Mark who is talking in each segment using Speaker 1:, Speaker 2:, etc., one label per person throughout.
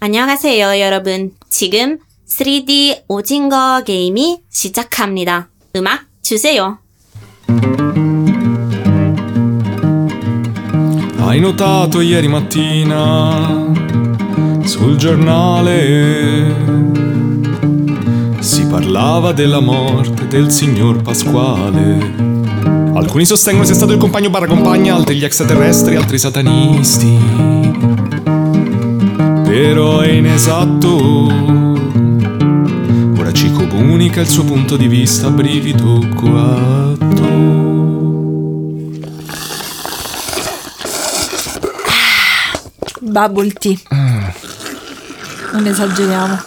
Speaker 1: 안녕하세요, 여러분. 지금 3D 오징어 게임이 시작합니다. 음악 주세요.
Speaker 2: Hai notato ieri mattina sul giornale si parlava della morte del signor Pasquale. Alcuni sostengono sia stato il compagno barra compagna, altri gli extraterrestri, altri satanisti. Però è inesatto. Ora ci comunica il suo punto di vista, brivido coatto.
Speaker 3: Bubble tea.
Speaker 2: Mm.
Speaker 3: Non esageriamo.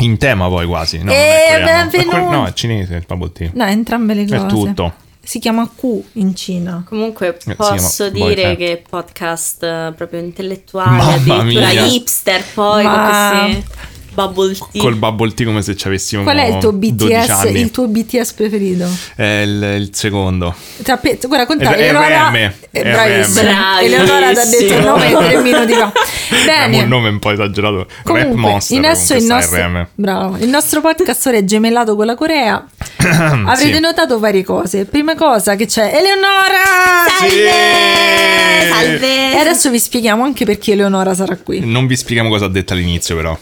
Speaker 2: In tema poi quasi. No, non
Speaker 3: Eh,
Speaker 2: è coreano.
Speaker 3: benvenuti.
Speaker 2: È quel- No, è cinese il bubble tea.
Speaker 3: No, entrambe le
Speaker 2: È
Speaker 3: cose.
Speaker 2: tutto.
Speaker 3: Si chiama Q in Cina.
Speaker 1: comunque
Speaker 2: si
Speaker 1: posso
Speaker 2: chiama
Speaker 1: dire
Speaker 2: Boyfriend.
Speaker 1: che è podcast eh, proprio intellettuale,
Speaker 2: Mamma
Speaker 1: addirittura
Speaker 2: mia.
Speaker 1: hipster, poi
Speaker 3: Ma-
Speaker 1: con questi bubble tea.
Speaker 2: Col bubble tea come se ci avessimo
Speaker 3: Qual è il tuo
Speaker 2: 12
Speaker 3: BTS,
Speaker 2: anni.
Speaker 3: il tuo BTS preferito?
Speaker 2: È il, il secondo.
Speaker 3: Tappeto, guarda, contare
Speaker 2: R-
Speaker 3: Eleonora.
Speaker 2: RM.
Speaker 3: Eh, Bravissima.
Speaker 1: RM.
Speaker 3: Eleonora ti ha detto il nome in tre minuti fa.
Speaker 2: Abbiamo un
Speaker 3: Bene.
Speaker 2: nome un po' esagerato. Rap
Speaker 3: Comunque,
Speaker 2: Monster.
Speaker 3: in esso
Speaker 2: con
Speaker 3: il
Speaker 2: questa
Speaker 3: nostro,
Speaker 2: RM.
Speaker 3: bravo, il nostro podcast ora è gemellato con la Corea. Avrete
Speaker 2: Mm, Sì.
Speaker 3: notato varie cose. Prima cosa che c'è Eleonora!
Speaker 1: Salve!
Speaker 2: Sì!
Speaker 3: E
Speaker 1: Salve!
Speaker 3: adesso vi spieghiamo anche perché Eleonora sarà qui.
Speaker 2: Non vi spieghiamo cosa ha detto all'inizio, però.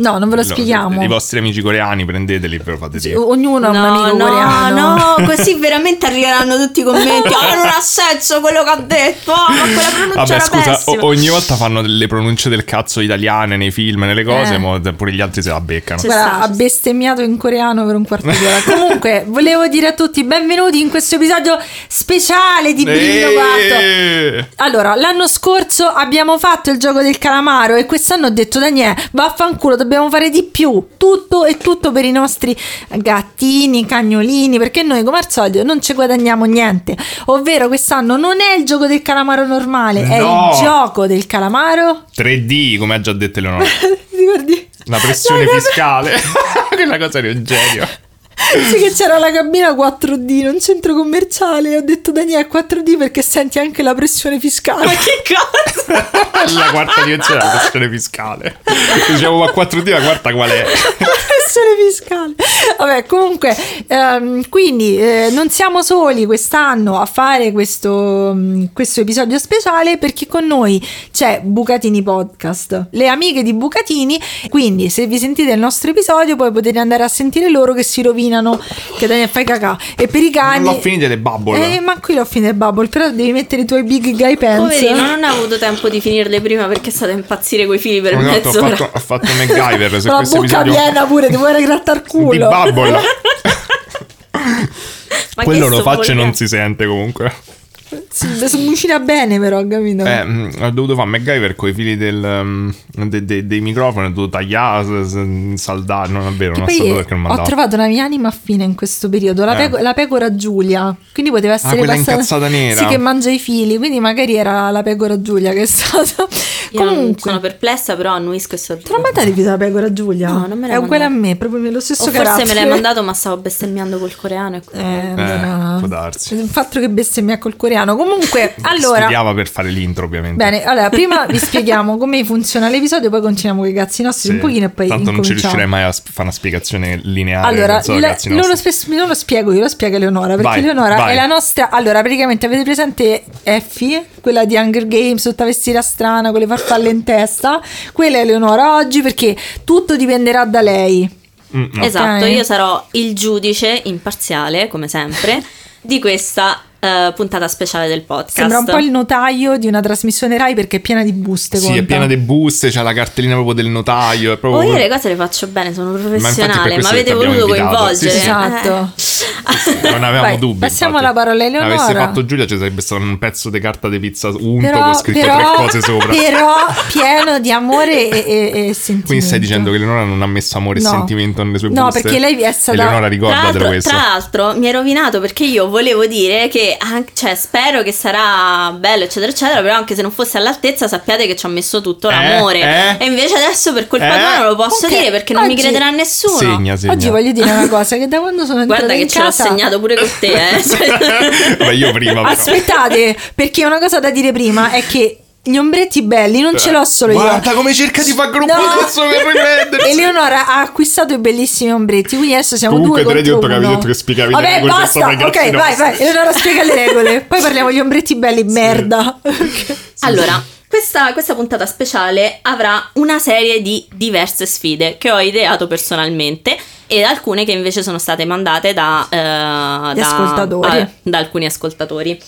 Speaker 3: No, non ve lo
Speaker 2: I
Speaker 3: spieghiamo. oh,
Speaker 2: vostri amici coreani prendeteli e ve lo fate dire.
Speaker 3: O- Ognuno ha un
Speaker 1: No,
Speaker 3: amico
Speaker 1: no,
Speaker 3: coreano.
Speaker 1: no, così veramente arriveranno tutti i commenti. Ah, non ha senso quello che ha detto. Ah, ma quella pronuncia
Speaker 2: Vabbè,
Speaker 1: era
Speaker 2: scusa, o-
Speaker 1: pessima.
Speaker 2: ogni volta fanno delle pronunce del cazzo italiane nei film, nelle cose,
Speaker 3: Eh.
Speaker 2: mo pure gli altri se la beccano.
Speaker 1: Sì.
Speaker 3: Guarda,
Speaker 1: sta, ci
Speaker 3: ha
Speaker 1: sta.
Speaker 3: bestemmiato in coreano per un quarto d'ora. Comunque, volevo dire a tutti benvenuti in questo episodio speciale di Brillo Quarto.
Speaker 2: Eh.
Speaker 3: Allora, l'anno scorso abbiamo fatto il gioco del calamaro e quest'anno ho detto Daniele, vaffanculo, dobbiamo fare di più. Tutto e tutto per i nostri gattini, cagnolini, perché noi come al solito non ci guadagniamo niente. Ovvero quest'anno non è il gioco del calamaro normale, è
Speaker 2: No.
Speaker 3: il gioco del calamaro.
Speaker 2: 3D, come ha già detto Eleonora.
Speaker 3: Ti ricordi?
Speaker 2: La pressione
Speaker 3: La-
Speaker 2: fiscale. Quella cosa di un genio.
Speaker 3: Sì che c'era la cabina 4D in un centro commerciale ho detto Daniele 4D perché senti anche la pressione
Speaker 1: Ma
Speaker 3: fiscale.
Speaker 1: che cosa?
Speaker 2: La quarta dimensione è la pressione fiscale. Diciamo ma 4D la quarta qual è?
Speaker 3: La pressione fiscale. Vabbè, comunque, ehm, quindi eh, non siamo soli quest'anno a fare questo, mm, questo episodio speciale perché con noi c'è Bucatini Podcast, le amiche di Bucatini. Quindi, se vi sentite il nostro episodio, poi potete andare a sentire loro che si rovinano, che Daniele fai cacà. E per i cani.
Speaker 2: Non l'ho finita le babbole.
Speaker 3: Eh, ma qui l'ho finito il bubble, però devi mettere i tuoi big guy pants.
Speaker 1: Poverino, non ho avuto tempo di finirle prima perché è stato a impazzire coi fili per
Speaker 2: Ho fatto- ho
Speaker 1: mezz'ora.
Speaker 2: fatto, ho fatto MacGyver su
Speaker 3: Con la
Speaker 2: questo
Speaker 3: bocca
Speaker 2: episodio
Speaker 3: piena pure, ti vuoi grattar
Speaker 2: di
Speaker 3: culo.
Speaker 2: babbole.
Speaker 1: Ma
Speaker 2: Quello
Speaker 1: che
Speaker 2: lo faccio e
Speaker 1: sono
Speaker 2: non si sente comunque.
Speaker 3: Si si cucina bene, però, capito?
Speaker 2: Eh, mh, ho dovuto fare MacGyver con i fili del, um, de- de- dei microfoni, ho dovuto tagliare, s- s- saldare, non è vero,
Speaker 3: Che
Speaker 2: non è
Speaker 3: poi
Speaker 2: stato perché non
Speaker 3: ho
Speaker 2: mandavo.
Speaker 3: trovato una mia anima affine in questo periodo, la,
Speaker 2: Eh. Ah,
Speaker 3: peco- la pecora Giulia, quindi poteva essere
Speaker 2: quella
Speaker 3: passata-
Speaker 2: incazzata nera.
Speaker 3: Sì, che mangia i fili, quindi magari era la pecora Giulia che è stata.
Speaker 1: Io non-
Speaker 3: Comunque,
Speaker 1: sono perplessa, però annuisco e
Speaker 3: te l'ho
Speaker 1: sorrido.
Speaker 3: mandata la pecora Giulia?
Speaker 1: No, non me l'hai
Speaker 3: È uguale a
Speaker 1: mandata.
Speaker 3: me, proprio nello stesso
Speaker 1: O forse
Speaker 3: carattere.
Speaker 1: me l'hai mandato, ma stavo bestemmiando col coreano. E
Speaker 3: Eh,
Speaker 1: quindi-
Speaker 3: allora,
Speaker 2: può darsi.
Speaker 3: Il fatto che bestemmia col coreano. Comunque, allora.
Speaker 2: Studiava per fare l'intro ovviamente.
Speaker 3: Bene, allora prima vi spieghiamo come funziona l'episodio, poi continuiamo con i cazzi nostri
Speaker 2: Sì.
Speaker 3: un pochino e poi
Speaker 2: Tanto non ci
Speaker 3: incominciamo.
Speaker 2: riuscirei mai a sp- fare una spiegazione lineare.
Speaker 3: Allora,
Speaker 2: non so,
Speaker 3: la-
Speaker 2: ragazzi,
Speaker 3: non,
Speaker 2: nostri.
Speaker 3: lo spes- non lo spiego io, lo spiega Eleonora. Perché
Speaker 2: Vai,
Speaker 3: Eleonora
Speaker 2: vai.
Speaker 3: è la nostra. Allora, praticamente avete presente Effie, quella di Hunger Games, tutta vestita strana, con le farfalle in testa. Quella è Eleonora oggi perché tutto dipenderà da lei.
Speaker 2: Mm, no.
Speaker 1: Esatto,
Speaker 3: Ok.
Speaker 1: io sarò il giudice imparziale, come sempre, di questa eh, puntata speciale del podcast.
Speaker 3: Sembra un po' il notaio di una trasmissione Rai perché è piena di buste.
Speaker 2: Sì,
Speaker 3: conta.
Speaker 2: è piena di buste, c'è la cartellina proprio del notaio, è
Speaker 1: Oh,
Speaker 2: proprio...
Speaker 1: io le cose le faccio bene, sono
Speaker 2: infatti è per
Speaker 1: professionale, ma,
Speaker 2: questo che
Speaker 1: avete
Speaker 2: ti abbiamo
Speaker 1: voluto
Speaker 2: invitato.
Speaker 1: coinvolgere.
Speaker 2: Sì, sì.
Speaker 3: Esatto.
Speaker 1: Eh.
Speaker 2: Non avevamo
Speaker 3: Vai,
Speaker 2: dubbi.
Speaker 3: passiamo
Speaker 2: infatti.
Speaker 3: alla parola a Eleonora.
Speaker 2: Avesse fatto Giulia ci sarebbe stato un pezzo di carta di pizza unto con scritto
Speaker 3: però-
Speaker 2: tre cose sopra.
Speaker 3: però pieno di amore e, e, e sentimento.
Speaker 2: Quindi stai dicendo che Eleonora non ha messo amore
Speaker 3: No.
Speaker 2: e sentimento nelle sue
Speaker 3: No,
Speaker 2: buste?
Speaker 3: perché lei è stata-
Speaker 2: Eleonora,
Speaker 1: Tra
Speaker 2: ricordatelo
Speaker 1: l'altro,
Speaker 2: questo.
Speaker 1: tra l'altro mi è rovinato perché io volevo dire che anche- cioè, spero che sarà bello eccetera eccetera però anche se non fosse all'altezza sappiate che ci ho messo tutto
Speaker 2: Eh,
Speaker 1: l'amore
Speaker 2: eh.
Speaker 1: e invece adesso per colpa
Speaker 2: Eh.
Speaker 1: mia non lo posso
Speaker 3: Ok,
Speaker 1: dire perché non mi
Speaker 3: oggi-
Speaker 1: crederà nessuno
Speaker 2: Segna, segna.
Speaker 3: Oggi voglio dire una cosa: che da quando sono entrata
Speaker 1: guarda che
Speaker 3: in
Speaker 1: ce l'ho
Speaker 3: casa,
Speaker 1: segnato pure con te eh.
Speaker 2: Beh, io prima però.
Speaker 3: Aspettate, perché una cosa da dire prima è che gli ombretti belli non ce l'ho solo io.
Speaker 2: Guarda come cerca di far gruppo
Speaker 3: No.
Speaker 2: adesso per riprendersi.
Speaker 3: Eleonora ha acquistato i bellissimi ombretti, quindi adesso siamo
Speaker 2: Comunque,
Speaker 3: due
Speaker 2: te l'hai
Speaker 3: contro
Speaker 2: detto che avevi
Speaker 3: uno.
Speaker 2: detto che spiegavi le
Speaker 3: Vabbè,
Speaker 2: regole per
Speaker 3: basta,
Speaker 2: sto ragazzi
Speaker 3: ok, vai,
Speaker 2: nostri.
Speaker 3: vai. Eleonora spiega le regole. Poi parliamo degli ombretti belli, merda.
Speaker 1: Allora, questa, questa puntata speciale avrà una serie di diverse sfide che ho ideato personalmente e alcune che invece sono state mandate da, eh,
Speaker 3: Gli
Speaker 1: da-
Speaker 3: ascoltatori.
Speaker 1: a- da alcuni ascoltatori.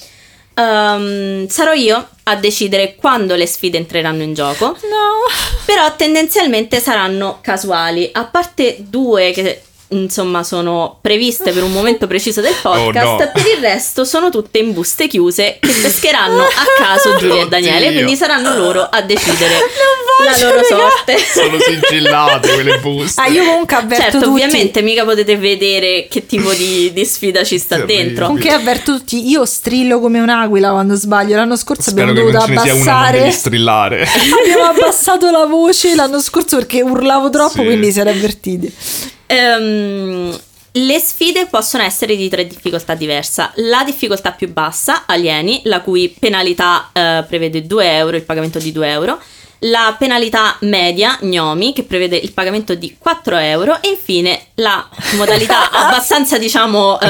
Speaker 1: Ehm, sarò io a decidere quando le sfide entreranno in gioco,
Speaker 3: No.
Speaker 1: però tendenzialmente saranno casuali, a parte due che insomma sono previste per un momento preciso del podcast,
Speaker 2: Oh, no.
Speaker 1: per il resto sono tutte in buste chiuse che pescheranno a caso Giulia e Daniele,
Speaker 2: Oddio.
Speaker 1: quindi saranno loro a decidere
Speaker 3: Non
Speaker 1: la
Speaker 3: voglio,
Speaker 1: loro
Speaker 3: raga.
Speaker 1: sorte.
Speaker 2: Sono sigillate quelle buste.
Speaker 3: Ah, io comunque avverto
Speaker 1: Certo,
Speaker 3: tutti.
Speaker 1: ovviamente mica potete vedere che tipo di, di sfida ci sta
Speaker 2: Terribile.
Speaker 1: dentro.
Speaker 3: Comunque avverto tutti, io strillo come un'aquila quando sbaglio. L'anno scorso
Speaker 2: Spero che
Speaker 3: abbiamo
Speaker 2: non ce
Speaker 3: dovuto
Speaker 2: ne sia una non devi
Speaker 3: abbassare.
Speaker 2: strillare.
Speaker 3: Abbiamo abbassato la voce l'anno scorso perché urlavo troppo,
Speaker 2: Sì.
Speaker 3: quindi si era avvertiti.
Speaker 1: Ehm, le sfide possono essere di tre difficoltà diverse. La difficoltà più bassa, alieni, la cui penalità eh, prevede 2 euro, il pagamento di 2 euro. La penalità media, gnomi, che prevede il pagamento di 4 euro. E infine la modalità abbastanza, diciamo, eh,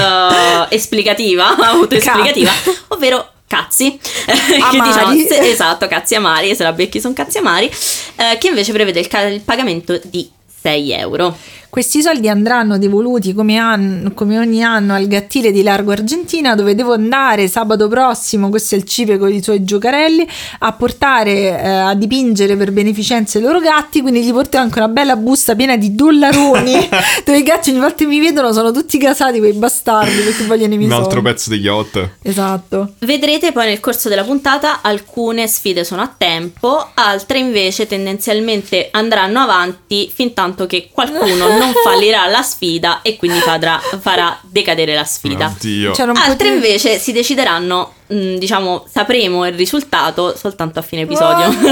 Speaker 1: esplicativa, autoesplicativa, ovvero cazzi. che
Speaker 3: Amari.
Speaker 1: diciamo, se- esatto, cazzi amari, se la becchi sono cazzi amari, eh, che invece prevede il ca- il pagamento di 6 euro.
Speaker 3: Questi soldi andranno devoluti come, an- come ogni anno al gattile di Largo Argentina dove devo andare sabato prossimo, questo è il Cipe con i suoi giocarelli, a portare, eh, a dipingere per beneficenza i loro gatti, quindi gli porterò anche una bella busta piena di dollaroni dove i gatti ogni volta che mi vedono sono tutti casati quei bastardi perché vogliono i miei
Speaker 2: Un altro
Speaker 3: soldi.
Speaker 2: pezzo degli hot.
Speaker 3: Esatto.
Speaker 1: Vedrete poi nel corso della puntata alcune sfide sono a tempo, altre invece tendenzialmente andranno avanti fin tanto che qualcuno non fallirà la sfida e quindi farà, farà decadere la sfida.
Speaker 2: Oddio.
Speaker 3: C'era un po'
Speaker 1: Altre
Speaker 3: di-
Speaker 1: invece si decideranno, mh, diciamo, sapremo il risultato soltanto a fine episodio.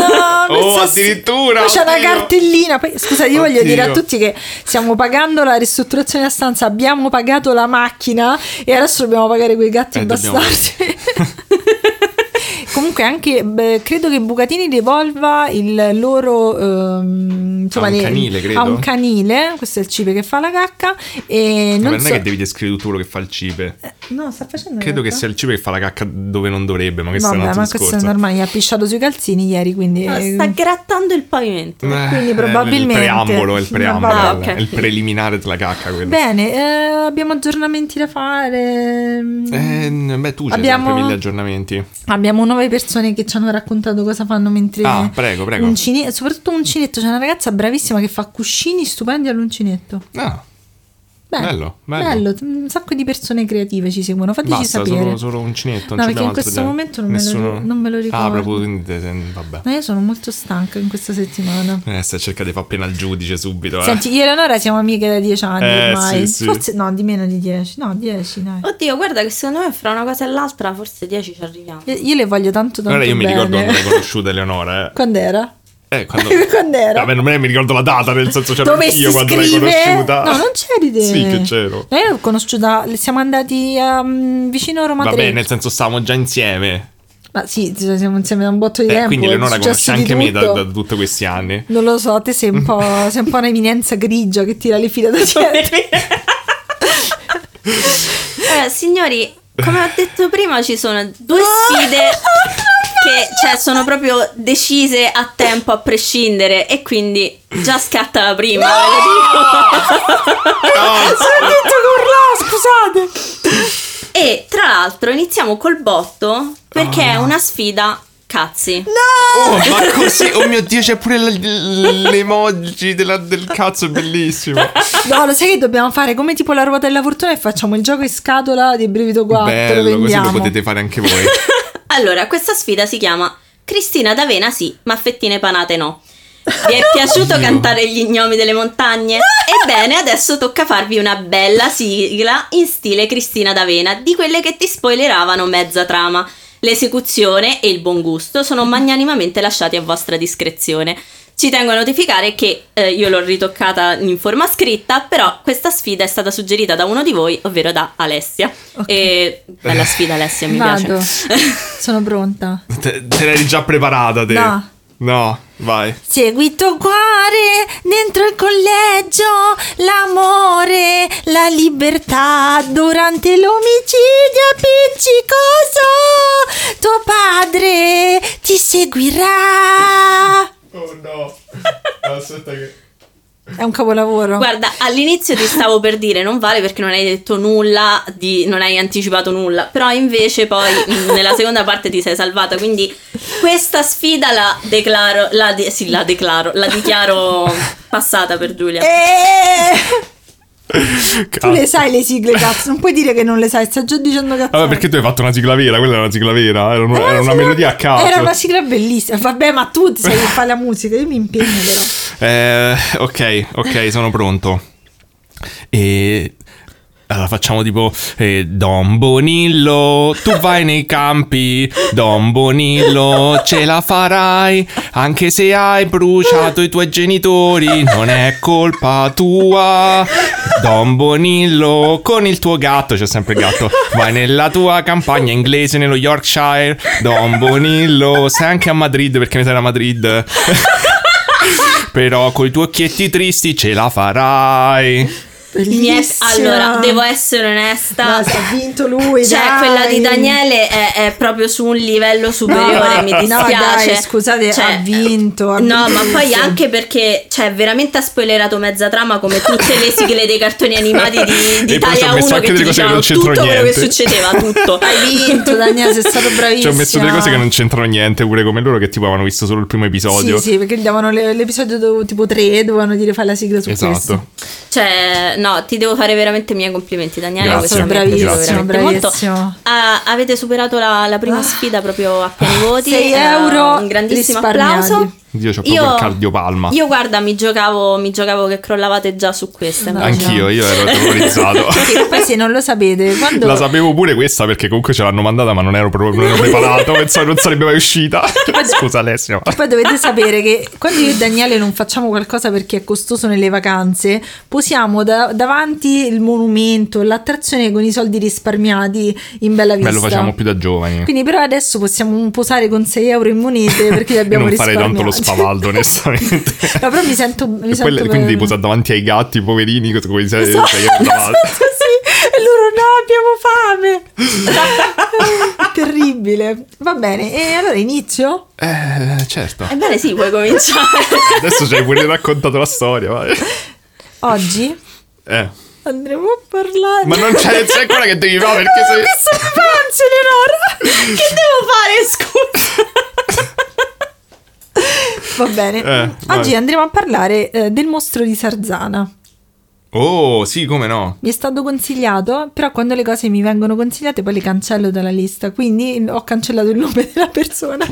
Speaker 3: Oh, no,
Speaker 2: Oh,
Speaker 3: questa-
Speaker 2: addirittura,
Speaker 3: Poi c'è una
Speaker 2: oddio.
Speaker 3: cartellina. Poi, scusa, io voglio
Speaker 2: Oddio.
Speaker 3: dire a tutti che stiamo pagando la ristrutturazione della stanza, abbiamo pagato la macchina e adesso dobbiamo pagare quei gatti
Speaker 2: Eh, dobbiamo-
Speaker 3: bastardi. Comunque anche beh, credo che Bucatini devolva il loro ehm, insomma,
Speaker 2: un
Speaker 3: le-
Speaker 2: canile, credo.
Speaker 3: a un canile, questo è il cipe che fa la cacca e
Speaker 2: Ma
Speaker 3: non,
Speaker 2: non
Speaker 3: so Eh,
Speaker 2: è che devi descrivere tu quello che fa il cipe.
Speaker 3: No, sta facendo
Speaker 2: Credo che
Speaker 3: cacca?
Speaker 2: sia il cipe che fa la cacca dove non dovrebbe, ma questo è un
Speaker 3: Vabbè,
Speaker 2: altro
Speaker 3: ma questo è
Speaker 2: discorso.
Speaker 3: normale, gli ha pisciato sui calzini ieri, quindi eh,
Speaker 1: Sta grattando il pavimento.
Speaker 2: Eh,
Speaker 3: Quindi
Speaker 2: è
Speaker 3: probabilmente-
Speaker 2: il preambolo, è il preambolo,
Speaker 1: Ah, ok.
Speaker 2: è il preliminare della cacca quello.
Speaker 3: Bene, eh, abbiamo aggiornamenti da fare.
Speaker 2: Eh, beh, tu c'hai
Speaker 3: Abbiamo-
Speaker 2: sempre mille aggiornamenti.
Speaker 3: Abbiamo nove persone che ci hanno raccontato cosa fanno mentre.
Speaker 2: Ah, prego, prego.
Speaker 3: Uncine- soprattutto uncinetto. C'è una ragazza bravissima che fa cuscini stupendi all'uncinetto.
Speaker 2: Ah,
Speaker 3: Beh,
Speaker 2: Bello, bello.
Speaker 3: Un sacco di persone creative ci seguono. Fateci
Speaker 2: basta,
Speaker 3: sapere.
Speaker 2: solo, solo un cinetto. non
Speaker 3: No,
Speaker 2: ci
Speaker 3: perché in
Speaker 2: abbiamo altro
Speaker 3: questo
Speaker 2: da-
Speaker 3: momento non me lo ri- non me lo
Speaker 2: Ah,
Speaker 3: ricordo.
Speaker 2: proprio quindi, te- te- vabbè.
Speaker 3: No, io sono molto stanca in questa settimana.
Speaker 2: Eh, se cerca di far pena al giudice subito. eh.
Speaker 3: Senti, io e Eleonora siamo amiche da dieci anni
Speaker 2: Eh,
Speaker 3: ormai.
Speaker 2: sì, sì.
Speaker 3: Forse no, di meno di dieci. No, dieci, dai.
Speaker 1: Oddio, guarda che secondo me fra una cosa e l'altra forse 10 ci arriviamo.
Speaker 3: Io, io le voglio tanto tanto
Speaker 2: Allora io mi
Speaker 3: bene.
Speaker 2: ricordo quando l'hai conosciuta Eleonora. Eh,
Speaker 3: Quando era?
Speaker 2: eh quando...
Speaker 3: Quando era?
Speaker 2: Vabbè, non me ne mi ricordo la data, nel senso cioè, c'ero
Speaker 3: Dove
Speaker 2: anch'io
Speaker 3: si
Speaker 2: quando
Speaker 3: scrive?
Speaker 2: l'hai conosciuta.
Speaker 3: No, non c'eri te.
Speaker 2: Sì, che c'ero.
Speaker 3: No, io l'ho conosciuta, siamo andati ehm, vicino a Roma
Speaker 2: Vabbè,
Speaker 3: 3.
Speaker 2: nel senso stavamo già insieme.
Speaker 3: Ma sì, ci siamo insieme da un botto di
Speaker 2: Eh,
Speaker 3: tempo.
Speaker 2: quindi
Speaker 3: è
Speaker 2: Eleonora
Speaker 3: successo
Speaker 2: conosce anche me
Speaker 3: di
Speaker 2: da,
Speaker 3: tutto.
Speaker 2: da tutti questi anni.
Speaker 3: Non lo so, a te sei un po', sei un po' un'eminenza grigia che tira le fila da dietro.
Speaker 1: Eh, signori, come ho detto prima, ci sono due sfide
Speaker 3: Ah,
Speaker 1: che cioè, sono proprio decise a tempo a prescindere e quindi già scatta la prima. ve lo dico.
Speaker 3: Ah, Sono detto che urlavo, scusate.
Speaker 1: E tra l'altro iniziamo col botto perché è una sfida cazzi.
Speaker 2: Oh, ma così, oh mio dio, c'è pure l- l- l'emoji della- del cazzo, è bellissimo.
Speaker 3: No, lo sai che dobbiamo fare come tipo la ruota della fortuna e facciamo il gioco in scatola di brevito 4.
Speaker 2: Bello, così
Speaker 3: vendiamo.
Speaker 2: lo potete fare anche voi.
Speaker 1: Allora, questa sfida si chiama Cristina d'Avena sì, ma fettine panate no. Vi è piaciuto cantare gli gnomi delle montagne? Ebbene, adesso tocca farvi una bella sigla in stile Cristina d'Avena, di quelle che ti spoileravano mezza trama. L'esecuzione e il buon gusto sono magnanimamente lasciati a vostra discrezione. Ci tengo a notificare che eh, io l'ho ritoccata in forma scritta, però questa sfida è stata suggerita da uno di voi, ovvero da Alessia.
Speaker 3: Ok.
Speaker 1: E bella sfida Alessia, mi
Speaker 3: Vado.
Speaker 1: piace.
Speaker 3: Sono pronta.
Speaker 2: Te, te l'eri già preparata, te?
Speaker 3: No.
Speaker 2: No, vai.
Speaker 3: Segui il tuo cuore dentro il collegio, l'amore, la libertà durante l'omicidio appiccicoso. Tuo padre ti seguirà.
Speaker 2: Oh no. Aspetta che...
Speaker 3: È un capolavoro.
Speaker 1: Guarda, all'inizio ti stavo per dire non vale perché non hai detto nulla, di- non hai anticipato nulla, però invece poi mh, nella seconda parte ti sei salvata, quindi questa sfida la declaro, la de- sì la declaro, la dichiaro passata per Giulia.
Speaker 3: Eh, tu le sai le sigle, cazzo. Non puoi dire che non le sai, sta già dicendo cazzo.
Speaker 2: Vabbè, perché tu hai fatto una sigla vera? Quella era una sigla vera, era, un- era una melodia a caso.
Speaker 3: Era una sigla bellissima. Vabbè, ma tu ti sai che fa la musica, io mi impegno però.
Speaker 2: Eh, ok, ok, sono pronto. E allora facciamo tipo eh, Don Bonillo, tu vai nei campi, Don Bonillo, ce la farai, anche se hai bruciato i tuoi genitori, non è colpa tua. Don Bonillo, con il tuo gatto, c'è sempre il gatto, vai nella tua campagna inglese nello Yorkshire, Don Bonillo, sei anche a Madrid perché mi sei da Madrid. Però coi tuoi occhietti tristi ce la farai.
Speaker 1: Niente,
Speaker 3: Bellissima.
Speaker 1: allora, devo essere onesta.
Speaker 3: Basta, ha vinto lui.
Speaker 1: Cioè,
Speaker 3: dai.
Speaker 1: quella di Daniele è, è proprio su un livello superiore,
Speaker 3: No,
Speaker 1: mi
Speaker 3: no,
Speaker 1: dispiace. Cioè,
Speaker 3: dai, scusate, ha vinto, ha
Speaker 1: no,
Speaker 3: vinto.
Speaker 1: ma poi anche perché, cioè, veramente ha spoilerato mezza trama come tutte le sigle dei cartoni animati di, di
Speaker 2: E poi ci
Speaker 1: Italia
Speaker 2: ho messo
Speaker 1: 1
Speaker 2: anche
Speaker 1: che
Speaker 2: delle
Speaker 1: ti
Speaker 2: cose che non
Speaker 1: dicevano
Speaker 2: c'entrano
Speaker 1: tutto quello che
Speaker 2: niente.
Speaker 1: succedeva, tutto.
Speaker 3: Hai vinto, Daniele, sei stato bravissimo.
Speaker 2: Ci Cioè, ho messo delle cose che non c'entrano niente, pure come loro che tipo avevano visto solo il primo episodio.
Speaker 3: Sì, sì, perché gli davano le- l'episodio dove- tipo 3, dovevano dire fai la sigla su questo.
Speaker 2: Esatto.
Speaker 1: Cioè, no, ti devo fare veramente i miei complimenti, Daniele.
Speaker 2: Grazie,
Speaker 1: questo mi è
Speaker 2: bravissimo,
Speaker 1: piaciuto veramente
Speaker 3: bravissimo.
Speaker 1: molto. Ah, avete superato la, la prima sfida proprio a pieni voti.
Speaker 3: 6
Speaker 1: eh,
Speaker 3: Ah. euro
Speaker 1: Un grandissimo
Speaker 3: risparmiati.
Speaker 1: applauso.
Speaker 2: Io c'ho proprio il cardiopalma.
Speaker 1: Io, guarda, mi giocavo, mi giocavo che crollavate già su queste.
Speaker 3: No.
Speaker 1: ma-
Speaker 2: Anch'io, io ero terrorizzato.
Speaker 3: Perché poi se non lo sapete, quando...
Speaker 2: La sapevo pure questa perché comunque ce l'hanno mandata ma non ero proprio non ero preparato, pensavo non sarebbe mai uscita. Scusa Alessio. ma-
Speaker 3: Poi dovete sapere che quando io e Daniele non facciamo qualcosa perché è costoso nelle vacanze, posiamo da- davanti il monumento, l'attrazione con i soldi risparmiati in bella vista.
Speaker 2: Beh, lo facciamo più da giovani.
Speaker 3: Quindi però adesso possiamo posare con 6 euro in monete perché li
Speaker 2: E
Speaker 3: abbiamo
Speaker 2: non farei
Speaker 3: risparmiati.
Speaker 2: tanto lo spavaldo, onestamente.
Speaker 3: No, però mi sento... Mi
Speaker 2: E
Speaker 3: sento
Speaker 2: quelle-
Speaker 3: per-
Speaker 2: quindi tipo davanti ai gatti, poverini, così come sei,
Speaker 3: Esatto,
Speaker 2: sei io davanti.
Speaker 3: esatto, sì. E loro no, abbiamo fame. Terribile. Va bene, e allora inizio?
Speaker 2: Eh, certo.
Speaker 1: Ebbene, sì, puoi cominciare.
Speaker 2: Adesso ci hai pure raccontato la storia, vai.
Speaker 3: Oggi
Speaker 2: Eh.
Speaker 3: andremo a parlare...
Speaker 2: Ma non c'è, c'è quella che devi fare perché
Speaker 3: Ho
Speaker 2: sei...
Speaker 3: messo la pancia in errore.
Speaker 1: che devo fare? Scusa.
Speaker 3: Va bene.
Speaker 2: Eh, vai.
Speaker 3: Oggi andremo a parlare eh, del mostro di Sarzana.
Speaker 2: Oh, sì, come no?
Speaker 3: Mi è stato consigliato, però quando le cose mi vengono consigliate poi le cancello dalla lista, quindi ho cancellato il nome della persona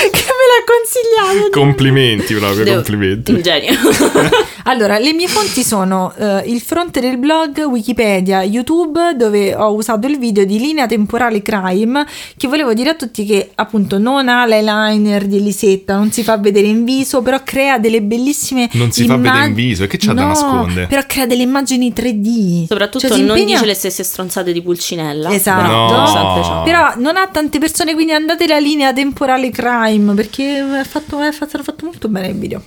Speaker 3: che me l'ha consigliato.
Speaker 2: Complimenti, proprio,
Speaker 1: Devo-
Speaker 2: complimenti.
Speaker 1: Un genio.
Speaker 3: Allora, le mie fonti sono eh, il fronte del blog, Wikipedia, YouTube, dove ho usato il video di linea temporale crime, che volevo dire a tutti che appunto non ha l'eyeliner di Elisetta, non si fa vedere in viso, però crea delle bellissime
Speaker 2: Non si fa
Speaker 3: immag-
Speaker 2: vedere in viso, e che c'ha da
Speaker 3: No,
Speaker 2: nascondere?
Speaker 3: Però crea delle immagini 3D.
Speaker 1: Soprattutto
Speaker 3: Cioè, si
Speaker 1: non
Speaker 3: impegna-
Speaker 1: dice le stesse stronzate di Pulcinella.
Speaker 3: Esatto.
Speaker 2: No.
Speaker 1: Sempre ciò.
Speaker 3: Però non ha tante persone, quindi andate la linea temporale crime perché è fatto, è fatto, è fatto molto bene il video.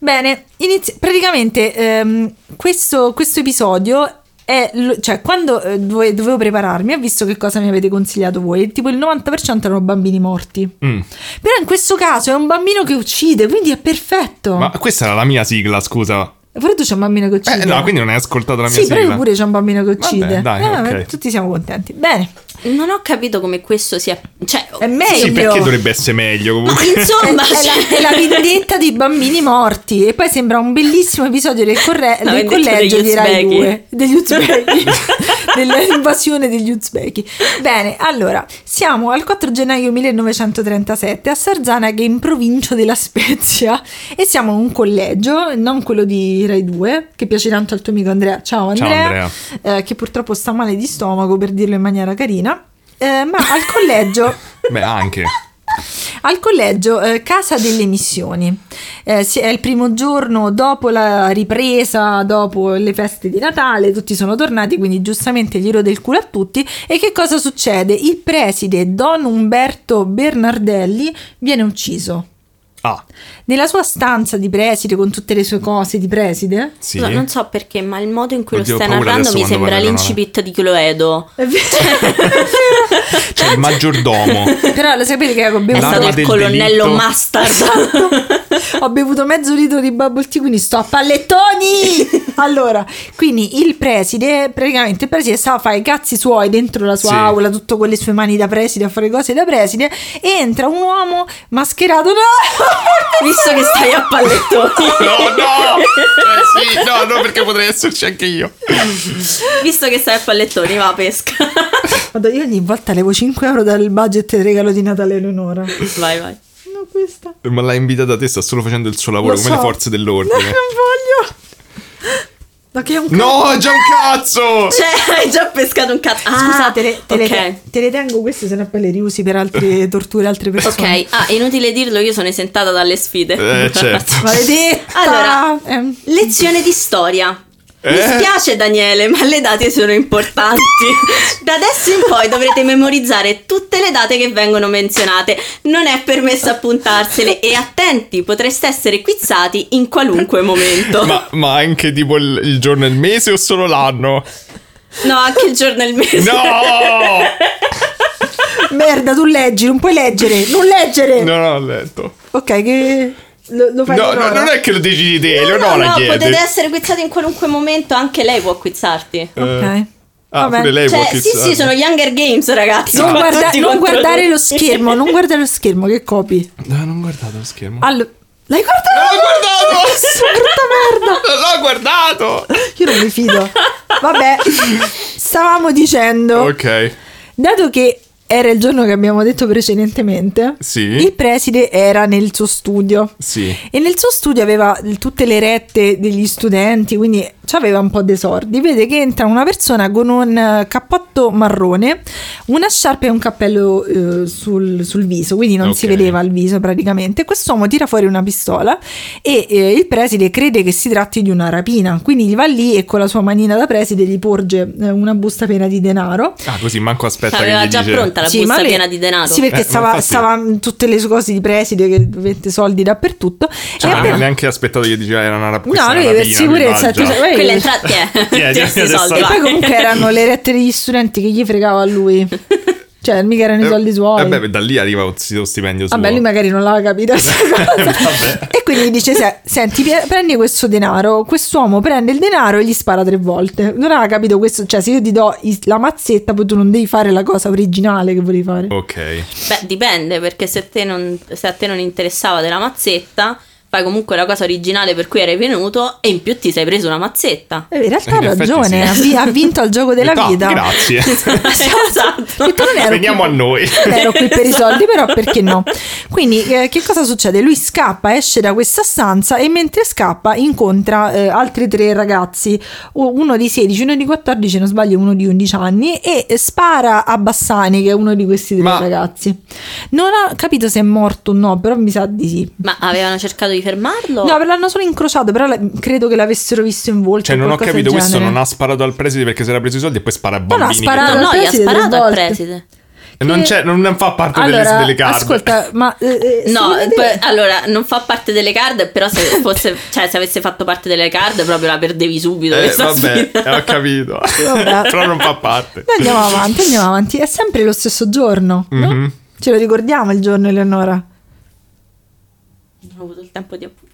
Speaker 3: Bene, inizia- praticamente ehm, questo, questo episodio è, lo- cioè quando eh, dove- dovevo prepararmi ho visto che cosa mi avete consigliato voi, tipo il 90% erano bambini morti.
Speaker 2: Mm.
Speaker 3: Però in questo caso è un bambino che uccide, quindi è perfetto.
Speaker 2: Ma questa era la mia sigla, scusa.
Speaker 3: Pure tu c'è un bambino che uccide.
Speaker 2: Eh, no, quindi non hai ascoltato la mia
Speaker 3: Sì,
Speaker 2: sigla.
Speaker 3: però io pure c'è un bambino che uccide.
Speaker 2: dai,
Speaker 3: Eh, vabbè,
Speaker 2: ok.
Speaker 3: Tutti siamo contenti. Bene.
Speaker 1: Non ho capito come questo sia. Cioè,
Speaker 3: È meglio.
Speaker 2: Sì, perché dovrebbe essere meglio comunque.
Speaker 3: È,
Speaker 1: Insomma,
Speaker 3: è la,
Speaker 1: cioè-
Speaker 3: è la vendetta dei bambini morti. E poi sembra un bellissimo episodio del, corre-
Speaker 1: La
Speaker 3: del
Speaker 1: vendetta
Speaker 3: collegio
Speaker 1: degli
Speaker 3: di Rai
Speaker 1: uzbeki.
Speaker 3: 2 degli Uzbeki, dell'invasione degli Uzbeki. Bene, allora siamo al 4 gennaio 1937 a Sarzana, che è in provincia della Spezia, e siamo in un collegio, non quello di Rai 2, che piace tanto al tuo amico Andrea. Ciao
Speaker 2: Ciao
Speaker 3: Andrea,
Speaker 2: Andrea.
Speaker 3: eh, che purtroppo sta male di stomaco per dirlo in maniera carina. Eh, ma al collegio
Speaker 2: Beh, anche.
Speaker 3: Al collegio eh, Casa delle Missioni. Eh, si- è il primo giorno dopo la ripresa, dopo le feste di Natale, tutti sono tornati, quindi giustamente gli rode il culo a tutti. E che cosa succede? Il preside Don Umberto Bernardelli viene ucciso.
Speaker 2: Ah,
Speaker 3: Nella sua stanza di preside, con tutte le sue cose di preside.
Speaker 2: sì.
Speaker 1: Scusa, non so perché, ma il modo in cui
Speaker 2: Oddio,
Speaker 1: lo stai
Speaker 2: ho paura
Speaker 1: narrando
Speaker 2: adesso
Speaker 1: mi
Speaker 2: quando
Speaker 1: sembra
Speaker 2: guardo la
Speaker 1: l'incipit di Cloedo.
Speaker 3: È vero.
Speaker 2: C'è Cioè, il maggiordomo.
Speaker 3: Però lo sapete che avevo
Speaker 1: È
Speaker 2: L'arma
Speaker 1: stato
Speaker 3: bevuto,
Speaker 1: il
Speaker 2: del
Speaker 1: colonnello
Speaker 2: delitto.
Speaker 1: Mustard.
Speaker 3: ho bevuto mezzo litro di bubble tea, quindi sto a pallettoni. Allora, quindi il preside, praticamente il preside stava a fare i cazzi suoi dentro la sua
Speaker 2: Sì.
Speaker 3: aula, tutto con le sue mani da preside a fare cose da preside. E entra un uomo mascherato. No!
Speaker 1: Visto che stai a pallettoni.
Speaker 2: No, no! Eh, sì, no, no, perché potrei esserci anche io.
Speaker 1: Visto che stai a pallettoni, va a pesca.
Speaker 3: Vado, io ogni volta levo 5 euro dal budget del regalo di Natale a Eleonora.
Speaker 1: vai, vai.
Speaker 3: No, questa.
Speaker 2: Ma l'ha invitata te, sta solo facendo il suo lavoro,
Speaker 3: Lo
Speaker 2: come
Speaker 3: so.
Speaker 2: le forze
Speaker 3: No, non
Speaker 2: dell'ordine.
Speaker 3: voglio. Ma che è un
Speaker 2: No, è già un cazzo!
Speaker 1: Cioè, hai già pescato un cazzo. Ah,
Speaker 3: Scusa, te le, te le-
Speaker 1: ok.
Speaker 3: te le tengo queste, se no poi le riusi per altre torture, altre persone.
Speaker 1: Ok, ah, inutile dirlo, io sono esentata dalle sfide.
Speaker 2: Eh, certo.
Speaker 3: Maledetta!
Speaker 1: Allora,
Speaker 3: Ehm,
Speaker 1: Lezione di storia. Mi
Speaker 2: Eh?
Speaker 1: spiace Daniele, ma le date sono importanti. Da adesso in poi dovrete memorizzare tutte le date che vengono menzionate. Non è permesso appuntarsele e attenti, potreste essere quizzati in qualunque momento.
Speaker 2: Ma, ma anche tipo il, il giorno e il mese o solo l'anno?
Speaker 1: No, anche il giorno e il mese.
Speaker 2: No!
Speaker 3: merda, tu leggi, non puoi leggere, non leggere!
Speaker 2: No, no, ho letto.
Speaker 3: Ok, che... Lo, lo fai
Speaker 2: No, no,
Speaker 3: Eleonora?
Speaker 2: non è che lo decidi te,
Speaker 1: No,
Speaker 2: Eleonora
Speaker 1: no, no,
Speaker 2: chiede.
Speaker 1: potete essere quizzati in qualunque momento, anche lei può quizzarti.
Speaker 2: Eh.
Speaker 3: Ok.
Speaker 2: Ah,
Speaker 3: Vabbè.
Speaker 2: pure lei
Speaker 1: Cioè,
Speaker 2: può
Speaker 1: sì, sì, sono gli Hunger Games, ragazzi.
Speaker 3: Non,
Speaker 1: qua
Speaker 3: guarda-
Speaker 1: tutti
Speaker 3: non
Speaker 1: contro tutti.
Speaker 3: guardare lo schermo, non guardare lo schermo, che copi.
Speaker 2: No, non guardate lo schermo.
Speaker 3: Allo- L'hai guardato?
Speaker 2: Ah, Non l'ho guardato! Non
Speaker 3: Che brutta merda!
Speaker 2: l'ho guardato!
Speaker 3: Io non mi fido. Vabbè, stavamo dicendo,
Speaker 2: Ok,
Speaker 3: dato che era il giorno che abbiamo detto precedentemente,
Speaker 2: Sì.
Speaker 3: il preside era nel suo studio.
Speaker 2: sì.
Speaker 3: E nel suo studio aveva l- tutte le rette degli studenti, quindi ci aveva un po' desordi. Vede che entra una persona con un eh, cappotto marrone, una sciarpa e un cappello eh, sul, sul viso, quindi non si
Speaker 2: Ok.
Speaker 3: vedeva il viso praticamente. Quest'uomo tira fuori una pistola e eh, il preside crede che si tratti di una rapina, quindi gli va lì e con la sua manina da preside gli porge eh, una busta piena di denaro.
Speaker 2: Ah, così manco aspetta che
Speaker 1: Aveva
Speaker 2: gli
Speaker 1: già
Speaker 2: dice...
Speaker 1: pronta la
Speaker 3: Sì,
Speaker 1: busta
Speaker 3: ma lei-
Speaker 1: piena di denaro.
Speaker 3: Sì,
Speaker 2: Eh,
Speaker 3: perché
Speaker 2: ma
Speaker 3: stava,
Speaker 2: infatti-
Speaker 3: stava in tutte le sue cose di preside che vende soldi dappertutto.
Speaker 2: Cioè,
Speaker 3: e
Speaker 2: non
Speaker 3: appena-
Speaker 2: ha neanche aspettato che gli diceva era una rapina.
Speaker 3: No, lui per sicurezza. tu
Speaker 1: Cioè,
Speaker 3: sai-
Speaker 1: Quella è
Speaker 3: eh,
Speaker 1: entrata è.
Speaker 2: Ah. Tieni,
Speaker 1: Tieni i
Speaker 2: adesso-
Speaker 1: soldi,
Speaker 3: E
Speaker 1: vai.
Speaker 3: poi comunque erano le rette degli studenti che gli fregava a lui. Cioè, mica erano
Speaker 2: Eh,
Speaker 3: i soldi suoi.
Speaker 2: Vabbè, da lì arriva lo stipendio suo.
Speaker 3: Vabbè, lui magari non l'aveva capito questa cosa.
Speaker 2: Vabbè.
Speaker 3: E quindi gli dice: "Se- Senti, pi- prendi questo denaro. Quest'uomo prende il denaro e gli spara tre volte. Non aveva capito questo. Cioè, se io ti do i- la mazzetta, poi tu non devi fare la cosa originale che volevi fare.
Speaker 2: Ok.
Speaker 1: Beh, dipende, perché se, te non- se a te non interessava della mazzetta, fai comunque la cosa originale per cui eri venuto e in più ti sei preso una mazzetta.
Speaker 3: Eh, In realtà ha
Speaker 2: In effetti
Speaker 3: ragione.
Speaker 2: sì.
Speaker 3: ha vi- Ha, vinto al gioco della
Speaker 2: Ah,
Speaker 3: vita.
Speaker 2: Grazie.
Speaker 1: Cioè, esatto.
Speaker 3: Detto, non ero
Speaker 2: Veniamo a noi. Cioè,
Speaker 3: Non ero qui per i soldi, però perché no? Quindi, eh, che cosa succede? Lui scappa, esce da questa stanza e mentre scappa incontra eh, altri tre ragazzi, u- uno di 16, uno di 14, se non sbaglio, uno di 11 anni, e eh, spara a Bassani, che è uno di questi tre
Speaker 2: Ma-
Speaker 3: ragazzi. Non ho capito se è morto o no, però mi sa di sì.
Speaker 1: Ma avevano cercato di fermarlo?
Speaker 3: No, l'hanno solo incrociato, però la- credo che l'avessero visto in volto.
Speaker 2: Cioè, non ho capito, questo non
Speaker 3: ha
Speaker 2: ha sparato al preside perché si era preso i soldi e poi spara a
Speaker 3: no, ha
Speaker 2: bambini. che-
Speaker 1: no,
Speaker 3: sparato.
Speaker 1: no,
Speaker 3: al
Speaker 1: gli ha
Speaker 3: preside
Speaker 1: sparato
Speaker 3: tre
Speaker 1: al
Speaker 3: volte.
Speaker 1: preside.
Speaker 2: Non, c'è, non fa parte delle-
Speaker 3: Allora,
Speaker 2: delle, carte.
Speaker 3: ascolta, ma... eh, eh,
Speaker 1: No,
Speaker 3: secondo te-
Speaker 1: poi- allora non fa parte delle card, però se fosse, cioè se avesse fatto parte delle card proprio la perdevi subito.
Speaker 2: Eh,
Speaker 1: questa
Speaker 2: vabbè,
Speaker 1: sfida.
Speaker 2: ho capito.
Speaker 3: Vabbè.
Speaker 2: Però non fa parte.
Speaker 3: Noi andiamo avanti, andiamo avanti. È sempre lo stesso giorno. no?
Speaker 2: Mhm.
Speaker 3: Ce lo ricordiamo il giorno, Eleonora.
Speaker 1: Non ho avuto il tempo di appuntarlo.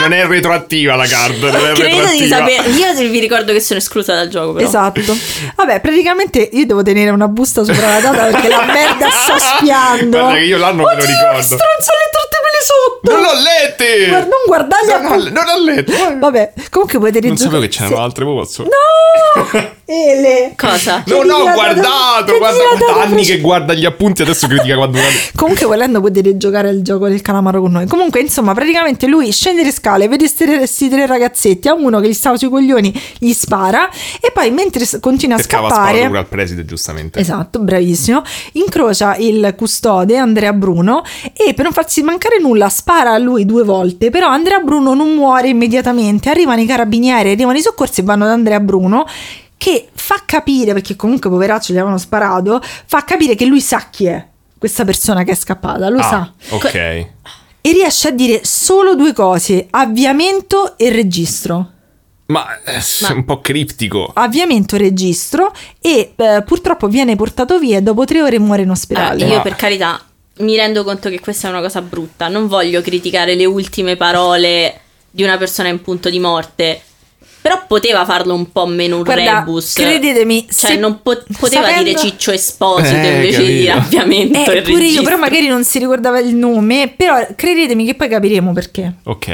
Speaker 2: Non è retroattiva la card. Non è
Speaker 1: Credo di
Speaker 2: retroattiva.
Speaker 1: sapere. Io vi ricordo che sono esclusa dal gioco, però.
Speaker 3: Esatto. Vabbè, praticamente io devo tenere una busta sopra la data perché la merda sta spiando.
Speaker 2: Guarda che io l'anno me lo
Speaker 3: Oddio,
Speaker 2: ricordo.
Speaker 3: Stronzo, le tutte quelle sotto.
Speaker 2: Non l'ho lette!
Speaker 3: per non guardarli a
Speaker 2: Non, ho- non ho letto.
Speaker 3: Vabbè, comunque potete
Speaker 2: Non
Speaker 3: giocare-
Speaker 2: sapevo che c'erano altre, ma posso.
Speaker 3: se- No! Ele!
Speaker 1: Cosa?
Speaker 2: No,
Speaker 3: Che
Speaker 2: no, ho
Speaker 3: dilatata-
Speaker 2: guardato.
Speaker 3: che
Speaker 2: Guarda,
Speaker 3: dilatata
Speaker 2: guarda, anni
Speaker 3: faccia.
Speaker 2: che guarda gli appunti, adesso critica quando.
Speaker 3: Comunque, volendo, potete giocare al gioco del calamaro con noi. Comunque, insomma, praticamente lui scende le scale, vede questi tre ragazzetti. A uno che gli stava sui coglioni, gli spara. E poi, mentre s- continua a
Speaker 2: Cercava
Speaker 3: scappare.
Speaker 2: sparatura al preside, giustamente.
Speaker 3: Esatto, bravissimo. Incrocia il custode Andrea Bruno e per non farsi mancare nulla spara a lui due volte, però Andrea Bruno non muore immediatamente. Arrivano i carabinieri, arrivano i soccorsi e vanno ad Andrea Bruno che fa capire, perché comunque poveraccio gli avevano sparato, fa capire che lui sa chi è questa persona che è scappata, lo
Speaker 2: Ah,
Speaker 3: sa.
Speaker 2: Ok.
Speaker 3: E riesce a dire solo due cose, avviamento e registro.
Speaker 2: Ma eh, è un po' criptico.
Speaker 3: Avviamento, registro e eh, purtroppo viene portato via e dopo tre ore muore in ospedale.
Speaker 1: Allora, io
Speaker 2: Ma-
Speaker 1: per carità mi rendo conto che questa è una cosa brutta, non voglio criticare le ultime parole di una persona in punto di morte, però poteva farlo un po' meno un
Speaker 3: Guarda,
Speaker 1: rebus.
Speaker 3: credetemi,
Speaker 1: cioè
Speaker 3: se-
Speaker 1: non po- poteva
Speaker 3: sapendo-
Speaker 1: dire ciccio esposito
Speaker 2: Eh,
Speaker 1: invece di dire
Speaker 2: capito.
Speaker 1: avviamento e
Speaker 3: Eh, pure io,
Speaker 1: registro.
Speaker 3: però magari non si ricordava il nome, però credetemi che poi capiremo perché.
Speaker 2: Ok.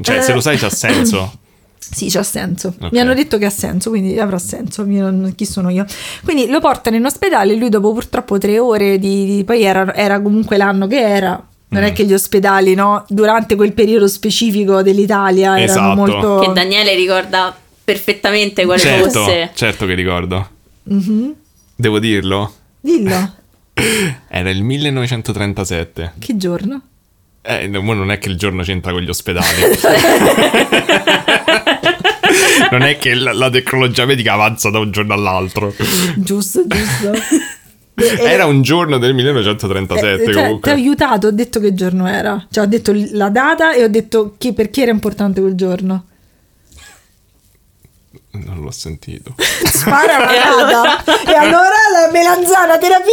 Speaker 2: Cioè,
Speaker 3: Eh.
Speaker 2: se lo sai, c'ha senso.
Speaker 3: Sì, c'ha senso.
Speaker 2: Ok.
Speaker 3: Mi hanno detto che ha senso, quindi avrà senso. mi- non- chi sono io? Quindi lo portano in ospedale. Lui, dopo purtroppo tre ore, di, di- poi era, era comunque l'anno che era. Non
Speaker 2: Mm.
Speaker 3: è che gli ospedali, no? Durante quel periodo specifico dell'Italia erano
Speaker 2: Esatto.
Speaker 3: molto.
Speaker 1: Che Daniele ricorda perfettamente quale
Speaker 2: certo,
Speaker 1: fosse.
Speaker 2: certo che ricordo.
Speaker 3: Mhm.
Speaker 2: Devo dirlo?
Speaker 3: Dillo,
Speaker 2: Era il 1937.
Speaker 3: che giorno?
Speaker 2: Eh, no, mo non è che il giorno c'entra con gli ospedali. non è che la, la tecnologia medica avanza da un giorno all'altro.
Speaker 3: Giusto, giusto.
Speaker 2: Era un giorno del 1937
Speaker 3: Eh, cioè, ti ho
Speaker 2: comunque.
Speaker 3: aiutato, ho detto che giorno era. Cioè, ho detto l- la data e ho detto chi, perché era importante quel giorno.
Speaker 2: Non l'ho sentito.
Speaker 3: Spara la
Speaker 1: E
Speaker 3: data.
Speaker 1: allora?
Speaker 3: E allora la melanzana terapia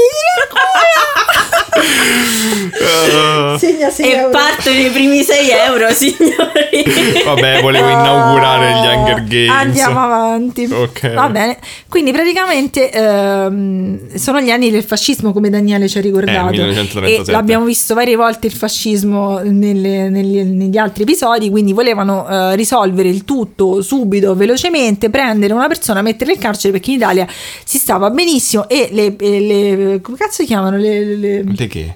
Speaker 2: Eh,
Speaker 3: Segna 6
Speaker 1: E partono i primi 6 euro, signori.
Speaker 2: Vabbè, volevo inaugurare gli Hunger Games.
Speaker 3: Eh, Andiamo avanti.
Speaker 2: Ok.
Speaker 3: Va bene. Quindi praticamente ehm, sono gli anni del fascismo, come Daniele ci ha ricordato.
Speaker 2: Eh, 1937.
Speaker 3: E l'abbiamo visto varie volte il fascismo nelle- nelle- negli altri episodi. Quindi volevano eh, risolvere il tutto subito, velocemente, prendere una persona, metterla in carcere perché in Italia si stava benissimo. E le. e le- come cazzo si chiamano? Le- le- le-
Speaker 2: Le che?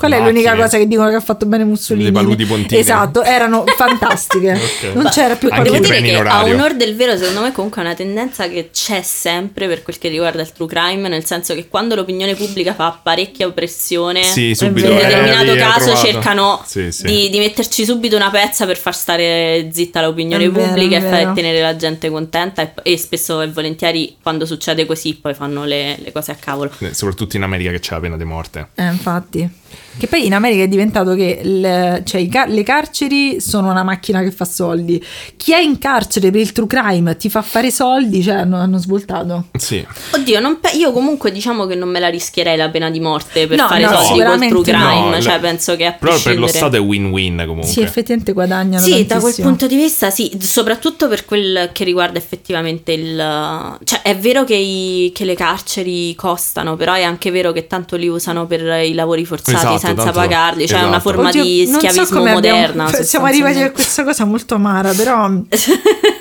Speaker 3: Qual è
Speaker 2: Macchine.
Speaker 3: l'unica cosa che dicono che ha fatto bene Mussolini?
Speaker 2: eh. Le paludi pontine.
Speaker 3: Esatto, erano fantastiche.
Speaker 2: Ok.
Speaker 3: Non c'era più
Speaker 2: Anche
Speaker 1: Devo
Speaker 2: i
Speaker 3: qualcosa-
Speaker 1: dire
Speaker 2: treni
Speaker 1: che
Speaker 2: in
Speaker 1: a
Speaker 2: orario.
Speaker 1: onor del vero, secondo me, comunque è una tendenza che c'è sempre per quel che riguarda il true crime, nel senso che quando l'opinione pubblica fa parecchia oppressione
Speaker 2: Sì,
Speaker 1: in
Speaker 2: subito.
Speaker 1: un
Speaker 3: vero.
Speaker 2: eh,
Speaker 1: determinato
Speaker 2: lì è
Speaker 1: caso
Speaker 2: trovato.
Speaker 1: cercano
Speaker 2: Sì, sì.
Speaker 1: Di, di metterci subito una pezza per far stare zitta l'opinione
Speaker 3: È vero,
Speaker 1: pubblica
Speaker 3: è
Speaker 1: e far
Speaker 3: vero.
Speaker 1: tenere la gente contenta e, e spesso e volentieri quando succede così poi fanno le, le cose a cavolo.
Speaker 2: Eh, Soprattutto in America che c'è la pena di morte.
Speaker 3: Eh, infatti. Che poi in America è diventato che il- cioè, i ca- le carceri sono una macchina che fa soldi. Chi è in carcere per il true crime ti fa fare soldi, cioè hanno, hanno svoltato.
Speaker 2: Sì.
Speaker 1: Oddio, non pe- io comunque diciamo che non me la rischierei la pena di morte per
Speaker 3: No,
Speaker 1: fare
Speaker 3: no,
Speaker 1: soldi col true
Speaker 3: sicuramente
Speaker 1: crime,
Speaker 2: No,
Speaker 1: cioè
Speaker 2: le-
Speaker 1: penso che a
Speaker 2: Però per lo
Speaker 1: prescindere-
Speaker 2: Stato è win-win comunque.
Speaker 3: Sì, effettivamente guadagnano.
Speaker 1: Sì, da quel
Speaker 3: tantissimo.
Speaker 1: punto di vista, sì, soprattutto per quel che riguarda effettivamente il... Cioè, è vero che, i- che le carceri costano, però è anche vero che tanto li usano per i lavori forzati
Speaker 2: Esatto,
Speaker 1: senza
Speaker 2: tanto-
Speaker 1: pagarli, cioè è una
Speaker 2: esatto.
Speaker 1: forma di
Speaker 3: Oddio, non so
Speaker 1: schiavismo
Speaker 3: come abbiamo-
Speaker 1: moderna.
Speaker 3: siamo arrivati a
Speaker 1: sostanzialmente.
Speaker 3: questa cosa molto amara, però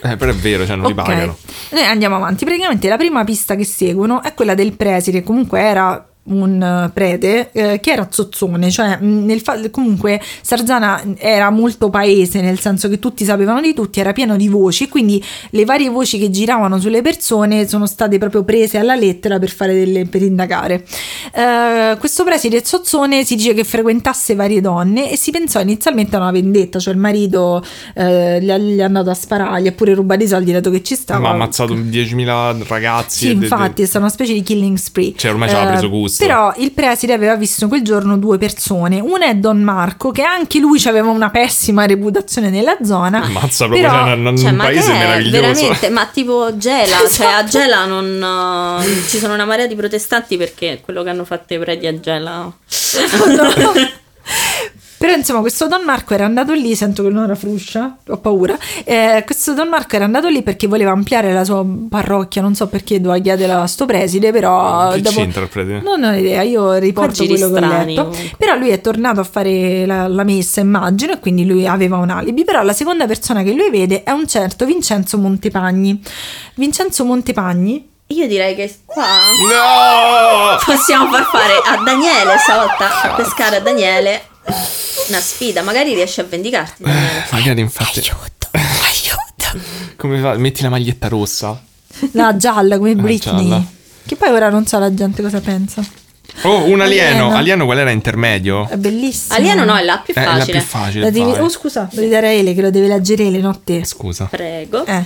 Speaker 2: Eh, però è vero, cioè non li
Speaker 3: Ok.
Speaker 2: pagano.
Speaker 3: Noi andiamo avanti. Praticamente la prima pista che seguono è quella del preside, comunque era un eh, prete eh, che era zozzone, cioè mh, nel fa- comunque Sarzana era molto paese, nel senso che tutti sapevano di tutti, era pieno di voci, quindi le varie voci che giravano sulle persone sono state proprio prese alla lettera per fare delle per indagare. Eh, questo preside zozzone si dice che frequentasse varie donne e si pensò inizialmente a una vendetta, cioè il marito eh, gli, ha- gli è andato a sparare, gli ha pure rubato i soldi dato che ci stava.
Speaker 2: Ma ha ammazzato 10.000 ragazzi.
Speaker 3: Sì,
Speaker 2: e de- de-
Speaker 3: infatti, è stata una specie di killing spree.
Speaker 2: Cioè, ormai ci aveva
Speaker 3: Eh,
Speaker 2: preso gusto.
Speaker 3: Però il preside aveva visto quel giorno due persone. Una è Don Marco, che anche lui aveva una pessima reputazione nella zona.
Speaker 2: Ammazza proprio
Speaker 3: Però-
Speaker 2: c'è un, un
Speaker 1: Cioè, ma che
Speaker 2: paese
Speaker 1: è?
Speaker 2: meraviglioso.
Speaker 1: Veramente, ma tipo Gela, cioè a
Speaker 3: Esatto.
Speaker 1: Gela non... eh, ci sono una marea di protestanti perché quello che hanno fatto i preti a Gela...
Speaker 3: No. Però insomma questo Don Marco era andato lì, sento che non era fruscia, ho paura. Eh, questo Don Marco era andato lì perché voleva ampliare la sua parrocchia, non so perché doveva chiederla a sto preside, però...
Speaker 2: Che
Speaker 3: dopo-
Speaker 2: c'entra il preside?
Speaker 3: Non ho idea, io riporto
Speaker 1: Porgi
Speaker 3: quello che ho
Speaker 1: strani,
Speaker 3: letto.
Speaker 1: comunque.
Speaker 3: Però lui è tornato a fare la, la messa, immagino, e quindi lui aveva un alibi. Però la seconda persona che lui vede è un certo Vincenzo Montepagni. Vincenzo Montepagni
Speaker 1: Io direi che qua
Speaker 2: No!
Speaker 1: possiamo far fare a Daniele stavolta, a pescare a Daniele una sfida. Magari riesci a
Speaker 2: Eh,
Speaker 1: vendicarti. Daniele.
Speaker 2: Magari infatti...
Speaker 3: aiuto!
Speaker 2: Come fa? Metti la maglietta rossa.
Speaker 3: La gialla come Britney.
Speaker 2: Ah, gialla.
Speaker 3: Che poi ora non so la gente cosa pensa.
Speaker 2: Oh, un alieno.
Speaker 3: Alieno.
Speaker 2: Alieno, qual era intermedio?
Speaker 3: È bellissimo.
Speaker 1: Alieno no, è la più
Speaker 2: Eh, È la più
Speaker 1: facile.
Speaker 2: facile.
Speaker 3: La
Speaker 2: da
Speaker 3: devi-
Speaker 2: fare.
Speaker 3: Oh scusa, lo devi dare a Ele che lo deve leggere Ele, no te.
Speaker 2: Scusa.
Speaker 1: Prego.
Speaker 3: Eh.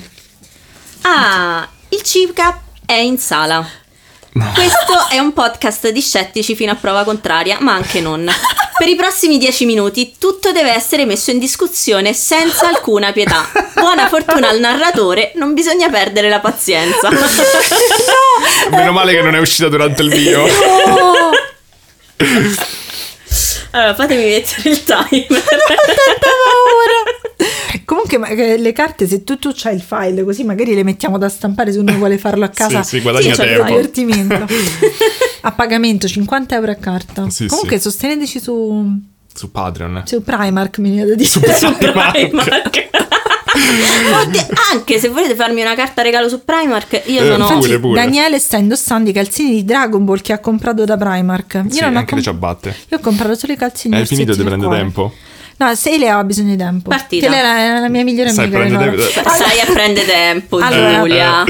Speaker 1: Ah, il CIVCAP è in sala. Questo è un podcast di scettici fino a prova contraria, ma anche non. Per i prossimi dieci minuti tutto deve essere messo in discussione senza alcuna pietà. Buona fortuna al narratore, non bisogna perdere la pazienza.
Speaker 2: Meno male che non è uscita durante il mio.
Speaker 3: Oh,
Speaker 1: Allora, fatemi mettere il timer.
Speaker 3: Comunque ma- eh, le carte se tu, tu c'hai il file così magari le mettiamo da stampare se uno vuole farlo a casa.
Speaker 2: sì, guadagna
Speaker 3: c'è il
Speaker 2: tempo.
Speaker 3: divertimento. a pagamento 50 euro a carta.
Speaker 2: Sì,
Speaker 3: Comunque
Speaker 2: sì.
Speaker 3: sosteneteci su,
Speaker 2: Su Patreon.
Speaker 3: su Primark mi viene da dire.
Speaker 1: Su Primark. Oddio, Anche se volete farmi una carta regalo su Primark, io
Speaker 2: Eh,
Speaker 1: sono...
Speaker 2: infatti-
Speaker 3: Infatti,
Speaker 2: Pure, pure.
Speaker 3: Daniele sta indossando i calzini di Dragon Ball che ha comprato da Primark. Io
Speaker 2: Sì,
Speaker 3: non ho
Speaker 2: anche le
Speaker 3: comp-
Speaker 2: ciabatte.
Speaker 3: Io ho comprato solo i calzini.
Speaker 2: Hai
Speaker 3: orsetti
Speaker 2: finito di
Speaker 3: nel
Speaker 2: prendere
Speaker 3: cuore.
Speaker 2: tempo?
Speaker 3: No, se lei aveva bisogno di tempo.
Speaker 1: Partita.
Speaker 3: Che lei era era la mia migliore
Speaker 2: Stai
Speaker 3: amica.
Speaker 2: prendendo
Speaker 3: Eleonora.
Speaker 2: tempo.
Speaker 1: Stai a prendere tempo,
Speaker 2: Eh,
Speaker 3: Allora.
Speaker 1: Giulia.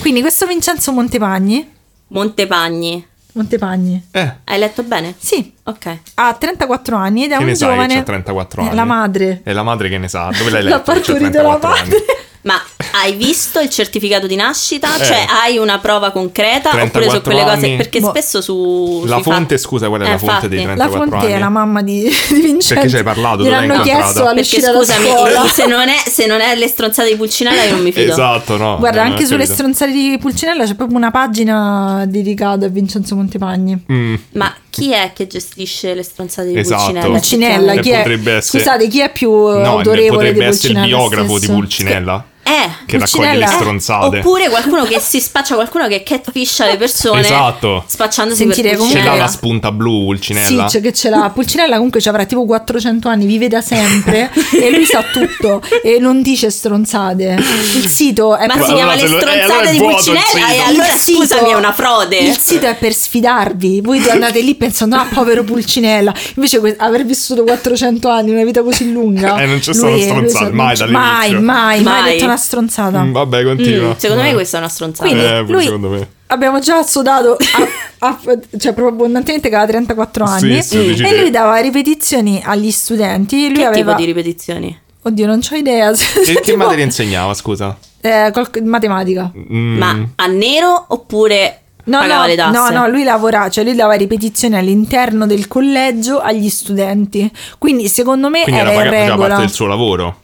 Speaker 3: Quindi questo Vincenzo Montepagni.
Speaker 1: Montepagni.
Speaker 3: Montepagni.
Speaker 2: Eh.
Speaker 1: Hai letto bene?
Speaker 3: Sì.
Speaker 1: Ok.
Speaker 3: Ha 34 anni ed è
Speaker 2: Che
Speaker 3: un
Speaker 2: ne sai
Speaker 3: giovane.
Speaker 2: che c'ha 34
Speaker 3: Eh,
Speaker 2: anni?
Speaker 3: La madre.
Speaker 2: È la madre che ne sa. Dove l'hai letto?
Speaker 3: L'ha partorito la madre.
Speaker 1: Ma hai visto il certificato di nascita?
Speaker 2: Eh.
Speaker 1: Cioè hai una prova concreta oppure su
Speaker 2: 34
Speaker 1: quelle cose?
Speaker 2: anni.
Speaker 1: Perché
Speaker 3: Boh.
Speaker 1: spesso su...
Speaker 2: La
Speaker 1: sui
Speaker 2: fonte,
Speaker 1: fatti-
Speaker 2: scusa, qual è
Speaker 1: Eh,
Speaker 2: la fonte dei
Speaker 1: infatti.
Speaker 2: 34
Speaker 3: La fonte
Speaker 2: anni?
Speaker 3: è la mamma di, di Vincenzo.
Speaker 2: Perché ci hai parlato? Tu l'hai
Speaker 3: Gliel'hanno
Speaker 2: incontrata?
Speaker 3: chiesto
Speaker 1: Perché
Speaker 3: all'uscita da
Speaker 1: scusami,
Speaker 3: scuola.
Speaker 1: se non, è, se non è le stronzate di Pulcinella io non mi fido.
Speaker 2: Esatto, no.
Speaker 3: Guarda,
Speaker 2: non ho
Speaker 3: anche sulle
Speaker 2: capito.
Speaker 3: stronzate di Pulcinella c'è proprio una pagina dedicata a Vincenzo Montepagni.
Speaker 2: Mm.
Speaker 1: Ma chi è che gestisce le stronzate di
Speaker 2: Esatto.
Speaker 1: Pulcinella?
Speaker 3: Pulcinella,
Speaker 2: Ne
Speaker 3: chi è?
Speaker 2: potrebbe essere-
Speaker 3: Scusate, chi è più
Speaker 2: No, ne
Speaker 3: autorevole
Speaker 2: potrebbe
Speaker 3: di
Speaker 2: essere il
Speaker 3: Pulcinella
Speaker 2: biografo di
Speaker 3: stesso?
Speaker 2: Pulcinella.
Speaker 1: Eh,
Speaker 2: Che raccoglie le
Speaker 3: Pulcinella- eh,
Speaker 2: stronzate.
Speaker 1: Oppure qualcuno che si spaccia, qualcuno che catfisha le persone
Speaker 2: Esatto.
Speaker 1: spacciandosi
Speaker 3: Sentire
Speaker 1: per
Speaker 2: Ce
Speaker 3: comunque-
Speaker 2: l'ha
Speaker 1: Pulcinella.
Speaker 2: la spunta blu, Pulcinella.
Speaker 3: Sì, c'è che ce l'ha. Pulcinella comunque ci avrà tipo 400 anni, vive da sempre e lui sa tutto e non dice stronzate. Il sito è
Speaker 1: Ma
Speaker 3: per-
Speaker 1: si
Speaker 2: Allora,
Speaker 1: chiama
Speaker 2: se
Speaker 1: le
Speaker 2: lo- eh,
Speaker 1: stronzate
Speaker 2: allora è
Speaker 1: di
Speaker 2: vuoto il
Speaker 1: Pulcinella e
Speaker 2: sito.
Speaker 1: allora
Speaker 3: ecco, Il sito-
Speaker 1: scusami è una frode.
Speaker 3: Il sito è per sfidarvi. Voi andate lì pensando, ah, povero Pulcinella. Invece que- aver vissuto 400 anni, una vita così lunga.
Speaker 2: Eh, non ci
Speaker 3: lui-
Speaker 2: sono
Speaker 3: lui
Speaker 2: stronzate,
Speaker 3: sa-
Speaker 2: mai
Speaker 3: non- mai,
Speaker 2: dall'inizio.
Speaker 3: mai, mai,
Speaker 1: Mai.
Speaker 3: detto una stronzata.
Speaker 2: Mm, Vabbè,
Speaker 1: Mm,
Speaker 2: continua.
Speaker 1: secondo me
Speaker 2: Eh.
Speaker 1: questa è una stronzata.
Speaker 3: Quindi
Speaker 2: Eh, pure
Speaker 3: lui-
Speaker 2: secondo me.
Speaker 3: Abbiamo già assodato a- a- cioè proprio abbondantemente che aveva 34
Speaker 2: Sì,
Speaker 3: anni
Speaker 2: sì, dici
Speaker 3: e
Speaker 2: te.
Speaker 3: lui dava ripetizioni agli studenti. Lui
Speaker 1: che
Speaker 3: aveva
Speaker 1: tipo di ripetizioni?
Speaker 3: Oddio, non ho idea.
Speaker 2: Che, che
Speaker 3: Tipo,
Speaker 2: materia insegnava, scusa?
Speaker 3: eh, qualco- matematica.
Speaker 2: Mm.
Speaker 1: Ma a nero oppure
Speaker 3: No,
Speaker 1: pagava
Speaker 3: no,
Speaker 1: le tasse?
Speaker 3: no, no, lui lavorava, cioè lui dava ripetizioni all'interno del collegio agli studenti. Quindi secondo me
Speaker 2: Quindi era
Speaker 3: era in
Speaker 2: paga- già
Speaker 3: regola.
Speaker 2: parte del suo lavoro.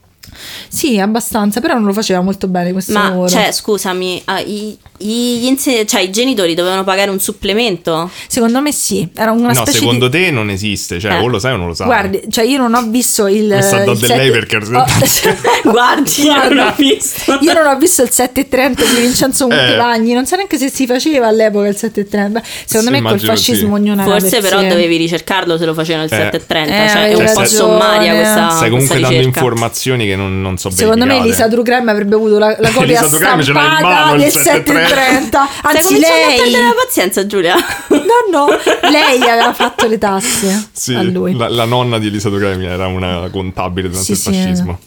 Speaker 3: Sì, abbastanza, però non lo faceva molto bene questo
Speaker 1: Ma
Speaker 3: lavoro.
Speaker 1: cioè, scusami, ah, i, i- gli inse- cioè, i genitori dovevano pagare un supplemento?
Speaker 3: Secondo me sì, era una
Speaker 2: no,
Speaker 3: specie
Speaker 2: secondo
Speaker 3: di
Speaker 2: te non esiste, cioè
Speaker 1: Eh.
Speaker 2: o lo sai o non lo sai.
Speaker 3: Guardi, cioè io non ho visto il
Speaker 2: Mi sta dando
Speaker 3: il
Speaker 2: del
Speaker 3: set-
Speaker 2: lei perché-
Speaker 3: Oh,
Speaker 1: Guardi, Cioè, io non ho visto.
Speaker 3: Io non ho visto il 730 di Vincenzo
Speaker 2: Eh.
Speaker 3: Montelagni, non so neanche se si faceva all'epoca il 730.
Speaker 2: Sì,
Speaker 3: Secondo me col
Speaker 2: immagino di sì.
Speaker 3: fascismo ognuno era
Speaker 1: Forse
Speaker 3: per
Speaker 1: però
Speaker 3: sé.
Speaker 1: dovevi ricercarlo se lo facevano il
Speaker 2: Eh.
Speaker 1: 730,
Speaker 3: Eh,
Speaker 1: cioè è
Speaker 3: avevi
Speaker 1: un po'
Speaker 2: ragione.
Speaker 1: sommaria questa
Speaker 2: Stai
Speaker 1: questa
Speaker 2: comunque dando
Speaker 1: ricerca.
Speaker 2: informazioni che non, non so
Speaker 3: Secondo me
Speaker 2: verificate.
Speaker 3: Lisa Ducrem avrebbe avuto la, la copia
Speaker 2: Lisa Ducrem ce l'ha in
Speaker 3: stampata
Speaker 2: mano il
Speaker 3: del
Speaker 2: 730.
Speaker 3: 730.
Speaker 1: Stai
Speaker 3: Anzi,
Speaker 1: cominciando a perdere
Speaker 3: lei.
Speaker 1: la pazienza, Giulia.
Speaker 3: No, no, lei aveva fatto le tasse
Speaker 2: Sì,
Speaker 3: a lui.
Speaker 2: La, la nonna di Elisa Ducremi era una contabile durante
Speaker 3: Sì,
Speaker 2: il
Speaker 3: sì,
Speaker 2: fascismo.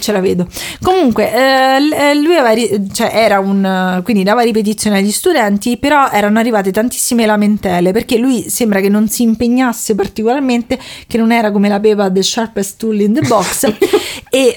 Speaker 3: Ce la vedo. Comunque, eh, l- eh, lui aveva ri- cioè, era un. quindi dava ripetizione agli studenti, però erano arrivate tantissime lamentele perché lui sembra che non si impegnasse particolarmente, che non era come la beva The Sharpest Tool in the Box. e, eh,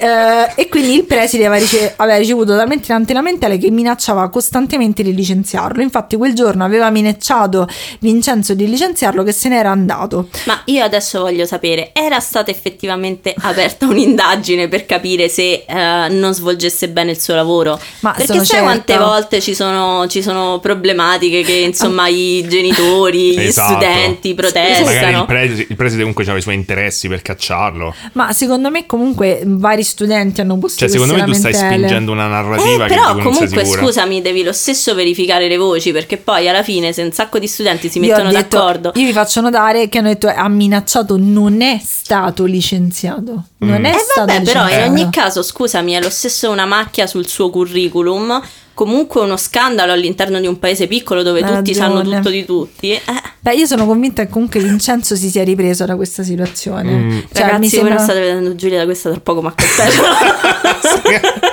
Speaker 3: e quindi il preside aveva, rice- aveva ricevuto talmente tante lamentele che minacciava costantemente di licenziarlo. Infatti, quel giorno aveva minacciato Vincenzo di licenziarlo, che se n'era andato.
Speaker 1: Ma io adesso voglio sapere, era stata effettivamente aperta un'indagine per capire sentire se eh, non svolgesse bene il suo lavoro.
Speaker 3: Ma
Speaker 1: Perché
Speaker 3: sono
Speaker 1: sai quante
Speaker 3: certa.
Speaker 1: volte ci sono, ci sono problematiche che insomma i genitori, gli
Speaker 4: Esatto.
Speaker 1: studenti
Speaker 4: Magari il,
Speaker 1: protestano.
Speaker 4: preside, il preside comunque aveva i suoi interessi per cacciarlo.
Speaker 3: Ma secondo me comunque vari studenti hanno posto
Speaker 4: Cioè, secondo me
Speaker 3: queste
Speaker 4: tu stai
Speaker 3: lamentele.
Speaker 4: spingendo una
Speaker 1: Eh,
Speaker 4: narrativa che
Speaker 1: però
Speaker 4: tu non sei
Speaker 1: comunque
Speaker 4: sicura.
Speaker 1: scusami devi lo stesso verificare le voci perché poi alla fine se un sacco di studenti si
Speaker 3: Io ho
Speaker 1: mettono
Speaker 3: detto-
Speaker 1: d'accordo
Speaker 3: Io vi faccio notare che hanno detto ha minacciato, non è stato licenziato. Non
Speaker 4: Mm.
Speaker 3: è
Speaker 1: Eh,
Speaker 3: stato
Speaker 1: vabbè, però in
Speaker 3: licenziato.
Speaker 1: ogni caso, scusami, è lo stesso una macchia sul suo curriculum. Comunque uno scandalo all'interno di un paese piccolo dove tutti
Speaker 3: Ragione. Cioè,
Speaker 1: sanno tutto di tutti. Eh,
Speaker 3: Beh, io sono convinta che comunque Vincenzo si sia ripreso da questa situazione.
Speaker 4: Mm.
Speaker 3: Cioè,
Speaker 1: ragazzi,
Speaker 3: mi
Speaker 1: voi
Speaker 3: sembra...
Speaker 1: non state vedendo Giulia da questa tra poco, ma che bello.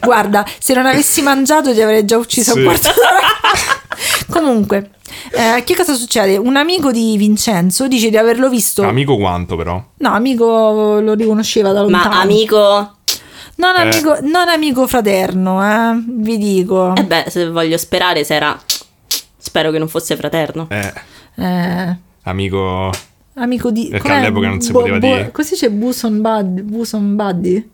Speaker 3: Guarda, se non avessi mangiato ti avrei già ucciso
Speaker 4: Sì.
Speaker 3: un quarto d'ora. Comunque, eh, che cosa succede? Un amico di Vincenzo dice di averlo visto.
Speaker 4: Amico quanto però?
Speaker 3: no, amico lo riconosceva da lontano.
Speaker 1: ma amico,
Speaker 3: Non
Speaker 4: Eh.
Speaker 3: amico, non amico fraterno, eh, vi dico.
Speaker 1: eh beh, se voglio sperare, se era. Spero che non fosse fraterno.
Speaker 4: Eh,
Speaker 3: Eh,
Speaker 4: amico...
Speaker 3: amico di...
Speaker 4: Perché
Speaker 3: com'è?
Speaker 4: all'epoca non si poteva dire.
Speaker 3: Così c'è Buson Buddy. Buson Buddy?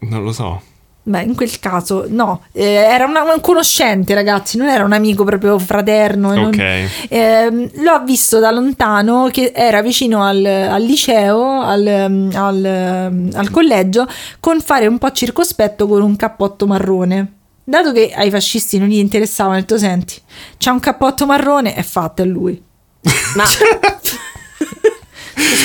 Speaker 4: Non lo so.
Speaker 3: Beh, in quel caso no, Eh, era una- un conoscente ragazzi, non era un amico proprio fraterno. e non-
Speaker 4: Ok.
Speaker 3: Ehm, l'ho visto da lontano che era vicino al, al liceo, al, ehm, al, ehm, al collegio, con fare un po' circospetto con un cappotto marrone. Dato che ai fascisti non gli interessava, ho detto: Senti, c'ha un cappotto marrone, è fatta è lui.
Speaker 1: Ma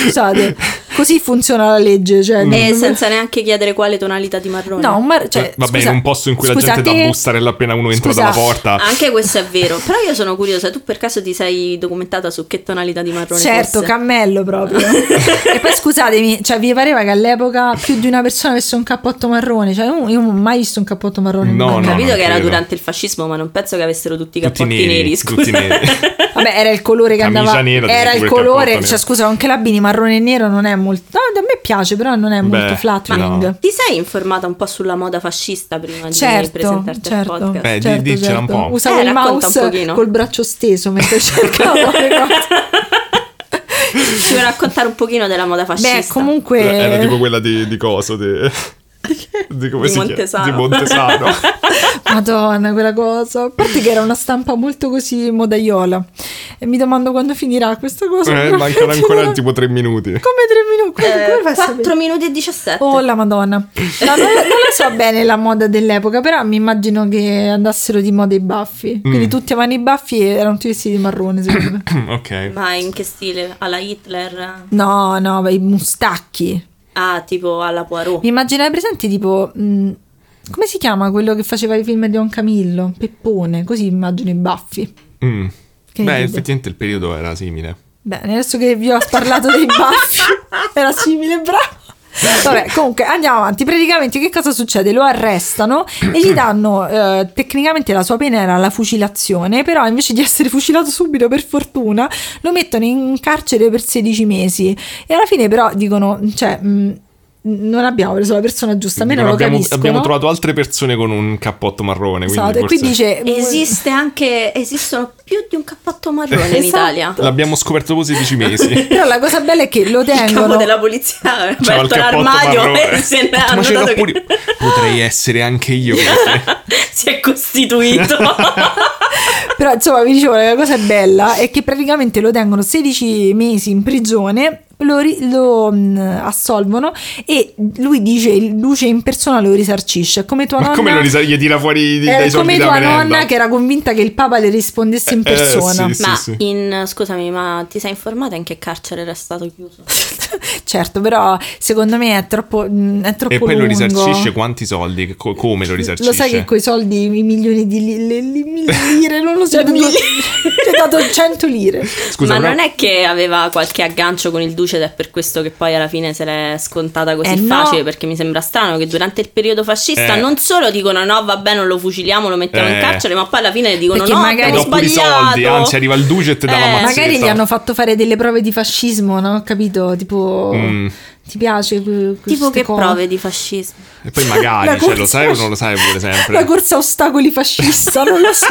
Speaker 3: Scusate, così funziona la legge.
Speaker 4: Mm.
Speaker 3: Cioè,
Speaker 1: e
Speaker 3: non-
Speaker 1: Eh, senza neanche chiedere quale tonalità di marrone.
Speaker 3: No, un mar- cioè,
Speaker 4: Eh, Va bene,
Speaker 3: scusa-
Speaker 4: in un posto in cui la
Speaker 3: scusate-
Speaker 4: gente dà bussarella appena uno entra
Speaker 3: scusa,
Speaker 4: dalla porta.
Speaker 1: Anche questo è vero. Però io sono curiosa, tu per caso ti sei documentata su che tonalità di marrone
Speaker 3: Certo,
Speaker 1: fosse?
Speaker 3: cammello proprio. e poi scusatemi, cioè, vi pareva che all'epoca più di una persona avesse un cappotto marrone? Cioè, io non ho mai visto un cappotto marrone. in
Speaker 4: No,
Speaker 3: una
Speaker 1: Ho
Speaker 4: no,
Speaker 3: vita.
Speaker 1: capito
Speaker 4: non
Speaker 1: che era
Speaker 4: credo.
Speaker 1: durante il fascismo, ma non penso che avessero tutti i
Speaker 4: Tutti
Speaker 1: cappotti
Speaker 4: neri,
Speaker 1: scusa.
Speaker 4: tutti neri.
Speaker 3: Vabbè, era il colore che
Speaker 4: Camicia
Speaker 3: andava.
Speaker 4: nera,
Speaker 3: era
Speaker 4: tipo
Speaker 3: il
Speaker 4: quel
Speaker 3: colore.
Speaker 4: cappotto
Speaker 3: Cioè,
Speaker 4: nero.
Speaker 3: scusa, anche l'abini marrone e nero non è molto. No, a me piace, però non è
Speaker 4: Beh,
Speaker 3: molto flattering.
Speaker 4: no.
Speaker 1: Ti sei informata un po' sulla moda fascista prima di
Speaker 3: Certo,
Speaker 1: presentarti al
Speaker 3: certo,
Speaker 1: podcast?
Speaker 4: Eh, di-
Speaker 3: certo,
Speaker 4: diccela un
Speaker 3: certo.
Speaker 4: po'.
Speaker 3: Usavo
Speaker 1: Eh,
Speaker 3: il
Speaker 1: racconta un
Speaker 3: mouse
Speaker 1: pochino.
Speaker 3: col braccio steso mentre cercavo le cose.
Speaker 1: Ci vuoi raccontare un pochino della moda fascista?
Speaker 3: Beh, comunque
Speaker 4: Eh, Era tipo quella di, di coso, di... di come
Speaker 1: Di
Speaker 4: si chiama?
Speaker 1: Montesano.
Speaker 4: Di Montesano.
Speaker 3: Madonna, quella cosa. A parte che era una stampa molto così modaiola. E mi domando quando finirà questa cosa.
Speaker 4: Eh,
Speaker 3: Però-
Speaker 4: mancano ancora tipo tre minuti.
Speaker 3: Come tre minuti? Come, come fai a
Speaker 1: 4
Speaker 3: sapere?
Speaker 1: Eh, minuti e 17.
Speaker 3: Oh la madonna. No, non, non lo so bene la moda dell'epoca, però mi immagino che andassero di moda i baffi. Quindi
Speaker 4: Mm.
Speaker 3: tutti avevano i baffi e erano tutti vestiti di marrone, secondo me.
Speaker 4: ok.
Speaker 1: Ma in che stile? Alla Hitler?
Speaker 3: No, no, beh, i mustacchi.
Speaker 1: Ah, tipo alla Poirot.
Speaker 3: Mi immaginai presenti tipo... mh, come si chiama quello che faceva i film di Don Camillo? Peppone, così immagino i baffi.
Speaker 4: Mm.
Speaker 3: Che
Speaker 4: Beh,
Speaker 3: ne dite?
Speaker 4: effettivamente il periodo era simile.
Speaker 3: Bene, adesso che vi ho parlato dei baffi, era simile, bravo. Vabbè, comunque andiamo avanti. Praticamente, che cosa succede? Lo arrestano e gli danno. eh, tecnicamente la sua pena era la fucilazione, però invece di essere fucilato subito, per fortuna, lo mettono in carcere per 16 mesi. E alla fine, però, dicono: cioè, mh, non abbiamo preso la persona giusta, almeno
Speaker 4: Dicono,
Speaker 3: lo
Speaker 4: abbiamo,
Speaker 3: capiscono.
Speaker 4: abbiamo trovato altre persone con un cappotto marrone. Quindi
Speaker 3: Esatto, e qui
Speaker 4: forse-
Speaker 3: dice:
Speaker 1: Esiste anche, esistono più di un cappotto marrone in
Speaker 3: Esatto.
Speaker 1: Italia.
Speaker 4: L'abbiamo scoperto dopo 16 mesi.
Speaker 3: Però la cosa bella è che lo
Speaker 1: Il capo
Speaker 3: tengono.
Speaker 1: della polizia ha
Speaker 4: C'era il cappotto
Speaker 1: aperto l'armadio
Speaker 4: marrone.
Speaker 1: e se ne
Speaker 4: Ma
Speaker 1: ha
Speaker 4: ce l'ho
Speaker 1: notato
Speaker 4: pure-
Speaker 1: che
Speaker 4: Potrei essere anche io.
Speaker 1: si è costituito.
Speaker 3: Però insomma vi dicevo la cosa bella è che praticamente lo tengono 16 mesi in prigione, lo, ri- lo, mh, assolvono e lui dice, Luce in persona lo risarcisce. Come tua
Speaker 4: Ma
Speaker 3: nonna,
Speaker 4: come lo risa- gli tira fuori di-
Speaker 3: era
Speaker 4: dai soldi
Speaker 3: come
Speaker 4: da
Speaker 3: tua
Speaker 4: merenda?
Speaker 3: nonna che era convinta che il Papa le rispondesse in
Speaker 4: Eh, eh,
Speaker 3: persona.
Speaker 4: sì, sì.
Speaker 1: ma in scusami, ma ti sei informata in che carcere era stato chiuso?
Speaker 3: Certo, però secondo me è troppo, mh, è troppo
Speaker 4: E poi lo
Speaker 3: lungo.
Speaker 4: risarcisce quanti soldi? Che co- come lo risarcisce?
Speaker 3: Lo sai che coi soldi, i milioni di li- le- li- mille lire, non lo so,
Speaker 1: Cioè,
Speaker 3: non lo-
Speaker 1: mille-
Speaker 3: ti ho dato 100 lire.
Speaker 4: Scusa,
Speaker 1: ma
Speaker 4: però-
Speaker 1: non è che aveva qualche aggancio con il duce ed è per questo che poi alla fine se l'è scontata così
Speaker 3: Eh, no.
Speaker 1: facile, perché mi sembra strano che durante il periodo fascista
Speaker 4: Eh.
Speaker 1: non solo dicono no, vabbè, non lo fuciliamo, lo mettiamo in
Speaker 4: Eh.
Speaker 1: carcere, ma poi alla fine dicono
Speaker 3: Perché
Speaker 1: no,
Speaker 3: magari-
Speaker 1: abbiamo
Speaker 4: Do pure i
Speaker 1: sbagliato. Eh,
Speaker 4: soldi, anzi, arriva il duce e te dà la mazzetta.
Speaker 3: Magari gli hanno fatto fare delle prove di fascismo, no? Capito? Tipo,
Speaker 4: Mm.
Speaker 3: ti piace que-
Speaker 1: Tipo
Speaker 3: queste
Speaker 1: che
Speaker 3: cose?
Speaker 1: prove di fascismo?
Speaker 4: E poi
Speaker 3: La
Speaker 4: magari, cioè, lo
Speaker 3: corsa-
Speaker 4: sai o non lo sai pure sempre?
Speaker 3: La corsa a ostacoli fascista, non lo so.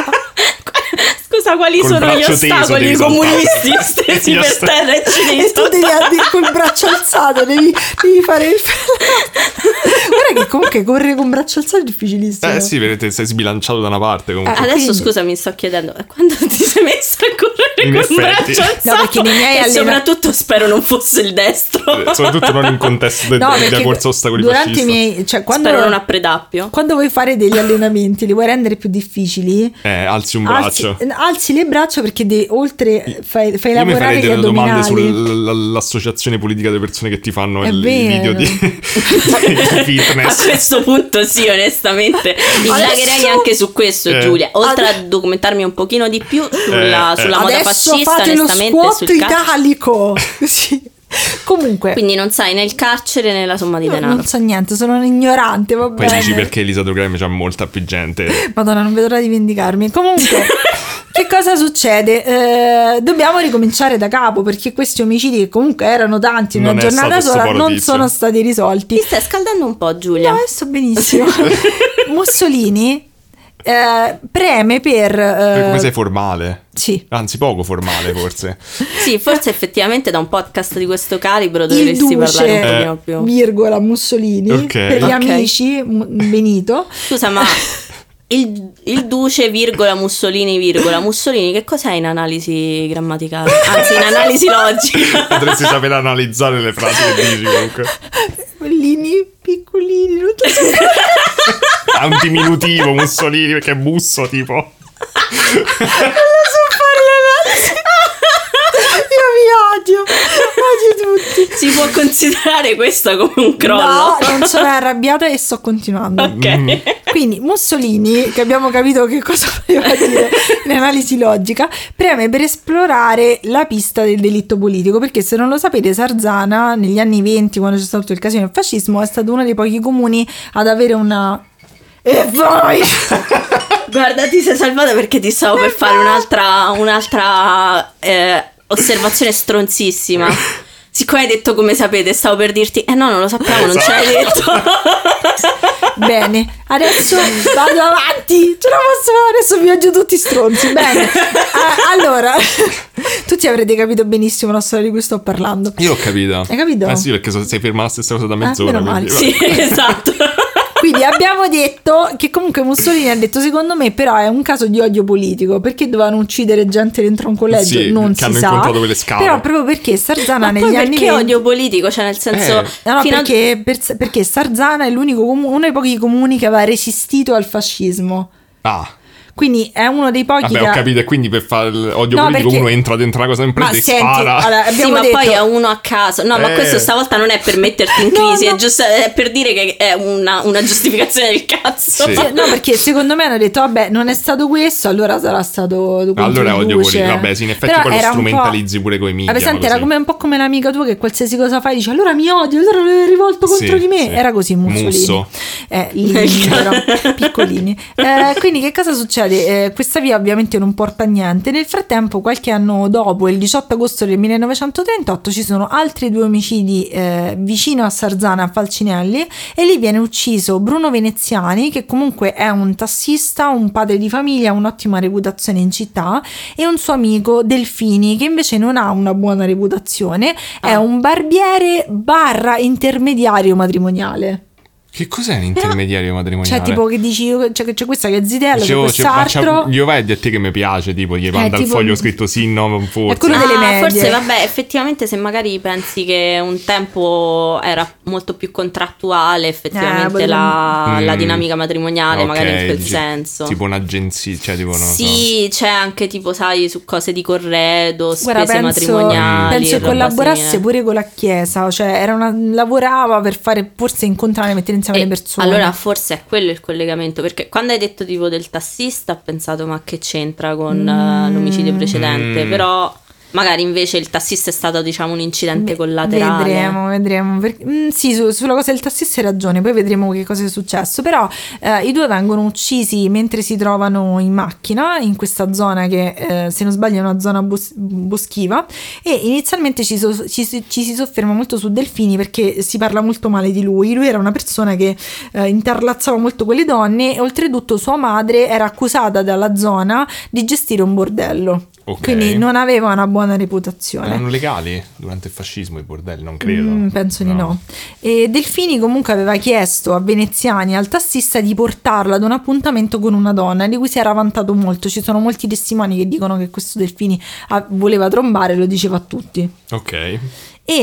Speaker 1: Scusa, quali
Speaker 4: Col
Speaker 1: sono gli
Speaker 4: braccio teso
Speaker 1: ostacoli
Speaker 4: devi
Speaker 1: i
Speaker 4: saltare.
Speaker 1: comunisti stesi
Speaker 4: Gli
Speaker 1: per
Speaker 4: osta-
Speaker 1: terra e ci devi
Speaker 3: e tu devi andare col braccio alzato, devi, devi fare il... Guarda comunque correre con braccio alzato è difficilissimo.
Speaker 4: Eh sì, vedete, sei sbilanciato da una parte comunque.
Speaker 3: Eh,
Speaker 1: Adesso
Speaker 3: quindi-
Speaker 1: scusa, mi sto chiedendo eh, quando ti sei messa a correre
Speaker 4: In
Speaker 1: con
Speaker 4: effetti.
Speaker 1: braccio
Speaker 4: No,
Speaker 1: alzato?
Speaker 3: perché nei miei
Speaker 1: E
Speaker 3: allena-
Speaker 1: soprattutto spero non fosse il destro.
Speaker 4: Eh, Soprattutto non in contesto de- de- da
Speaker 3: perché
Speaker 4: corso ostacoli
Speaker 3: durante i
Speaker 4: fascista.
Speaker 3: miei, cioè quando,
Speaker 1: Spero non a predappio.
Speaker 3: quando vuoi fare degli allenamenti, li vuoi rendere più difficili?
Speaker 4: Eh, alzi un
Speaker 3: Alzi,
Speaker 4: braccio.
Speaker 3: alzi le braccia perché de- oltre fai, fai
Speaker 4: Io mi
Speaker 3: lavorare
Speaker 4: farei
Speaker 3: gli
Speaker 4: delle domande
Speaker 3: addominali.
Speaker 4: sull'associazione politica delle persone che ti fanno
Speaker 3: È
Speaker 4: il, i video
Speaker 3: vero.
Speaker 4: di, di
Speaker 1: A
Speaker 4: fitness.
Speaker 1: questo punto sì, onestamente. Indagherei
Speaker 3: Adesso-
Speaker 1: anche su questo,
Speaker 4: Eh.
Speaker 1: Giulia. Oltre
Speaker 3: Ade-
Speaker 1: a documentarmi un pochino di più sulla,
Speaker 4: Eh, eh.
Speaker 1: sulla moda
Speaker 3: Adesso
Speaker 1: fascista,
Speaker 3: fate lo
Speaker 1: onestamente,
Speaker 3: squat
Speaker 1: sul calcio.
Speaker 3: italico. Sì. Comunque,
Speaker 1: Quindi non sai né il carcere né la somma di
Speaker 3: io
Speaker 1: denaro.
Speaker 3: non so niente, sono un ignorante, va
Speaker 4: Poi
Speaker 3: bene.
Speaker 4: dici perché Elisa Dogrem c'ha molta più gente.
Speaker 3: Madonna, non vedo l'ora di vendicarmi. Comunque, che cosa succede? Eh, dobbiamo ricominciare da capo perché questi omicidi, che comunque erano tanti in una
Speaker 4: Non è
Speaker 3: giornata
Speaker 4: stato
Speaker 3: sola,
Speaker 4: sto
Speaker 3: non
Speaker 4: tizio.
Speaker 3: sono stati risolti.
Speaker 1: Ti stai scaldando un po', Giulia.
Speaker 3: No, sto benissimo. Mussolini eh, preme per. eh,
Speaker 4: Per come sei formale.
Speaker 3: sì.
Speaker 4: Anzi, poco formale forse.
Speaker 1: Sì, forse effettivamente da un podcast di questo calibro
Speaker 3: Il
Speaker 1: dovresti parlare un
Speaker 4: Eh.
Speaker 3: duce,
Speaker 1: pochino più.
Speaker 3: virgola, Mussolini,
Speaker 4: Ok.
Speaker 3: per gli
Speaker 1: Eh. Ok.
Speaker 3: amici, mu- Benito.
Speaker 1: Scusa, ma il, il duce, virgola, Mussolini, virgola, Mussolini, che cos'è in analisi grammaticale? Anzi, in analisi logica.
Speaker 4: Potresti sapere analizzare le frasi che dici comunque.
Speaker 3: Piccolini, piccolini, tutto
Speaker 4: Ha un diminutivo Mussolini perché è busso tipo.
Speaker 3: Io vi odio, odio tutti.
Speaker 1: Si può considerare questo come un crollo?
Speaker 3: No, non sono arrabbiata e sto continuando.
Speaker 1: Ok.
Speaker 4: Mm-hmm.
Speaker 3: Quindi Mussolini, che abbiamo capito che cosa voleva dire in analisi logica, preme per esplorare la pista del delitto politico, perché se non lo sapete Sarzana negli anni 20, quando c'è stato il casino del fascismo, è stato uno dei pochi comuni ad avere una... E voi!
Speaker 1: Guarda, ti sei salvata perché ti stavo per fare un'altra, un'altra eh, osservazione stronzissima. Siccome hai detto come sapete, stavo per dirti, eh no, non lo sappiamo, non ce l'hai
Speaker 4: Esatto.
Speaker 1: detto.
Speaker 3: Bene, adesso vado avanti. Ce la posso fare? Adesso vi odio tutti stronzi. Bene, Ah, allora, tutti avrete capito benissimo la storia di cui sto parlando.
Speaker 4: Io ho capito.
Speaker 3: Hai capito? Ah,
Speaker 4: Eh sì, perché so- sei ferma la stessa cosa da mezz'ora.
Speaker 3: meno male.
Speaker 4: quindi-
Speaker 1: Sì, esatto.
Speaker 3: Quindi abbiamo detto che comunque Mussolini ha detto secondo me però è un caso di odio politico perché dovevano uccidere gente dentro un collegio,
Speaker 4: Sì,
Speaker 3: non
Speaker 4: che
Speaker 3: si
Speaker 4: hanno
Speaker 3: sa.
Speaker 4: incontrato quelle scale.
Speaker 3: Però proprio perché Sarzana
Speaker 1: Ma
Speaker 3: negli
Speaker 1: poi
Speaker 3: anni
Speaker 1: perché
Speaker 3: 20
Speaker 1: odio politico? Cioè, nel senso,
Speaker 4: Eh.
Speaker 3: No, no,
Speaker 1: fino a-
Speaker 3: perché, per- perché Sarzana è l'unico comu- uno dei pochi comuni che aveva resistito al fascismo.
Speaker 4: Ah,
Speaker 3: Quindi è uno dei pochi
Speaker 4: vabbè,
Speaker 3: che
Speaker 4: ho
Speaker 3: ha-
Speaker 4: capito. E quindi per fare l'odio
Speaker 3: No,
Speaker 4: politico
Speaker 3: perché-
Speaker 4: uno entra dentro una cosa in
Speaker 3: Ma
Speaker 4: presa e
Speaker 3: senti,
Speaker 4: spara.
Speaker 3: allora,
Speaker 1: Sì,
Speaker 3: abbiamo
Speaker 1: ma
Speaker 3: detto
Speaker 1: poi è uno a caso. No, ma
Speaker 4: Eh.
Speaker 1: questo stavolta non è per metterti in
Speaker 3: No,
Speaker 1: crisi,
Speaker 3: no.
Speaker 1: È, giusto, è per dire che è una, una giustificazione del cazzo.
Speaker 4: Sì.
Speaker 3: Sì, Eh, no, perché secondo me hanno detto, vabbè, non è stato questo, allora sarà stato contro
Speaker 4: Allora è
Speaker 3: il
Speaker 4: odio
Speaker 3: Duce.
Speaker 4: politico. Vabbè, sì, in effetti
Speaker 3: Però
Speaker 4: poi lo
Speaker 3: era un po'-
Speaker 4: strumentalizzi pure coi media.
Speaker 3: È presente, era
Speaker 4: così.
Speaker 3: come, un po' come l'amica tua che qualsiasi cosa fai dice allora mi odio, allora è rivolto contro
Speaker 4: Sì,
Speaker 3: di me.
Speaker 4: sì.
Speaker 3: Era così Mussolini.
Speaker 4: Musso.
Speaker 3: Eh, libero, piccolini. Eh, quindi che cosa succede? Eh, questa via ovviamente non porta a niente. Nel frattempo, qualche anno dopo, il 18 agosto del 1938, ci sono altri due omicidi eh, vicino a Sarzana, a Falcinelli, e lì viene ucciso Bruno Veneziani, che comunque è un tassista, un padre di famiglia, ha un'ottima reputazione in città, e un suo amico Delfini, che invece non ha una buona reputazione, è
Speaker 1: Ah.
Speaker 3: un barbiere barra intermediario matrimoniale.
Speaker 4: Che cos'è un intermediario matrimoniale?
Speaker 3: Cioè, tipo che dici, io- cioè, che c'è questa che è zitella, c'è
Speaker 4: Certo, Dicevo, cioè, faccia-
Speaker 3: quest'altro.
Speaker 4: gli vai a dire a te che mi piace, tipo, gli manda il
Speaker 3: Eh, tipo-
Speaker 4: foglio scritto sì, no, forse.
Speaker 3: È quello delle
Speaker 1: Ah,
Speaker 3: medie.
Speaker 1: forse vabbè, effettivamente se magari pensi che un tempo era molto più contrattuale, effettivamente
Speaker 3: Eh,
Speaker 1: la, la
Speaker 4: Mm.
Speaker 1: dinamica matrimoniale,
Speaker 4: Ok,
Speaker 1: magari in quel
Speaker 4: gi-
Speaker 1: senso.
Speaker 4: Tipo un'agenzia, cioè, tipo, non lo so.
Speaker 1: Sì, c'è anche tipo, sai, su cose di corredo, spese
Speaker 3: Guarda, penso,
Speaker 1: matrimoniali.
Speaker 3: penso che
Speaker 1: roba
Speaker 3: collaborasse
Speaker 1: simile.
Speaker 3: pure con la chiesa, cioè era una- lavorava per fare forse incontrare, mettere insieme
Speaker 1: E
Speaker 3: le persone.
Speaker 1: Allora, forse è quello il collegamento. Perché quando hai detto tipo del tassista, ho pensato: ma che c'entra con eh,
Speaker 3: Mm.
Speaker 1: l'omicidio precedente?
Speaker 4: Mm.
Speaker 1: Però magari invece il tassista è stato, diciamo, un incidente
Speaker 3: Beh,
Speaker 1: collaterale.
Speaker 3: Vedremo, vedremo. perché- mm, sì, su- sulla cosa del tassista hai ragione, poi vedremo che cosa è successo. Però eh, i due vengono uccisi mentre si trovano in macchina in questa zona che, eh, se non sbaglio, è una zona bos- boschiva. E inizialmente ci, so- ci si- ci si sofferma molto su Delfini perché si parla molto male di lui. Lui era una persona che eh, interlazzava molto con le donne e oltretutto sua madre era accusata dalla zona di gestire un bordello.
Speaker 4: Ok.
Speaker 3: Quindi non aveva una buona reputazione.
Speaker 4: Erano legali durante il fascismo i bordelli, non credo.
Speaker 3: Mm, penso di no. E Delfini comunque aveva chiesto a Veneziani al tassista di portarla ad un appuntamento con una donna di cui si era vantato molto. Ci sono molti testimoni che dicono che questo Delfini ah, voleva trombare, lo diceva a tutti.
Speaker 4: Ok.
Speaker 3: E,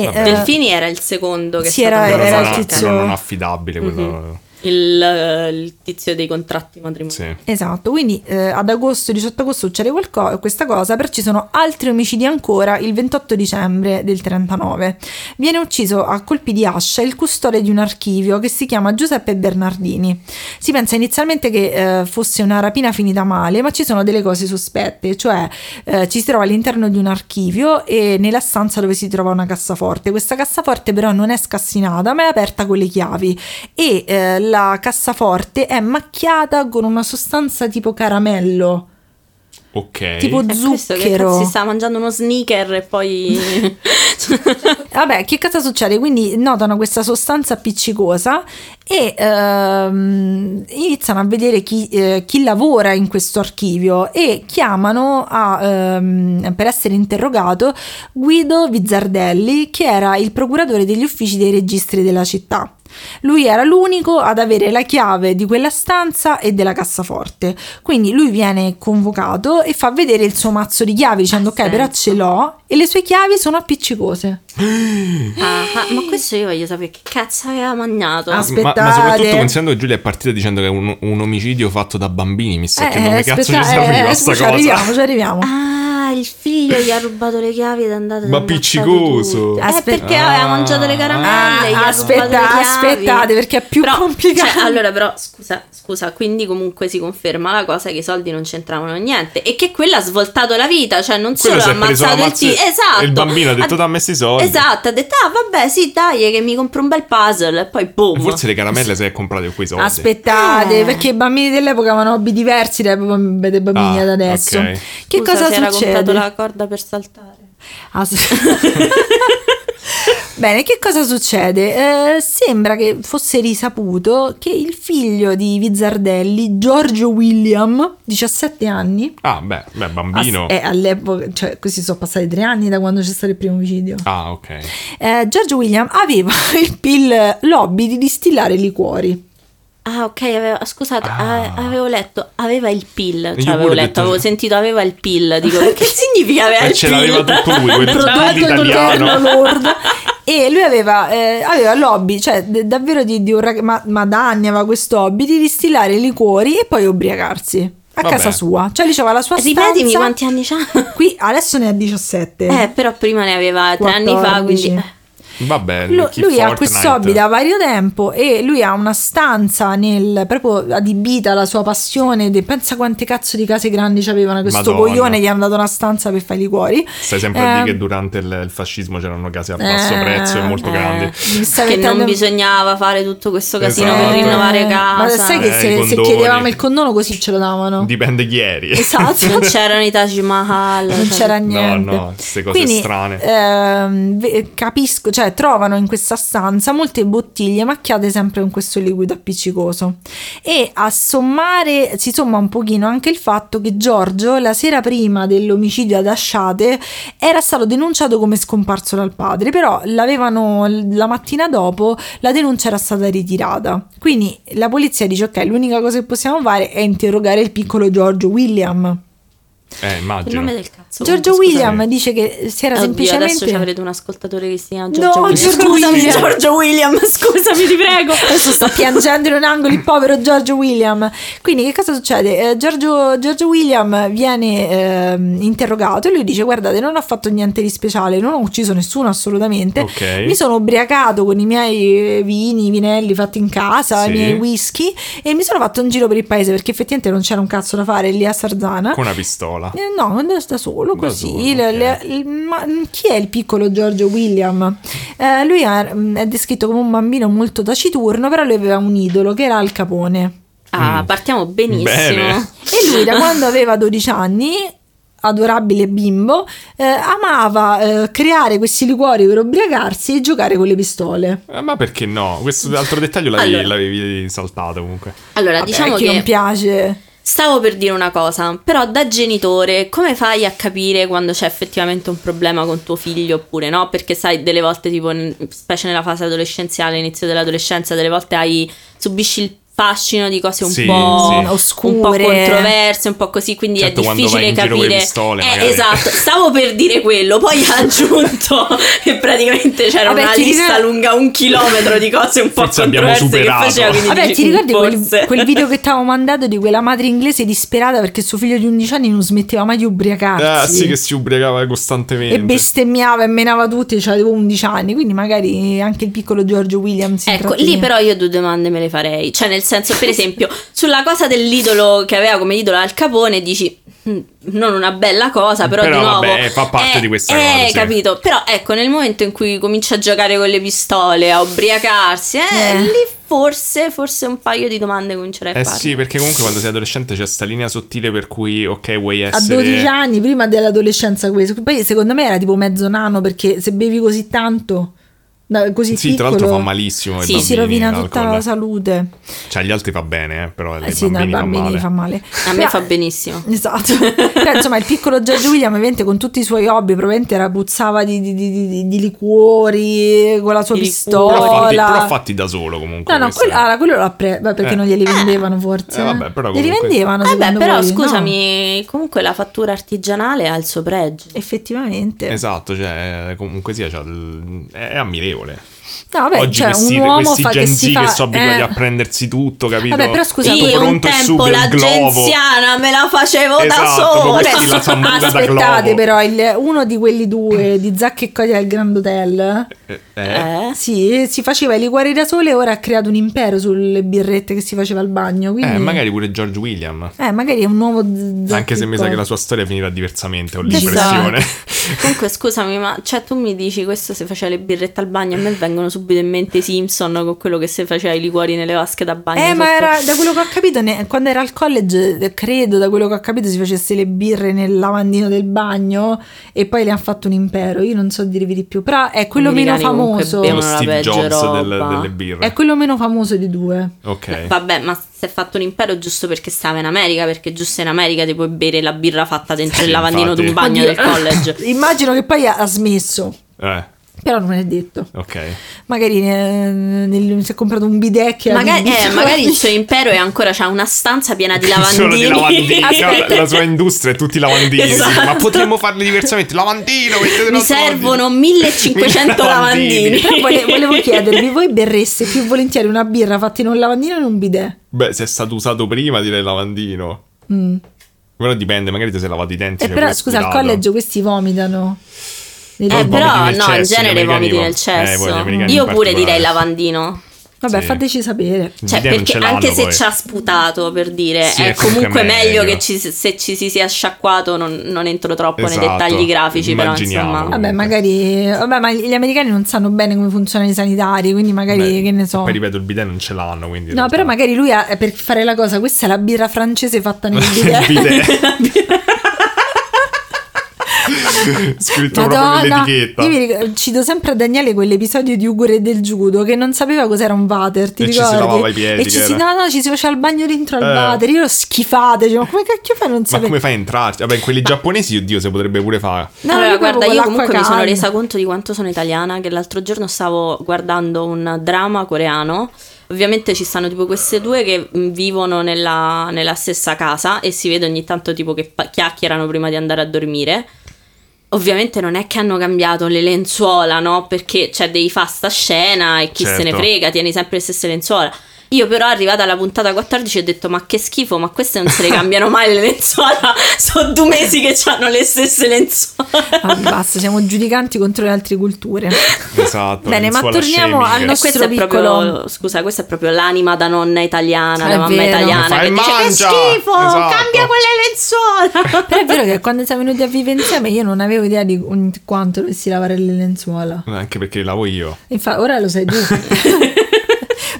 Speaker 4: Vabbè.
Speaker 3: eh,
Speaker 1: Delfini era il secondo che è
Speaker 3: sì,
Speaker 1: stato
Speaker 3: era-
Speaker 4: Però
Speaker 1: preso.
Speaker 3: era il
Speaker 4: non,
Speaker 3: tizio- Mm-hmm.
Speaker 4: non- non affidabile quello.
Speaker 1: il, eh, il tizio dei contratti matrimoniali.
Speaker 4: Sì.
Speaker 3: Esatto, quindi eh, ad agosto, 18 agosto succede qualco- questa cosa, però ci sono altri omicidi ancora il 28 dicembre del 39. Viene ucciso a colpi di ascia il custode di un archivio che si chiama Giuseppe Bernardini. Si pensa inizialmente che eh, fosse una rapina finita male, ma ci sono delle cose sospette, cioè eh, ci si trova all'interno di un archivio e nella stanza dove si trova una cassaforte. Questa cassaforte però non è scassinata, ma è aperta con le chiavi e eh, la cassaforte è macchiata con una sostanza tipo caramello,
Speaker 4: Ok.
Speaker 3: tipo
Speaker 1: È questo che
Speaker 3: zucchero.
Speaker 1: cazzo si stava mangiando uno sneaker e poi
Speaker 3: Vabbè, che cosa succede? Quindi notano questa sostanza appiccicosa e ehm, iniziano a vedere chi, eh, chi lavora in questo archivio e chiamano a, ehm, per essere interrogato Guido Vizzardelli, che era il procuratore degli uffici dei registri della città. Lui era l'unico ad avere la chiave di quella stanza e della cassaforte. Quindi lui viene convocato e fa vedere il suo mazzo di chiavi dicendo
Speaker 1: Ha
Speaker 3: ok, però
Speaker 1: senso."
Speaker 3: ce l'ho e le sue chiavi sono appiccicose.
Speaker 1: Ah, ah, ma questo io voglio sapere che cazzo aveva mangiato
Speaker 3: Ah,
Speaker 4: Ma, ma
Speaker 3: aspettate.
Speaker 4: soprattutto considerando che Giulia è partita dicendo che è un, un omicidio fatto da bambini, mi sa che non mi cazzo ci
Speaker 3: aspetta,
Speaker 4: serviva
Speaker 3: eh,
Speaker 4: sta
Speaker 3: scusa, ci
Speaker 4: cosa.
Speaker 3: arriviamo, ci arriviamo.
Speaker 1: Ah, il figlio gli ha rubato le chiavi ed è andato
Speaker 4: Ma appiccicoso.
Speaker 1: è
Speaker 3: Aspetta-
Speaker 1: perché aveva
Speaker 4: Ah.
Speaker 1: mangiato le caramelle
Speaker 3: Ah,
Speaker 1: gli ha
Speaker 3: aspetta,
Speaker 1: rubato le chiavi.
Speaker 3: aspettate, perché è più
Speaker 1: Però,
Speaker 3: complicato.
Speaker 1: cioè, allora però scusa, scusa quindi comunque si conferma la cosa che i soldi non c'entravano niente e che quella ha svoltato la vita cioè non
Speaker 4: Quello
Speaker 1: solo ha
Speaker 4: si è preso la
Speaker 1: ammazzato il
Speaker 4: mazza-
Speaker 1: tizio esatto
Speaker 4: e il bambino ha detto, "Dammi sti soldi."
Speaker 1: esatto ha detto ah vabbè sì dai che mi compro un bel puzzle e poi boom
Speaker 4: Forse le caramelle se le ha comprate con quei soldi.
Speaker 3: Aspettate,
Speaker 1: Eh.
Speaker 3: perché i bambini dell'epoca avevano hobby diversi dai bamb- dai bambini
Speaker 4: Ah,
Speaker 3: ad adesso.
Speaker 4: ok.
Speaker 3: Che
Speaker 1: Scusa,
Speaker 3: cosa
Speaker 1: si era
Speaker 3: succede?
Speaker 1: comprato la corda per saltare
Speaker 3: As- Bene, che cosa succede? Eh, sembra che fosse risaputo che il figlio di Vizzardelli, Giorgio William, 17 anni,
Speaker 4: Ah, beh, beh bambino.
Speaker 3: ass- eh, all'epoca, cioè questi sono passati tre anni da quando c'è stato il primo omicidio.
Speaker 4: Ah, ok.
Speaker 3: Eh, Giorgio William aveva il, il lobby di distillare liquori.
Speaker 1: Ah, ok, aveva- scusate,
Speaker 4: Ah.
Speaker 1: a- avevo letto, aveva il pill,
Speaker 4: Io
Speaker 1: cioè avevo
Speaker 4: pure ho
Speaker 1: letto,
Speaker 4: detto-
Speaker 1: avevo sentito aveva il pill, dico, che significa aveva
Speaker 4: Eh,
Speaker 1: il
Speaker 4: ce
Speaker 1: pill?
Speaker 4: l'aveva tutto lui, quel
Speaker 3: prodotto
Speaker 4: pill italiano.
Speaker 3: interno lordo. E lui aveva, eh, aveva lobby, cioè d- davvero di, di un rag- ma, ma da anni aveva questo hobby di distillare liquori e poi ubriacarsi a
Speaker 4: Vabbè.
Speaker 3: casa sua. Cioè diceva la sua stanza.
Speaker 1: Ripetimi quanti anni c'ha.
Speaker 3: Qui adesso ne ha 17.
Speaker 1: Eh, però prima ne aveva tre anni fa,
Speaker 3: 14.
Speaker 1: quindi...
Speaker 4: Va bene.
Speaker 3: Lu-
Speaker 4: Eh, chi-
Speaker 3: lui ha
Speaker 4: Fortnite.
Speaker 3: questo hobby da vario tempo e lui ha una stanza nel proprio adibita alla sua passione. de- pensa quante cazzo di case grandi c'avevano questo
Speaker 4: Madonna.
Speaker 3: coglione gli hanno dato una stanza per fare i liquori.
Speaker 4: Stai sempre a
Speaker 3: Eh,
Speaker 4: dire che durante il, il fascismo c'erano case a basso
Speaker 3: eh,
Speaker 4: prezzo e molto
Speaker 1: eh.
Speaker 4: grandi.
Speaker 3: Mi sta
Speaker 1: Che non
Speaker 3: mettendo-
Speaker 1: bisognava fare tutto questo casino
Speaker 4: Esatto.
Speaker 1: per rinnovare
Speaker 3: Eh,
Speaker 1: casa.
Speaker 3: Ma sai che
Speaker 4: Eh, i
Speaker 3: se, se
Speaker 4: condoni.
Speaker 3: chiedevamo il condono così ce lo davano.
Speaker 4: Dipende chi eri.
Speaker 3: Esatto.
Speaker 1: Non c'erano i Taj Mahal.
Speaker 3: non
Speaker 1: cioè-
Speaker 3: c'era niente.
Speaker 4: no, queste cose
Speaker 3: Quindi,
Speaker 4: strane.
Speaker 3: ehm, ve- capisco, cioè trovano in questa stanza molte bottiglie macchiate sempre con questo liquido appiccicoso. E a sommare si somma un pochino anche il fatto che Giorgio la sera prima dell'omicidio ad Asciate era stato denunciato come scomparso dal padre, però l'avevano la mattina dopo la denuncia era stata ritirata. Quindi la polizia dice ok, l'unica cosa che possiamo fare è interrogare il piccolo Giorgio William.
Speaker 4: Eh,
Speaker 1: Il nome
Speaker 4: immagino.
Speaker 1: del cazzo.
Speaker 3: Giorgio
Speaker 1: comunque, scusate.
Speaker 3: William dice che si era
Speaker 1: Oddio, adesso ci
Speaker 3: semplicemente
Speaker 1: avrete un ascoltatore che si chiama Giorgio William.
Speaker 3: Giorgio
Speaker 1: scusami,
Speaker 3: William.
Speaker 1: Giorgio William, scusami, ti prego.
Speaker 3: Adesso sta piangendo in un angolo il povero Giorgio William. Quindi che cosa succede? Eh, Giorgio, Giorgio William viene ehm, interrogato e lui dice guardate non ho fatto niente di speciale, non ho ucciso nessuno assolutamente.
Speaker 4: Ok.
Speaker 3: Mi sono ubriacato con i miei vini, vinelli fatti in casa,
Speaker 4: Sì.
Speaker 3: i miei whisky e mi sono fatto un giro per il paese perché effettivamente non c'era un cazzo da fare lì a Sarzana.
Speaker 4: Con una pistola.
Speaker 3: Eh, No, da solo,
Speaker 4: Da
Speaker 3: così.
Speaker 4: solo,
Speaker 3: Il-
Speaker 4: ok.
Speaker 3: le- il- ma chi è il piccolo Giorgio William? Eh, lui è, è descritto come un bambino molto taciturno, però lui aveva un idolo che era Al Capone.
Speaker 1: Ah,
Speaker 4: Mm.
Speaker 1: partiamo benissimo.
Speaker 4: Bene.
Speaker 3: E lui da quando aveva 12 anni, adorabile bimbo, eh, amava eh, creare questi liquori per ubriacarsi e giocare con le pistole.
Speaker 4: Eh, ma perché no? Questo altro dettaglio l'avevi,
Speaker 1: Allora.
Speaker 4: l'avevi saltato comunque.
Speaker 1: Allora,
Speaker 3: Vabbè,
Speaker 1: diciamo
Speaker 3: a chi
Speaker 1: che
Speaker 3: non piace.
Speaker 1: Stavo per dire una cosa, però da genitore come fai a capire quando c'è effettivamente un problema con tuo figlio oppure no? Perché sai, delle volte tipo, n- specie nella fase adolescenziale, inizio dell'adolescenza, delle volte hai, subisci il fascino di cose un
Speaker 2: Sì,
Speaker 1: po'
Speaker 2: sì.
Speaker 3: eh, Oscure.
Speaker 1: un po' controverse, un po' così, quindi
Speaker 2: Certo,
Speaker 1: è
Speaker 2: quando vai
Speaker 1: difficile
Speaker 2: in giro con le
Speaker 1: capire.
Speaker 2: pistole,
Speaker 1: Eh,
Speaker 2: magari.
Speaker 1: esatto, stavo per dire quello, poi ha aggiunto che praticamente c'era
Speaker 3: Vabbè,
Speaker 1: una
Speaker 3: ti
Speaker 1: lista
Speaker 3: ricordi-
Speaker 1: lunga un chilometro di cose un po'
Speaker 2: Forse abbiamo
Speaker 1: controverse che
Speaker 2: superato.
Speaker 1: faceva quindi
Speaker 3: Vabbè,
Speaker 1: dici,
Speaker 3: ti ricordi
Speaker 1: forse.
Speaker 3: quel, quel video che ti avevo mandato di quella madre inglese disperata perché suo figlio di 11 anni non smetteva mai di ubriacarsi?
Speaker 4: Eh,
Speaker 2: Ah, sì, che si ubriacava costantemente.
Speaker 3: E bestemmiava e menava tutti, cioè avevo 11 anni, quindi magari anche il piccolo George Williams. si
Speaker 1: Ecco,
Speaker 3: intratteneva.
Speaker 1: lì però io due domande me le farei. Cioè, nel senso, per esempio, sulla cosa dell'idolo che aveva come idolo Al Capone, dici. "Mm, Non una bella cosa, però,
Speaker 2: Però
Speaker 1: di nuovo.
Speaker 2: vabbè, fa parte di questa cosa,
Speaker 1: eh,
Speaker 2: sì.
Speaker 1: capito. Però ecco, nel momento in cui comincia a giocare con le pistole, a ubriacarsi, eh,
Speaker 3: Eh.
Speaker 1: lì forse, forse un paio di domande comincerei a
Speaker 2: Eh
Speaker 1: fare.
Speaker 2: sì, perché comunque quando sei adolescente c'è sta linea sottile per cui, ok, vuoi
Speaker 3: A
Speaker 2: essere...
Speaker 3: 12 anni, prima dell'adolescenza, questo. Poi secondo me era tipo mezzo nano perché se bevi così tanto, da- così
Speaker 2: Sì, tra
Speaker 3: piccolo,
Speaker 2: l'altro fa malissimo ai
Speaker 1: Sì,
Speaker 2: bambini
Speaker 3: si rovina tutta
Speaker 2: l'alcol.
Speaker 3: la salute.
Speaker 2: Cioè, agli altri fa bene, eh, però ai
Speaker 3: Eh sì, no, ai
Speaker 2: bambini,
Speaker 3: bambini
Speaker 2: fa
Speaker 3: fa
Speaker 2: male.
Speaker 3: male.
Speaker 1: A me
Speaker 3: Però-
Speaker 1: fa benissimo.
Speaker 3: Esatto, Però, insomma il piccolo George William ovviamente con tutti i suoi hobby probabilmente era puzzava di, di- di- di- di liquori con la sua
Speaker 1: Di
Speaker 3: pistola.
Speaker 1: liquori.
Speaker 2: Però fatti, però fatti da solo comunque.
Speaker 3: No, no,
Speaker 2: questo
Speaker 3: quello,
Speaker 2: è-
Speaker 3: allora, quello l'ha preso perché
Speaker 2: Eh.
Speaker 3: non glieli vendevano forse.
Speaker 2: Eh, vabbè, però
Speaker 3: Glieli
Speaker 2: comunque- Eh,
Speaker 3: vendevano.
Speaker 1: Vabbè,
Speaker 3: secondo
Speaker 1: Eh, però
Speaker 3: voi? No.
Speaker 1: scusami, comunque la fattura artigianale ha il suo pregio.
Speaker 3: Effettivamente.
Speaker 2: Esatto, cioè, comunque sia, cioè, l- è ammirevole.
Speaker 3: No, vabbè,
Speaker 2: Oggi
Speaker 3: cioè,
Speaker 2: questi,
Speaker 3: un uomo
Speaker 2: questi
Speaker 3: fa
Speaker 2: Gen
Speaker 3: che si
Speaker 2: Z
Speaker 3: fa...
Speaker 2: che sono abituati
Speaker 3: eh.
Speaker 2: a prendersi tutto, capito?
Speaker 3: Vabbè, però scusa,
Speaker 2: tutto
Speaker 1: Io un
Speaker 2: pronto e su
Speaker 1: tempo
Speaker 2: per il globo.
Speaker 1: l'agenziana me la facevo da Ah,
Speaker 2: Esatto,
Speaker 1: sola.
Speaker 2: proprio questi la sambuca da
Speaker 3: Aspettate
Speaker 2: globo.
Speaker 3: però, il- uno di quelli due di Zac e Cody al Grand Hotel
Speaker 2: Eh, eh,
Speaker 1: Eh?
Speaker 3: sì, si faceva i liquori da sole e ora ha creato un impero sulle birrette che si faceva al bagno. Quindi...
Speaker 2: eh, magari pure George William.
Speaker 3: Eh, magari è un nuovo. Z- Zac
Speaker 2: Anche se
Speaker 3: e
Speaker 2: mi sa che
Speaker 3: Cody.
Speaker 2: la sua storia finirà diversamente, ho
Speaker 3: Chissà.
Speaker 2: l'impressione.
Speaker 1: Eh? Comunque, scusami, ma cioè, tu mi dici questo se faceva le birrette al bagno? A me vengono subito in mente i Simpson con quello che se faceva i liquori nelle vasche da bagno.
Speaker 3: Eh, ma
Speaker 1: sotto.
Speaker 3: era, da quello che ho capito, ne- quando era al college, eh, credo, da quello che ho capito, si facesse le birre nel lavandino del bagno e poi le hanno fatto un impero. Io non so dirvi di più, però è quello
Speaker 1: Gli
Speaker 3: meno
Speaker 1: americani comunque
Speaker 3: famoso.
Speaker 1: bevono
Speaker 2: Lo
Speaker 1: Una
Speaker 2: Steve
Speaker 1: peggio
Speaker 2: Jobs del-
Speaker 1: roba.
Speaker 2: delle birre.
Speaker 3: È quello meno famoso di due.
Speaker 2: Ok. eh,
Speaker 1: Vabbè, ma si è fatto un impero giusto perché stava in America, perché giusto in America ti puoi bere la birra fatta dentro
Speaker 2: Sì,
Speaker 1: il lavandino di un
Speaker 2: infatti.
Speaker 1: bagno
Speaker 3: Oddio.
Speaker 1: del college.
Speaker 3: Immagino che poi ha ha smesso,
Speaker 2: Eh,
Speaker 3: però non è detto.
Speaker 2: ok.
Speaker 3: Magari eh, nel- si è comprato un bidet che ha
Speaker 1: Magari, eh,
Speaker 3: venduto.
Speaker 1: magari il suo impero è ancora c'ha una stanza piena di
Speaker 2: Solo di
Speaker 1: lavandini.
Speaker 2: lavandini.
Speaker 1: Aspetta.
Speaker 2: La sua industria è tutti lavandini. sì.
Speaker 1: Esatto.
Speaker 2: Ma potremmo farli diversamente. Lavandino, mettetelo
Speaker 1: Mi
Speaker 2: al lavandino.
Speaker 1: servono 1500 lavandini.
Speaker 3: Però vole- volevo chiedervi, voi berreste più volentieri una birra fatta in un lavandino o in un bidet?
Speaker 2: Beh, se è stato usato prima, direi lavandino.
Speaker 3: Mm.
Speaker 2: Però dipende, magari ti sei lavato i denti.
Speaker 3: Eh,
Speaker 2: cioè,
Speaker 3: però
Speaker 2: pure
Speaker 3: scusa, al
Speaker 2: spirato.
Speaker 3: college questi vomitano.
Speaker 1: Eh,
Speaker 2: Poi
Speaker 1: però
Speaker 2: vomiti
Speaker 1: no,
Speaker 2: nel
Speaker 1: in
Speaker 2: cesso, gli
Speaker 1: genere
Speaker 2: americani
Speaker 1: vomiti
Speaker 2: vo-
Speaker 1: nel
Speaker 2: eh,
Speaker 1: cesso.
Speaker 2: poi gli americani
Speaker 1: Io
Speaker 2: in
Speaker 1: pure direi
Speaker 2: particolare.
Speaker 1: lavandino.
Speaker 3: Vabbè,
Speaker 2: Sì.
Speaker 3: fateci sapere.
Speaker 2: Il
Speaker 1: Cioè,
Speaker 2: bidet non
Speaker 1: perché
Speaker 2: ce l'hanno
Speaker 1: anche se
Speaker 2: poi.
Speaker 1: ci ha sputato per dire
Speaker 2: Sì,
Speaker 1: è, comunque, meglio,
Speaker 2: meglio.
Speaker 1: che ci- se ci si sia sciacquato. Non, non entro troppo nei
Speaker 2: Esatto,
Speaker 1: dettagli grafici, però
Speaker 2: immaginiamo.
Speaker 1: insomma.
Speaker 3: Vabbè,
Speaker 2: Comunque.
Speaker 3: magari. Vabbè, ma gli americani non sanno bene come funzionano i sanitari, quindi magari
Speaker 2: Beh,
Speaker 3: che ne so.
Speaker 2: Poi ripeto, il bidet non ce l'hanno, quindi... in
Speaker 3: No, però
Speaker 2: realtà-
Speaker 3: magari lui ha, è per fare la cosa, questa è la birra francese fatta nel
Speaker 2: Il
Speaker 3: bidet.
Speaker 2: bidet. Scritto proprio
Speaker 3: Madonna,
Speaker 2: nell'etichetta.
Speaker 3: io mi ricordo- cito sempre a Daniele quell'episodio di Ugure e del Giudo che non sapeva cos'era un water, ti
Speaker 2: E ci si
Speaker 3: ricordi?
Speaker 2: lavava i piedi,
Speaker 3: E ci
Speaker 2: che
Speaker 3: si,
Speaker 2: era.
Speaker 3: no, no, ci si faceva il bagno dentro al
Speaker 2: Eh.
Speaker 3: water, io l'ho schifata, dicevo, ma come cacchio fai a non
Speaker 2: Ma
Speaker 3: sapere?
Speaker 2: come fai a entrarci? Vabbè, in quelli giapponesi, oddio, si potrebbe pure fare.
Speaker 3: No,
Speaker 1: allora,
Speaker 3: io
Speaker 1: guarda,
Speaker 3: bevo
Speaker 1: io
Speaker 3: l'acqua
Speaker 1: comunque mi sono
Speaker 3: calda.
Speaker 1: resa conto di quanto sono italiana, che l'altro giorno stavo guardando un dramma coreano. Ovviamente ci stanno tipo queste due che mh, vivono nella, nella stessa casa e si vede ogni tanto tipo che pa- chiacchierano prima di andare a dormire. Ovviamente non è che hanno cambiato le lenzuola, no? Perché cioè devi fare sta scena e chi se ne
Speaker 2: Certo.
Speaker 1: frega, tieni sempre le stesse lenzuola. Io però arrivata alla puntata 14 ho detto ma che schifo, ma queste non se le cambiano mai le lenzuola, sono due mesi che hanno le stesse lenzuola.
Speaker 3: Ah, basta, siamo giudicanti contro le altre culture.
Speaker 2: Esatto.
Speaker 3: Bene, ma
Speaker 2: lenzuola
Speaker 3: torniamo
Speaker 2: shaming.
Speaker 3: al
Speaker 1: E
Speaker 3: Ah, nostro
Speaker 1: questa è proprio,
Speaker 3: piccolo. Cioè,
Speaker 1: scusa, questa è proprio l'anima da nonna italiana,
Speaker 3: È
Speaker 1: da mamma
Speaker 3: vero.
Speaker 1: italiana
Speaker 2: Fai
Speaker 1: che dice che
Speaker 2: mangia!"
Speaker 1: schifo,
Speaker 2: Esatto.
Speaker 1: cambia quelle lenzuola.
Speaker 3: Però è vero che quando siamo venuti a vivere insieme io non avevo idea di ogni- quanto dovessi lavare le lenzuola.
Speaker 2: Anche perché lavo io.
Speaker 3: Infatti, ora lo sai tu.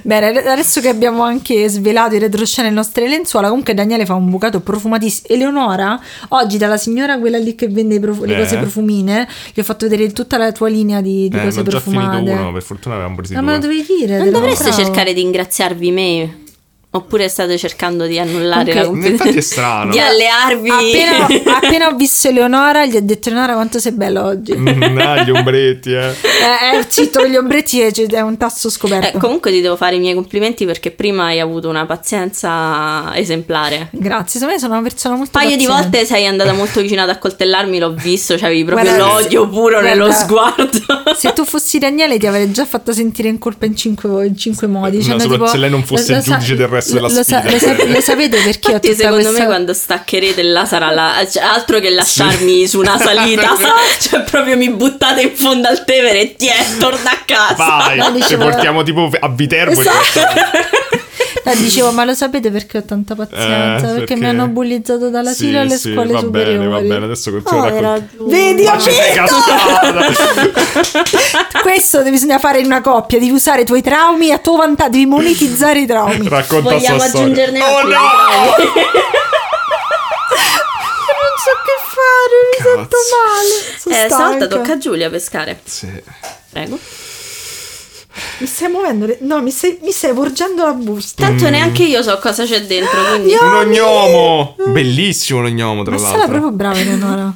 Speaker 3: Bene, adesso che abbiamo anche svelato i retroscena e le nostre lenzuola, comunque Daniele fa un bucato profumatissimo. Eleonora, oggi dalla signora quella lì che vende i profu- le
Speaker 2: Eh.
Speaker 3: cose profumine, gli ho fatto vedere tutta la tua linea di, di
Speaker 2: Eh, ne
Speaker 3: cose
Speaker 2: ho già finito
Speaker 3: profumate.
Speaker 2: uno, per fortuna avevamo presi
Speaker 3: non
Speaker 2: due.
Speaker 3: me lo dovevi dire. te
Speaker 1: Non
Speaker 3: lo
Speaker 1: dovreste
Speaker 3: compravo.
Speaker 1: cercare di ringraziarvi me. Oppure state cercando di annullare
Speaker 3: Ok.
Speaker 1: la competenza?
Speaker 2: Infatti è strano.
Speaker 1: Di allearvi.
Speaker 3: Appena, appena ho visto Eleonora, gli ho detto: Eleonora, quanto sei bello oggi.
Speaker 2: Mm, ah, gli ombretti, eh.
Speaker 3: Eh, eh, zitto con gli ombretti e c- è un tasso scoperto.
Speaker 1: Eh, comunque ti devo fare i miei complimenti perché prima hai avuto una pazienza esemplare.
Speaker 3: Grazie, secondo me sono una persona molto.
Speaker 1: Un paio di
Speaker 3: paziente.
Speaker 1: volte sei andata molto vicina ad accoltellarmi, l'ho visto, c'avevi proprio
Speaker 3: Guarda,
Speaker 1: l'odio puro
Speaker 3: guarda,
Speaker 1: nello sguardo.
Speaker 3: Se tu fossi Daniele ti avrei già fatto sentire in colpa in cinque, in cinque modi.
Speaker 2: No,
Speaker 3: Cioè,
Speaker 2: solo se lei non fosse il giudice del resto della
Speaker 3: lo
Speaker 2: sfida,
Speaker 3: lo sa-
Speaker 2: cioè.
Speaker 3: lo sapete perché ho
Speaker 1: Infatti,
Speaker 3: tutta
Speaker 1: secondo
Speaker 3: questa...
Speaker 1: me, quando staccherete là sarà la- cioè, altro che lasciarmi su una salita, cioè proprio mi buttate in fondo al Tevere e ti è torna a casa.
Speaker 3: Ma
Speaker 2: Vai, ci
Speaker 3: dicevo-
Speaker 2: portiamo tipo a Viterbo. e
Speaker 3: Esatto.
Speaker 2: te la-
Speaker 3: No, dicevo, ma lo sapete perché ho tanta
Speaker 2: Eh,
Speaker 3: pazienza? perché, mi hanno bullizzato dall'asilo
Speaker 2: Sì,
Speaker 3: alle
Speaker 2: sì,
Speaker 3: scuole
Speaker 2: va
Speaker 3: superiori.
Speaker 2: Bene, va bene, adesso continuo
Speaker 3: Oh,
Speaker 2: a
Speaker 3: era
Speaker 2: raccontare.
Speaker 3: giusto. Vedi, ho
Speaker 2: Ma ci sei
Speaker 3: visto?
Speaker 2: cascata!
Speaker 3: Questo bisogna fare in una coppia, devi usare i tuoi traumi a tuo vantaggio, devi monetizzare i traumi.
Speaker 2: Racconta
Speaker 1: Vogliamo
Speaker 2: sta storia.
Speaker 1: aggiungerne
Speaker 2: Oh
Speaker 1: altri?
Speaker 2: no!
Speaker 1: Eh,
Speaker 3: Non so che fare, mi sento male. Sono
Speaker 1: Eh,
Speaker 3: stanca.
Speaker 1: salta, tocca a Giulia pescare.
Speaker 2: Sì.
Speaker 1: Prego.
Speaker 3: Mi stai muovendo, le- no, mi stai, mi stai porgendo la
Speaker 2: Mm,
Speaker 3: busta.
Speaker 1: Tanto neanche io so cosa c'è dentro, quindi.
Speaker 3: Io-
Speaker 2: Un ognomo! Bellissimo l'ognomo, tra
Speaker 3: Ma sarà
Speaker 2: l'altro.
Speaker 3: proprio brava Eleonora.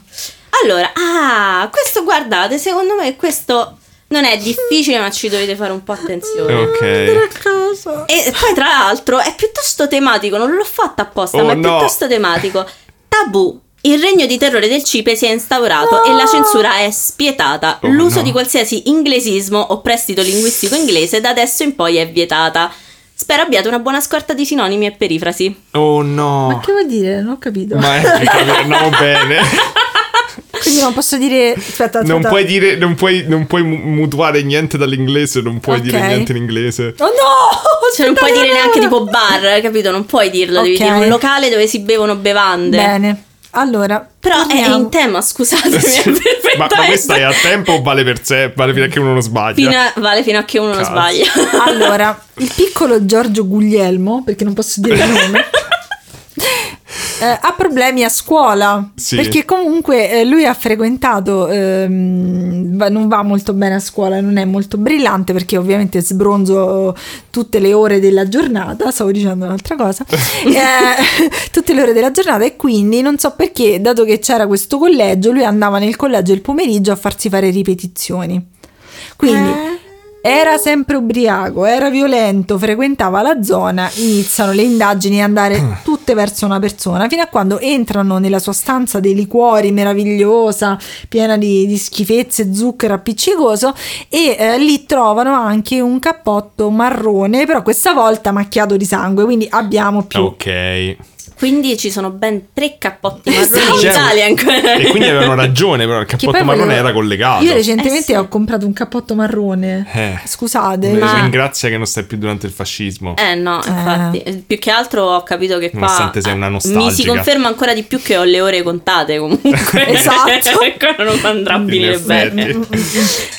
Speaker 1: Allora, ah, questo guardate, secondo me questo non è difficile, ma ci dovete fare un po' attenzione.
Speaker 2: Ok.
Speaker 3: Andare a casa.
Speaker 1: E poi, tra l'altro, è piuttosto tematico, non l'ho fatto apposta,
Speaker 2: Oh,
Speaker 1: ma è
Speaker 2: no.
Speaker 1: piuttosto tematico. Tabù. Il regno di terrore del cipe si è instaurato
Speaker 3: No.
Speaker 1: e la censura è spietata.
Speaker 2: Oh,
Speaker 1: L'uso
Speaker 2: no.
Speaker 1: di qualsiasi inglesismo o prestito linguistico inglese da adesso in poi è vietata. Spero abbiate una buona scorta di sinonimi e perifrasi.
Speaker 2: Oh no!
Speaker 3: Ma che vuol dire? Non ho capito.
Speaker 2: Ma è perché andiamo bene.
Speaker 3: Quindi non posso dire. Aspetta, aspetta.
Speaker 2: Non puoi dire, non puoi, non puoi mu- mutuare niente dall'inglese, non puoi
Speaker 3: Ok.
Speaker 2: dire niente in inglese.
Speaker 3: Oh no!
Speaker 1: Cioè, non
Speaker 3: Aspetta,
Speaker 1: puoi dire
Speaker 3: Eleonora.
Speaker 1: neanche tipo bar, capito? Non puoi dirlo, devi
Speaker 3: Ok.
Speaker 1: dire un locale dove si bevono bevande.
Speaker 3: Bene. Allora,
Speaker 1: Però è
Speaker 3: torniamo.
Speaker 1: in tema, scusatemi. è perfettamente-
Speaker 2: Ma, ma questa è a tempo o vale per sé? Vale fino a che uno non sbaglia. Ah,
Speaker 1: Fino a- vale fino a che uno
Speaker 2: Cazzo.
Speaker 1: non sbaglia.
Speaker 3: Allora, il piccolo Giorgio Guglielmo, perché non posso dire il nome. eh, ha problemi a scuola
Speaker 2: Sì.
Speaker 3: perché comunque eh, lui ha frequentato ehm, va- non va molto bene a scuola non è molto brillante perché ovviamente sbronzo tutte le ore della giornata stavo dicendo un'altra cosa eh, tutte le ore della giornata e quindi non so perché dato che c'era questo collegio lui andava nel collegio il pomeriggio a farsi fare ripetizioni quindi
Speaker 1: Eh.
Speaker 3: era sempre ubriaco, era violento, frequentava la zona, iniziano le indagini a
Speaker 2: Mm.
Speaker 3: andare tutte verso una persona, fino a quando entrano nella sua stanza dei liquori meravigliosa, piena di, di schifezze, zucchero appiccicoso, e eh, lì trovano anche un cappotto marrone, però questa volta macchiato di sangue, quindi abbiamo più...
Speaker 2: Ok. E
Speaker 1: Quindi ci sono ben tre cappotti marroni in
Speaker 2: Esatto.
Speaker 1: Italia ancora.
Speaker 2: quindi avevano ragione, però il
Speaker 3: Che poi
Speaker 2: cappotto marrone
Speaker 3: volevo-
Speaker 2: era collegato.
Speaker 3: Io recentemente
Speaker 1: Eh sì.
Speaker 3: ho comprato un cappotto marrone.
Speaker 2: Eh.
Speaker 3: Scusate,
Speaker 2: Eh,
Speaker 1: Ma-
Speaker 2: Ringrazia che non stai più durante il fascismo.
Speaker 1: Eh no, infatti, più che altro ho capito che qua
Speaker 2: Nonostante sei una nostalgica.
Speaker 1: mi si conferma ancora di più che ho le ore contate comunque.
Speaker 3: Esatto.
Speaker 1: Ancora non andrà a
Speaker 2: In
Speaker 1: finire
Speaker 2: effetti.
Speaker 1: bene.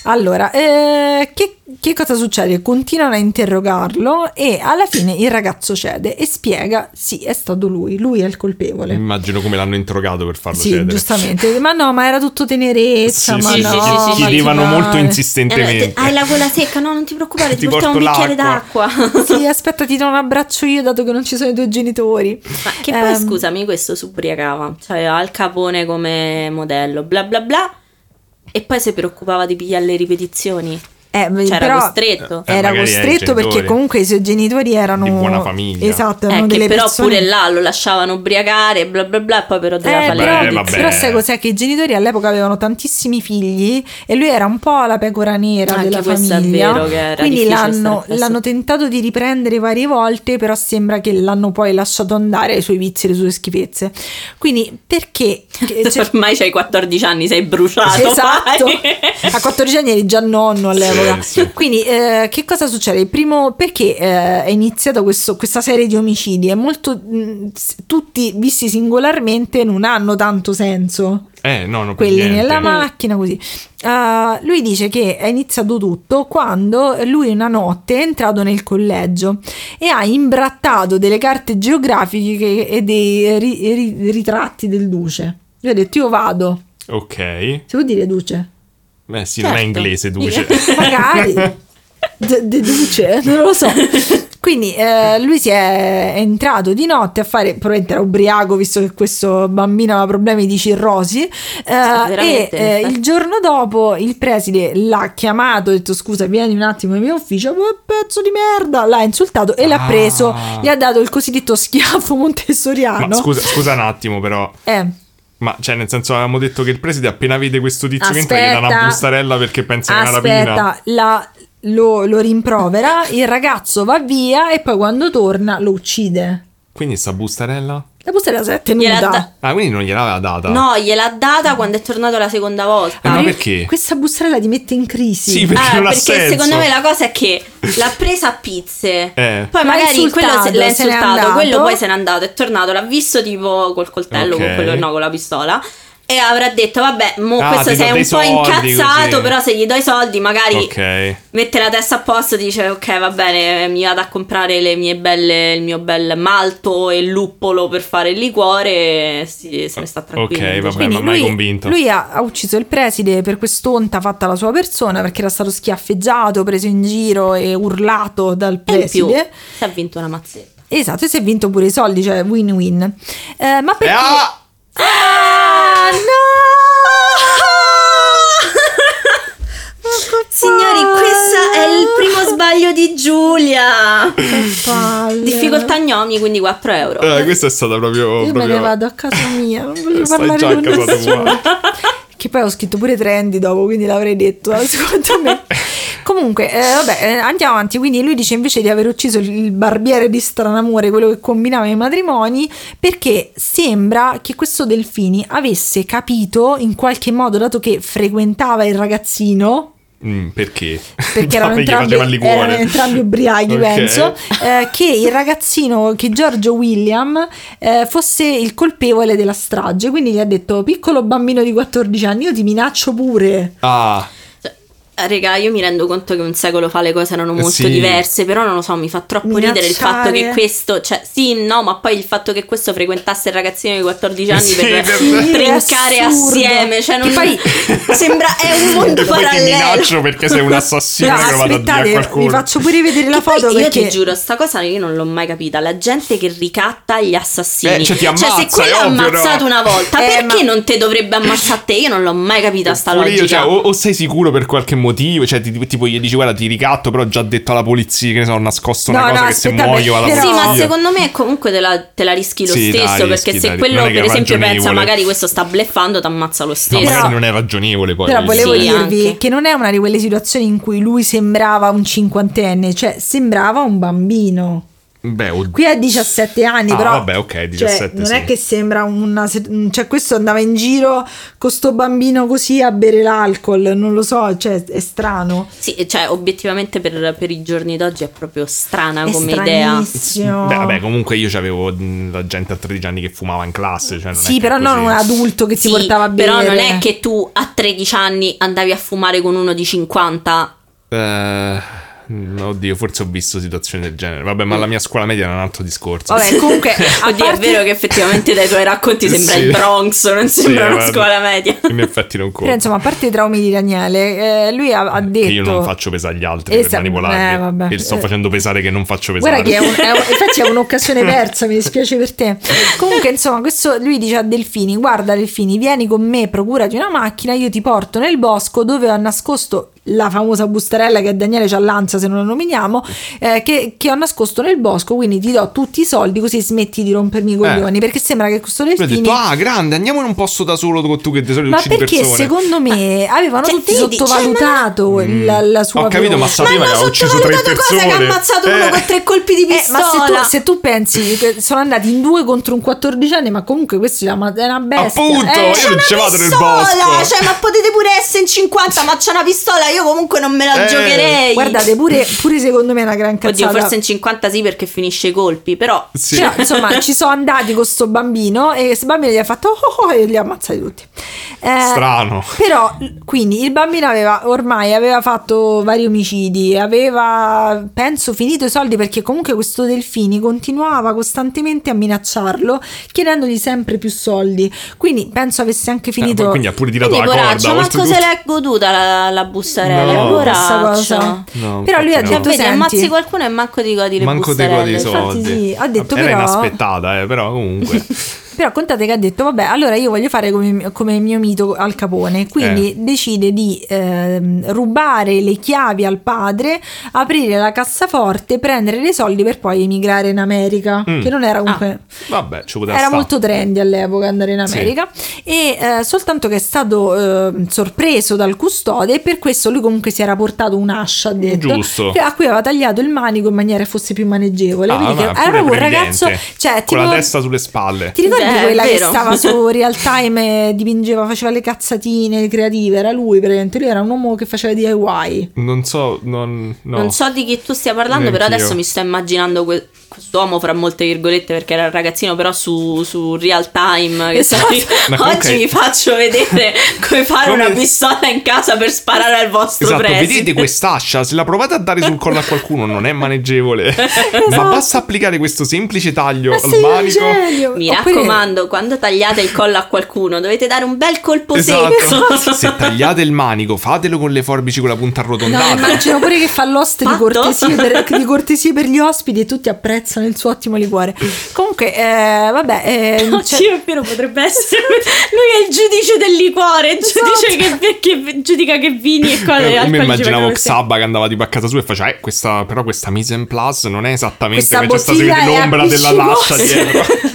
Speaker 3: Allora, eh, che, che cosa succede? Continuano a interrogarlo e alla fine il ragazzo cede e spiega, sì, è stato lui, lui è il colpevole.
Speaker 2: Immagino come l'hanno interrogato per farlo
Speaker 3: Sì,
Speaker 2: cedere.
Speaker 3: giustamente, ma no, ma era tutto tenerezza.
Speaker 2: Sì,
Speaker 3: ma
Speaker 2: sì,
Speaker 3: no,
Speaker 1: sì, sì,
Speaker 3: ma
Speaker 1: sì, sì.
Speaker 3: ti
Speaker 2: chiedevano
Speaker 3: pare.
Speaker 2: molto
Speaker 1: E allora, Eh, te-
Speaker 2: insistentemente.
Speaker 1: hai la gola secca, no, non ti preoccupare, ti,
Speaker 2: Ti
Speaker 1: portiamo un
Speaker 2: porto
Speaker 1: bicchiere
Speaker 2: l'acqua.
Speaker 1: d'acqua.
Speaker 3: Sì, aspetta, ti do un abbraccio io, dato che non ci sono i tuoi genitori.
Speaker 1: Ma che poi,
Speaker 3: Ehm.
Speaker 1: scusami, questo si ubriacava. Cioè, ha il capone come modello, bla bla bla. E poi si preoccupava di pigliare le ripetizioni.
Speaker 3: Eh, beh,
Speaker 1: Cioè, era
Speaker 3: però
Speaker 1: costretto.
Speaker 2: Eh, magari
Speaker 3: era
Speaker 2: ai
Speaker 3: costretto
Speaker 2: genitori.
Speaker 3: perché comunque i suoi genitori erano
Speaker 2: Di buona famiglia.
Speaker 3: Esatto, erano
Speaker 1: Eh,
Speaker 3: delle
Speaker 1: che però
Speaker 3: persone
Speaker 1: pure là lo lasciavano ubriacare, bla bla bla, e poi però doveva
Speaker 3: Eh,
Speaker 1: fare
Speaker 3: però,
Speaker 1: le
Speaker 2: Eh,
Speaker 1: ripetizioni.
Speaker 2: vabbè.
Speaker 3: però sai cos'è? Che i genitori all'epoca avevano tantissimi figli e lui era un po' la pecora nera
Speaker 1: Anche
Speaker 3: della
Speaker 1: questo è
Speaker 3: famiglia.
Speaker 1: vero che era
Speaker 3: quindi
Speaker 1: difficile
Speaker 3: l'hanno,
Speaker 1: stare appresso.
Speaker 3: l'hanno tentato di riprendere varie volte, però sembra che l'hanno poi lasciato andare ai suoi vizi e le sue schifezze. Quindi perché? che- cioè-
Speaker 1: Ormai c'hai 14 anni, sei bruciato.
Speaker 3: Esatto,
Speaker 1: vai.
Speaker 3: a 14 anni eri già nonno all'epoca.
Speaker 2: Sì, sì.
Speaker 3: Quindi, eh, che cosa succede? Il primo, perché eh, è iniziata questo- questa serie di omicidi? È molto. mh, s- tutti visti singolarmente non hanno tanto senso
Speaker 2: Eh, no, no, per
Speaker 3: quelli
Speaker 2: niente.
Speaker 3: nella
Speaker 1: Mm.
Speaker 3: macchina così Ah, lui dice che è iniziato tutto quando lui una notte è entrato nel collegio e ha imbrattato delle carte geografiche e dei ri- ri- ritratti del duce lui ha detto io vado
Speaker 2: Ok.
Speaker 3: si può dire duce
Speaker 2: Beh, sì,
Speaker 1: Certo.
Speaker 2: non è inglese, duce.
Speaker 3: magari D- deduce non lo so Quindi eh, lui si è entrato di notte a fare, probabilmente era ubriaco visto che questo bambino aveva problemi di cirrosi. eh, e
Speaker 1: veramente,
Speaker 3: eh,
Speaker 1: eh.
Speaker 3: il giorno dopo il preside l'ha chiamato, ha detto scusa vieni un attimo nel mio ufficio, ma pezzo di merda, l'ha insultato e l'ha
Speaker 4: Ah.
Speaker 3: preso, gli ha dato il cosiddetto schiaffo montessoriano.
Speaker 2: Ma scusa, scusa un attimo, però.
Speaker 3: Eh.
Speaker 2: Ma cioè, nel senso, avevamo detto che il preside appena vede questo tizio che entra, gli dà
Speaker 3: Aspetta.
Speaker 2: una bustarella perché pensa che è una rapina.
Speaker 3: Aspetta, la- lo, lo rimprovera, il ragazzo va via e poi quando torna lo uccide.
Speaker 2: Quindi sta bustarella?
Speaker 3: La postella si è
Speaker 1: Gliela
Speaker 3: tenuta.
Speaker 1: da-
Speaker 2: Ah, quindi non gliel'aveva data.
Speaker 1: No, gliel'ha data quando è tornato la seconda
Speaker 2: Eh,
Speaker 1: volta.
Speaker 2: ma perché?
Speaker 3: Questa bustarella ti mette in crisi.
Speaker 2: Sì, perché
Speaker 1: Ah,
Speaker 2: non ha
Speaker 1: perché
Speaker 2: senso.
Speaker 1: secondo me la cosa è che l'ha presa a pizze.
Speaker 2: Eh.
Speaker 1: Poi
Speaker 3: L'ha
Speaker 1: magari quello se-
Speaker 3: insultato,
Speaker 1: l'ha
Speaker 3: se n'è
Speaker 1: insultato,
Speaker 3: andato.
Speaker 1: quello poi se n'è andato, è tornato, l'ha visto tipo col coltello,
Speaker 2: Ok.
Speaker 1: con quello no, con la pistola. E avrà detto, vabbè, mo
Speaker 2: Ah,
Speaker 1: questo
Speaker 2: ti do
Speaker 1: sei un po'
Speaker 2: dei soldi,
Speaker 1: incazzato,
Speaker 2: così.
Speaker 1: però se gli do i soldi magari
Speaker 2: Ok.
Speaker 1: mette la testa a posto e dice, ok, va bene, mi vado a comprare le mie belle, il mio bel malto e luppolo per fare il liquore e si- se ne sta tranquillo.
Speaker 2: Ok,
Speaker 1: invece.
Speaker 2: vabbè.
Speaker 3: Quindi
Speaker 2: ma mai
Speaker 3: lui-
Speaker 2: convinto.
Speaker 3: lui ha, ha ucciso il preside per quest'onta fatta alla sua persona perché era stato schiaffeggiato, preso in giro e urlato dal
Speaker 1: E in più,
Speaker 3: preside.
Speaker 1: si è vinto una mazzetta.
Speaker 3: Esatto, e si è vinto pure i soldi, cioè win-win. Eh, ma perché...
Speaker 2: ah!
Speaker 3: Ah,
Speaker 1: Ah!
Speaker 3: no!
Speaker 1: Signori, questo è il primo sbaglio di Giulia.
Speaker 3: Palle.
Speaker 1: Difficoltà gnomi, quindi 4 euro.
Speaker 2: Eh, questa è stata proprio.
Speaker 3: Io me
Speaker 2: proprio-
Speaker 3: ne vado a casa mia, non voglio
Speaker 2: Stai
Speaker 3: parlare
Speaker 2: già a
Speaker 3: con
Speaker 2: casa tua.
Speaker 3: nessuno. Che poi ho scritto pure trendy dopo, quindi l'avrei detto, eh, secondo me. Comunque, eh, vabbè, eh, andiamo avanti. Quindi lui dice invece di aver ucciso il il barbiere di Stranamore, quello che combinava i matrimoni, perché sembra che questo Delfini avesse capito in qualche modo, dato che frequentava il ragazzino,
Speaker 2: Mm, perché?
Speaker 3: perché erano
Speaker 2: No, gli
Speaker 3: entrambi,
Speaker 2: faceva il liquore.
Speaker 3: erano entrambi ubriachi,
Speaker 2: Ok.
Speaker 3: penso, eh, che il ragazzino, che Giorgio William, eh, fosse il colpevole della strage. Quindi gli ha detto, piccolo bambino di 14 anni, io ti minaccio pure.
Speaker 2: Ah,
Speaker 1: Cioè, Raga, io mi rendo conto che un secolo fa le cose erano molto
Speaker 2: Eh, Sì.
Speaker 1: diverse, però non lo so, mi fa troppo ridere il fatto
Speaker 3: Minacciare.
Speaker 1: che questo, cioè sì, no, ma poi il fatto che questo frequentasse il ragazzino di 14 anni
Speaker 2: Sì,
Speaker 1: per
Speaker 2: per-
Speaker 3: Sì,
Speaker 1: trincare
Speaker 3: è assurdo.
Speaker 1: assieme, cioè non
Speaker 3: Che poi-
Speaker 1: sembra è un mondo
Speaker 2: e poi ti
Speaker 1: parallelo.
Speaker 2: minaccio perché sei un assassino
Speaker 3: Però
Speaker 2: che vado a dire a
Speaker 3: aspettate,
Speaker 2: qualcuno.
Speaker 3: vi faccio pure vedere la
Speaker 1: Che poi
Speaker 3: foto
Speaker 1: io
Speaker 3: perché...
Speaker 1: ti giuro, sta cosa io non l'ho mai capita. La gente che ricatta gli assassini.
Speaker 2: Eh, cioè, ti
Speaker 1: se
Speaker 2: ammazza,
Speaker 1: quello
Speaker 2: è
Speaker 1: ha
Speaker 2: ovvio,
Speaker 1: ammazzato
Speaker 2: no?
Speaker 1: una volta,
Speaker 3: Eh,
Speaker 1: perché
Speaker 3: ma-
Speaker 1: non te dovrebbe ammazzare te? Io non l'ho mai capita sta
Speaker 2: Oppure
Speaker 1: logica.
Speaker 2: io, cioè, o, o sei sicuro per qualche motivo, cioè ti- tipo gli dici guarda ti ricatto, però ho già detto alla polizia che ne so, ho nascosto
Speaker 3: No,
Speaker 2: una cosa
Speaker 3: no,
Speaker 2: che se
Speaker 3: aspetta,
Speaker 2: muoio alla
Speaker 3: però-
Speaker 1: Sì,
Speaker 2: polizia.
Speaker 1: ma secondo me comunque te la, te la rischi lo
Speaker 2: Sì, dai,
Speaker 1: stesso.
Speaker 2: rischi,
Speaker 1: perché se
Speaker 2: dai,
Speaker 1: quello,
Speaker 2: non è che
Speaker 1: per
Speaker 2: è
Speaker 1: esempio, pensa
Speaker 2: ragionevole.
Speaker 1: magari questo sta bleffando, ti ammazza lo
Speaker 2: No,
Speaker 1: stesso.
Speaker 2: magari
Speaker 3: Però-
Speaker 2: non è ragionevole poi.
Speaker 3: Però volevo
Speaker 1: Sì,
Speaker 3: dirvi
Speaker 1: anche.
Speaker 3: che non è una di quelle situazioni in cui lui sembrava un cinquantenne, cioè sembrava un bambino.
Speaker 2: Beh, od-
Speaker 3: Qui ha 17 anni,
Speaker 2: Ah,
Speaker 3: però.
Speaker 2: vabbè, ok, 17,
Speaker 3: Cioè, non è
Speaker 2: sì.
Speaker 3: che sembra una. se- Cioè, questo andava in giro con sto bambino così a bere l'alcol. Non lo so, cioè, è strano.
Speaker 1: Sì, cioè, obiettivamente per, per i giorni d'oggi è proprio strana
Speaker 3: È
Speaker 1: come idea.
Speaker 3: stranissimo.
Speaker 2: Beh, vabbè, comunque io avevo mh, la gente a 13 anni che fumava in classe. Cioè non è
Speaker 3: Sì,
Speaker 2: che
Speaker 3: però
Speaker 2: così-
Speaker 3: non un adulto che
Speaker 1: Sì,
Speaker 3: si portava a bere.
Speaker 1: però non è che tu a 13 anni andavi a fumare con uno di 50
Speaker 2: Eh, no, oddio, forse ho visto situazioni del genere. Vabbè, ma la mia scuola media era un altro discorso.
Speaker 3: Vabbè, comunque. a
Speaker 1: Oddio,
Speaker 3: parte-
Speaker 1: è vero che effettivamente dai tuoi racconti sembra
Speaker 2: Sì.
Speaker 1: il Bronx, non
Speaker 2: Sì,
Speaker 1: sembra una
Speaker 2: guarda,
Speaker 1: scuola media.
Speaker 2: In effetti non
Speaker 3: Però,
Speaker 2: conta.
Speaker 3: insomma, a parte i traumi di Daniele, eh, lui ha, ha detto.
Speaker 2: Che io non faccio pesare gli altri
Speaker 3: Esa-
Speaker 2: per
Speaker 3: eh, vabbè.
Speaker 2: manipolarli. e sto
Speaker 3: Eh.
Speaker 2: facendo pesare che non faccio pesare.
Speaker 3: Guarda che è, un- è un- infatti è un'occasione persa, mi dispiace per te. Comunque, insomma, questo lui dice a Delfini: Guarda, Delfini, vieni con me, procurati una macchina, io ti porto nel bosco dove ho nascosto la famosa bustarella che a Daniele ci all'ansia se non la nominiamo, eh, che, che ho nascosto nel bosco, quindi ti do tutti i soldi così smetti di rompermi i coglioni, perché sembra che questo
Speaker 2: Lui ha
Speaker 3: Delfini...
Speaker 2: detto, ah, grande, andiamo in un posto da solo con tu che di solito
Speaker 3: Ma
Speaker 2: uccidi
Speaker 3: perché
Speaker 2: persone. Eh,
Speaker 3: secondo me avevano
Speaker 1: Cioè,
Speaker 3: tutti
Speaker 1: vedi, cioè, ma-
Speaker 3: sottovalutato la, la sua
Speaker 2: Ho capito, ma
Speaker 3: violenza.
Speaker 2: sapeva che ha ucciso tre persone.
Speaker 1: che ha ammazzato
Speaker 2: Eh.
Speaker 1: uno con tre colpi di
Speaker 3: Eh, ma
Speaker 1: pistola.
Speaker 3: se tu, se tu pensi che sono andati in due contro un 14enne, ma comunque questo è una, è una bestia.
Speaker 2: Appunto,
Speaker 3: eh.
Speaker 2: io
Speaker 1: C'è
Speaker 2: non
Speaker 1: una
Speaker 2: ci vado nel
Speaker 1: pistola,
Speaker 2: bosco.
Speaker 1: Cioè, ma potete pure essere in 50, ma c'è una pistola, io comunque non me la
Speaker 2: Eh.
Speaker 1: giocherei.
Speaker 3: Guardate, pure, pure secondo me è una gran
Speaker 1: Oddio,
Speaker 3: cazzata. Cioè,
Speaker 1: forse in 50 sì perché finisce i colpi, però
Speaker 2: Sì.
Speaker 3: Però, insomma, ci sono andati con sto bambino e questo bambino gli ha fatto oh, oh, oh, e li ha ammazzati tutti. Eh, Eh,
Speaker 2: Strano.
Speaker 3: Però, quindi il bambino aveva ormai aveva fatto vari omicidi, aveva penso finito i soldi perché comunque questo Delfini continuava costantemente a minacciarlo, chiedendogli sempre più soldi. Quindi penso avesse anche finito
Speaker 2: Eh, quindi ha pure tirato
Speaker 1: Quindi,
Speaker 2: la corda.
Speaker 1: poraccio,
Speaker 2: oltretutto.
Speaker 1: manco se l'è goduta la, la bussarella.
Speaker 2: No.
Speaker 3: questa
Speaker 1: poraccio.
Speaker 3: cosa.
Speaker 2: Oh. No,
Speaker 3: però lui ha
Speaker 2: infatti
Speaker 1: Cioè,
Speaker 2: no.
Speaker 3: detto
Speaker 1: vedi, ammazzi
Speaker 3: senti,
Speaker 1: qualcuno e manco ti godi le
Speaker 2: Manco dei
Speaker 1: bussarelle.
Speaker 2: godi dei soldi.
Speaker 3: Infatti sì, ha detto
Speaker 2: Era
Speaker 3: però-
Speaker 2: inaspettata, eh, però comunque.
Speaker 3: Però contate che ha detto: Vabbè, allora io voglio fare come, come il mio mito Al Capone. Quindi
Speaker 2: Eh.
Speaker 3: decide di ehm, rubare le chiavi al padre, aprire la cassaforte, prendere dei soldi per poi emigrare in America.
Speaker 2: Mm.
Speaker 3: Che non era comunque.
Speaker 2: Vabbè, ci poteva
Speaker 3: Era
Speaker 2: sta.
Speaker 3: molto trendy all'epoca andare in
Speaker 2: Sì.
Speaker 3: America e eh, soltanto che è stato eh, sorpreso dal custode e per questo lui comunque si era portato un'ascia ha detto,
Speaker 2: Giusto.
Speaker 3: che- a cui aveva tagliato il manico in maniera che fosse più maneggevole.
Speaker 2: Ah,
Speaker 3: Quindi
Speaker 2: vabbè,
Speaker 3: che-
Speaker 2: pure
Speaker 3: era proprio un
Speaker 2: previdente.
Speaker 3: ragazzo, cioè,
Speaker 2: Con la
Speaker 3: tipo-
Speaker 2: testa sulle spalle.
Speaker 3: ti ricordi
Speaker 1: Beh, Cioè, è
Speaker 3: quella che
Speaker 1: vero.
Speaker 3: stava su Real Time e dipingeva, faceva le cazzatine creative? Era lui, praticamente. Lui era un uomo che faceva DIY.
Speaker 2: Non so, non, no.
Speaker 1: Non so di chi tu stia parlando, però
Speaker 2: Neanch'io.
Speaker 1: adesso mi sto immaginando que- quest'uomo, fra molte virgolette, perché era un ragazzino, però su, su real time. Che
Speaker 3: Esatto.
Speaker 1: sai,
Speaker 2: Ma comunque-
Speaker 1: Oggi vi faccio vedere come fare
Speaker 2: Come-
Speaker 1: una pistola in casa per sparare al vostro
Speaker 2: Esatto,
Speaker 1: preside.
Speaker 2: vedete quest'ascia? Se la provate a dare sul collo a qualcuno non è maneggevole. Ma basta applicare questo semplice taglio
Speaker 3: Esatto. Ma cioè,
Speaker 2: al
Speaker 3: sei un
Speaker 2: manico.
Speaker 3: genio!
Speaker 1: Mi
Speaker 3: Oppure-
Speaker 1: raccomando, quando tagliate il collo a qualcuno dovete dare un bel colpo
Speaker 2: Esatto.
Speaker 1: secco.
Speaker 2: Se tagliate il manico, fatelo con le forbici con la punta
Speaker 3: No,
Speaker 2: arrotondata.
Speaker 3: immagino pure che fa l'host di
Speaker 1: Fatto?
Speaker 3: cortesie, per, di cortesie per gli ospiti e tutti apprezzano il suo ottimo liquore. Comunque, eh, vabbè, eh,
Speaker 1: Oddio,
Speaker 3: cioè-
Speaker 1: è vero, potrebbe essere. Lui è il giudice del liquore, il
Speaker 3: Esatto.
Speaker 1: giudice che, che giudica che vini e cose.
Speaker 2: Io mi
Speaker 1: alcolici
Speaker 2: immaginavo
Speaker 1: vengono
Speaker 2: Xabba che andava tipo a casa sua e faceva "Eh, questa, però questa mise en place non è esattamente
Speaker 3: Questa
Speaker 2: come c'è
Speaker 3: bottiglia
Speaker 2: stata
Speaker 3: è
Speaker 2: l'ombra della lascia
Speaker 3: appiccicosa."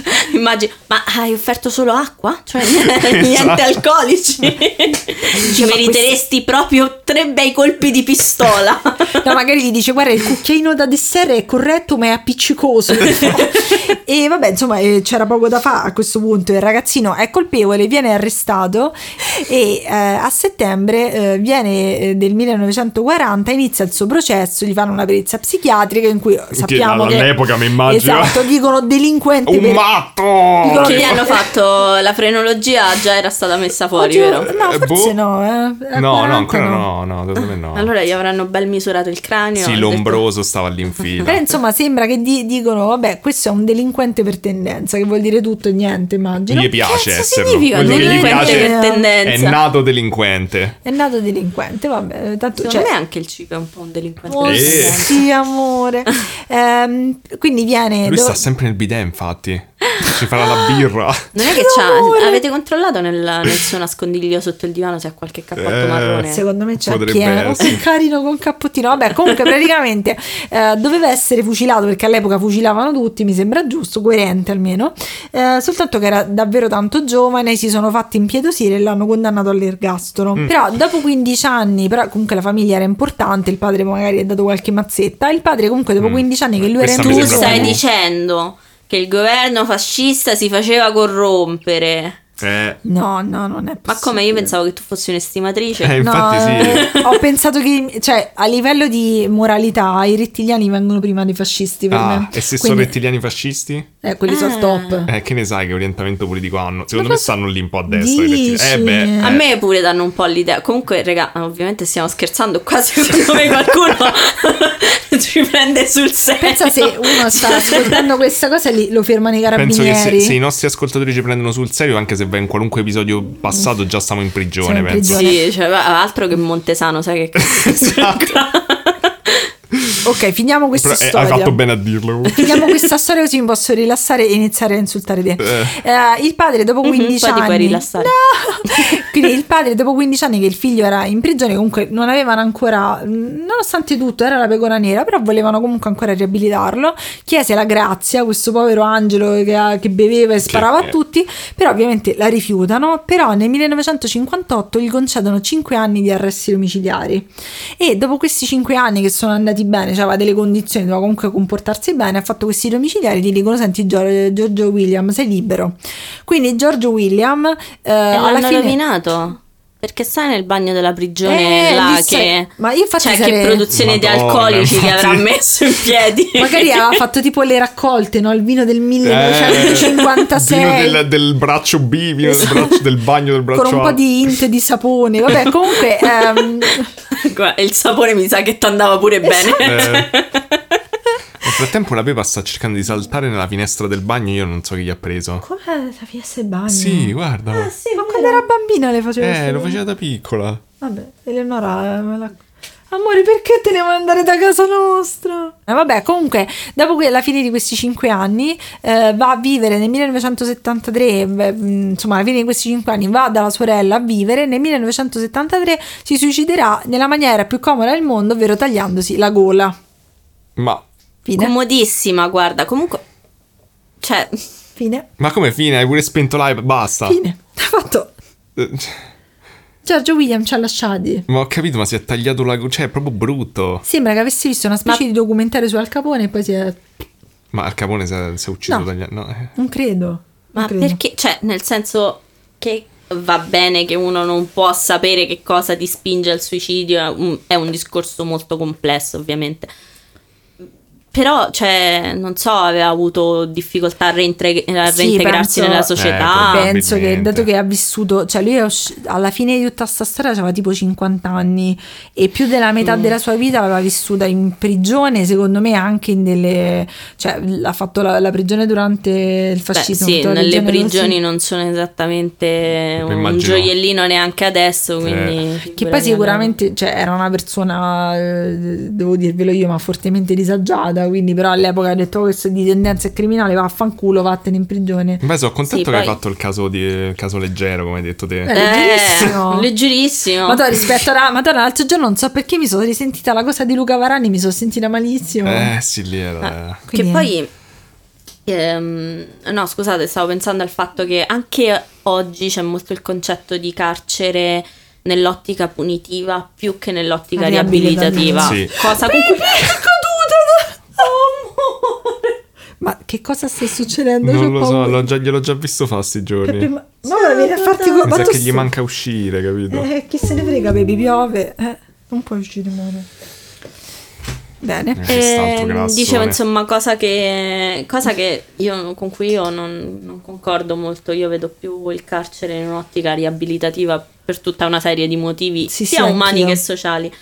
Speaker 2: dietro.
Speaker 1: Immagino, ma hai offerto solo acqua? Cioè niente
Speaker 2: Esatto.
Speaker 1: alcolici? Ci
Speaker 3: ma
Speaker 1: meriteresti proprio tre bei colpi di pistola.
Speaker 3: No, magari gli dice: Guarda, il cucchiaino da dessert è corretto, ma è appiccicoso. e vabbè, insomma, eh, c'era poco da fare a questo punto. Il ragazzino è colpevole, viene arrestato e eh, a settembre eh, viene eh, del 1940, inizia il suo processo. Gli fanno una perizia psichiatrica in cui eh, sappiamo che.
Speaker 2: all'epoca mi immagino.
Speaker 3: Esatto, dicono delinquenti.
Speaker 2: Un
Speaker 3: per-
Speaker 2: matto!
Speaker 1: Che gli hanno fatto la frenologia già era stata messa fuori,
Speaker 3: Oggi-
Speaker 1: vero?
Speaker 3: No,
Speaker 2: Eh,
Speaker 3: forse
Speaker 2: boh.
Speaker 3: no. eh. Eh,
Speaker 2: No, no,
Speaker 3: 40
Speaker 2: ancora no, no, secondo me no.
Speaker 1: Allora gli avranno bel misurato il cranio.
Speaker 2: sì,
Speaker 1: hanno
Speaker 2: l'ombroso stava lì in fila.
Speaker 3: Però insomma sembra che di- dicono, vabbè, questo è un delinquente per tendenza, che vuol dire tutto e niente, immagino.
Speaker 2: Gli piace
Speaker 1: cazzo
Speaker 2: esserlo.
Speaker 1: significa
Speaker 2: Vuol dire che gli
Speaker 1: delinquente
Speaker 2: piace-
Speaker 1: per
Speaker 2: È
Speaker 1: tendenza?
Speaker 2: nato delinquente.
Speaker 3: È nato delinquente, vabbè, tanto...
Speaker 1: Secondo me
Speaker 3: Cioè,
Speaker 1: anche il cibo è un po' un delinquente.
Speaker 3: oh,
Speaker 2: Eh.
Speaker 3: sì, amore. Ehm, quindi viene...
Speaker 2: Lui
Speaker 3: dov-
Speaker 2: sta sempre nel bidet, infatti. Ci farà la birra.
Speaker 1: Non è che
Speaker 3: Amore.
Speaker 1: c'ha. Avete controllato nel, nel suo nascondiglio sotto il divano se ha qualche cappotto
Speaker 2: Eh,
Speaker 1: marrone?
Speaker 3: Secondo me c'è
Speaker 2: Potrebbe
Speaker 3: chi è oh,
Speaker 2: essere.
Speaker 3: che carino con cappottino. Vabbè, comunque praticamente eh, doveva essere fucilato perché all'epoca fucilavano tutti, mi sembra giusto, coerente almeno. Eh, soltanto che era davvero tanto giovane, si sono fatti impietosire e l'hanno condannato all'ergastolo.
Speaker 2: Mm.
Speaker 3: Però dopo 15 anni, però comunque la famiglia era importante, il padre magari ha dato qualche mazzetta, il padre comunque dopo 15 anni che lui era
Speaker 2: Mm. Questa
Speaker 3: in
Speaker 2: mi
Speaker 1: Tu
Speaker 2: sembra
Speaker 1: stai
Speaker 2: più-
Speaker 1: dicendo che il governo fascista si faceva corrompere.
Speaker 2: Eh,
Speaker 3: No, no, non è possibile.
Speaker 1: Ma come io pensavo che tu fossi un'estimatrice.
Speaker 2: eh, infatti sì.
Speaker 3: eh, ho pensato che, cioè, a livello di moralità, i rettiliani vengono prima dei fascisti per me.
Speaker 2: Ah, e se sono
Speaker 3: Quindi-
Speaker 2: rettiliani fascisti?
Speaker 3: Eh, quelli sono
Speaker 1: Ah.
Speaker 3: al top.
Speaker 2: Eh, che ne sai che orientamento politico hanno? Secondo
Speaker 3: Ma
Speaker 2: me
Speaker 3: cosa
Speaker 2: stanno lì un po' a destra. i
Speaker 3: dici?
Speaker 2: rettiliani. Eh beh,
Speaker 1: A
Speaker 2: eh.
Speaker 1: me pure danno un po' l'idea. Comunque, raga, ovviamente stiamo scherzando. Qua secondo me qualcuno ci prende sul serio.
Speaker 3: Pensa se uno sta ascoltando questa cosa e li- lo fermano i
Speaker 2: Penso che se,
Speaker 3: carabinieri.
Speaker 2: se i nostri ascoltatori ci prendono sul serio, anche se va in qualunque episodio passato, già stiamo in prigione,
Speaker 3: Siamo in
Speaker 2: penso.
Speaker 1: Sì, cioè, va- altro che Montesano, sai che
Speaker 2: Esatto.
Speaker 3: Ok, finiamo questa
Speaker 2: Però, eh,
Speaker 3: storia.
Speaker 2: hai fatto bene a dirlo.
Speaker 3: Finiamo questa storia così mi posso rilassare e iniziare a insultare te.
Speaker 2: Eh.
Speaker 3: Eh, il padre dopo 15
Speaker 1: Mhm, poi ti puoi
Speaker 3: anni...
Speaker 1: rilassare.
Speaker 3: No! Quindi il padre dopo 15 anni che il figlio era in prigione comunque non avevano ancora... Nonostante tutto era la pecora nera, però volevano comunque ancora riabilitarlo. Chiese la grazia, questo povero angelo che, ha- che beveva e sparava a
Speaker 2: eh.
Speaker 3: tutti, però ovviamente la rifiutano. Però nel 1958 gli concedono 5 anni di arresti domiciliari. E dopo questi cinque anni che sono andati bene, cioè aveva delle condizioni, doveva comunque comportarsi bene, ha fatto questi domiciliari, gli dicono senti Gior- Giorgio William, sei libero. Quindi Giorgio William eh, alla
Speaker 1: L'hanno
Speaker 3: fine...
Speaker 1: rovinato. Perché stai nel bagno della prigione
Speaker 3: Eh,
Speaker 1: là
Speaker 3: lì sei-
Speaker 1: che...
Speaker 3: ma io infatti
Speaker 1: Cioè che
Speaker 3: sarei-
Speaker 1: produzione di
Speaker 2: Madonna,
Speaker 1: alcolici che
Speaker 2: infatti.
Speaker 1: avrà messo in piedi.
Speaker 3: Magari aveva fatto tipo le raccolte, no? Il vino del
Speaker 2: Eh, Vino
Speaker 3: 1956.
Speaker 2: del, del braccio B, vino del, braccio, del bagno del braccio
Speaker 3: Esatto. Con un
Speaker 2: A.
Speaker 3: po' di int di sapone. Vabbè, comunque. ehm,
Speaker 1: Guarda, il sapore mi sa che ti andava pure bene.
Speaker 3: Esatto.
Speaker 2: Eh. Nel frattempo la Pepa sta cercando di saltare nella finestra del bagno, io non so chi gli ha preso.
Speaker 3: Com'è la fiesta e bagno?
Speaker 2: Sì, guarda.
Speaker 3: Ma quando era bambina le facevo
Speaker 2: Eh,
Speaker 3: queste
Speaker 2: lo
Speaker 3: cose?
Speaker 2: faceva da piccola.
Speaker 3: Vabbè, Eleonora, eh, me la- amore, perché te ne vuoi andare da casa nostra? Eh, vabbè, comunque, dopo que- la fine di questi cinque anni, eh, va a vivere nel 1973, beh, mh, insomma, alla fine di questi cinque anni va dalla sorella a vivere, nel 1973 si suiciderà nella maniera più comoda del mondo, ovvero tagliandosi la gola.
Speaker 2: Ma,
Speaker 3: Fine.
Speaker 1: Eh. Comodissima, guarda, comunque... Cioè,
Speaker 3: fine.
Speaker 2: ma come fine? Hai pure spento live? Basta.
Speaker 3: Ah. Fine. Ha fatto.
Speaker 2: Eh,
Speaker 3: Giorgio William ci ha lasciati.
Speaker 2: Ma ho capito, ma si è tagliato la... Cioè, è proprio brutto.
Speaker 3: Sembra che avessi visto una specie di documentario su Al Capone e poi si è...
Speaker 2: Ma Al Capone si è, si è ucciso
Speaker 3: No.
Speaker 2: tagliando... No, eh.
Speaker 3: Non credo. non
Speaker 1: ma
Speaker 3: credo.
Speaker 1: perché? Cioè, nel senso che va bene che uno non può sapere che cosa ti spinge al suicidio, è un, è un discorso molto complesso, ovviamente. Però, cioè, non so, aveva avuto difficoltà a, reintre- a
Speaker 3: Sì,
Speaker 1: reintegrarsi
Speaker 3: penso- ecco.
Speaker 1: nella
Speaker 2: Eh,
Speaker 1: società.
Speaker 2: probabilmente.
Speaker 3: penso che dato che ha vissuto, cioè lui è usci- alla fine di tutta sta storia aveva tipo 50 anni e più della metà
Speaker 1: Mm.
Speaker 3: della sua vita l'aveva vissuta in prigione, secondo me anche in delle cioè l- ha fatto la, la prigione durante il
Speaker 1: Beh,
Speaker 3: fascismo.
Speaker 1: sì,
Speaker 3: tutta la
Speaker 1: nelle
Speaker 3: legione rossa.
Speaker 1: prigioni non sono esattamente un
Speaker 2: Immagino.
Speaker 1: gioiellino neanche adesso, quindi...
Speaker 3: Ecco, Eh. Che poi
Speaker 1: figurati.
Speaker 3: sicuramente cioè, era una persona, eh, devo dirvelo io, ma fortemente disagiata, quindi però all'epoca ha detto "Oh, questo è di tendenza criminale, vaffanculo, vattene in prigione.
Speaker 2: Beh, sono contento
Speaker 1: Sì,
Speaker 2: che hai
Speaker 1: poi-
Speaker 2: fatto il caso, di, il caso leggero, come hai detto te.
Speaker 3: Eh, Leggerissimo.
Speaker 1: Eh, leggerissimo.
Speaker 3: Madonna, rispetto alla Madonna, l'altro giorno non so perché mi sono risentita la cosa di Luca Varani, mi sono sentita malissimo.
Speaker 2: Eh, sì, lì
Speaker 3: Ah,
Speaker 2: era...
Speaker 1: Che
Speaker 3: Quindi-
Speaker 1: poi... ehm, no, scusate, stavo pensando al fatto che anche oggi c'è molto il concetto di carcere nell'ottica punitiva più che nell'ottica
Speaker 3: Riabilitativa.
Speaker 1: riabilitativa.
Speaker 2: Sì.
Speaker 1: Cosa con cui... Amore.
Speaker 3: Ma che cosa sta succedendo? C'ho
Speaker 2: Non lo so,
Speaker 3: paura.
Speaker 2: l'ho già- gliel'ho già visto fa sti giorni.
Speaker 3: Peppe,
Speaker 2: Mi
Speaker 3: ma ma ora vieni a farti co- ma
Speaker 2: sa
Speaker 3: tu
Speaker 2: che gli
Speaker 3: st-
Speaker 2: manca uscire, capito?
Speaker 3: Eh, chi se ne frega, baby, piove. Eh, non puoi uscire more. Bene.
Speaker 2: Quest'altro
Speaker 1: Ehm,
Speaker 2: grassone.
Speaker 1: dicevo insomma cosa che, cosa che io, con cui io non, non concordo molto, io vedo più il carcere in un'ottica riabilitativa per tutta una serie di motivi
Speaker 3: Sì,
Speaker 1: sia
Speaker 3: sì,
Speaker 1: umani
Speaker 3: anch'io.
Speaker 1: che sociali.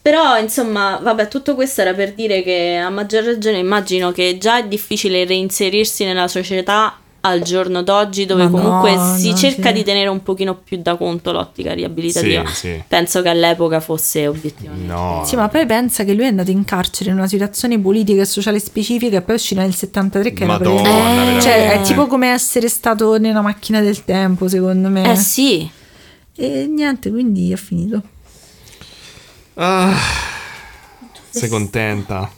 Speaker 1: Però insomma vabbè tutto questo era per dire che a maggior ragione immagino che già è difficile reinserirsi nella società al giorno d'oggi dove
Speaker 3: Ma no,
Speaker 1: comunque si
Speaker 3: no,
Speaker 1: cerca
Speaker 3: sì.
Speaker 1: di tenere un pochino più da conto l'ottica riabilitativa.
Speaker 2: Sì, sì.
Speaker 1: Penso che all'epoca fosse obiettivamente
Speaker 2: No.
Speaker 3: Sì, ma poi pensa che lui è andato in carcere in una situazione politica e sociale specifica e poi è uscito nel 73 che
Speaker 2: Madonna,
Speaker 3: era per-
Speaker 1: Eh,
Speaker 2: veramente.
Speaker 3: Cioè, è tipo come essere stato nella macchina del tempo, secondo me.
Speaker 1: Eh sì,
Speaker 3: E niente, quindi ho finito.
Speaker 2: Ah, sei contenta?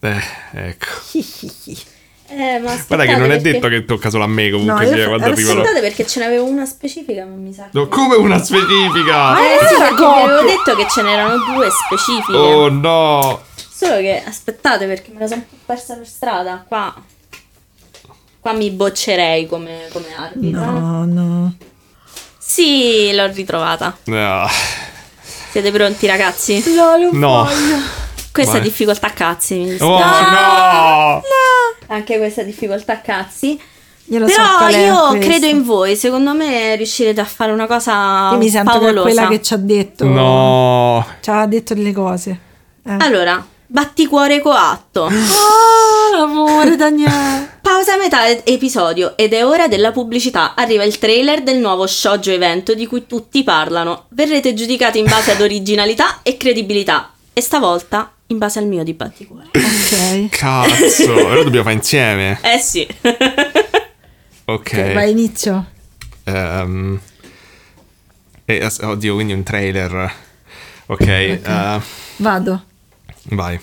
Speaker 2: Eh, ecco.
Speaker 1: Eh, ma
Speaker 2: Guarda
Speaker 1: aspettate
Speaker 2: che non è
Speaker 1: perché-
Speaker 2: detto che tocca solo a me comunque,
Speaker 3: No, io
Speaker 2: sia,
Speaker 3: fa-
Speaker 2: quando
Speaker 3: adesso-
Speaker 2: arriva la-
Speaker 1: Aspettate perché ce n'avevo una specifica, ma mi sa. che-
Speaker 2: No, come una
Speaker 3: Ah,
Speaker 2: specifica!
Speaker 1: Eh sì, perché vi
Speaker 3: Racconti.
Speaker 1: avevo detto che ce n'erano due specifiche.
Speaker 2: Oh no!
Speaker 1: Solo che aspettate perché me la sono un po' persa per strada. Qua. Qua mi boccerei come, come arbitro.
Speaker 3: No, no.
Speaker 1: Sì, l'ho ritrovata.
Speaker 2: Ah,
Speaker 1: Siete pronti, ragazzi?
Speaker 2: No!
Speaker 1: Questa
Speaker 2: Vai.
Speaker 1: difficoltà cazzi, mi dispiace.
Speaker 2: Oh no!
Speaker 1: Anche questa difficoltà cazzi.
Speaker 3: Io lo so
Speaker 1: Però
Speaker 3: qual è
Speaker 1: io
Speaker 3: questa.
Speaker 1: credo in voi, secondo me riuscirete a fare una cosa
Speaker 3: Io mi sento che è
Speaker 1: favolosa.
Speaker 3: quella che ci ha detto.
Speaker 2: No!
Speaker 3: Ci ha detto delle cose. Eh.
Speaker 1: Allora, batticuore coatto.
Speaker 3: Oh, l'amore, Daniele.
Speaker 1: Pausa a metà ed- episodio ed è ora della pubblicità. Arriva il trailer del nuovo shoujo evento di cui tutti parlano. Verrete giudicati in base ad originalità e credibilità e stavolta in base al mio di batticuore.
Speaker 3: ok.
Speaker 2: Cazzo! Allora dobbiamo fare insieme.
Speaker 1: Eh sì.
Speaker 2: Ok.
Speaker 3: Ok, Vai, inizio.
Speaker 2: Ehm, eh, as- oddio, quindi un trailer. Ok. eh,
Speaker 3: Vado.
Speaker 2: vai.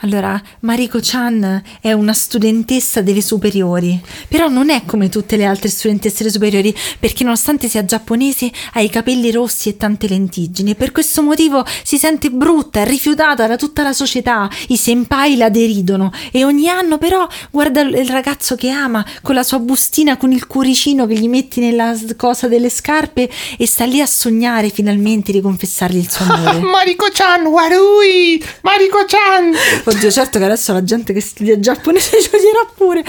Speaker 3: Allora, Mariko Chan è una studentessa delle superiori, però non è come tutte le altre studentesse delle superiori, perché nonostante sia giapponese ha i capelli rossi e tante lentiggini. Per questo motivo si sente brutta, rifiutata da tutta la società. I senpai la deridono e ogni anno però guarda l- il ragazzo che ama con la sua bustina con il cuoricino che gli metti nella s- cosa delle scarpe e sta lì a sognare finalmente di confessargli il suo amore.
Speaker 2: Mariko-chan, Warui! Mariko-chan!
Speaker 3: Oddio, certo che adesso la gente che studia giapponese ci odierà pure.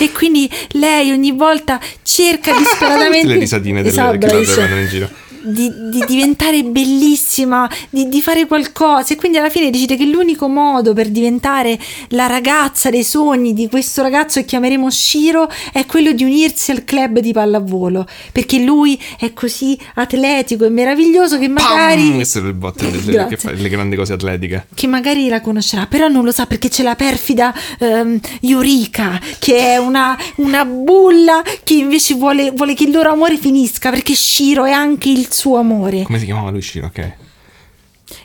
Speaker 3: E quindi lei ogni volta cerca disperatamente.
Speaker 2: Le risatine delle-
Speaker 3: Esatto,
Speaker 2: che la
Speaker 3: bravissima.
Speaker 2: prendono in giro.
Speaker 3: Di, di diventare bellissima, di, di fare qualcosa e quindi alla fine decide che l'unico modo per diventare la ragazza dei sogni di questo ragazzo che chiameremo Shiro è quello di unirsi al club di pallavolo perché lui è così atletico e meraviglioso che magari
Speaker 2: Pam! Queste sono le botte delle,
Speaker 3: Grazie.
Speaker 2: che fa, le grandi cose atletiche.
Speaker 3: che magari la conoscerà, però non lo sa perché c'è la perfida ehm, Yurika, che è una, una bulla che invece vuole, vuole che il loro amore finisca perché Shiro è anche il suo amore.
Speaker 2: Come si chiamava lui Shiro? Ok.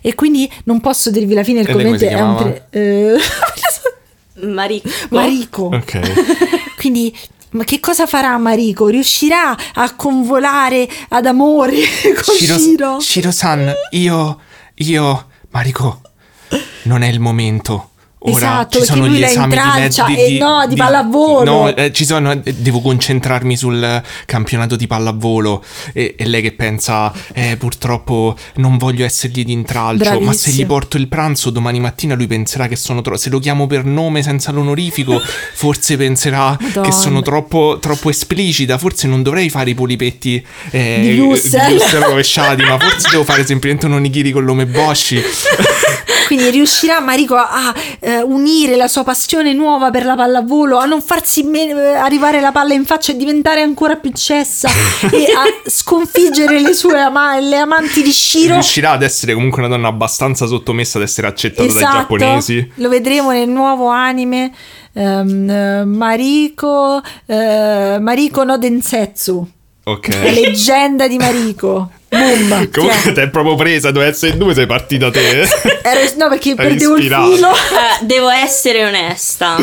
Speaker 3: E quindi non posso dirvi la fine del
Speaker 2: E lei come
Speaker 3: commento.
Speaker 2: si
Speaker 3: È un
Speaker 2: chiamava?
Speaker 3: pre- eh,
Speaker 1: Marico.
Speaker 3: Mariko.
Speaker 2: Ok.
Speaker 3: Quindi. Ma che cosa farà Mariko? Riuscirà a convolare ad amore con Shiro?
Speaker 2: Shiro- Shiro-san, io... Io... Mariko, non è il momento. Ora ci
Speaker 3: Esatto, perché
Speaker 2: sono
Speaker 3: lui
Speaker 2: gli
Speaker 3: la
Speaker 2: esami di
Speaker 3: intralcia
Speaker 2: led-
Speaker 3: e no, di pallavolo.
Speaker 2: No, eh, ci sono, eh, devo concentrarmi sul eh, campionato di pallavolo. E, e lei che pensa, eh, purtroppo non voglio essergli di intralcio. Ma se gli
Speaker 3: Bravissimo.
Speaker 2: porto il pranzo domani mattina, lui penserà che sono troppo. Se lo chiamo per nome senza l'onorifico, forse penserà
Speaker 3: Madonna.
Speaker 2: che sono troppo, troppo esplicita. Forse non dovrei fare i polipetti eh,
Speaker 3: Di Lussel.
Speaker 2: di Lussel rovesciati, ma forse devo fare semplicemente un onigiri con l'omeboshi.
Speaker 3: Quindi riuscirà Marico a, a, eh, unire la sua passione nuova per la pallavolo, a non farsi me- eh, arrivare la palla in faccia e diventare ancora più cessa e a sconfiggere le sue ama- le amanti di Shiro.
Speaker 2: Riuscirà ad essere comunque una donna abbastanza sottomessa ad essere accettata dai
Speaker 3: Esatto,
Speaker 2: giapponesi.
Speaker 3: lo vedremo nel nuovo anime ehm, eh, Mariko, eh, Mariko no Densetsu, la
Speaker 2: Ok.
Speaker 3: leggenda di Mariko. Boom.
Speaker 2: Comunque
Speaker 3: Cioè,
Speaker 2: te è proprio presa, doveva essere in due, sei partita te.
Speaker 3: ero- no, perché
Speaker 2: Eri
Speaker 3: perdevo il
Speaker 2: ispirato.
Speaker 3: filo.
Speaker 1: Eh, devo essere onesta.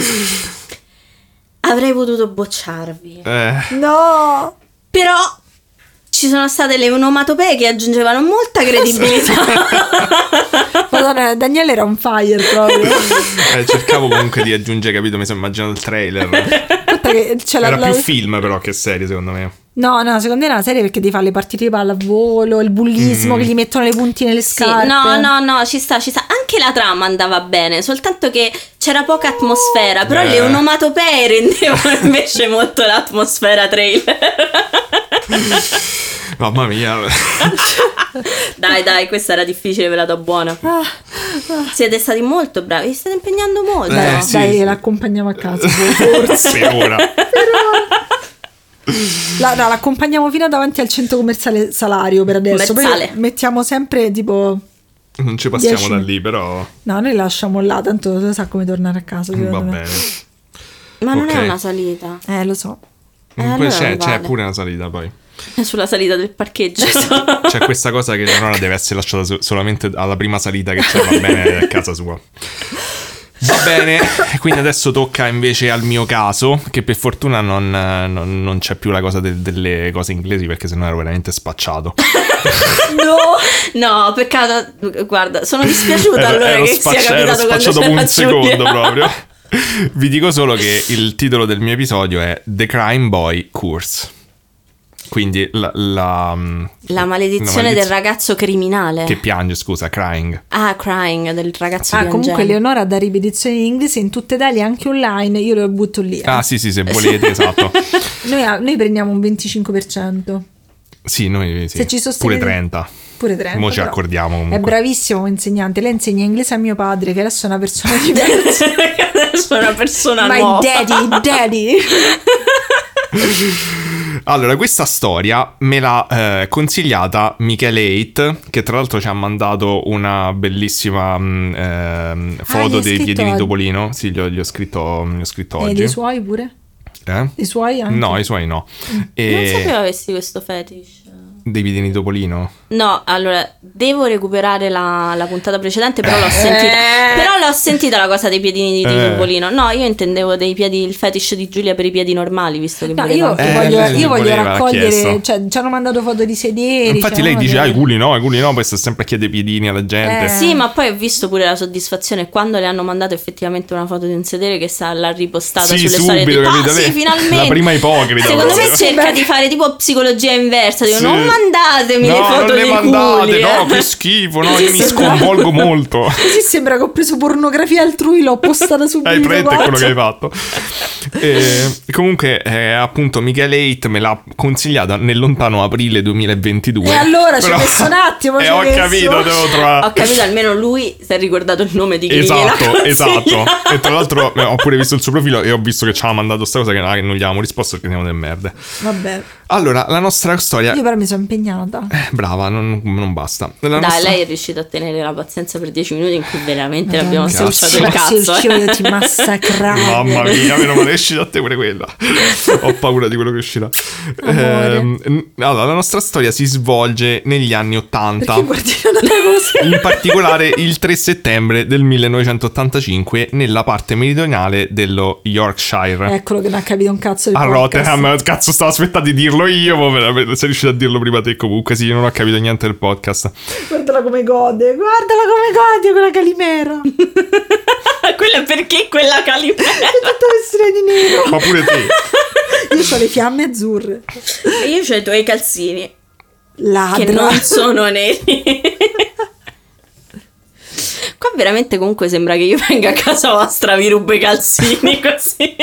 Speaker 1: Avrei potuto bocciarvi.
Speaker 2: Eh,
Speaker 3: No.
Speaker 1: Però ci sono state le onomatopee che aggiungevano molta credibilità.
Speaker 3: Madonna, Daniele era un fire proprio.
Speaker 2: eh, cercavo comunque di aggiungere, capito? Mi sono immaginato il trailer.
Speaker 3: Aspetta che c'è la,
Speaker 2: Era
Speaker 3: la-
Speaker 2: più film però che serie, secondo me.
Speaker 3: No, no, secondo me è una serie perché devi fare le partite di pallavolo, il
Speaker 2: Mm.
Speaker 3: bullismo che gli mettono le punti nelle
Speaker 1: Sì,
Speaker 3: scarpe.
Speaker 1: no, no, no, ci sta, ci sta. Anche la trama andava bene, soltanto che c'era poca atmosfera, però
Speaker 2: Beh.
Speaker 1: le onomatopee rendevano invece molto l'atmosfera trailer.
Speaker 2: Mamma mia.
Speaker 1: Dai, dai, questa era difficile, ve la do buona.
Speaker 3: Ah,
Speaker 1: Siete stati molto bravi, vi state impegnando molto.
Speaker 3: Dai,
Speaker 2: Eh, sì,
Speaker 3: dai,
Speaker 2: sì.
Speaker 3: l'accompagniamo a casa.
Speaker 2: per ora.
Speaker 3: La, no, l'accompagniamo fino davanti al centro commerciale salario per adesso. Poi
Speaker 1: Commerciale.
Speaker 3: mettiamo sempre tipo.
Speaker 2: Non ci passiamo
Speaker 3: Dieci.
Speaker 2: da lì, però.
Speaker 3: No, noi lasciamo là, tanto lo sa come tornare a casa.
Speaker 2: Va
Speaker 3: secondo me.
Speaker 2: bene.
Speaker 1: Ma non
Speaker 2: ok.
Speaker 1: è una salita.
Speaker 3: Eh, lo so.
Speaker 2: Comunque
Speaker 1: allora
Speaker 2: c'è,
Speaker 1: non
Speaker 2: c'è
Speaker 1: vale.
Speaker 2: pure una salita poi.
Speaker 1: È sulla salita del parcheggio.
Speaker 2: C'è questa cosa che la nonna deve essere lasciata so- solamente alla prima salita che c'è, va bene, a casa sua. Va bene, quindi adesso tocca invece al mio caso, che per fortuna non, eh, non- non c'è più la cosa del- delle cose inglesi, perché sennò ero veramente spacciato.
Speaker 1: no, peccato. Guarda, sono dispiaciuta
Speaker 2: Ero-
Speaker 1: allora
Speaker 2: ero
Speaker 1: che
Speaker 2: spacci-
Speaker 1: sia
Speaker 2: ero
Speaker 1: capitato quando
Speaker 2: spacciato dopo
Speaker 1: c'era
Speaker 2: un secondo
Speaker 1: Giulia.
Speaker 2: proprio. Vi dico solo che il titolo del mio episodio è The Crime Boy Course. Quindi la, la-
Speaker 1: La maledizione
Speaker 2: la
Speaker 1: del ragazzo criminale.
Speaker 2: che piange, scusa, crying.
Speaker 1: Ah, crying del ragazzo
Speaker 3: Ah,
Speaker 1: piangente.
Speaker 3: comunque Leonora dà ripetizioni in inglese in tutta Italia, anche online. Io lo butto lì. eh.
Speaker 2: Ah, sì, sì, se volete, esatto.
Speaker 3: Noi, noi prendiamo un 25%.
Speaker 2: Sì, noi sì.
Speaker 3: Se ci sostenete-
Speaker 2: Pure 30.
Speaker 3: Pure 30.
Speaker 2: Mo ci
Speaker 3: però.
Speaker 2: accordiamo comunque.
Speaker 3: È bravissimo come insegnante. Lei insegna inglese a mio padre, che adesso è una persona diversa.
Speaker 1: Sono una persona
Speaker 3: My
Speaker 1: nuova.
Speaker 3: daddy, daddy.
Speaker 2: Allora, questa storia me l'ha eh, consigliata Michele Eight, che tra l'altro ci ha mandato una bellissima mh, ehm, foto dei
Speaker 3: hai scritto
Speaker 2: piedini
Speaker 3: oggi.
Speaker 2: Topolino. Sì, gli ho, gli ho scritto, gli ho scritto
Speaker 3: E
Speaker 2: oggi.
Speaker 3: dei suoi pure?
Speaker 2: Eh?
Speaker 3: I suoi anche?
Speaker 2: No, i suoi no.
Speaker 1: Non
Speaker 2: E-
Speaker 1: sapevo avessi questo fetish.
Speaker 2: Devi di Topolino?
Speaker 1: No, allora, devo recuperare la, la puntata precedente, però l'ho sentita.
Speaker 3: Eh.
Speaker 1: Però l'ho sentita la cosa dei piedini di
Speaker 2: Eh.
Speaker 1: Topolino. No, io intendevo dei piedi, il fetish di Giulia per i piedi normali, visto che
Speaker 3: No,
Speaker 1: voleva-
Speaker 3: io,
Speaker 2: Eh,
Speaker 3: voglio,
Speaker 2: lei
Speaker 3: io
Speaker 2: non
Speaker 3: voglio
Speaker 2: voleva, l'ha
Speaker 3: raccogliere,
Speaker 2: chiesto.
Speaker 3: cioè, ci hanno mandato foto di sederi.
Speaker 2: Infatti
Speaker 3: cioè,
Speaker 2: lei
Speaker 3: no,
Speaker 2: dice, ah, i
Speaker 3: che-
Speaker 2: culi no, i culi no, poi sta sempre a chiedere i piedini alla gente.
Speaker 3: Eh.
Speaker 1: Sì, ma poi ho visto pure la soddisfazione quando le hanno mandato effettivamente una foto di un sedere che sa, l'ha ripostata
Speaker 2: Sì,
Speaker 1: sulle storie
Speaker 2: subito,
Speaker 1: di
Speaker 2: capito?
Speaker 1: "Ah, sì,
Speaker 2: Lei-
Speaker 1: finalmente.
Speaker 2: La prima ipocrita.
Speaker 1: Secondo me
Speaker 2: proprio.
Speaker 3: Sì,
Speaker 1: cerca
Speaker 3: beh.
Speaker 1: di fare tipo psicologia inversa, dico
Speaker 2: Sì.
Speaker 1: non mandatemi
Speaker 2: no,
Speaker 1: le foto
Speaker 2: non le
Speaker 1: dei
Speaker 2: mandate,
Speaker 1: culi,
Speaker 2: no,
Speaker 1: eh."
Speaker 2: che schifo, no, io mi
Speaker 1: Sì, sì.
Speaker 2: sconvolgo molto.
Speaker 3: Così sembra che ho preso pornografia altrui, l'ho postata subito.
Speaker 2: Hai fretta è
Speaker 3: guarda.
Speaker 2: quello che hai
Speaker 3: esatto.
Speaker 2: fatto. Eh, comunque, eh, appunto, Michele Eight me l'ha consigliata nel lontano aprile 2022.
Speaker 3: E allora ci ho
Speaker 2: Però-
Speaker 3: messo un attimo.
Speaker 2: Eh,
Speaker 3: ci
Speaker 2: ho
Speaker 3: messo.
Speaker 2: capito, devo trovare.
Speaker 1: Ho capito, almeno lui si è ricordato il nome di chi gliel'ha
Speaker 2: Esatto,
Speaker 1: consigliato.
Speaker 2: esatto. E tra l'altro eh, ho pure visto il suo profilo e ho visto che ci ha mandato sta cosa che ah, che non gli avevamo risposto perché siamo delle merde.
Speaker 3: Vabbè,
Speaker 2: Allora, la nostra storia...
Speaker 3: io però mi sono impegnata.
Speaker 2: Eh, brava, non, non basta. La nostra-
Speaker 1: Dai, lei è riuscita a tenere la pazienza per 10 minuti in cui veramente le abbiamo
Speaker 2: Madonna,
Speaker 1: associato il
Speaker 3: Cazzo,
Speaker 1: cazzo.
Speaker 3: sì, io
Speaker 1: eh.
Speaker 3: ti massacravo.
Speaker 2: Mamma mia, meno male esci da te pure quella. Ho paura di quello che uscirà.
Speaker 3: Amore.
Speaker 2: Ehm, n- allora, la nostra storia si svolge negli anni 80.
Speaker 3: Perché guardino da cosa?
Speaker 2: in particolare il 3 settembre del 1985 nella parte meridionale dello Yorkshire.
Speaker 3: Eccolo che non ha capito un cazzo di
Speaker 2: Eh. A Rotterdam, cazzo, stavo aspettando di dirlo io, ma veramente sei riuscito a dirlo prima te comunque, sì, non ho capito niente del podcast.
Speaker 3: Guardala come gode, guardala come gode quella calimera. Tutta
Speaker 1: Quella è perché quella calipera.
Speaker 3: vestita di nero.
Speaker 2: Ma pure te.
Speaker 3: Io ho le fiamme azzurre.
Speaker 1: Io ho i tuoi calzini
Speaker 3: Ladra.
Speaker 1: che non sono neri. Qua veramente comunque sembra che io venga a casa vostra, vi rubo i calzini così.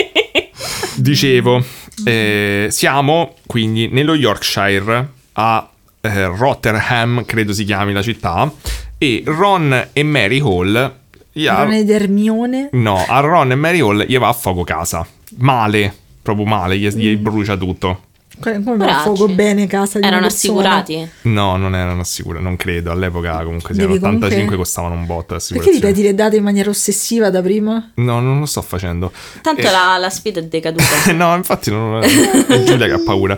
Speaker 2: Dicevo,
Speaker 3: Mm.
Speaker 2: eh, siamo quindi nello Yorkshire a eh, Rotterdam, credo si chiami la città, e Ron e Mary Hall... gli ha-
Speaker 3: Non è d'ermione.
Speaker 2: No, a Ron e Mary Hall gli va a fuoco casa. Male, proprio male, gli, gli
Speaker 3: Mm.
Speaker 2: brucia tutto.
Speaker 3: Come come va a
Speaker 1: Poracci.
Speaker 3: fuoco bene casa di una
Speaker 1: Erano
Speaker 3: persona?
Speaker 1: assicurati.
Speaker 2: No, non erano assicurati, non credo. All'epoca comunque se
Speaker 3: Devi
Speaker 2: erano 85
Speaker 3: comunque-
Speaker 2: costavano un botto
Speaker 3: Perché
Speaker 2: l'assicurazione.
Speaker 3: ripeti le date in maniera ossessiva da prima?
Speaker 2: No, non lo sto facendo.
Speaker 1: Tanto
Speaker 2: Eh.
Speaker 1: la, la sfida è decaduta.
Speaker 2: no, infatti non è Giulia che ha paura.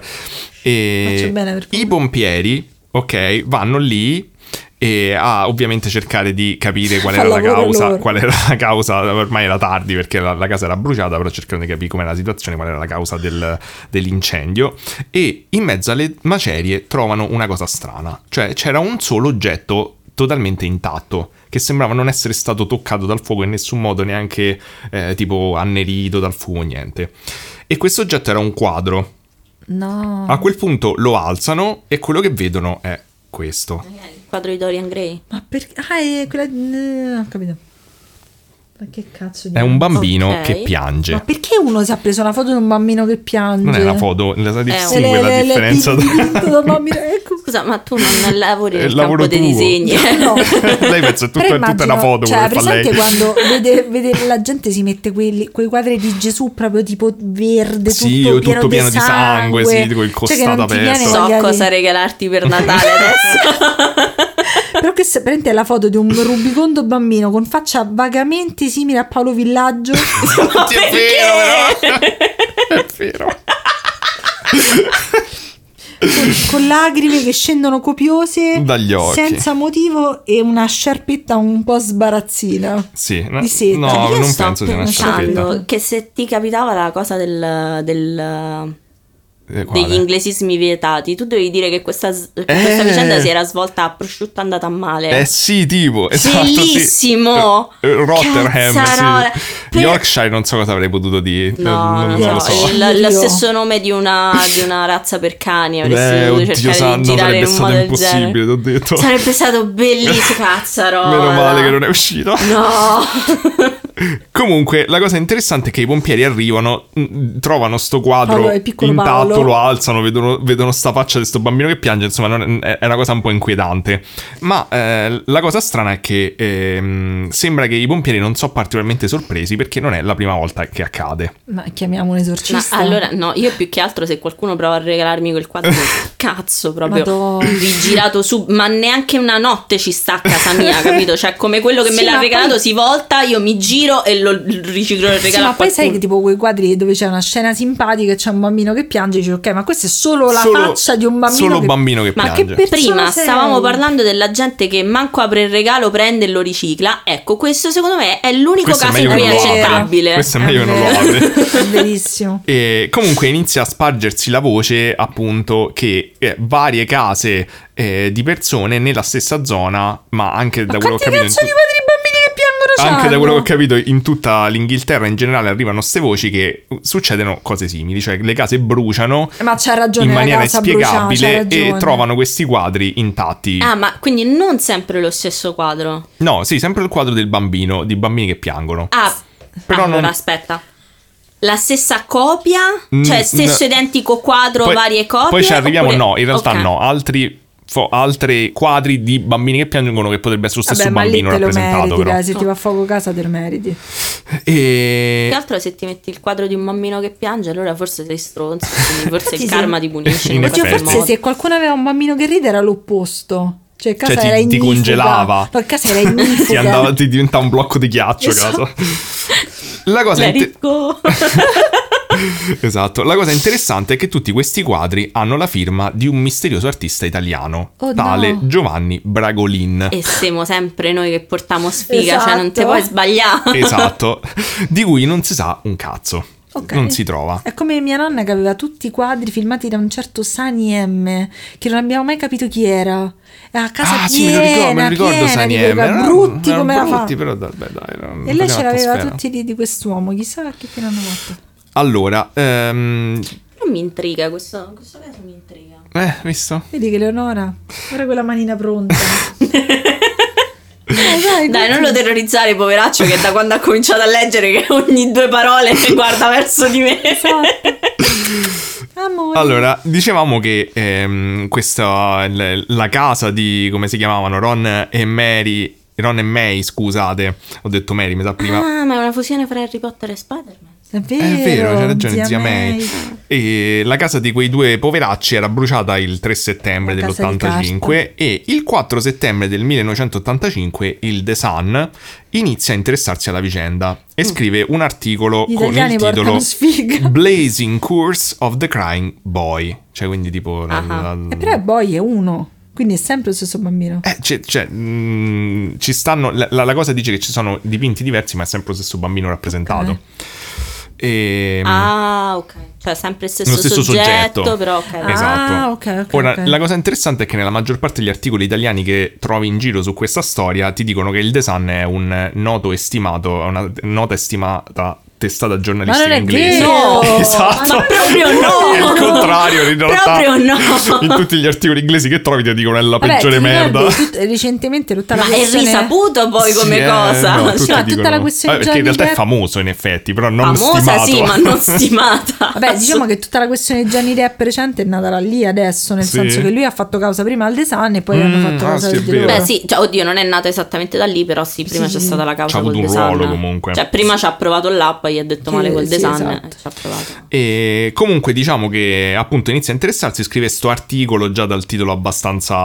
Speaker 2: E
Speaker 3: Faccio bene per
Speaker 2: I
Speaker 3: paura.
Speaker 2: pompieri, ok, vanno lì e a ovviamente cercare di capire qual
Speaker 3: Fa
Speaker 2: era la
Speaker 3: lavoro
Speaker 2: causa,
Speaker 3: loro.
Speaker 2: qual era la causa, ormai era tardi perché la, la casa era bruciata, però cercando di capire com'era la situazione, qual era la causa del- dell'incendio e in mezzo alle macerie trovano una cosa strana, cioè c'era un solo oggetto totalmente intatto che sembrava non essere stato toccato dal fuoco in nessun modo, neanche eh, tipo annerito dal fumo, niente. E questo oggetto era un quadro.
Speaker 3: No.
Speaker 2: A quel punto lo alzano e quello che vedono è questo.
Speaker 1: Il quadro di Dorian Gray.
Speaker 3: Ma perché? Ah, è quella. eh, Ho capito. Ma che cazzo di.
Speaker 2: È un bambino
Speaker 1: Ok.
Speaker 2: che piange.
Speaker 3: Ma perché uno si è preso una foto di un bambino che piange?
Speaker 2: Non è una foto, la
Speaker 1: È un-
Speaker 3: Eh,
Speaker 2: distingue la
Speaker 3: le- le-
Speaker 2: differenza.
Speaker 3: le- dipinto da bambino, ecco.
Speaker 1: Scusa, ma tu non lavori
Speaker 2: Eh,
Speaker 1: nel
Speaker 2: lavoro
Speaker 1: campo dei
Speaker 2: tuo.
Speaker 1: disegni.
Speaker 3: No.
Speaker 2: Lei pensa è tutta,
Speaker 3: Però
Speaker 2: è tutta una
Speaker 3: immagino-
Speaker 2: foto
Speaker 3: cioè,
Speaker 2: quello che fa
Speaker 3: presente
Speaker 2: lei.
Speaker 3: quando vede, vede la gente si mette quelli- quei quadri di Gesù proprio tipo verde,
Speaker 2: Sì,
Speaker 3: tutto,
Speaker 2: o
Speaker 3: pieno,
Speaker 2: tutto
Speaker 3: di
Speaker 2: pieno di sangue, sì, col
Speaker 3: Cioè, che
Speaker 2: costato
Speaker 3: non ti
Speaker 2: aperto.
Speaker 3: viene
Speaker 1: so
Speaker 3: voglia di-
Speaker 1: cosa regalarti per Natale adesso.
Speaker 3: Però che se prende la foto di un rubicondo bambino con faccia vagamente simile a Paolo Villaggio.
Speaker 2: Sì, è vero, però. è vero.
Speaker 3: con lacrime che scendono copiose
Speaker 2: Dagli occhi.
Speaker 3: senza motivo e una sciarpetta un po' sbarazzina.
Speaker 2: Sì, no,
Speaker 3: Di seta.
Speaker 2: no,
Speaker 1: Io
Speaker 2: non
Speaker 1: sto
Speaker 2: penso sia una sciarpetta.
Speaker 1: pensando che se ti capitava la cosa del, del-
Speaker 2: Eh, quale?
Speaker 1: degli inglesismi vietati, tu dovevi dire che questa, s- che
Speaker 2: Eh.
Speaker 1: questa vicenda si era svolta a prosciutto andata a male.
Speaker 2: Eh sì, tipo, esatto, sì.
Speaker 1: Bellissimo!
Speaker 2: Eh, eh, Rotterdam,
Speaker 1: Cazzarola.
Speaker 2: sì.
Speaker 1: Per-
Speaker 2: Yorkshire non so cosa avrei potuto dire. eh,
Speaker 1: No,
Speaker 2: non,
Speaker 1: non,
Speaker 2: non
Speaker 1: so,
Speaker 2: lo so.
Speaker 1: il- lo
Speaker 3: Io.
Speaker 1: stesso nome di una, di una razza per cani avresti
Speaker 2: Eh,
Speaker 1: dovuto
Speaker 2: oddio
Speaker 1: cercare
Speaker 2: santo,
Speaker 1: di girare
Speaker 2: sarebbe
Speaker 1: in un
Speaker 2: stato
Speaker 1: modo del genere.
Speaker 2: impossibile, t'ho detto.
Speaker 1: Sarebbe stato bellissimo, cazzarola.
Speaker 2: Meno male che non è uscito.
Speaker 1: No!
Speaker 2: Comunque, la cosa interessante è che i pompieri arrivano, mh, trovano sto quadro
Speaker 3: Allora, il piccolo
Speaker 2: intatto,
Speaker 3: Paolo.
Speaker 2: lo alzano, vedono, vedono sta faccia di sto bambino che piange, insomma, non è, è una cosa un po' inquietante. Ma eh, la cosa strana è che ehm, sembra che i pompieri non sono particolarmente sorpresi perché non è la prima volta che accade.
Speaker 3: Ma chiamiamo un
Speaker 1: Ma
Speaker 3: esorcista.
Speaker 1: allora, no, io più che altro se qualcuno prova a regalarmi quel quadro, cazzo proprio
Speaker 3: Madonna.
Speaker 1: rigirato su, ma neanche una notte ci sta a casa mia, capito? Cioè, come quello che me
Speaker 3: Sì,
Speaker 1: l'ha
Speaker 3: ma
Speaker 1: regalato
Speaker 3: poi-
Speaker 1: si volta, io mi tiro e lo riciclo e regalo
Speaker 3: Sì,
Speaker 1: a
Speaker 3: ma poi sai
Speaker 1: qualcuno.
Speaker 3: che tipo quei quadri dove c'è una scena simpatica e c'è un bambino che piange, dici ok, ma questa è solo la
Speaker 2: Solo-
Speaker 3: faccia di un bambino.
Speaker 2: Solo
Speaker 3: che...
Speaker 2: bambino che
Speaker 1: Ma
Speaker 2: piange.
Speaker 3: che per-
Speaker 1: Prima
Speaker 3: Persona sei.
Speaker 1: stavamo parlando della gente che manco apre il regalo, prende e lo ricicla. Ecco, questo secondo me è l'unico
Speaker 2: Questo è
Speaker 1: caso in
Speaker 2: meglio
Speaker 1: cui è
Speaker 2: che non lo apra.
Speaker 1: accettabile.
Speaker 2: Questo è meglio che non lo
Speaker 3: vero.
Speaker 2: apri.
Speaker 3: È verissimo.
Speaker 2: E comunque inizia a spargersi la voce appunto che eh, varie case eh, di persone nella stessa zona, ma anche da
Speaker 3: Ma
Speaker 2: quello
Speaker 3: quanti
Speaker 2: che ho capito... in
Speaker 3: cazzo di
Speaker 2: tut-
Speaker 3: quadri bambini che piangono
Speaker 2: Anche da
Speaker 3: c'hanno?
Speaker 2: quello che ho capito, in tutta l'Inghilterra in generale arrivano ste voci che succedono cose simili, cioè le case bruciano
Speaker 3: Eh, Ma c'ha ragione
Speaker 2: in maniera
Speaker 3: la casa bruciata, c'ha
Speaker 2: inspiegabile
Speaker 3: ragione. Eh.
Speaker 2: e trovano questi quadri intatti.
Speaker 1: Ah, ma quindi non sempre lo stesso quadro.
Speaker 2: No, sì, sempre il quadro del bambino, di bambini che piangono.
Speaker 1: Ah,
Speaker 2: Però
Speaker 1: allora
Speaker 2: non-
Speaker 1: aspetta. La stessa copia? Cioè,
Speaker 2: Mm,
Speaker 1: stesso
Speaker 2: no.
Speaker 1: identico quadro, varie copie?
Speaker 2: Poi ci arriviamo,
Speaker 1: Oppure-
Speaker 2: no, in realtà
Speaker 1: Ok.
Speaker 2: no, altri, fo- altri quadri di bambini che piangono che potrebbe essere lo stesso
Speaker 3: Vabbè, ma lì
Speaker 2: bambino
Speaker 3: te lo
Speaker 2: rappresentato
Speaker 3: meriti,
Speaker 2: però.
Speaker 3: dai, se ti va a fuoco casa te lo meriti.
Speaker 2: E...
Speaker 1: Più che altro se ti metti il quadro di un bambino che piange, allora forse sei stronzo. Quindi forse il
Speaker 3: Sì, sì.
Speaker 1: karma ti punisce. in
Speaker 2: In
Speaker 1: qualche
Speaker 3: Cioè,
Speaker 2: effetti.
Speaker 1: modo.
Speaker 3: forse se qualcuno aveva un bambino che ride era l'opposto. Cioè, casa
Speaker 2: Cioè, ti-
Speaker 3: era
Speaker 2: ti
Speaker 3: ignifuga.
Speaker 2: congelava.
Speaker 3: No, casa era ignifuga.
Speaker 2: Ti, andava- ti diventa un blocco di ghiaccio,
Speaker 1: Esatto.
Speaker 2: casa. La cosa,
Speaker 1: Let
Speaker 2: inte-
Speaker 1: it go.
Speaker 2: esatto. La cosa interessante è che tutti questi quadri hanno la firma di un misterioso artista italiano,
Speaker 3: Oh, no.
Speaker 2: tale Giovanni Bragolin.
Speaker 1: e siamo sempre noi che portiamo sfiga, cioè
Speaker 3: Esatto.
Speaker 1: non ti puoi sbagliare.
Speaker 2: Esatto, di cui non si sa un cazzo.
Speaker 3: Ok.
Speaker 2: Non si trova.
Speaker 3: È come mia nonna che aveva tutti i quadri filmati da un certo Sani M, che non abbiamo mai capito chi era. È a casa
Speaker 2: ah,
Speaker 3: piena,
Speaker 2: sì, me lo ricordo, me lo ricordo
Speaker 3: piena
Speaker 2: Sani
Speaker 3: di
Speaker 2: M.
Speaker 3: quei quadri
Speaker 2: Erano-
Speaker 3: brutti
Speaker 2: erano
Speaker 3: come la fa.
Speaker 2: brutti, però vabbè, dai, non
Speaker 3: E lei ce
Speaker 2: faceva
Speaker 3: l'aveva
Speaker 2: atmosfera.
Speaker 3: tutti di, di quest'uomo, chissà che fine hanno fatto.
Speaker 2: Allora, ehm,
Speaker 1: Però mi intriga, questo, questo caso mi intriga.
Speaker 2: eh, visto?
Speaker 3: Vedi che Leonora, ora quella manina pronta. Dai, dai,
Speaker 1: Dai, non lo
Speaker 3: continua.
Speaker 1: terrorizzare, poveraccio, che da quando ha cominciato a leggere che ogni due parole guarda verso di me.
Speaker 3: Esatto. Amore.
Speaker 2: Allora, dicevamo che ehm, questa l- la casa di come si chiamavano Ron e Mary, Ron e May, scusate, ho detto Mary, mi sa prima.
Speaker 1: Ah, ma è una fusione fra Harry Potter e Spider-Man.
Speaker 3: È vero,
Speaker 2: È vero, c'è ragione, zia, May.
Speaker 3: May.
Speaker 2: E la casa di quei due poveracci era bruciata il 3 settembre
Speaker 3: La casa di
Speaker 2: dell'85 e il 4 settembre del 1985 il The Sun inizia a interessarsi alla vicenda e scrive un articolo
Speaker 3: Mm. Gli
Speaker 2: con
Speaker 3: italiani
Speaker 2: il
Speaker 3: portano
Speaker 2: titolo
Speaker 3: sfiga.
Speaker 2: Blazing Course of the Crying Boy. Cioè, quindi tipo... la-
Speaker 1: Ah ah.
Speaker 2: la-
Speaker 3: Eh, però è boy, è uno, quindi è sempre lo stesso bambino.
Speaker 2: Eh, c'è- c'è, mm, ci stanno. La, la- la cosa dice che ci sono dipinti diversi, ma è sempre lo stesso bambino rappresentato.
Speaker 3: Ok.
Speaker 2: E, mm,
Speaker 1: Ah, ok. Cioè, sempre il stesso,
Speaker 2: Lo stesso
Speaker 1: soggetto,
Speaker 2: soggetto.
Speaker 1: però ok.
Speaker 3: Ah,
Speaker 2: Esatto.
Speaker 3: ok, ok,
Speaker 2: Ora,
Speaker 3: ok.
Speaker 2: la cosa interessante è che nella maggior parte degli articoli italiani che trovi in giro su questa storia ti dicono che il design è un noto estimato, è una nota estimata testata giornalistica
Speaker 3: Ma non è
Speaker 2: inglese.
Speaker 3: vero!
Speaker 1: No,
Speaker 2: esatto.
Speaker 1: ma proprio no!
Speaker 2: È il contrario, in realtà.
Speaker 1: Proprio no!
Speaker 2: In tutti gli articoli inglesi che trovi ti dicono è la
Speaker 3: Vabbè,
Speaker 2: peggiore
Speaker 3: ti ricordi
Speaker 2: merda.
Speaker 3: tut- recentemente tutta la
Speaker 1: Ma è
Speaker 3: questione-
Speaker 1: risaputo poi
Speaker 2: Sì,
Speaker 1: come
Speaker 2: eh,
Speaker 1: cosa. Cioè,
Speaker 2: no, tutti
Speaker 3: Sì, Cioè, ma tutta
Speaker 2: dicono-
Speaker 3: la questione
Speaker 2: Eh, perché in
Speaker 3: Johnny
Speaker 2: realtà è
Speaker 3: Depp-
Speaker 2: famoso in effetti, però non
Speaker 1: Famosa
Speaker 2: stimato.
Speaker 1: sì, ma non stimata.
Speaker 3: Vabbè, diciamo che tutta la questione di Johnny Depp recente è nata da lì adesso, nel
Speaker 2: Sì.
Speaker 3: senso che lui ha fatto causa prima al design e poi
Speaker 2: Mm,
Speaker 3: hanno fatto
Speaker 2: ah,
Speaker 3: causa
Speaker 2: sì,
Speaker 3: al
Speaker 2: è vero.
Speaker 1: Beh sì, cioè, oddio non è nata esattamente da lì però sì, prima
Speaker 3: Sì,
Speaker 1: c'è
Speaker 3: sì.
Speaker 1: stata la causa
Speaker 2: C'ha
Speaker 1: col
Speaker 2: avuto un
Speaker 1: design.
Speaker 2: ruolo, comunque.
Speaker 1: Cioè prima ci ha provato là, poi gli ha detto
Speaker 3: Che-
Speaker 1: male col
Speaker 3: sì,
Speaker 1: design
Speaker 3: esatto.
Speaker 1: e ci ha provato.
Speaker 2: E comunque diciamo che appunto inizia a interessarsi, scrive sto articolo già dal titolo abbastanza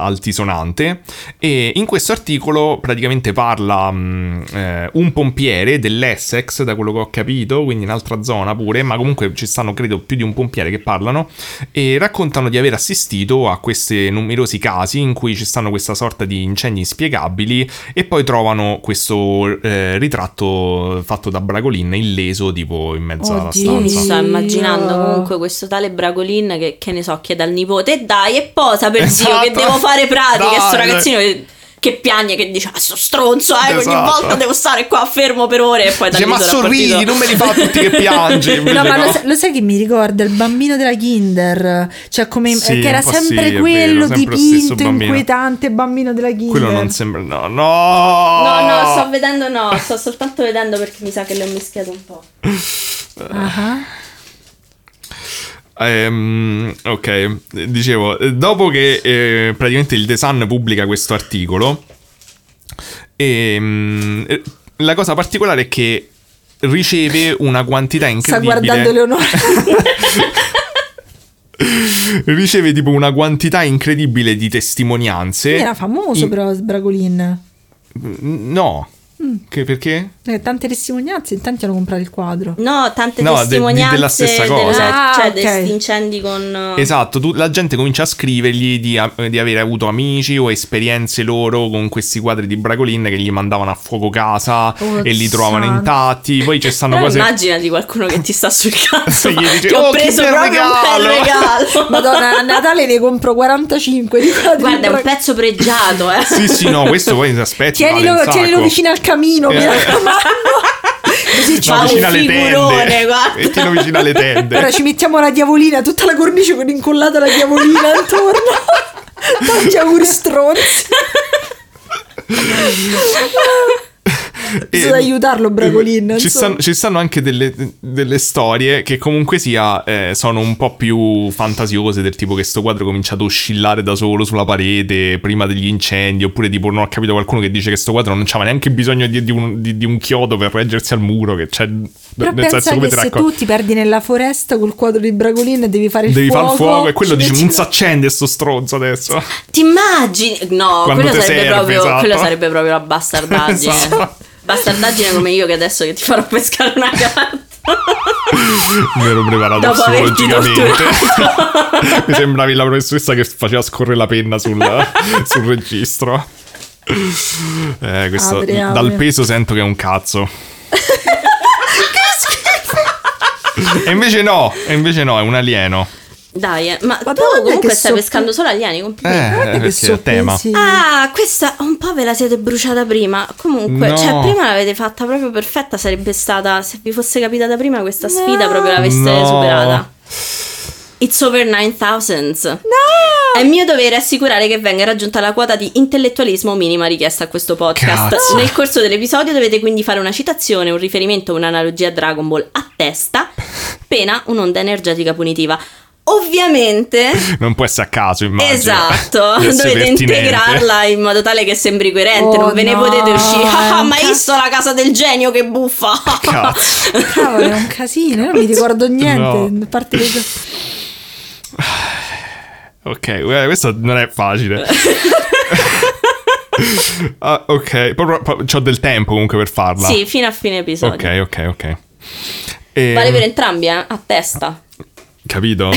Speaker 2: altisonante e in questo articolo praticamente parla mh, eh, un pompiere dell'Essex, da quello che ho capito, quindi un'altra zona pure, ma comunque ci stanno credo più di un pompiere che parlano e raccontano di aver assistito a questi numerosi casi in cui ci stanno questa sorta di incendi inspiegabili e poi trovano questo eh, ritratto fatto da Bragolin illeso tipo in mezzo alla
Speaker 3: Oddio.
Speaker 1: Io mi
Speaker 2: stanza.
Speaker 1: sto immaginando
Speaker 3: Io-
Speaker 1: comunque questo tale Bragolin che, che ne so, chiede al nipote "E dai e posa per Dio che
Speaker 2: Esatto.
Speaker 1: devo fare pratiche, sto
Speaker 2: Dai.
Speaker 1: ragazzino che, che piange, che dice ah sto stronzo, eh, ogni
Speaker 2: Esatto.
Speaker 1: volta devo stare qua fermo per ore e poi da
Speaker 2: Dice,
Speaker 1: lì
Speaker 2: ma
Speaker 1: sarà
Speaker 2: sorridi,
Speaker 1: partito."
Speaker 2: non me li fa tutti che piangi. invece
Speaker 3: No, ma
Speaker 2: no.
Speaker 3: lo, sa- lo sai che mi ricorda il bambino della Kinder, cioè come
Speaker 2: Sì,
Speaker 3: che era
Speaker 2: un po' sì,
Speaker 3: sempre
Speaker 2: è
Speaker 3: quello
Speaker 2: vero, sempre lo stesso
Speaker 3: dipinto,
Speaker 2: bambino.
Speaker 3: inquietante bambino della Kinder.
Speaker 2: Quello non sembra... No, no!
Speaker 1: No, no, sto vedendo no, sto soltanto vedendo perché mi sa che le ho mischiate un po'.
Speaker 3: Ah,
Speaker 2: Ehm, ok, dicevo, eh, dopo che eh, praticamente il Design pubblica questo articolo, ehm, eh, la cosa particolare è che riceve una quantità
Speaker 3: Sta
Speaker 2: incredibile...
Speaker 3: guardando Leonora.
Speaker 2: Riceve tipo una quantità incredibile di testimonianze.
Speaker 3: Era famoso
Speaker 2: In-
Speaker 3: però Sbragolin.
Speaker 2: No. Che perché?
Speaker 3: Eh, tante testimonianze, in tanti hanno comprato il quadro.
Speaker 1: No, tante
Speaker 2: No, de- di-
Speaker 1: testimonianze
Speaker 2: della stessa
Speaker 1: della-
Speaker 2: cosa.
Speaker 3: Ah,
Speaker 1: cioè
Speaker 3: ok.
Speaker 1: degli incendi con eh,
Speaker 2: Esatto, tu- la gente comincia a scrivergli di, di avere avuto amici o esperienze loro con questi quadri di Bragolin che gli mandavano a fuoco casa
Speaker 3: Oh,
Speaker 2: e li trovavano
Speaker 3: santo.
Speaker 2: intatti. Poi ci stanno
Speaker 1: Però
Speaker 2: cose.
Speaker 1: immagina di qualcuno che ti sta sul cazzo.
Speaker 2: Gli dici,
Speaker 1: ti ho
Speaker 2: "Oh, che
Speaker 1: preso
Speaker 2: bel
Speaker 1: proprio un bel
Speaker 2: regalo!"
Speaker 1: regalo.
Speaker 3: Madonna, a Natale ne compro 45 di quadri.
Speaker 1: Guarda, è un pezzo pregiato, eh.
Speaker 2: Sì, sì, no, questo poi si aspetta.
Speaker 3: Tienilo,
Speaker 2: vale un
Speaker 3: tienilo
Speaker 2: sacco.
Speaker 3: vicino al camino, mi
Speaker 2: Eh.
Speaker 3: raccomando. Così ci
Speaker 1: fa
Speaker 2: no,
Speaker 1: un
Speaker 2: vicino alle
Speaker 1: figurone,
Speaker 2: tende.
Speaker 1: guarda.
Speaker 2: E tienilo vicino alle tende.
Speaker 3: Ora ci mettiamo la diavolina, tutta la cornice con incollata la diavolina intorno. Tanti auguri stronzi. Bisogna aiutarlo, Bragolin.
Speaker 2: Ci
Speaker 3: insomma.
Speaker 2: stanno, ci stanno anche delle, delle storie che comunque sia eh, sono un po' più fantasiose, del tipo che sto quadro comincia ad oscillare da solo sulla parete prima degli incendi, oppure tipo non ho capito qualcuno che dice che sto quadro non c'aveva neanche bisogno di, di un, di- di un chiodo per reggersi al muro, che c'è...
Speaker 3: Però
Speaker 2: nel senso
Speaker 3: pensa
Speaker 2: come ti
Speaker 3: che se
Speaker 2: raccon-
Speaker 3: tu ti perdi nella foresta col quadro di Bragolin e devi fare il
Speaker 2: Devi
Speaker 3: fuoco.
Speaker 2: fare il fuoco e quello
Speaker 3: ci
Speaker 2: dice
Speaker 3: metti
Speaker 2: non
Speaker 3: la-
Speaker 2: si accende sto stronzo adesso.
Speaker 1: Ti immagini? No,
Speaker 2: Quando
Speaker 1: quello
Speaker 2: te
Speaker 1: sarebbe,
Speaker 2: serve,
Speaker 1: proprio,
Speaker 2: esatto.
Speaker 1: quello sarebbe proprio la bastardaggine.
Speaker 2: Esatto.
Speaker 1: Bastardaggine come io che adesso che ti farò pescare una carta.
Speaker 2: Mi ero preparato
Speaker 1: Dopo averti
Speaker 2: psicologicamente. Mi sembravi la professoressa che faceva scorrere la penna sul, sul registro. Eh, questo-
Speaker 3: Apri, apri.
Speaker 2: dal peso sento che è un cazzo. e invece no, e invece no, è un alieno.
Speaker 1: Dai, eh, ma
Speaker 3: Ma
Speaker 1: tu
Speaker 3: guarda
Speaker 1: comunque
Speaker 3: che
Speaker 1: stai
Speaker 3: so-
Speaker 1: pescando solo alieni, complimenti.
Speaker 2: Eh,
Speaker 3: Guarda che
Speaker 2: perché è il tema.
Speaker 3: sorpresi.
Speaker 1: Ah, questa un po' ve la siete bruciata prima. Comunque,
Speaker 2: No.
Speaker 1: cioè, prima l'avete fatta proprio perfetta. Sarebbe stata, se vi fosse capitata prima questa sfida,
Speaker 3: No.
Speaker 1: proprio l'aveste
Speaker 2: No.
Speaker 1: superata. It's over 9000.
Speaker 3: No!
Speaker 1: È mio dovere assicurare che venga raggiunta la quota di intellettualismo minima richiesta a questo podcast.
Speaker 2: Cazzo.
Speaker 1: Nel corso dell'episodio dovete quindi fare una citazione, un riferimento, un'analogia a Dragon Ball a testa, pena un'onda energetica punitiva. Ovviamente
Speaker 2: Non può essere a caso, immagino.
Speaker 1: Esatto,
Speaker 2: Deve essere
Speaker 1: dovete
Speaker 2: pertinente.
Speaker 1: integrarla in modo tale che sembri coerente,
Speaker 3: Oh,
Speaker 1: non ve ne
Speaker 3: no,
Speaker 1: potete uscire.
Speaker 3: è
Speaker 1: Ah,
Speaker 3: un
Speaker 1: ma hai
Speaker 3: ca-
Speaker 1: visto la casa del genio che buffa?
Speaker 2: Cazzo.
Speaker 3: Cavolo, è un casino, io non mi ricordo niente.
Speaker 2: No.
Speaker 3: a parte le-
Speaker 2: Ok, eh, questo non è facile. Ah, ok, proprio, ho del tempo comunque per farla.
Speaker 1: Sì, fino a fine episodio.
Speaker 2: Ok, ok, ok. E-
Speaker 1: Vale per entrambi, eh? a testa.
Speaker 2: Capito?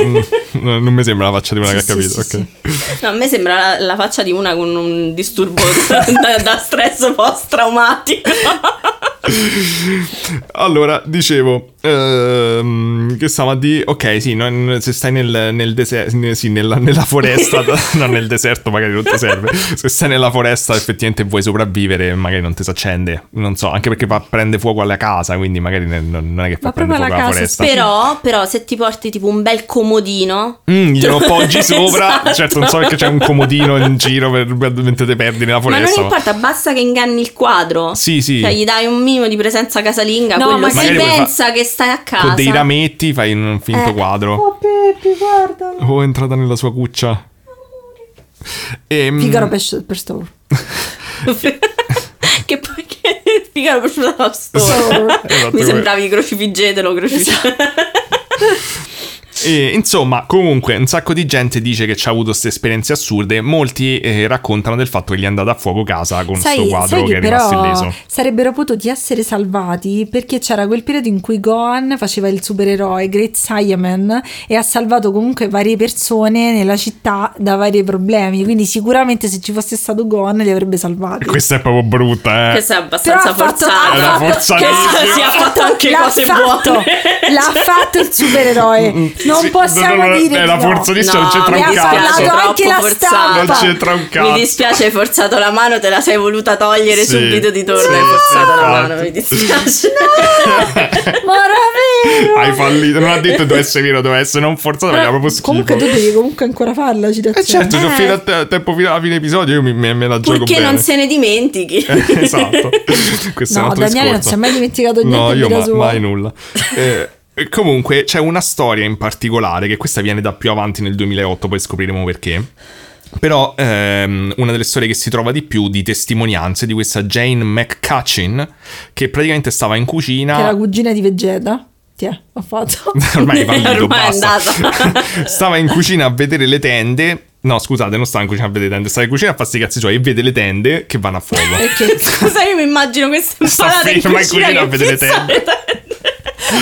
Speaker 2: Mm, non non mi sembra la faccia di una
Speaker 3: Sì,
Speaker 2: che ha
Speaker 3: sì,
Speaker 2: capito.
Speaker 3: sì,
Speaker 2: ok.
Speaker 1: No, a me sembra la, la faccia di una con un disturbo da, da stress post-traumatico.
Speaker 2: Allora, dicevo, ehm, che stava di... Ok, sì, non- se stai nel, deserto, sì, nella, nella foresta, non nel deserto magari non ti serve. Se stai nella foresta effettivamente vuoi sopravvivere, magari non ti si accende. Non so, anche perché fa- prende fuoco alla casa, quindi magari ne- non, non è che fa
Speaker 3: Ma
Speaker 2: prendere
Speaker 3: proprio
Speaker 2: fuoco
Speaker 3: alla
Speaker 2: alla
Speaker 3: casa,
Speaker 2: foresta.
Speaker 1: però, però, se ti porti tipo un bel comodino,
Speaker 2: Mm, glielo poggi sopra,
Speaker 1: Esatto.
Speaker 2: certo non so perché c'è un comodino in giro per- per- mentre te perdi nella
Speaker 1: ma
Speaker 2: foresta.
Speaker 1: non importa, basta che inganni il quadro.
Speaker 2: Sì, sì.
Speaker 1: Cioè, gli dai un minimo di presenza casalinga,
Speaker 3: No,
Speaker 1: quello
Speaker 3: ma
Speaker 1: si
Speaker 2: magari puoi
Speaker 1: pensa che stai a casa.
Speaker 2: Con dei rametti fai un finto
Speaker 1: Eh.
Speaker 2: quadro.
Speaker 3: Oh Peppi, guarda.
Speaker 2: Oh, è entrata nella sua cuccia. Ehm,
Speaker 3: Figaro per, per Star Wars.
Speaker 1: che poi che figaro per la
Speaker 2: Esatto,
Speaker 1: Mi
Speaker 2: come-
Speaker 1: sembravi crocifiggetelo, crocifiggetelo.
Speaker 3: Esatto.
Speaker 2: e, insomma, comunque, un sacco di gente dice che ci ha avuto queste esperienze assurde. Molti eh, raccontano del fatto che gli è andata a fuoco casa con questo
Speaker 3: Sai,
Speaker 2: quadro
Speaker 3: sai
Speaker 2: che
Speaker 3: che
Speaker 2: è rimasto
Speaker 3: però
Speaker 2: illeso.
Speaker 3: sarebbero potuti essere salvati perché c'era quel periodo in cui Gohan faceva il supereroe Great Saiyaman e ha salvato comunque varie persone nella città da vari problemi. Quindi sicuramente se ci fosse stato Gohan li avrebbe salvati.
Speaker 2: Questa è proprio brutta, eh.
Speaker 1: Questo è
Speaker 3: Però
Speaker 1: abbastanza
Speaker 3: ha fatto,
Speaker 1: forzato.
Speaker 2: Era
Speaker 3: ha fatto-
Speaker 2: forzatissimo.
Speaker 3: cazzo,
Speaker 1: Si è fatto anche
Speaker 3: l'ha
Speaker 1: cose
Speaker 3: fatto,
Speaker 1: buone.
Speaker 3: L'ha fatto il supereroe. Non
Speaker 2: Mm, Sì,
Speaker 3: possiamo
Speaker 2: no, no,
Speaker 3: dire
Speaker 2: eh,
Speaker 3: di
Speaker 2: la
Speaker 3: no.
Speaker 2: forzatissima non c'entra
Speaker 3: mi
Speaker 2: un
Speaker 3: ha
Speaker 2: cazzo.
Speaker 1: dispiace,
Speaker 3: parlato anche
Speaker 1: troppo
Speaker 3: la
Speaker 1: forzato.
Speaker 3: stampa.
Speaker 2: Non c'entra un cazzo.
Speaker 1: Mi dispiace, hai forzato la mano, te la sei voluta togliere
Speaker 2: Sì.
Speaker 1: subito di torno.
Speaker 2: Sì,
Speaker 1: hai forzato la
Speaker 2: infatti.
Speaker 1: mano, mi dispiace.
Speaker 3: Ma era vero.
Speaker 2: Hai fallito, non ha detto dove essere vero, dove essere non forzato, ma era proprio schifo.
Speaker 3: Comunque tu devi comunque ancora farla la
Speaker 2: Eh,
Speaker 3: citazione.
Speaker 2: certo, c'ho
Speaker 1: Eh.
Speaker 2: fino a te- tempo fino alla fine episodio, io mi, me, me la gioco
Speaker 1: Purché
Speaker 2: bene.
Speaker 1: non se ne dimentichi.
Speaker 2: Eh, esatto. Questo è un
Speaker 3: No,
Speaker 2: altro
Speaker 3: Daniele non
Speaker 2: discorso.
Speaker 3: si è mai dimenticato niente
Speaker 2: No,
Speaker 3: di
Speaker 2: io
Speaker 3: vita
Speaker 2: ma-
Speaker 3: sua.
Speaker 2: mai nulla. Eh, e comunque c'è una storia in particolare, che questa viene da più avanti nel 2008, poi scopriremo perché. Però ehm, una delle storie che si trova di più di testimonianze di questa Jane McCutcheon, che praticamente stava in cucina...
Speaker 3: Che è la cugina di Vegeta. Tiè, ho fatto.
Speaker 2: Ormai è fallito,
Speaker 1: Ormai è
Speaker 2: basta.
Speaker 1: andata.
Speaker 2: Stava in cucina a vedere le tende No, scusate, non sta in cucina a vedere le tende, sta in cucina a farsi i cazzi suoi e vede le tende che vanno a fuoco.
Speaker 3: Perché?
Speaker 1: Scusa, io mi immagino queste
Speaker 2: Sta
Speaker 1: impalate in
Speaker 2: ferma in
Speaker 1: cucina
Speaker 2: cucina a
Speaker 1: che
Speaker 2: vedere
Speaker 1: fissano
Speaker 2: te.
Speaker 1: le tende.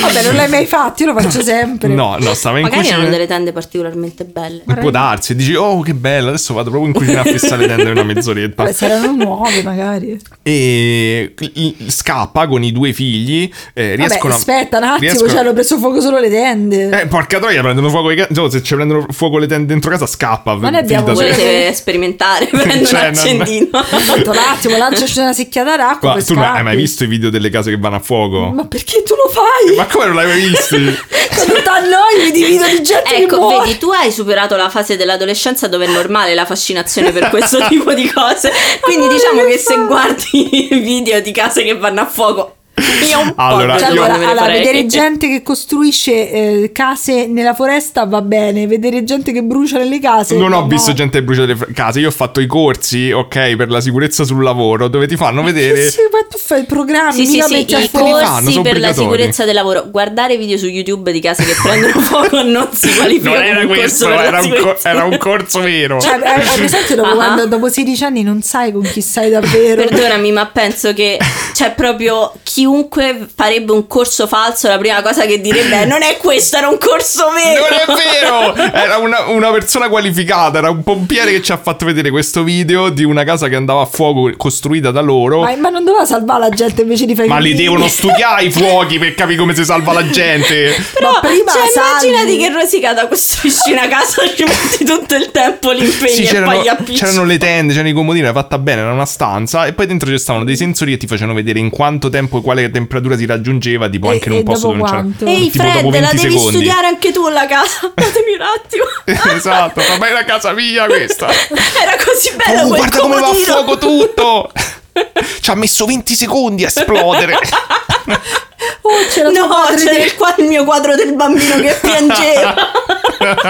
Speaker 3: Vabbè, non l'hai mai fatto, io lo faccio sempre.
Speaker 2: No, no, stava in
Speaker 1: Magari
Speaker 2: cucina.
Speaker 1: erano delle tende particolarmente belle.
Speaker 2: Può darsi, dici, oh che bello, adesso vado proprio in cucina a fissare le tende una mezz'oretta.
Speaker 3: Vabbè, saranno nuove magari.
Speaker 2: e i- scappa con i due figli. eh,
Speaker 3: Vabbè,
Speaker 2: riescono a-
Speaker 3: aspetta un attimo, cioè
Speaker 2: riescono-
Speaker 3: ci hanno preso fuoco solo le tende.
Speaker 2: Eh, porca troia, prendono fuoco i ca- no, se ci prendono fuoco le tende dentro casa scappa.
Speaker 3: Ma noi abbiamo
Speaker 2: finita cioè,
Speaker 3: pure-
Speaker 2: se-
Speaker 1: Volete sperimentare? Prendo
Speaker 2: Cioè,
Speaker 1: un
Speaker 2: non-
Speaker 1: accendino.
Speaker 3: Aspetta un attimo, lanciaci una secchiata d'acqua.
Speaker 2: Qua,
Speaker 3: poi
Speaker 2: tu non hai
Speaker 3: scappi. Mm.
Speaker 2: mai visto i video delle case che vanno a fuoco?
Speaker 3: Ma perché tu lo fai?
Speaker 2: Ma come non l'hai mai visto?
Speaker 3: Quando t'annoi mi divido di gente che
Speaker 1: Ecco,
Speaker 3: muore.
Speaker 1: vedi, tu hai superato la fase dell'adolescenza dove è normale la fascinazione per questo tipo di cose. Quindi
Speaker 3: Ma
Speaker 1: diciamo
Speaker 3: che
Speaker 1: che se
Speaker 3: fa?
Speaker 1: guardi video di case che vanno a fuoco, io un po'
Speaker 2: Allora,
Speaker 1: già
Speaker 3: Cioè,
Speaker 2: io-
Speaker 1: non
Speaker 3: allora,
Speaker 1: me ne
Speaker 3: allora,
Speaker 1: farei.
Speaker 3: vedere gente che costruisce eh, case nella foresta va bene, vedere gente che brucia nelle case.
Speaker 2: Non ho
Speaker 3: no.
Speaker 2: visto gente che brucia delle fra- case. Io ho fatto i corsi, ok, per la sicurezza sul lavoro, dove ti fanno vedere.
Speaker 3: Sì, ma tu fai programmi,
Speaker 1: Sì, sì,
Speaker 3: mica
Speaker 1: sì,
Speaker 3: metti a
Speaker 1: i
Speaker 2: fuoco.
Speaker 1: corsi
Speaker 2: Li fanno,
Speaker 1: per
Speaker 2: sono
Speaker 1: la
Speaker 2: obbligatori.
Speaker 1: sicurezza del lavoro. Guardare video su YouTube di case che prendono fuoco non si qualifica.
Speaker 2: Non
Speaker 1: come
Speaker 2: era
Speaker 1: un corso
Speaker 2: questo,
Speaker 1: per la
Speaker 2: era un, cor-
Speaker 1: sicurezza.
Speaker 2: era un corso vero.
Speaker 3: Cioè, è, è presente dopo,
Speaker 1: Ah.
Speaker 3: quando, dopo 16 anni non sai con chi sei davvero.
Speaker 1: Perdonami, ma penso che c'è proprio chiunque farebbe un corso falso, la prima cosa che direbbe è non è questo, era un corso vero.
Speaker 2: Non è vero! Era una, una persona qualificata, era un pompiere che ci ha fatto vedere questo video di una casa che andava a fuoco costruita da loro.
Speaker 3: Ma, ma non doveva salvare la gente invece di fare
Speaker 2: Oh.
Speaker 3: i Eh,
Speaker 2: Ma li
Speaker 3: bambini?
Speaker 2: devono studiare i fuochi per capire come si salva la gente.
Speaker 1: Però,
Speaker 3: Ma prima
Speaker 1: cioè,
Speaker 3: salvi.
Speaker 1: immaginati che rosicata costruisci una casa, ci metti tutto il tempo, l'impegno
Speaker 2: Sì,
Speaker 1: e
Speaker 2: c'erano,
Speaker 1: poi gli appicci.
Speaker 2: c'erano le tende, c'erano i comodini, era fatta bene, era una stanza e poi dentro ci stavano dei sensori che ti facevano vedere in quanto tempo e quale temperatura si raggiungeva, tipo
Speaker 3: E-
Speaker 2: anche in un
Speaker 3: e
Speaker 2: posto
Speaker 3: dopo
Speaker 2: dove non c'era.
Speaker 3: quanto?
Speaker 1: Ehi
Speaker 2: tipo
Speaker 1: Fred,
Speaker 2: dopo
Speaker 1: la
Speaker 2: 20
Speaker 1: devi
Speaker 2: secondi.
Speaker 1: studiare anche tu la casa. Datemi un attimo.
Speaker 2: esatto, ma è la casa mia questa.
Speaker 1: Era così bello
Speaker 2: Oh,
Speaker 1: Eh, quel
Speaker 2: guarda come va a
Speaker 1: comodino.
Speaker 2: fuoco tutto! Ci ha messo 20 secondi a esplodere.
Speaker 3: Oh, c'era tua
Speaker 1: No, cioè-
Speaker 3: madre
Speaker 1: c'era
Speaker 3: di-
Speaker 1: il, qua- il mio quadro del bambino che piangeva.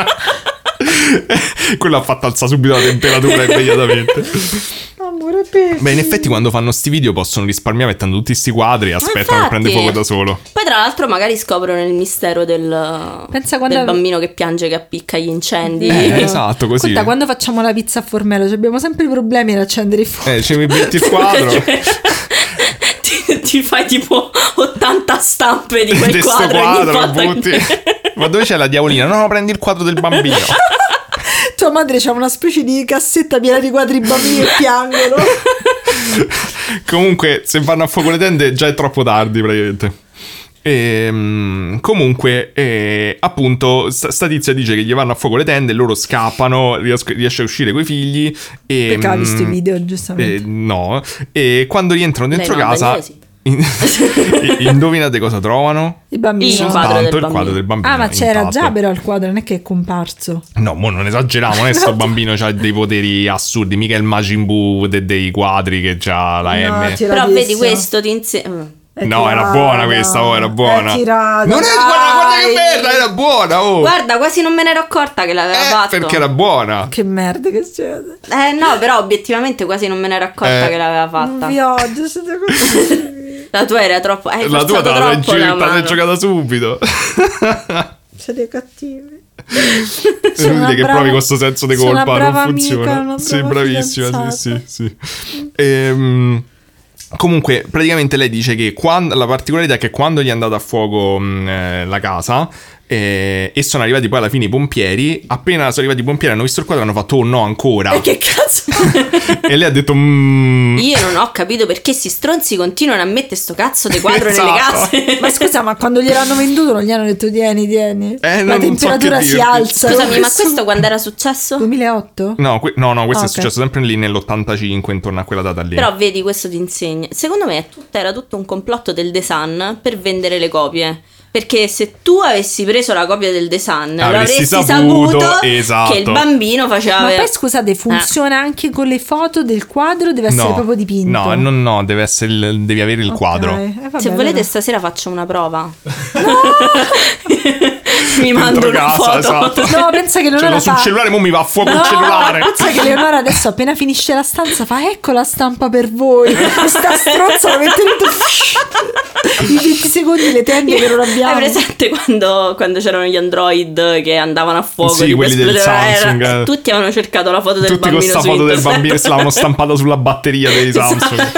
Speaker 2: Quello ha fatto alzare subito la temperatura immediatamente.
Speaker 3: Amore, perché?
Speaker 2: Beh, in effetti, quando fanno sti video possono risparmiare mettendo tutti sti quadri e aspettano che
Speaker 1: infatti.
Speaker 2: prende fuoco da solo.
Speaker 1: Poi tra l'altro magari scoprono il mistero del,
Speaker 3: Pensa quando
Speaker 1: del
Speaker 3: ave-
Speaker 1: bambino che piange che appicca gli incendi.
Speaker 2: Eh, esatto, così.
Speaker 3: Ascolta, quando facciamo la pizza a formello cioè, abbiamo sempre i problemi ad accendere il fuoco.
Speaker 2: Eh, ci metti il quadro.
Speaker 1: ti, ti fai tipo 80 stampe di
Speaker 2: di
Speaker 1: quel
Speaker 2: sto
Speaker 1: quadro,
Speaker 2: quadro,
Speaker 1: ogni volta
Speaker 2: butti.
Speaker 1: che-
Speaker 2: Ma dove c'è la diavolina? No, prendi il quadro del bambino. Eh.
Speaker 3: Tua madre c'ha una specie di cassetta piena di quadri bambini che piangono.
Speaker 2: Ehm, comunque, se vanno a fuoco le tende, già è troppo tardi, praticamente. Ehm, comunque, eh, appunto, sta, sta tizia dice che gli vanno a fuoco le tende, loro scappano, ries- riesce a uscire coi figli. E,
Speaker 3: Perché ha visto i
Speaker 2: mm,
Speaker 3: video, giustamente.
Speaker 2: Eh, no, e quando rientrano dentro
Speaker 1: Lei no,
Speaker 2: casa,
Speaker 1: Daniele sì.
Speaker 2: in- indovinate cosa trovano?
Speaker 3: I bambini.
Speaker 1: Io-
Speaker 3: Ah,
Speaker 1: quadro del
Speaker 2: Tanto il
Speaker 1: bambino.
Speaker 2: quadro del bambino.
Speaker 3: ma c'era
Speaker 2: intatto.
Speaker 3: già però il quadro, non è che è comparso.
Speaker 2: No, mo non esageriamo, non è sto bambino ha dei poteri assurdi, mica il Majin Buu de- dei quadri che ha la
Speaker 3: No,
Speaker 2: M.
Speaker 3: ti-
Speaker 1: Però
Speaker 3: Bravissimo.
Speaker 1: vedi questo ti
Speaker 2: Oh.
Speaker 1: insegna...
Speaker 3: È
Speaker 2: No, era
Speaker 3: tirata.
Speaker 2: buona questa, oh, era buona.
Speaker 3: È tirata,
Speaker 2: non è guarda, guarda che
Speaker 3: dai.
Speaker 2: merda, era buona, oh.
Speaker 1: Guarda, quasi non me ne ero accorta che l'aveva
Speaker 2: Eh,
Speaker 1: fatto.
Speaker 2: perché era buona.
Speaker 3: Che merda che siete.
Speaker 1: Eh no, però obiettivamente quasi non me ne ero accorta
Speaker 2: Eh.
Speaker 1: che l'aveva
Speaker 3: Non
Speaker 1: fatta.
Speaker 3: vi odio, siete così.
Speaker 1: La tua era troppo... Eh,
Speaker 2: La tua te la sei
Speaker 1: troppo la
Speaker 2: gi- te la sei
Speaker 1: mano.
Speaker 2: giocata subito.
Speaker 3: siete cattivi.
Speaker 2: È
Speaker 3: Sono
Speaker 2: inutile
Speaker 3: una
Speaker 2: che
Speaker 3: brava-
Speaker 2: provi questo senso di
Speaker 3: sono una
Speaker 2: colpa,
Speaker 3: brava
Speaker 2: non
Speaker 3: amica,
Speaker 2: funziona.
Speaker 3: una
Speaker 2: sì,
Speaker 3: brava
Speaker 2: bravissima, sì,
Speaker 3: fidanzata.
Speaker 2: sì, sì. Ehm, comunque, praticamente lei dice che quando- la particolarità è che quando gli è andata a fuoco mh, eh, la casa eh, e sono arrivati poi alla fine i pompieri, appena sono arrivati i pompieri hanno visto il quadro e hanno fatto oh no ancora.
Speaker 1: E che cazzo?
Speaker 2: e lei ha detto "Mm".
Speaker 1: Io non ho capito perché si stronzi continuano a mettere sto cazzo di quadro
Speaker 2: Esatto.
Speaker 1: nelle case.
Speaker 3: Ma scusa, ma quando gliel'hanno venduto non gli hanno detto tieni, tieni.
Speaker 2: Eh, no,
Speaker 3: la
Speaker 2: non so
Speaker 3: temperatura
Speaker 2: che
Speaker 3: si
Speaker 2: dirti.
Speaker 3: alza.
Speaker 1: Scusami, ma questo quando era successo?
Speaker 3: 2008?
Speaker 2: No, que- no, no, questo
Speaker 3: Ah, ok.
Speaker 2: è successo sempre lì nell'85, intorno a quella data lì.
Speaker 1: Però vedi, questo ti insegna. Secondo me è tut- era tutto un complotto del The Sun per vendere le copie. Perché se tu avessi preso la copia del The Sun,
Speaker 2: Avresti
Speaker 1: l'avresti
Speaker 2: saputo,
Speaker 1: saputo,
Speaker 2: esatto.
Speaker 1: che il bambino faceva...
Speaker 3: Ma poi
Speaker 1: Eh.
Speaker 3: scusate, funziona anche con le foto del quadro? Deve essere proprio dipinto?
Speaker 2: No, no, no, deve essere il- devi avere il
Speaker 3: Ok,
Speaker 2: quadro.
Speaker 3: eh, vabbè,
Speaker 1: Se volete
Speaker 3: allora.
Speaker 1: stasera faccio una prova. Mi mi mando
Speaker 2: dentro
Speaker 1: una foto.
Speaker 2: casa, esatto.
Speaker 3: No, pensa che
Speaker 2: Cioè,
Speaker 3: Leonora
Speaker 2: l'ho sul
Speaker 3: fa-
Speaker 2: cellulare, mo mi va a fuoco il cellulare.
Speaker 3: Pensa che Leonora adesso appena finisce la stanza fa ecco la stampa per voi. Questa strozza la mette dentro. In 20 secondi le tende che non abbiamo.
Speaker 1: Hai presente quando, quando c'erano gli android che andavano a fuoco?
Speaker 2: Sì,
Speaker 1: tipo,
Speaker 2: quelli del
Speaker 1: esplodeva-
Speaker 2: Samsung, eh.
Speaker 1: tutti avevano cercato la foto del
Speaker 2: Tutti con
Speaker 1: bambino Esatto.
Speaker 2: sta
Speaker 1: su
Speaker 2: foto del
Speaker 1: internet.
Speaker 2: bambino se l'hanno stampata sulla batteria dei Samsung.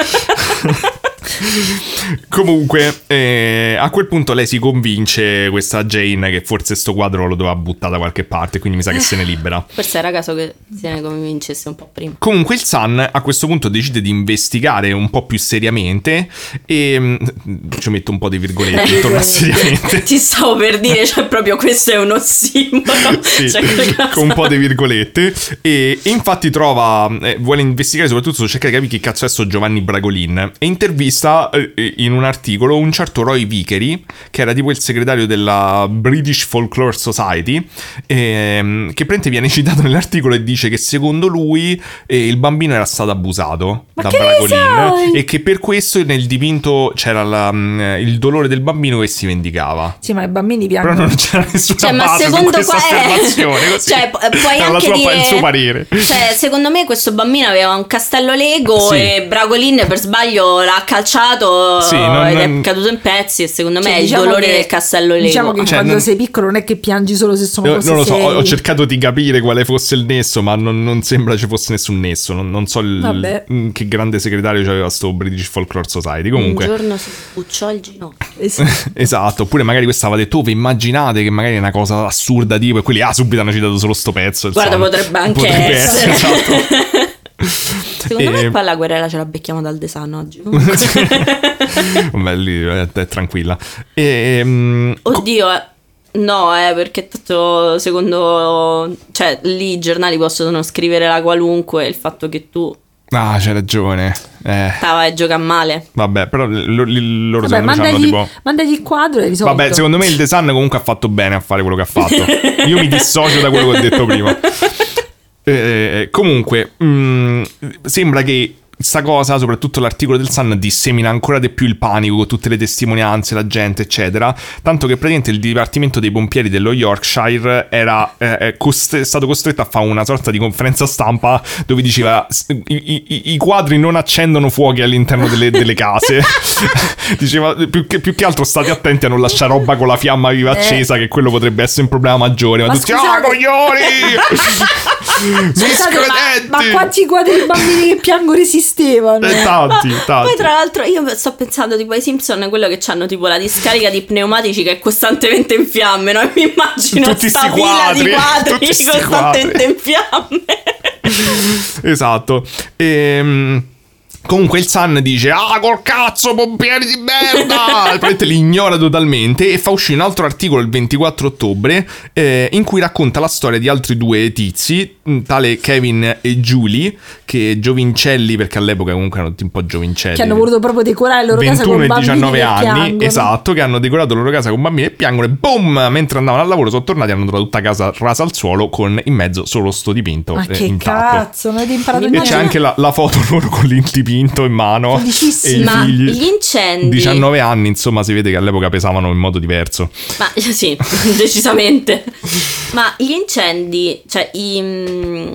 Speaker 2: Comunque, eh, a quel punto lei si convince, questa Jane, che forse sto quadro lo doveva buttare da qualche parte, quindi mi sa che se ne libera.
Speaker 1: Forse era caso che se ne convincesse un po' prima.
Speaker 2: Comunque il Sun a questo punto decide di investigare un po' più seriamente e mm, ci metto un po' di virgolette intorno a seriamente.
Speaker 1: Ti stavo per dire, cioè proprio questo è un ossimoro.
Speaker 2: Sì,
Speaker 1: Cioè, che cosa-
Speaker 2: con un po' di virgolette e, e infatti trova eh, vuole investigare soprattutto su cercare di capire chi cazzo è sto Giovanni Bragolin e intervista eh, in un articolo un certo Roy Vickery che era tipo il segretario della British Folklore Society ehm, che praticamente viene citato nell'articolo e dice che secondo lui eh, il bambino era stato abusato
Speaker 3: Ma
Speaker 2: da
Speaker 3: che ne
Speaker 2: Bragolin
Speaker 3: sai?
Speaker 2: e che per questo nel dipinto c'era la, mm, il dolore del bambino che si vendicava
Speaker 3: Sì, ma i bambini
Speaker 2: però
Speaker 3: piangono.
Speaker 2: non c'era nessuna
Speaker 1: Ah, Cioè, ma
Speaker 2: base
Speaker 1: secondo
Speaker 2: su questa
Speaker 1: qua è-
Speaker 2: affermazione così.
Speaker 1: Cioè, pu- puoi
Speaker 2: Era la
Speaker 1: anche
Speaker 2: sua-
Speaker 1: dire-
Speaker 2: il suo parere.
Speaker 1: Cioè, secondo me questo bambino aveva un castello Lego
Speaker 2: Sì.
Speaker 1: e Bragolin per sbaglio l'ha calciato
Speaker 2: Sì, non-
Speaker 1: ed
Speaker 2: non-
Speaker 1: è caduto in pezzi e secondo me
Speaker 3: Cioè,
Speaker 1: è
Speaker 3: diciamo
Speaker 1: il dolore
Speaker 3: che-
Speaker 1: del castello Lego.
Speaker 3: Diciamo che
Speaker 2: Cioè,
Speaker 3: quando
Speaker 2: non-
Speaker 3: sei piccolo non è che piangi solo se sono
Speaker 2: Eh,
Speaker 3: cose
Speaker 2: non lo so, ho,
Speaker 3: serie.
Speaker 2: ho cercato di capire quale fosse il nesso, ma non, non sembra ci fosse nessun nesso. Non, non so il-
Speaker 3: Vabbè.
Speaker 2: mm, che grande segretario c'aveva sto British Folklore Society. Comunque,
Speaker 1: Un giorno si sbucciò il ginocchio.
Speaker 3: Eh sì.
Speaker 2: esatto. Oppure magari questa aveva detto, "Oh, vi immaginate che magari è una cosa assurda tipo, e quelli, ah, subito hanno citato solo sto pezzo. il
Speaker 1: Guarda,
Speaker 2: Sun."
Speaker 1: potrebbe anche
Speaker 2: Potrebbe
Speaker 1: essere.
Speaker 2: esatto.
Speaker 1: Secondo
Speaker 2: Eh.
Speaker 1: me poi la guerrera ce la becchiamo dal desano oggi.
Speaker 2: Vabbè, lì eh, è tranquilla. E, mm,
Speaker 1: Oddio, eh, no, eh, perché tanto secondo... Cioè, lì i giornali possono scrivere la qualunque, il fatto che tu
Speaker 2: ah, c'hai ragione. Eh.
Speaker 1: stava e gioca male.
Speaker 2: Vabbè, però lo- li- loro secondo
Speaker 3: Vabbè,
Speaker 2: me hanno
Speaker 3: mandagli,
Speaker 2: tipo.
Speaker 3: mandagli il quadro e risolto.
Speaker 2: Vabbè, secondo me il design comunque ha fatto bene a fare quello che ha fatto. Io mi dissocio da quello che ho detto prima. Eh, comunque, mh, sembra che sta cosa, soprattutto l'articolo del Sun, dissemina ancora di più il panico con tutte le testimonianze, la gente, eccetera. Tanto che praticamente il dipartimento dei pompieri dello Yorkshire era eh, eh, cost- stato costretto a fare una sorta di conferenza stampa dove diceva "S- i, i- i quadri non accendono fuochi all'interno delle, delle case. diceva più che, più che altro state attenti a non lasciare roba con la fiamma viva
Speaker 3: Eh.
Speaker 2: accesa, che quello potrebbe essere un problema maggiore. Ma,
Speaker 3: Ma
Speaker 2: tutti, ah,
Speaker 3: scusate-
Speaker 2: coglioni!
Speaker 3: Scusate,
Speaker 2: Miscredenti!
Speaker 3: ma, ma quanti quadri di bambini che piangono resistevano?
Speaker 2: Eh,
Speaker 1: Ma
Speaker 2: tanti,
Speaker 1: poi
Speaker 2: tanti.
Speaker 1: tra l'altro io sto pensando tipo ai Simpson, quello che hanno tipo la discarica di pneumatici che è costantemente in fiamme, no? E mi immagino
Speaker 2: Tutti
Speaker 1: sta
Speaker 2: sti
Speaker 1: pila
Speaker 2: quadri,
Speaker 1: di quadri
Speaker 2: tutti sti
Speaker 1: costantemente
Speaker 2: quadri.
Speaker 1: in fiamme.
Speaker 2: Esatto. Ehm, Comunque il Sun dice Ah col cazzo pompieri di merda Praticamente li ignora totalmente E fa uscire un altro articolo il 24 ottobre eh, In cui racconta la storia di altri due tizi mh, Tale Kevin e Julie Che giovincelli Perché all'epoca comunque erano un po' giovincelli
Speaker 3: Che hanno voluto proprio decorare la loro casa
Speaker 2: 21
Speaker 3: con
Speaker 2: e
Speaker 3: bambini
Speaker 2: 19
Speaker 3: che
Speaker 2: anni,
Speaker 3: piangono.
Speaker 2: esatto, che hanno decorato la loro casa con bambini e piangono e boom! Mentre andavano al lavoro sono tornati e hanno trovato tutta casa rasa al suolo con in mezzo solo sto dipinto
Speaker 3: Ma
Speaker 2: eh,
Speaker 3: che
Speaker 2: intatto.
Speaker 3: cazzo, non avete imparato
Speaker 2: E c'è
Speaker 3: niente.
Speaker 2: anche la, la foto loro con il dipinto in mano e i
Speaker 3: Felicissimi.
Speaker 1: Ma
Speaker 2: figli.
Speaker 1: gli incendi...
Speaker 2: 19 anni, insomma, si vede che all'epoca pesavano in modo diverso.
Speaker 1: Ma sì, decisamente. Ma gli incendi, cioè i mm,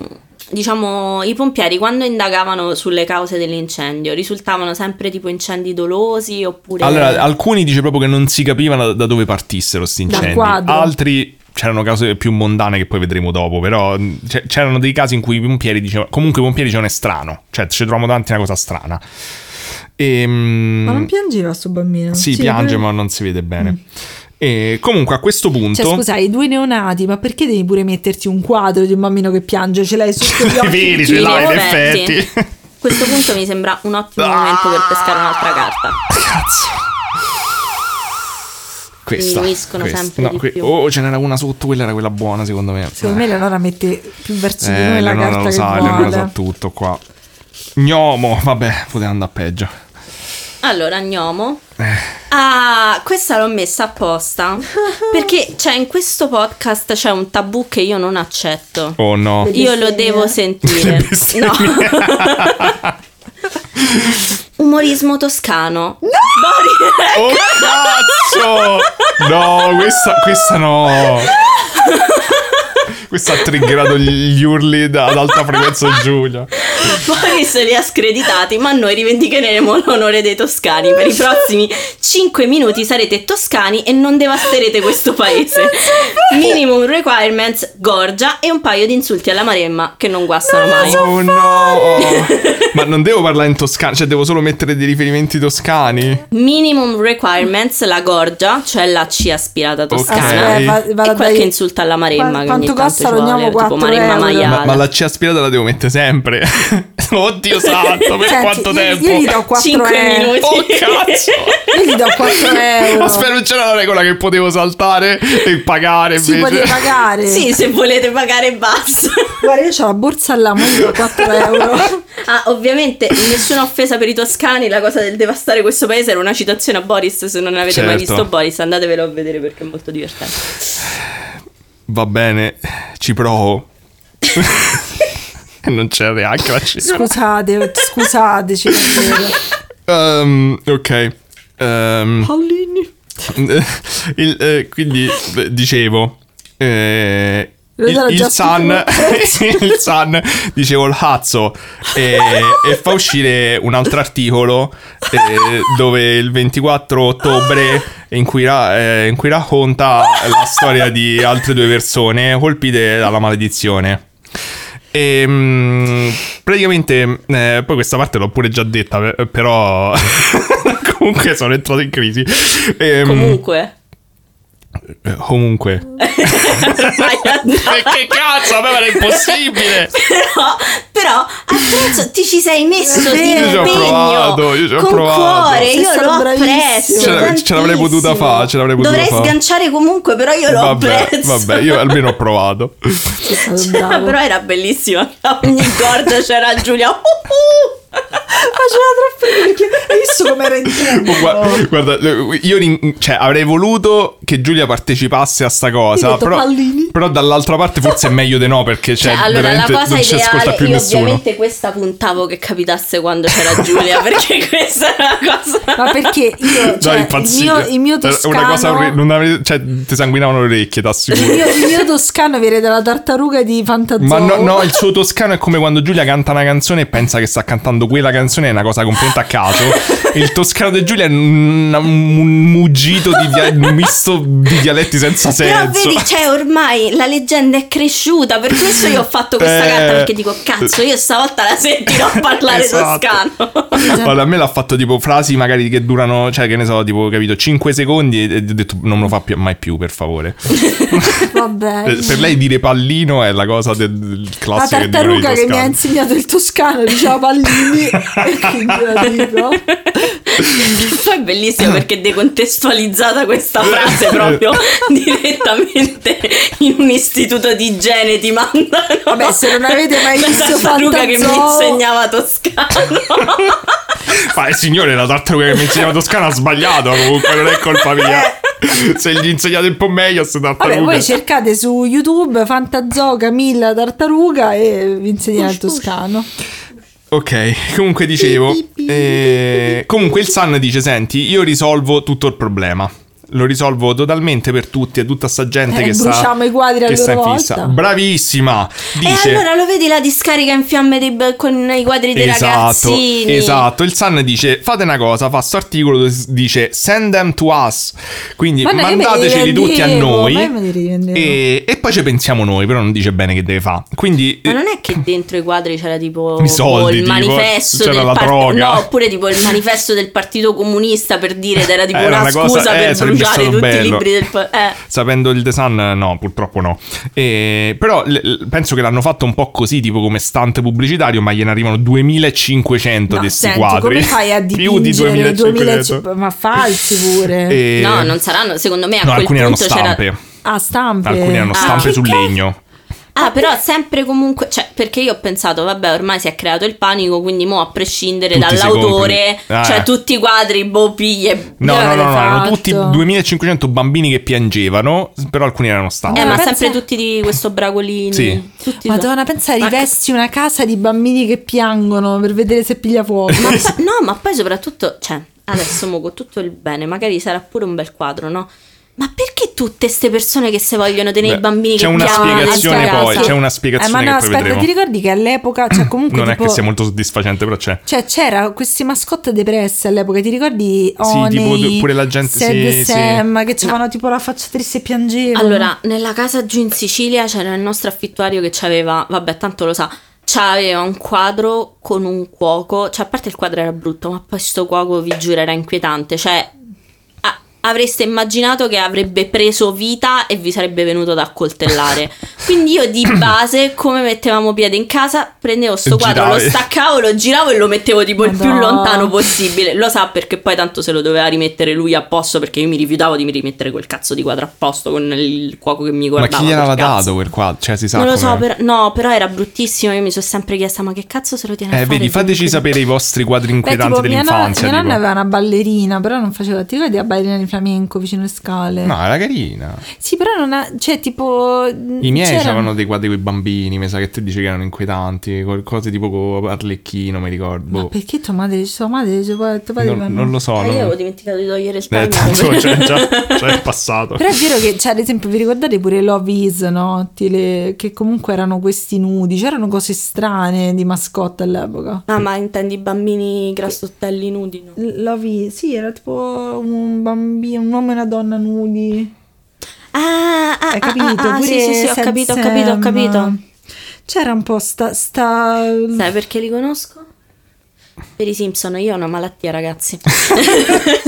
Speaker 1: diciamo i pompieri quando indagavano sulle cause dell'incendio risultavano sempre tipo incendi dolosi oppure
Speaker 2: Allora, alcuni dice proprio che non si capivano da, da dove partissero questi
Speaker 3: Dal
Speaker 2: incendi.
Speaker 3: quadro.
Speaker 2: Altri c'erano cause più mondane che poi vedremo dopo, però mh, c'è- c'erano dei casi in cui i pompieri dicevano comunque i pompieri dicevano è strano, cioè ci troviamo davanti a una cosa strana. Ehm,
Speaker 3: Ma non piangeva sto bambino?
Speaker 2: sì,
Speaker 3: Sì,
Speaker 2: piange
Speaker 3: poi-
Speaker 2: ma non si vede bene. E comunque a questo punto
Speaker 3: Cioè, scusa, i due neonati, ma perché devi pure metterti un quadro di un bambino che piange? Ce l'hai sotto gli
Speaker 2: è
Speaker 3: occhi?
Speaker 2: veri, ce
Speaker 1: tutti
Speaker 2: l'ha in
Speaker 1: gli effetti.
Speaker 2: effetti.
Speaker 1: A questo punto mi sembra un ottimo momento per pescare un'altra carta.
Speaker 2: Cazzo. Questa,
Speaker 1: Diminuiscono
Speaker 2: questa.
Speaker 1: sempre
Speaker 2: No,
Speaker 1: di
Speaker 2: que-
Speaker 1: più.
Speaker 2: Oh, ce n'era una sotto, quella era quella buona secondo me.
Speaker 3: Secondo me Leonora mette più verso di
Speaker 2: Eh,
Speaker 3: noi la
Speaker 2: Leonora
Speaker 3: carta
Speaker 2: lo
Speaker 3: che
Speaker 2: sa, Leonora
Speaker 3: vuole.
Speaker 2: sa tutto qua. Gnomo, vabbè, poteva andare peggio.
Speaker 1: Allora, andiamo.
Speaker 2: Eh.
Speaker 1: Ah, questa l'ho messa apposta perché cioè in questo podcast c'è un tabù che io non accetto.
Speaker 2: Oh no.
Speaker 1: Io lo
Speaker 3: bestemmie.
Speaker 1: devo
Speaker 2: Le
Speaker 1: sentire.
Speaker 2: bestemmie.
Speaker 1: No. Umorismo toscano. ecco. No! Body...
Speaker 2: Oh cazzo! No, questa, questa no. Questa ha triggerato gli urli da- ad alta frequenza Giulia.
Speaker 1: Boris li ha screditati, ma noi rivendicheremo l'onore dei toscani. Per i prossimi 5 minuti sarete toscani e non devasterete questo paese. Minimum requirements, gorgia e un paio di insulti alla Maremma che non guastano mai.
Speaker 2: Oh no! Ma non devo parlare in toscano, cioè devo solo mettere dei riferimenti toscani.
Speaker 1: Minimum requirements, la gorgia, cioè la C aspirata toscana.
Speaker 2: Ok.
Speaker 3: va- vada
Speaker 1: E qualche
Speaker 3: dai-
Speaker 1: insulto alla Maremma.
Speaker 3: Qua-
Speaker 1: che
Speaker 3: quanto
Speaker 1: ogni tanto
Speaker 3: costa?
Speaker 1: ci vuole,
Speaker 3: Rogniamo
Speaker 1: tipo
Speaker 3: 4
Speaker 1: Maremma
Speaker 3: euro.
Speaker 1: maiale.
Speaker 2: Ma, ma la C aspirata la devo mettere sempre. Oddio santo, per
Speaker 3: Senti,
Speaker 2: quanto
Speaker 3: io-
Speaker 2: tempo?
Speaker 3: Io gli do 4
Speaker 1: 5
Speaker 3: euro.
Speaker 1: minuti.
Speaker 2: Oh cazzo!
Speaker 3: Io gli do 4 euro.
Speaker 2: Aspetta, non c'era la regola che potevo saltare e pagare
Speaker 3: si
Speaker 2: invece.
Speaker 3: poteva pagare.
Speaker 1: Sì, se volete pagare basta.
Speaker 3: Guarda, io ho la borsa alla mano, io do 4 euro.
Speaker 1: Ah, ovviamente nessuna offesa per i toscani, la cosa del devastare questo paese era una citazione a Boris, se non avete mai
Speaker 2: Certo.
Speaker 1: visto Boris andatevelo a vedere perché è molto divertente.
Speaker 2: Va bene, ci provo. non c'è neanche la C.
Speaker 3: Scusate, scusateci. davvero.
Speaker 2: Ehm, ok. Ehm, il, eh, quindi beh, dicevo. eh,
Speaker 3: Lo
Speaker 2: il,
Speaker 3: sarà
Speaker 2: il
Speaker 3: già
Speaker 2: Sun il Sun dicevo il Hazzo e, e fa uscire un altro articolo eh, dove il 24 ottobre in cui, ra- eh, in cui racconta la storia di altre due persone colpite dalla maledizione e mm, praticamente eh, poi questa parte l'ho pure già detta pe- però comunque sono entrato in crisi E, mm,
Speaker 1: Comunque,
Speaker 2: eh, comunque Mm. Eh,
Speaker 1: ormai è andata.
Speaker 2: che cazzo, a me era impossibile.
Speaker 1: però, però attrezzo, ti ci sei messo di
Speaker 3: Io ci ho
Speaker 1: impegno
Speaker 2: provato, io ci ho
Speaker 1: con
Speaker 2: provato.
Speaker 1: cuore,
Speaker 3: Sei
Speaker 1: io
Speaker 3: stato
Speaker 1: l'ho
Speaker 3: bravissimo.
Speaker 1: apprezzo.
Speaker 2: Ce la- ce l'avrei
Speaker 1: tantissimo.
Speaker 2: potuta fa, ce l'avrei potuta
Speaker 1: Dovrei
Speaker 2: fa.
Speaker 1: sganciare comunque, però io l'ho
Speaker 2: Vabbè,
Speaker 1: apprezzo.
Speaker 2: vabbè, io almeno ho provato.
Speaker 3: Sei stato
Speaker 1: Cioè,
Speaker 3: bravo.
Speaker 1: però era bellissimo. A ogni gorgia c'era Giulia. Uh, uh.
Speaker 3: Faceva troppo perché hai visto come era entrato?
Speaker 2: Oh, gua- Guarda, io rin- cioè, avrei voluto che Giulia partecipasse a sta cosa,
Speaker 3: Io ho detto
Speaker 2: però,
Speaker 3: pallini.
Speaker 2: però dall'altra parte forse è meglio di no perché cioè,
Speaker 1: Cioè, allora, la
Speaker 2: veramente
Speaker 1: cosa
Speaker 2: non ci ascolta
Speaker 1: ideale,
Speaker 2: più
Speaker 1: io
Speaker 2: nessuno.
Speaker 1: ovviamente questa puntavo che capitasse quando c'era Giulia, perché questa era la cosa.
Speaker 3: Ma perché io,
Speaker 2: Dai,
Speaker 3: cioè, il,
Speaker 2: impazzire.
Speaker 3: mio, il mio
Speaker 2: Era
Speaker 3: toscano,
Speaker 2: Una cosa orri- non avrei- cioè, ti sanguinavano le orecchie,
Speaker 3: il,
Speaker 2: t'assicuro.
Speaker 3: mio, il mio toscano viene dalla tartaruga di Fantazio.
Speaker 2: Ma no, no, il suo toscano è come quando Giulia canta una canzone e pensa che sta cantando quella canzone, è una cosa completamente a caso. Il toscano di Giulia è un, un muggito di dia- un misto di dialetti senza
Speaker 1: Però
Speaker 2: senso.
Speaker 1: vedi, cioè, ormai la leggenda è cresciuta. Per questo io ho fatto questa
Speaker 2: Eh.
Speaker 1: carta perché dico, cazzo, io stavolta la sentirò parlare
Speaker 2: Esatto.
Speaker 1: toscano.
Speaker 3: cioè,
Speaker 2: Guarda, a me l'ha fatto tipo frasi magari che durano, cioè che ne so, tipo capito, 5 secondi e e ho detto non me lo fa più- mai più, per favore.
Speaker 3: Vabbè.
Speaker 2: Eh, Per lei dire pallino è la cosa del, del
Speaker 3: La
Speaker 2: classico.
Speaker 3: tartaruga che mi ha insegnato il toscano diciamo, diceva pallini e quindi la dico.
Speaker 1: Poi è bellissimo perché è decontestualizzata questa frase proprio direttamente in un istituto di igiene ti mandano.
Speaker 3: Vabbè, se non avete mai
Speaker 1: la
Speaker 3: visto
Speaker 1: tartaruga che mi
Speaker 3: Fantazoo-
Speaker 1: insegnava toscano.
Speaker 2: Ma il signore, la tartaruga che mi insegnava toscana ha sbagliato comunque, non è colpa mia. Se gli insegnate un po' meglio, se tartaruga.
Speaker 3: Vabbè, voi cercate su YouTube Fantazoo Camilla Tartaruga e vi insegnerà il toscano.
Speaker 2: Ok, comunque dicevo. eh, comunque il Sun dice: Senti, io risolvo tutto il problema. Lo risolvo totalmente per tutti e tutta sta gente
Speaker 3: Eh,
Speaker 2: che sta.
Speaker 3: bruciamo i quadri a
Speaker 2: che sta in
Speaker 3: loro
Speaker 2: fissa.
Speaker 3: volta.
Speaker 2: Bravissima! Dice.
Speaker 1: E allora lo vedi la discarica in fiamme dei ba- con i quadri dei
Speaker 2: Esatto,
Speaker 1: ragazzini?
Speaker 2: esatto. Il Sun dice: Fate una cosa, fa sto articolo dove s- dice send them to us. Quindi
Speaker 3: Guarda che me li
Speaker 2: mandateceli tutti a
Speaker 3: rivendevo,
Speaker 2: noi.
Speaker 3: ma io me li rivendevo.
Speaker 2: e, e poi ci pensiamo noi, però non dice bene che deve fare. Quindi
Speaker 1: Ma
Speaker 2: eh,
Speaker 1: non è che dentro i quadri c'era tipo
Speaker 2: I soldi,
Speaker 1: il
Speaker 2: tipo,
Speaker 1: manifesto
Speaker 2: c'era
Speaker 1: del
Speaker 2: la
Speaker 1: par-
Speaker 2: droga.
Speaker 1: No, oppure tipo il manifesto del Partito Comunista per dire ed era tipo
Speaker 2: Era
Speaker 1: una,
Speaker 2: una cosa-
Speaker 1: scusa
Speaker 2: eh,
Speaker 1: per
Speaker 2: sarebbe
Speaker 1: bruciare
Speaker 2: stato
Speaker 1: tutti i
Speaker 2: bello.
Speaker 1: libri del pa- eh.
Speaker 2: Sapendo il design, no, purtroppo no. Eh, però l- l- penso che l'hanno fatto un po' così, tipo come stante pubblicitario, ma gliene arrivano 2500
Speaker 3: No,
Speaker 2: di questi
Speaker 3: senti,
Speaker 2: quadri.
Speaker 3: come fai a
Speaker 2: Più di
Speaker 3: dipingere
Speaker 2: 2500.
Speaker 3: 2000 ma falsi pure.
Speaker 2: Eh,
Speaker 1: No, non saranno, secondo me a
Speaker 2: no,
Speaker 1: quel
Speaker 2: alcuni erano
Speaker 1: punto c'era
Speaker 2: stampe.
Speaker 3: Ah, stampe.
Speaker 2: Alcuni erano
Speaker 1: Ah.
Speaker 2: stampe
Speaker 1: Che
Speaker 2: su
Speaker 1: cazzo?
Speaker 2: legno.
Speaker 1: Ah, però sempre comunque, cioè, perché io ho pensato, vabbè, ormai si è creato il panico, quindi mo a prescindere
Speaker 2: Tutti si
Speaker 1: dall'autore,
Speaker 2: comprano. Ah,
Speaker 1: cioè
Speaker 2: eh.
Speaker 1: tutti i quadri, boh, piglie.
Speaker 2: No, no, no, no, erano
Speaker 3: Esatto.
Speaker 2: tutti 2500 bambini che piangevano, però alcuni erano stati.
Speaker 1: Eh,
Speaker 3: Allora,
Speaker 1: ma
Speaker 3: pensa-
Speaker 1: sempre tutti di questo bragolini.
Speaker 2: Sì.
Speaker 1: Tutti
Speaker 3: Madonna, pensa,
Speaker 1: Ma-
Speaker 3: rivesti una casa di bambini che piangono per vedere se piglia fuoco.
Speaker 1: Ma p- no, ma poi soprattutto, cioè, adesso mo con tutto il bene, magari sarà pure un bel quadro, no? Ma perché tutte ste persone che si vogliono tenere
Speaker 2: Beh,
Speaker 1: i bambini
Speaker 2: c'è
Speaker 1: che
Speaker 2: una
Speaker 1: piangono dentro
Speaker 2: spiegazione
Speaker 1: casa?
Speaker 2: poi, c'è una spiegazione
Speaker 3: Eh, ma
Speaker 2: che
Speaker 3: no,
Speaker 2: poi
Speaker 3: aspetta,
Speaker 2: vedremo.
Speaker 3: ti ricordi che all'epoca, cioè comunque
Speaker 2: non è
Speaker 3: tipo,
Speaker 2: che sia molto soddisfacente, però c'è.
Speaker 3: Cioè, c'era queste mascotte depresse all'epoca, ti ricordi? Honey,
Speaker 2: tipo, du- pure la gente-
Speaker 3: Sad
Speaker 2: sì, sì.
Speaker 3: Sam, che c'erano tipo la faccia triste e piangevano.
Speaker 1: Allora, nella casa giù in Sicilia c'era il nostro affittuario che c'aveva, vabbè, tanto lo sa, c'aveva un quadro con un cuoco, cioè a parte il quadro era brutto, ma poi sto cuoco vi giuro era inquietante, cioè a- avreste immaginato che avrebbe preso vita e vi sarebbe venuto ad accoltellare. Quindi io di base, come mettevamo piede in casa, prendevo sto quadro,
Speaker 2: Giravi.
Speaker 1: lo staccavo, lo giravo e lo mettevo tipo il più
Speaker 3: Madonna.
Speaker 1: lontano possibile. Lo sa perché poi tanto se lo doveva rimettere lui a posto perché io mi rifiutavo di rimettere quel cazzo di quadro a posto con il cuoco che mi
Speaker 2: Ma
Speaker 1: guardava.
Speaker 2: chi gliel'aveva
Speaker 1: per cazzo.
Speaker 2: dato quel quadro? Cioè, si sa
Speaker 1: Non lo
Speaker 2: come-
Speaker 1: so, però- no, però era bruttissimo. Io mi sono sempre chiesta, ma che cazzo se lo tiene a
Speaker 2: Eh,
Speaker 1: fare?
Speaker 2: vedi, fateci sapere i vostri quadri
Speaker 3: Beh, tipo,
Speaker 2: inquietanti
Speaker 3: mia, nonna,
Speaker 2: dell'infanzia.
Speaker 3: mia nonna
Speaker 2: tipo.
Speaker 3: aveva una ballerina, però non faceva. Ti ricordi la ballerina di flamenco vicino alle scale?
Speaker 2: No, era carina.
Speaker 3: Sì, però non ha. Cioè, tipo.
Speaker 2: I miei
Speaker 3: c'erano-
Speaker 2: avevano dei quadri con i bambini, mi sa che te dici che erano inquietanti, qualcosa tipo con Arlecchino, mi ricordo.
Speaker 3: Ma
Speaker 2: boh.
Speaker 3: perché tua madre? Tua madre, tua padre, tuo padre ma
Speaker 2: Non, non lo so.
Speaker 3: Eh,
Speaker 1: Eh, io
Speaker 2: non-
Speaker 1: avevo dimenticato di togliere il
Speaker 2: Eh,
Speaker 1: bagno.
Speaker 2: tanto c'è già c'è il passato.
Speaker 3: Però è vero che, cioè, ad esempio, vi ricordate pure Love Is, no? Tele- che comunque erano questi nudi, c'erano cose strane di mascotte all'epoca.
Speaker 1: Ah, ma intendi bambini grassottelli nudi? No?
Speaker 3: L- Love Is, sì, era tipo un bambino, un uomo e una donna nudi.
Speaker 1: Ah, ah,
Speaker 3: Hai
Speaker 1: ah,
Speaker 3: capito?
Speaker 1: ah, ah,
Speaker 3: Pure
Speaker 1: sì, sì, sì, ho
Speaker 3: Sad
Speaker 1: capito, ho
Speaker 3: Sam.
Speaker 1: capito, ho capito.
Speaker 3: C'era un po' sta... sta...
Speaker 1: Sai perché li conosco? Per i Simpson, io ho una malattia, ragazzi.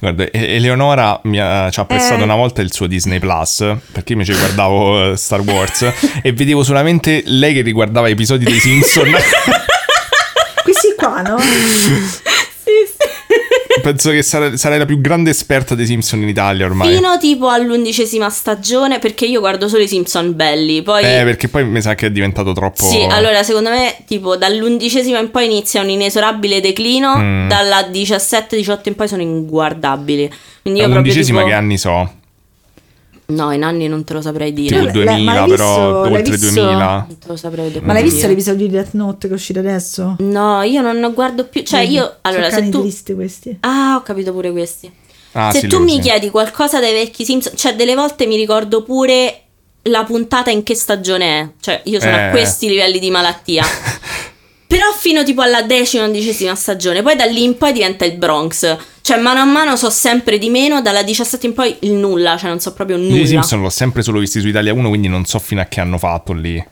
Speaker 2: Guarda, E- Eleonora mi ha- ci ha prestato
Speaker 3: Eh.
Speaker 2: una volta il suo Disney Plus perché io mi ci guardavo eh, Star Wars e vedevo solamente lei che riguardava episodi dei Simpson.
Speaker 3: Questi qua, no?
Speaker 2: Penso che sare- sarai la più grande esperta dei Simpson in Italia ormai.
Speaker 1: Fino tipo all'undicesima stagione, perché io guardo solo i Simpson belli. Poi.
Speaker 2: Eh, boh. perché poi mi sa che è diventato troppo.
Speaker 1: Sì, allora secondo me tipo dall'undicesima in poi inizia un inesorabile declino,
Speaker 2: Mm.
Speaker 1: dalla 17-18 in poi sono inguardabili. Quindi io proprio
Speaker 2: All'undicesima
Speaker 1: tipo...
Speaker 2: che anni so?
Speaker 1: No, in anni non te lo saprei dire.
Speaker 2: Tipo
Speaker 3: l'hai-
Speaker 2: 2000,
Speaker 3: ma l'hai visto-
Speaker 2: però
Speaker 3: l'hai
Speaker 2: oltre
Speaker 3: visto?
Speaker 2: 2000.
Speaker 1: Non te lo saprei dire.
Speaker 3: Ma l'hai visto l'episodio di Death Note che è uscito adesso?
Speaker 1: No, io non guardo più, cioè io allora
Speaker 3: Sono
Speaker 1: se
Speaker 3: cani
Speaker 1: tu
Speaker 3: tristi questi.
Speaker 1: Ah, ho capito pure questi.
Speaker 2: Ah,
Speaker 1: Se
Speaker 2: sì,
Speaker 1: tu
Speaker 2: loro
Speaker 1: mi
Speaker 2: sì.
Speaker 1: chiedi qualcosa dai vecchi Simpson, cioè delle volte mi ricordo pure la puntata in che stagione è, cioè io sono
Speaker 2: Eh.
Speaker 1: a questi livelli di malattia. Però fino tipo alla decima, undicesima stagione, poi da lì in poi diventa il Bronx. Cioè mano a mano so sempre di meno, dalla 17 in poi il nulla, cioè non so proprio
Speaker 2: Io i
Speaker 1: nulla.
Speaker 2: Simpson l'ho sempre solo visti su Italia 1, quindi non so fino a che hanno fatto lì.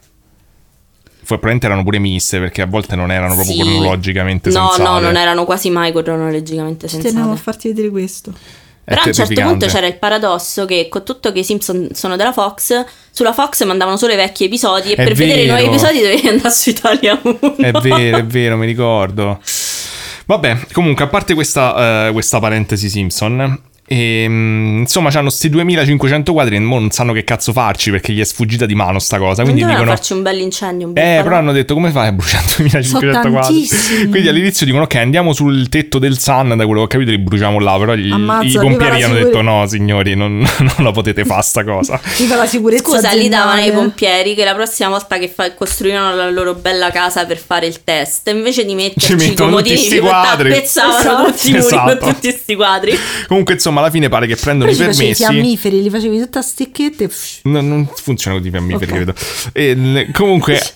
Speaker 2: Poi probabilmente erano pure miste, perché a volte non erano proprio
Speaker 1: Sì.
Speaker 2: cronologicamente
Speaker 1: No,
Speaker 2: sensate.
Speaker 1: no, non erano quasi mai cronologicamente
Speaker 3: Ci tenevo a
Speaker 1: sensate.
Speaker 3: farti vedere questo.
Speaker 2: È
Speaker 1: Però a un certo
Speaker 2: terrificante.
Speaker 1: punto c'era il paradosso che con tutto che i Simpson sono della Fox, sulla Fox mandavano solo i vecchi episodi e
Speaker 2: È
Speaker 1: per vedere i nuovi
Speaker 2: vero.
Speaker 1: episodi dovevi andare su Italia 1.
Speaker 2: È vero, è vero, mi ricordo. Vabbè, comunque, a parte questa, eh, questa parentesi Simpson, ehm, insomma, c'hanno sti 2500 quadri e mo non sanno che cazzo farci perché gli è sfuggita di mano sta cosa.
Speaker 1: Non
Speaker 2: Quindi
Speaker 1: dovevano
Speaker 2: dicono...
Speaker 1: farci un bel incendio, un bel
Speaker 2: Eh,
Speaker 1: palo-
Speaker 2: però hanno detto come fai a bruciare 2500
Speaker 3: Sono
Speaker 2: quadri?
Speaker 3: tantissimi.
Speaker 2: Quindi all'inizio dicono ok andiamo sul tetto del Sun, da quello che ho capito li bruciamo là, però gli-
Speaker 3: Ammazza,
Speaker 2: i
Speaker 3: viva
Speaker 2: pompieri
Speaker 3: la
Speaker 2: hanno
Speaker 3: sicurezza.
Speaker 2: detto no signori non, non la potete fare sta cosa.
Speaker 3: Viva la sicurezza
Speaker 1: Scusa, gli davano ai
Speaker 3: aziendale.
Speaker 1: pompieri che la prossima volta che fa- costruivano la loro bella casa per fare il test, invece di
Speaker 2: Ci
Speaker 1: metterci i
Speaker 2: mettono tutti
Speaker 1: comodini
Speaker 2: sti
Speaker 1: di qualità,
Speaker 2: quadri.
Speaker 1: pezzavano
Speaker 3: Esatto.
Speaker 1: tutti i muri
Speaker 2: Esatto.
Speaker 1: con tutti sti quadri.
Speaker 2: Comunque insomma alla fine pare che prendono
Speaker 3: Però
Speaker 2: i
Speaker 3: ci facevi i
Speaker 2: permessi.
Speaker 3: fiammiferi, li facevi tutta a stecchette. pff.
Speaker 2: No, non funziona così i fiammiferi,
Speaker 3: Ok.
Speaker 2: credo. E, n- comunque,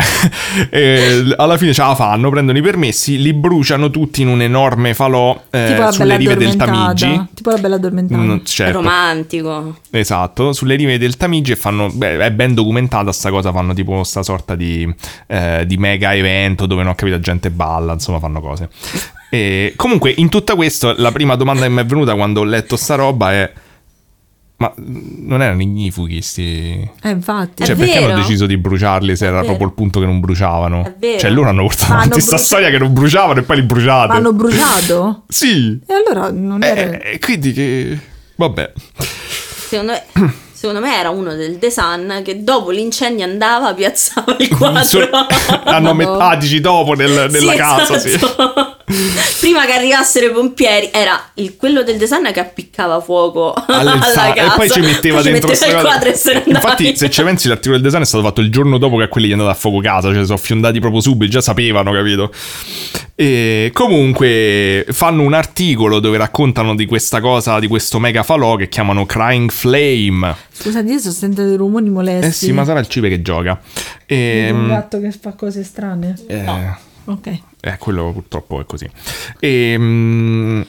Speaker 2: eh, alla fine ce la fanno, prendono i permessi, li bruciano tutti in un enorme falò eh,
Speaker 3: Tipo la
Speaker 2: sulle
Speaker 3: bella
Speaker 2: rive del
Speaker 3: addormentata.
Speaker 2: Tamigi.
Speaker 3: Tipo la bella addormentata.
Speaker 2: Non- certo.
Speaker 1: Romantico.
Speaker 2: Esatto, sulle rive del Tamigi e fanno, beh, è ben documentata sta cosa, fanno tipo sta sorta di, eh, di mega evento dove non ho capito, gente balla, insomma fanno cose. E comunque in tutto questo la prima domanda che mi è venuta quando ho letto sta roba è, ma non erano ignifughi sti...
Speaker 3: Eh, infatti.
Speaker 2: Cioè
Speaker 1: È
Speaker 2: perché
Speaker 1: vero.
Speaker 2: hanno deciso di bruciarli se era
Speaker 1: vero.
Speaker 2: proprio il punto che non bruciavano?
Speaker 1: È vero.
Speaker 2: Cioè loro hanno portato
Speaker 3: Ma
Speaker 2: avanti
Speaker 3: hanno
Speaker 2: sta
Speaker 3: bruciato-
Speaker 2: storia che non bruciavano e poi li bruciate.
Speaker 3: Ma hanno bruciato?
Speaker 2: Sì.
Speaker 3: E allora non era...
Speaker 2: Eh, quindi che... Vabbè.
Speaker 1: Secondo me, secondo me era uno del design che dopo l'incendio andava, piazzava il quadro.
Speaker 2: Su- Hanno met- ah, dici dopo nel-
Speaker 1: Sì,
Speaker 2: nella casa, sì.
Speaker 1: esatto. Prima che arrivassero i pompieri era il- quello del design che appiccava fuoco alla
Speaker 2: All'insa-
Speaker 1: casa
Speaker 2: e poi ci metteva dentro
Speaker 1: metteva
Speaker 2: sta
Speaker 1: il
Speaker 2: cosa.
Speaker 1: quadro e se ne andava
Speaker 2: Infatti,
Speaker 1: via.
Speaker 2: se ci pensi, l'articolo del design è stato fatto il giorno dopo che a quelli gli è andata a fuoco casa, cioè sono fiondati proprio subito, già sapevano, capito? E comunque fanno un articolo dove raccontano di questa cosa, di questo mega falò che chiamano Crying Flame.
Speaker 3: Scusate, io sto sentendo dei rumori molesti.
Speaker 2: Eh sì, ma ehm, sarà il cipe che gioca.
Speaker 3: Vedo Un
Speaker 2: E,
Speaker 3: gatto che fa cose strane.
Speaker 2: eh,
Speaker 3: Ok.
Speaker 2: Eh, quello purtroppo è così. E, mm,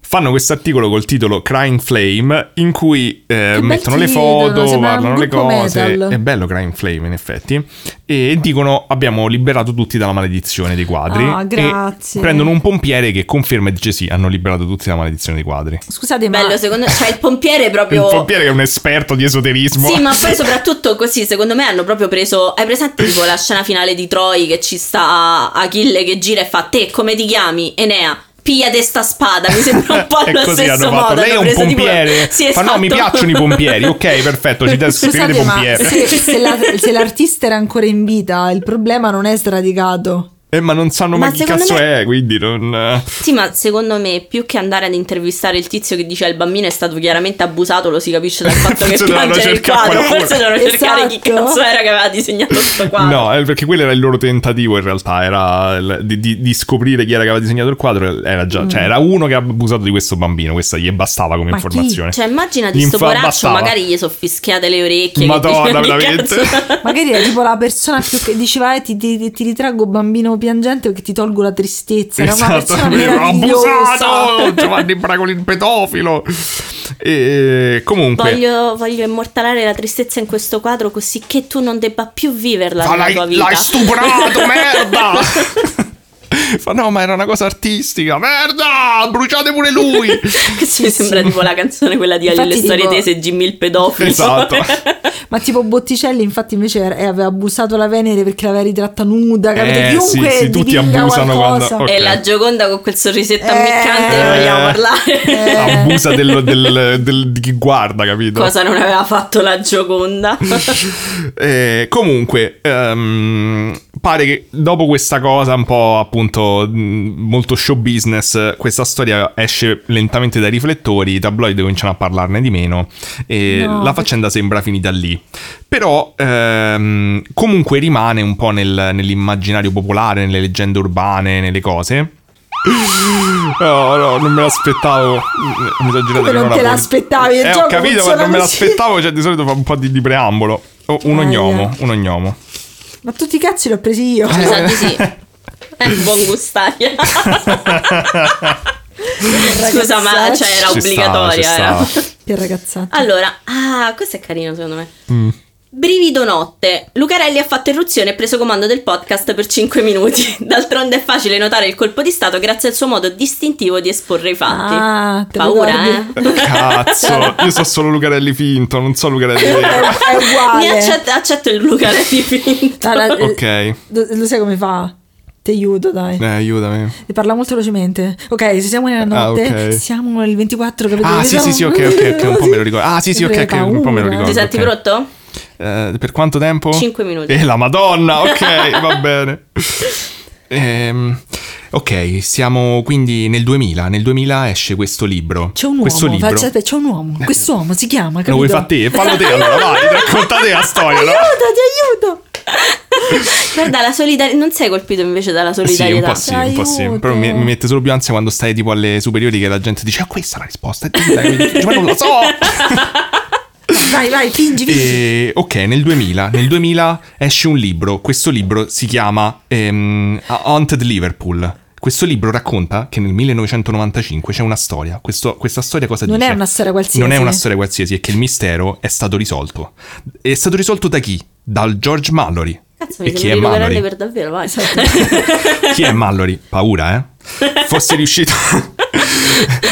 Speaker 2: fanno questo articolo col titolo Crying Flame in cui eh,
Speaker 3: bel
Speaker 2: mettono le
Speaker 3: titolo,
Speaker 2: foto,
Speaker 3: sembra un
Speaker 2: parlano le
Speaker 3: gruppo
Speaker 2: cose.
Speaker 3: metal.
Speaker 2: È bello Crying Flame in effetti. E dicono abbiamo liberato tutti dalla maledizione dei quadri.
Speaker 3: Ah,
Speaker 2: E
Speaker 3: grazie.
Speaker 2: prendono un pompiere che conferma e dice sì, hanno liberato tutti dalla maledizione dei quadri.
Speaker 3: Scusate, ma
Speaker 1: Bello, secondo me, cioè il pompiere proprio...
Speaker 2: Il pompiere che è un esperto di esoterismo.
Speaker 1: Sì, ma poi soprattutto così, secondo me hanno proprio preso. Hai presente tipo la scena finale di Troy che ci sta Achille che gira e fa te come ti chiami? Enea. Piglia te sta spada, mi sembra un po'
Speaker 2: E
Speaker 1: allo
Speaker 2: così
Speaker 1: stesso
Speaker 2: hanno fatto.
Speaker 1: modo.
Speaker 2: Lei è
Speaker 1: hanno
Speaker 2: un
Speaker 1: preso tipo-
Speaker 2: pompiere.
Speaker 1: Sì,
Speaker 2: Fa no, mi
Speaker 1: esatto.
Speaker 2: piacciono i pompieri. Ok, perfetto, ci scrivete
Speaker 3: Scusate, ma
Speaker 2: pompiere.
Speaker 3: se, se la- se l'artista era ancora in vita, il problema non è sradicato.
Speaker 2: Eh, ma non sanno
Speaker 1: Ma
Speaker 2: ma chi
Speaker 1: secondo
Speaker 2: cazzo
Speaker 1: me-
Speaker 2: è, quindi non... eh,
Speaker 1: Sì, ma secondo me, più che andare ad intervistare il tizio che dice il bambino è stato chiaramente abusato, lo si capisce dal fatto che
Speaker 2: Forse dovevano
Speaker 1: piange nel
Speaker 2: cercare
Speaker 1: quadro.
Speaker 2: qualcuno.
Speaker 1: Forse devono cercare chi
Speaker 3: Esatto.
Speaker 1: cazzo era che aveva disegnato sto quadro.
Speaker 2: No, eh, perché quello era il loro tentativo in realtà, era il- di, di- di scoprire chi era che aveva disegnato il quadro, era già, cioè era uno che ha abusato di questo bambino, questa gli bastava come
Speaker 3: Mm. Ma chi?
Speaker 2: informazione.
Speaker 1: Cioè, immaginati
Speaker 2: Gli
Speaker 1: sto
Speaker 2: infa-
Speaker 1: poraccio,
Speaker 2: bastava.
Speaker 1: magari gli soffischiate le orecchie.
Speaker 2: Madonna,
Speaker 1: che dicono, "Che
Speaker 2: veramente?"
Speaker 1: cazzo?"
Speaker 3: Magari era tipo la persona più che diceva: eh, ti, ti- ti ritraggo bambino piangente perché ti tolgo la tristezza. Era una persona
Speaker 2: vero,
Speaker 3: meravigliosa.
Speaker 2: Esatto, abusato Giovanni Bragolin pedofilo. E, comunque,
Speaker 1: Voglio, voglio immortalare la tristezza in questo quadro così che tu non debba più viverla
Speaker 2: Ma
Speaker 1: nella
Speaker 2: l'hai,
Speaker 1: tua vita.
Speaker 2: l'hai stuprato, merda! Fa no, ma era una cosa artistica, merda! Bruciate pure lui!
Speaker 1: Che mi sembra tipo la canzone quella di
Speaker 3: Infatti
Speaker 1: alle
Speaker 3: dico-
Speaker 1: storie tese Jimmy il pedofilo.
Speaker 2: Esatto.
Speaker 3: Ma tipo Botticelli, infatti, invece era- eh, aveva abusato la Venere perché l'aveva ritratta nuda. Capito?
Speaker 2: Eh,
Speaker 3: Chiunque
Speaker 2: sì, sì,
Speaker 3: ti
Speaker 2: tutti
Speaker 3: dica
Speaker 2: abusano
Speaker 3: qualcosa.
Speaker 2: quando-
Speaker 1: E
Speaker 2: Ok.
Speaker 1: la Gioconda con quel sorrisetto
Speaker 3: Eh.
Speaker 1: ammiccante ne vogliamo parlare.
Speaker 3: Eh.
Speaker 2: Abusa del- del- del- di chi guarda, capito?
Speaker 1: Cosa non aveva fatto la Gioconda?
Speaker 2: Eh, comunque, ehm, pare che dopo questa cosa un po' appunto mh, molto show business, questa storia esce lentamente dai riflettori, i tabloid cominciano a parlarne di meno e
Speaker 3: No,
Speaker 2: la faccenda sembra finita lì. Però ehm, comunque rimane un po' nel- nell'immaginario popolare, nelle leggende urbane, nelle cose. No, no, non me l'aspettavo. Mi sono girato
Speaker 3: Come
Speaker 2: le
Speaker 3: non
Speaker 2: parole.
Speaker 3: te l'aspettavi? Il
Speaker 2: Eh, ho
Speaker 3: gioco
Speaker 2: capito, ma
Speaker 3: funziona
Speaker 2: non me
Speaker 3: così.
Speaker 2: l'aspettavo. Cioè, di solito fa un po' di, di preambolo. Oh, un
Speaker 3: Aia.
Speaker 2: ognomo, un ognomo.
Speaker 3: Ma tutti i cazzi li ho presi io.
Speaker 1: Mi sa di sì. Eh, buon gustaglia. Scusa, ma cioè, era
Speaker 2: Ci
Speaker 1: obbligatoria.
Speaker 2: sta, ci
Speaker 1: era.
Speaker 2: sta.
Speaker 3: Che ragazzato.
Speaker 1: Allora, ah, questo è carino secondo me.
Speaker 2: Mm.
Speaker 1: Brivido notte. Lucarelli ha fatto irruzione e preso comando del podcast per 5 minuti. D'altronde è facile notare il colpo di stato grazie al suo modo distintivo di esporre i fatti.
Speaker 3: Ah, te lo
Speaker 1: Paura,
Speaker 3: guardi?
Speaker 1: eh?
Speaker 2: Cazzo, io so solo Lucarelli finto, non so Lucarelli vero.
Speaker 3: È uguale.
Speaker 1: Mi accetto, accetto il Lucarelli finto.
Speaker 3: Allora, eh,
Speaker 2: Ok.
Speaker 3: Lo, lo sai come fa? Ti aiuto, dai.
Speaker 2: Eh, aiutami.
Speaker 3: E Parla molto velocemente. Ok, se siamo nella
Speaker 2: Ah,
Speaker 3: notte,
Speaker 2: ok.
Speaker 3: siamo il 24, capito?
Speaker 2: Ah, sì, sì, sì, ok, ok, ok, un po' me lo ricordo. Ah, sì, sì, ok, ok, un po' me lo ricordo.
Speaker 3: Esatto,
Speaker 1: Ti senti
Speaker 2: ok.
Speaker 1: pronto?
Speaker 2: Eh, per quanto tempo?
Speaker 1: 5 minuti.
Speaker 2: Eh, la madonna, ok, va bene. Ehm, ok, siamo quindi nel 2000. Nel 2000 esce questo libro.
Speaker 3: C'è un uomo,
Speaker 2: questo libro.
Speaker 3: faccia- aspetta, c'è un uomo. Quest'uomo si chiama, capito?
Speaker 2: Lo vuoi fare te? Fallo te allora, vai, racconta te la storia.
Speaker 3: Aiuto,
Speaker 2: no?
Speaker 3: ti aiuto.
Speaker 1: Guarda, la solidarietà. Non sei colpito invece dalla
Speaker 2: Eh Sì, un
Speaker 1: solidarietà.
Speaker 2: po' sì, un po' sì.
Speaker 3: Aiuto.
Speaker 2: Però mi, mi mette solo più ansia quando stai tipo alle superiori che la gente dice "Ah, questa è la risposta". E tu dai, dici, "Ma non lo so".
Speaker 3: Vai, vai, fingi, fingi.
Speaker 2: E, ok, nel 2000, nel 2000 esce un libro, questo libro si chiama ehm, Haunted Liverpool. Questo libro racconta che nel 1995 c'è una storia. Questo- questa storia cosa
Speaker 3: Non
Speaker 2: dice?
Speaker 3: è una storia qualsiasi.
Speaker 2: cioè, Non è una storia qualsiasi, è che il mistero è stato risolto. È stato risolto da chi? Dal George Mallory.
Speaker 1: Cazzo,
Speaker 2: e
Speaker 1: mi
Speaker 2: chi
Speaker 1: sembra
Speaker 2: è
Speaker 1: di Lucarelli
Speaker 2: Mallory?
Speaker 1: per davvero, vai.
Speaker 2: Chi è Mallory? Paura, eh? Fosse riuscito.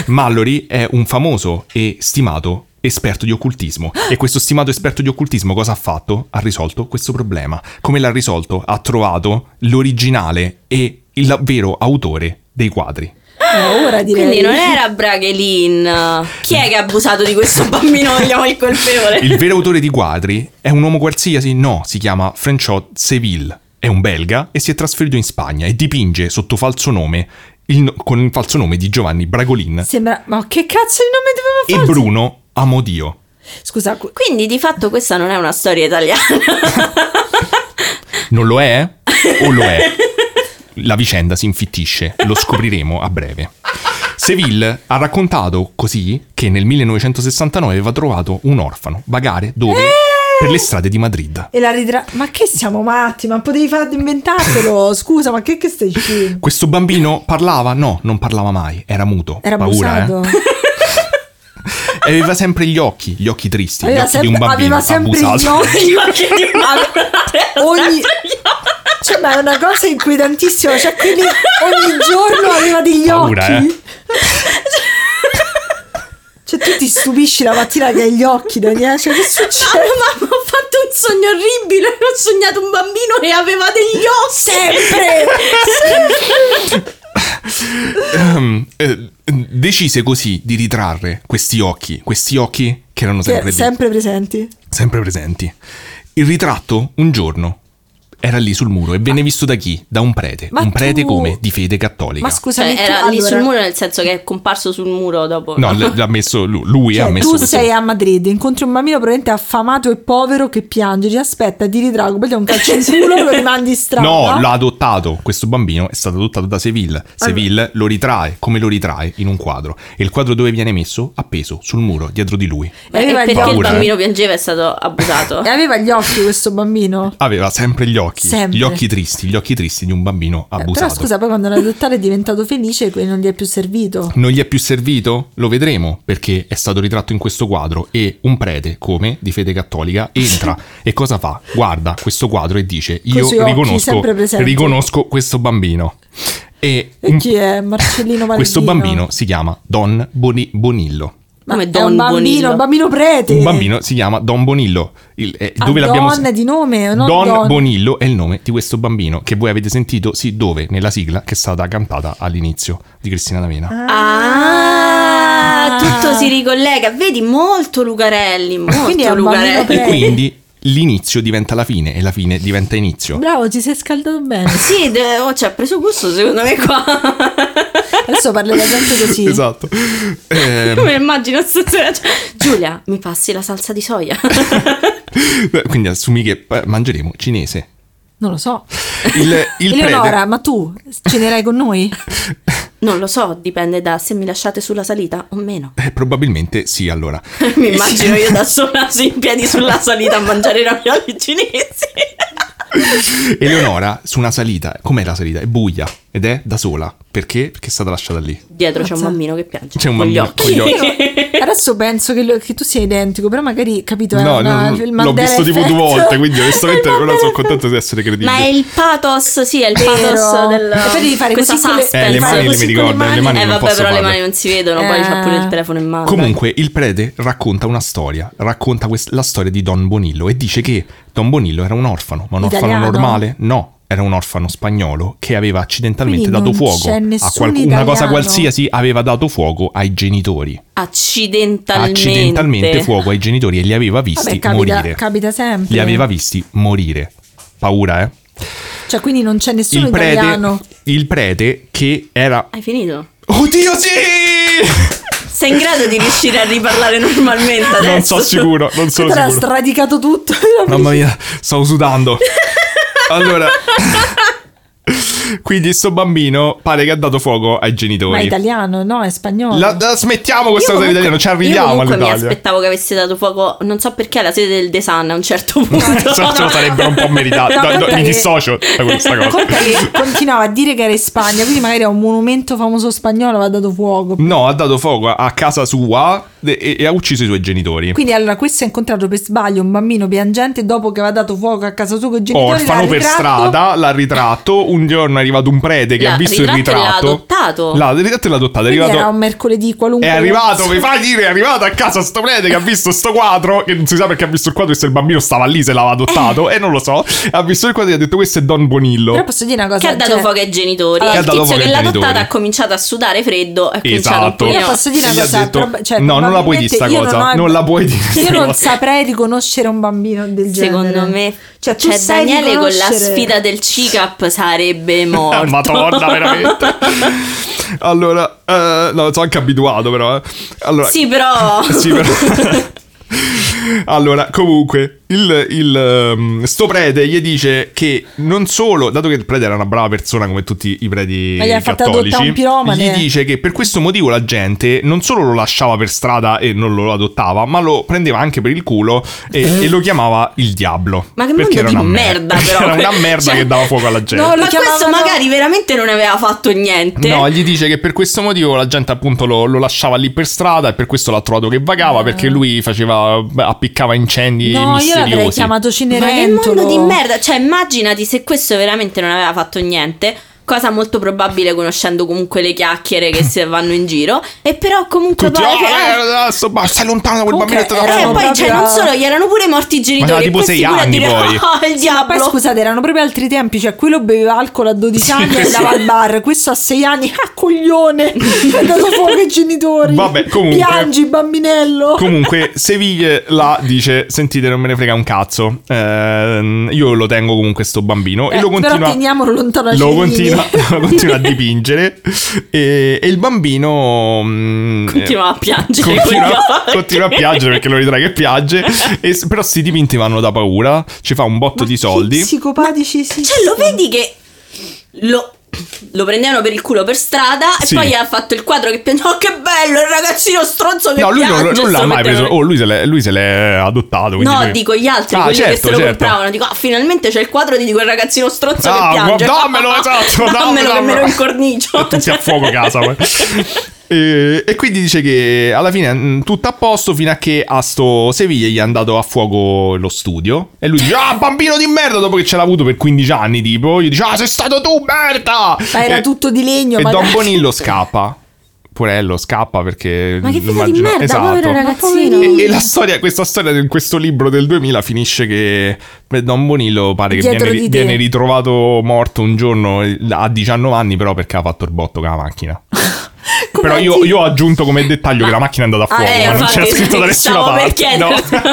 Speaker 2: Mallory è un famoso e stimato esperto di occultismo. E questo stimato esperto di occultismo cosa ha fatto? Ha risolto questo problema. Come l'ha risolto? Ha trovato l'originale e il vero autore dei quadri.
Speaker 3: No, Ah, ora direi.
Speaker 1: Quindi non era Braghelin. Chi è che ha abusato di questo bambino? Vogliamo il colpevole.
Speaker 2: Il vero autore di quadri è un uomo qualsiasi? No, si chiama Franchot Seville. È un belga e si è trasferito in Spagna e dipinge sotto falso nome, il no- con il falso nome di Giovanni Bragolin
Speaker 3: Sembra... Ma che cazzo il
Speaker 2: e
Speaker 3: nome doveva fare?
Speaker 2: Bruno Amodio.
Speaker 3: Scusa, cu-
Speaker 1: Quindi di fatto questa non è una storia italiana.
Speaker 2: Non lo è? O lo è? La vicenda si infittisce, lo scopriremo a breve. Seville ha raccontato così che nel 1969 aveva trovato un orfano vagare dove?
Speaker 3: Eh!
Speaker 2: Per le strade di Madrid.
Speaker 3: e la ridra... Ma che siamo matti? Ma potevi far inventartelo? Scusa, ma che, che stai dicendo?
Speaker 2: Questo bambino parlava? No, non parlava mai, era muto.
Speaker 3: Era
Speaker 2: paura,
Speaker 3: abusato.
Speaker 2: eh. E aveva sempre gli occhi, gli occhi tristi, gli
Speaker 3: Aveva
Speaker 2: occhi di un
Speaker 3: sempre-
Speaker 2: bambino
Speaker 3: aveva sempre gli
Speaker 2: abusato.
Speaker 3: occhi.
Speaker 1: Gli occhi di Mario.
Speaker 3: Ogni- Cioè, ma è una cosa inquietantissima. Cioè, quindi ogni giorno aveva degli
Speaker 2: Paura,
Speaker 3: occhi.
Speaker 2: eh.
Speaker 3: Cioè, tu ti stupisci la mattina che hai gli occhi, Daniele. Cioè, che succede?
Speaker 1: Mamma, ho fatto un sogno orribile. Ho sognato un bambino che aveva degli ossi.
Speaker 2: Ehm, eh, decise così di ritrarre questi occhi, questi occhi che erano
Speaker 3: Che
Speaker 2: sempre lì.
Speaker 3: sempre presenti.
Speaker 2: sempre presenti. Il ritratto un giorno era lì sul muro e venne visto da chi? Da un prete.
Speaker 3: Ma
Speaker 2: un prete
Speaker 3: tu-
Speaker 2: come? Di fede cattolica.
Speaker 3: Ma scusami,
Speaker 1: Cioè,
Speaker 3: tu,
Speaker 1: era lì sul
Speaker 3: allora,
Speaker 1: muro, nel senso che è comparso sul muro dopo.
Speaker 2: no, l- l'ha messo lui, lui
Speaker 3: cioè,
Speaker 2: ha messo
Speaker 3: tu
Speaker 2: questo.
Speaker 3: sei a Madrid, incontri un bambino probabilmente affamato e povero che piange, ti aspetta, ti ritrago, poi ti dai un calcio in culo, lo rimandi in strada.
Speaker 2: No, l'ha adottato. Questo bambino è stato adottato da Seville. Seville lo ritrae, come lo ritrae? In un quadro. E il quadro dove viene messo? Appeso sul muro, dietro di lui.
Speaker 1: Beh, e
Speaker 3: aveva, gli
Speaker 1: perché il
Speaker 2: paura,
Speaker 3: occhi,
Speaker 2: eh.
Speaker 1: bambino Eh, piangeva è stato abusato.
Speaker 3: e aveva gli occhi questo bambino. Eh,
Speaker 2: Aveva sempre gli occhi,
Speaker 3: Sempre.
Speaker 2: gli occhi tristi, gli occhi tristi di un bambino
Speaker 3: Eh,
Speaker 2: abusato.
Speaker 3: Però scusa, poi quando l'ha adottato è diventato felice e non gli è più servito.
Speaker 2: Non gli è più servito? Lo vedremo perché è stato ritratto in questo quadro e un prete, come di fede cattolica, entra e cosa fa? Guarda questo quadro e dice io
Speaker 3: suoi occhi
Speaker 2: riconosco,
Speaker 3: sempre presenti."
Speaker 2: riconosco questo bambino. E,
Speaker 3: E
Speaker 2: un-
Speaker 3: chi è? Marcellino Valentino.
Speaker 2: Mm. questo bambino si chiama Don Boni- Bonillo.
Speaker 3: Ma
Speaker 1: Come
Speaker 3: è
Speaker 1: Don
Speaker 3: un bambino,
Speaker 1: Bonillo.
Speaker 3: un bambino prete.
Speaker 2: Un bambino si chiama Don Bonillo. Il- eh,
Speaker 3: Ah,
Speaker 2: dove l'abbiamo
Speaker 3: Don di nome, non
Speaker 2: Don,
Speaker 3: Don.
Speaker 2: Bonillo è il nome di questo bambino che voi avete sentito, sì, dove? Nella sigla che è stata cantata all'inizio di Cristina D'Avena.
Speaker 1: Ah, tutto si ricollega. Vedi, molto Lucarelli. Molto
Speaker 3: Quindi è un bambino
Speaker 1: Lucarelli.
Speaker 2: E
Speaker 3: Eh.
Speaker 2: quindi l'inizio diventa la fine e la fine diventa inizio.
Speaker 3: Bravo, ti sei scaldato bene.
Speaker 1: Sì, de- oh, cioè, ha preso gusto secondo me qua.
Speaker 3: Adesso parli da gente così.
Speaker 2: Esatto. Eh,
Speaker 1: Come immagino stasera. cioè, Giulia, mi passi la salsa di soia.
Speaker 2: quindi assumi che eh, mangeremo cinese.
Speaker 3: Non lo so.
Speaker 2: Il, il
Speaker 3: Eleonora,
Speaker 2: prete,
Speaker 3: ma tu cenerai con noi?
Speaker 1: Non lo so, dipende da se mi lasciate sulla salita o meno.
Speaker 2: eh, probabilmente sì, allora.
Speaker 1: Mi immagino io da sola su- in piedi sulla salita a mangiare i ravioli cinesi.
Speaker 2: Eleonora su una salita, com'è la salita? È buia ed è da sola. Perché? Perché è stata lasciata lì.
Speaker 1: Dietro c'è un
Speaker 3: Mazza.
Speaker 1: bambino che piange.
Speaker 2: C'è un
Speaker 1: con gli
Speaker 2: bambino
Speaker 1: occhi.
Speaker 2: con gli
Speaker 3: Adesso penso che, lo- che tu sia identico, però magari capito. è
Speaker 2: No,
Speaker 3: una-
Speaker 2: no,
Speaker 3: il
Speaker 2: l'ho
Speaker 3: Mandela
Speaker 2: visto tipo due
Speaker 3: effect.
Speaker 2: volte, quindi onestamente
Speaker 3: Il
Speaker 2: ora sono
Speaker 3: Mandela
Speaker 2: contento di essere credibile.
Speaker 1: Ma è il pathos, sì, è il
Speaker 3: Vero.
Speaker 1: pathos del.
Speaker 3: E poi devi fare
Speaker 1: questa
Speaker 3: così con le-
Speaker 1: suspense.
Speaker 2: Eh, le
Speaker 3: Fai
Speaker 2: mani le
Speaker 3: così
Speaker 2: mi
Speaker 3: con le
Speaker 2: ricordo, le
Speaker 3: mani.
Speaker 2: mani
Speaker 1: Eh,
Speaker 2: non
Speaker 1: vabbè,
Speaker 2: posso
Speaker 1: però le
Speaker 2: farle.
Speaker 1: mani non si vedono, poi c'ha pure
Speaker 3: Eh.
Speaker 1: il telefono in mano.
Speaker 2: Comunque, il prete racconta una storia, racconta quest- la storia di Don Bonillo e dice che Don Bonillo era un orfano, ma un
Speaker 3: Italiano?
Speaker 2: orfano normale? No, era un orfano spagnolo che aveva accidentalmente
Speaker 3: Quindi
Speaker 2: dato
Speaker 3: non
Speaker 2: fuoco
Speaker 3: c'è nessun
Speaker 2: a qualcuno, una
Speaker 3: italiano.
Speaker 2: cosa qualsiasi, aveva dato fuoco ai genitori.
Speaker 1: Accidentalmente.
Speaker 2: Accidentalmente fuoco ai genitori e li aveva visti
Speaker 3: Vabbè, capita,
Speaker 2: morire.
Speaker 3: capita sempre.
Speaker 2: Li aveva visti morire. Paura, eh?
Speaker 3: Cioè, quindi non c'è nessuno
Speaker 2: Il prete,
Speaker 3: italiano.
Speaker 2: il prete che era...
Speaker 1: Hai finito?
Speaker 2: Oddio sì!
Speaker 1: Sei in grado di riuscire a riparlare normalmente adesso?
Speaker 2: Non so sicuro, non sono
Speaker 3: Tu l'ha
Speaker 2: sicuro.
Speaker 3: stradicato tutto.
Speaker 2: Mamma mia, stavo sudando. Allora, quindi sto bambino pare che ha dato fuoco ai
Speaker 3: Ma è
Speaker 2: genitori.
Speaker 3: italiano, no? È spagnolo.
Speaker 2: La- la smettiamo questa
Speaker 1: Io
Speaker 2: cosa
Speaker 1: comunque-
Speaker 2: italiana, ci
Speaker 1: io
Speaker 2: arriviamo
Speaker 1: comunque
Speaker 2: all'Italia.
Speaker 1: mi aspettavo che avesse dato fuoco, non so perché, alla sede del Desan a un
Speaker 2: Cioè,
Speaker 1: certo punto.
Speaker 2: Questo lo sarebbe un po' meritato.
Speaker 3: No,
Speaker 2: Da- da-
Speaker 3: conta
Speaker 2: mi
Speaker 3: che-
Speaker 2: dissocio da questa cosa.
Speaker 3: Conta che continuava a dire che era in Spagna, quindi magari a un monumento famoso spagnolo aveva dato fuoco.
Speaker 2: No, ha dato fuoco a- a casa sua e, e- e ha ucciso i suoi genitori.
Speaker 3: Quindi allora questo ha incontrato per sbaglio un bambino piangente dopo che aveva dato fuoco a casa sua con i genitori.
Speaker 2: Orfano
Speaker 3: l'ha
Speaker 2: per
Speaker 3: ritratto.
Speaker 2: strada, l'ha ritratto. Un giorno è arrivato un prete che
Speaker 1: L'ha
Speaker 2: ha visto il
Speaker 1: ritratto e l'ha
Speaker 2: ritratto.
Speaker 1: adottato.
Speaker 2: L'ha ritratto e l'ha adottato. È
Speaker 3: Quindi
Speaker 2: arrivato.
Speaker 3: era un mercoledì qualunque.
Speaker 2: È arrivato,
Speaker 3: cosa.
Speaker 2: mi fai dire, è arrivato a casa sto prete che ha visto sto quadro, che non si sa perché ha visto il quadro, se il bambino stava lì, se l'aveva adottato, e non lo so, ha visto il quadro e ha detto questo è Don Bonillo.
Speaker 3: Però posso dire una cosa.
Speaker 1: Che ha dato
Speaker 3: cioè,
Speaker 1: fuoco ai genitori.
Speaker 2: Che ha
Speaker 1: il
Speaker 2: dato
Speaker 1: tizio
Speaker 2: fuoco
Speaker 1: che
Speaker 2: ai
Speaker 1: l'ha
Speaker 2: genitori.
Speaker 1: adottata ha cominciato a sudare freddo. È cominciato un
Speaker 2: Esatto.
Speaker 1: pochino-
Speaker 3: Io posso dire
Speaker 2: E
Speaker 3: una
Speaker 2: gli ha
Speaker 3: cosa,
Speaker 2: detto,
Speaker 3: prob- cioè,
Speaker 2: no, non la puoi dire sta
Speaker 3: probabilmente io
Speaker 2: cosa,
Speaker 3: non ho-
Speaker 2: non, la puoi dire.
Speaker 3: Io
Speaker 2: sta
Speaker 3: non
Speaker 2: cosa.
Speaker 3: saprei riconoscere un bambino del genere.
Speaker 1: Secondo me,
Speaker 3: Cioè, tu
Speaker 1: cioè,
Speaker 3: sai
Speaker 1: Daniele con la
Speaker 3: riconoscere-
Speaker 1: sfida del CICAP sarebbe
Speaker 2: Ah,
Speaker 1: morto.
Speaker 2: Eh, Madonna, veramente. allora, eh, no, sono anche abituato però. eh. Allora,
Speaker 1: Sì, però.
Speaker 2: Sì, però- allora, comunque, il, il, ehm, sto prete gli dice che non solo, dato che il prete era una brava persona come tutti i preti
Speaker 3: Ma gli ha fatto adottare
Speaker 2: cattolici,
Speaker 3: un piromane.
Speaker 2: gli dice che per questo motivo la gente non solo lo lasciava per strada e non lo adottava, ma lo prendeva anche per il culo e, e lo chiamava il diavolo.
Speaker 1: Eh. Ma che
Speaker 2: Perché
Speaker 1: mondo di
Speaker 2: era una
Speaker 1: merda, però.
Speaker 2: era una merda
Speaker 1: Cioè-
Speaker 2: che dava fuoco alla gente.
Speaker 3: No, lo
Speaker 1: Ma questo
Speaker 3: chiamavano-
Speaker 1: magari veramente non aveva fatto niente.
Speaker 2: No, gli dice che per questo motivo la gente appunto lo, lo lasciava lì per strada e per questo l'ha trovato che vagava perché lui faceva appiccava incendi
Speaker 3: Ah. No, io l'avrei
Speaker 2: misteriosi.
Speaker 3: chiamato
Speaker 1: Ma che
Speaker 3: Cenerentolo.
Speaker 1: mondo di merda! Cioè, immaginati se questo veramente non aveva fatto niente. Cosa molto probabile conoscendo comunque le chiacchiere che si vanno in giro. E però comunque
Speaker 2: Tutti,
Speaker 1: pare
Speaker 2: "Oh,
Speaker 1: che-
Speaker 2: eh, adesso basta, stai lontano da quel
Speaker 3: Comunque boh.
Speaker 2: bambino.
Speaker 1: Eh,
Speaker 3: erano
Speaker 1: poi
Speaker 3: proprio-
Speaker 1: cioè, non solo, gli erano pure morti i genitori.
Speaker 2: tipo
Speaker 1: e questi
Speaker 2: sei
Speaker 1: pure a
Speaker 2: anni,
Speaker 1: dire,
Speaker 2: poi.
Speaker 1: "Oh, il
Speaker 3: Ma poi
Speaker 1: diavolo.
Speaker 3: scusate, erano proprio altri tempi. Cioè, quello beveva alcol a 12 anni e andava al bar. Questo a 6 anni, ah, coglione! Mi ha dato fuoco ai genitori.
Speaker 2: Vabbè, comunque-
Speaker 3: Piangi, bambinello.
Speaker 2: Comunque, Seviglie la dice: Sentite, non me ne frega un cazzo. Ehm, io lo tengo comunque sto bambino. e
Speaker 3: Eh,
Speaker 2: lo continua.
Speaker 3: Però teniamolo lontano dai
Speaker 2: lo
Speaker 3: cestini.
Speaker 2: continua, lo continua a dipingere. E, e il bambino. mm,
Speaker 1: Continua a piangere.
Speaker 2: continua,
Speaker 1: quindi-
Speaker 2: continua a piangere perché lo ritrae che piange. E s- però sti dipinti vanno da paura. Ci fa un botto di soldi.
Speaker 3: Psicopatici, sì.
Speaker 1: Cioè, lo vedi che lo, lo prendevano per il culo per strada
Speaker 2: Sì.
Speaker 1: e poi ha fatto il quadro che piange. Oh, che bello, il ragazzino stronzo che
Speaker 2: No, lui non,
Speaker 1: piange.
Speaker 2: non l'ha
Speaker 1: sto
Speaker 2: mai preso.
Speaker 1: mettendo-
Speaker 2: Oh, lui se l'è, lui se l'è adottato. quindi
Speaker 1: No,
Speaker 2: lui-
Speaker 1: dico gli altri,
Speaker 2: Ah,
Speaker 1: quelli
Speaker 2: certo,
Speaker 1: che se lo
Speaker 2: certo.
Speaker 1: compravano. Dico, ah, finalmente c'è il quadro di quel ragazzino stronzo
Speaker 2: Ah,
Speaker 1: che piange.
Speaker 2: guarda- dammelo, esatto,
Speaker 1: dammelo, che me
Speaker 2: dammelo.
Speaker 1: lo incornicio.
Speaker 2: E tutti a fuoco casa. poi. E, e quindi dice che alla fine mh, tutto a posto fino a che a sto Seviglia gli è andato a fuoco lo studio e lui dice ah bambino di merda dopo che ce l'ha avuto per 15 anni tipo gli dice ah sei stato tu merda
Speaker 3: Ma era
Speaker 2: E-
Speaker 3: tutto di legno.
Speaker 2: Eh, e
Speaker 3: magari.
Speaker 2: Don Bonillo scappa Porello scappa perché
Speaker 1: Ma che figa di
Speaker 2: immagino-
Speaker 1: merda,
Speaker 2: esatto.
Speaker 1: povero ragazzino.
Speaker 2: E, e la storia, questa storia di questo libro del 2000 finisce che beh, Don Bonillo pare che
Speaker 3: Dietro
Speaker 2: viene,
Speaker 3: di te.
Speaker 2: viene ritrovato morto un giorno eh, a 19 anni però perché ha fatto il botto con la macchina.
Speaker 3: Come
Speaker 2: però io,
Speaker 3: oggi-
Speaker 2: io ho aggiunto come dettaglio che la macchina è andata a fuoco,
Speaker 1: eh,
Speaker 2: ma non
Speaker 1: infatti,
Speaker 2: c'era scritto da nessuna
Speaker 1: stavo per
Speaker 2: parte. No.
Speaker 1: chiederti.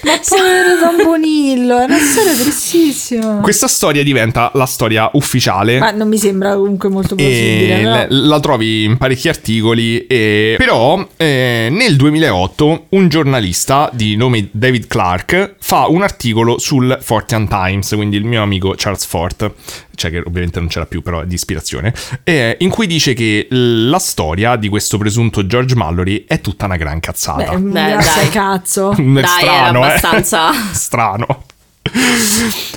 Speaker 3: Povero Don Bonillo, è una storia tristissima.
Speaker 2: Questa storia diventa la storia ufficiale
Speaker 3: Ma non mi sembra comunque
Speaker 2: e
Speaker 3: molto plausibile. no?
Speaker 2: l- la trovi in parecchi articoli e- però eh, nel 2008 un giornalista di nome David Clark fa un articolo sul Fortean Times quindi il mio amico Charles Fort cioè che ovviamente non c'era più però è di ispirazione eh, in cui dice che la storia di questo presunto George Mallory è tutta una gran cazzata
Speaker 3: Beh,
Speaker 1: Beh,
Speaker 3: grazie
Speaker 1: dai.
Speaker 3: cazzo.
Speaker 2: è
Speaker 1: Dai,
Speaker 2: strano,
Speaker 1: era
Speaker 2: eh.
Speaker 1: abbastanza-
Speaker 2: strano.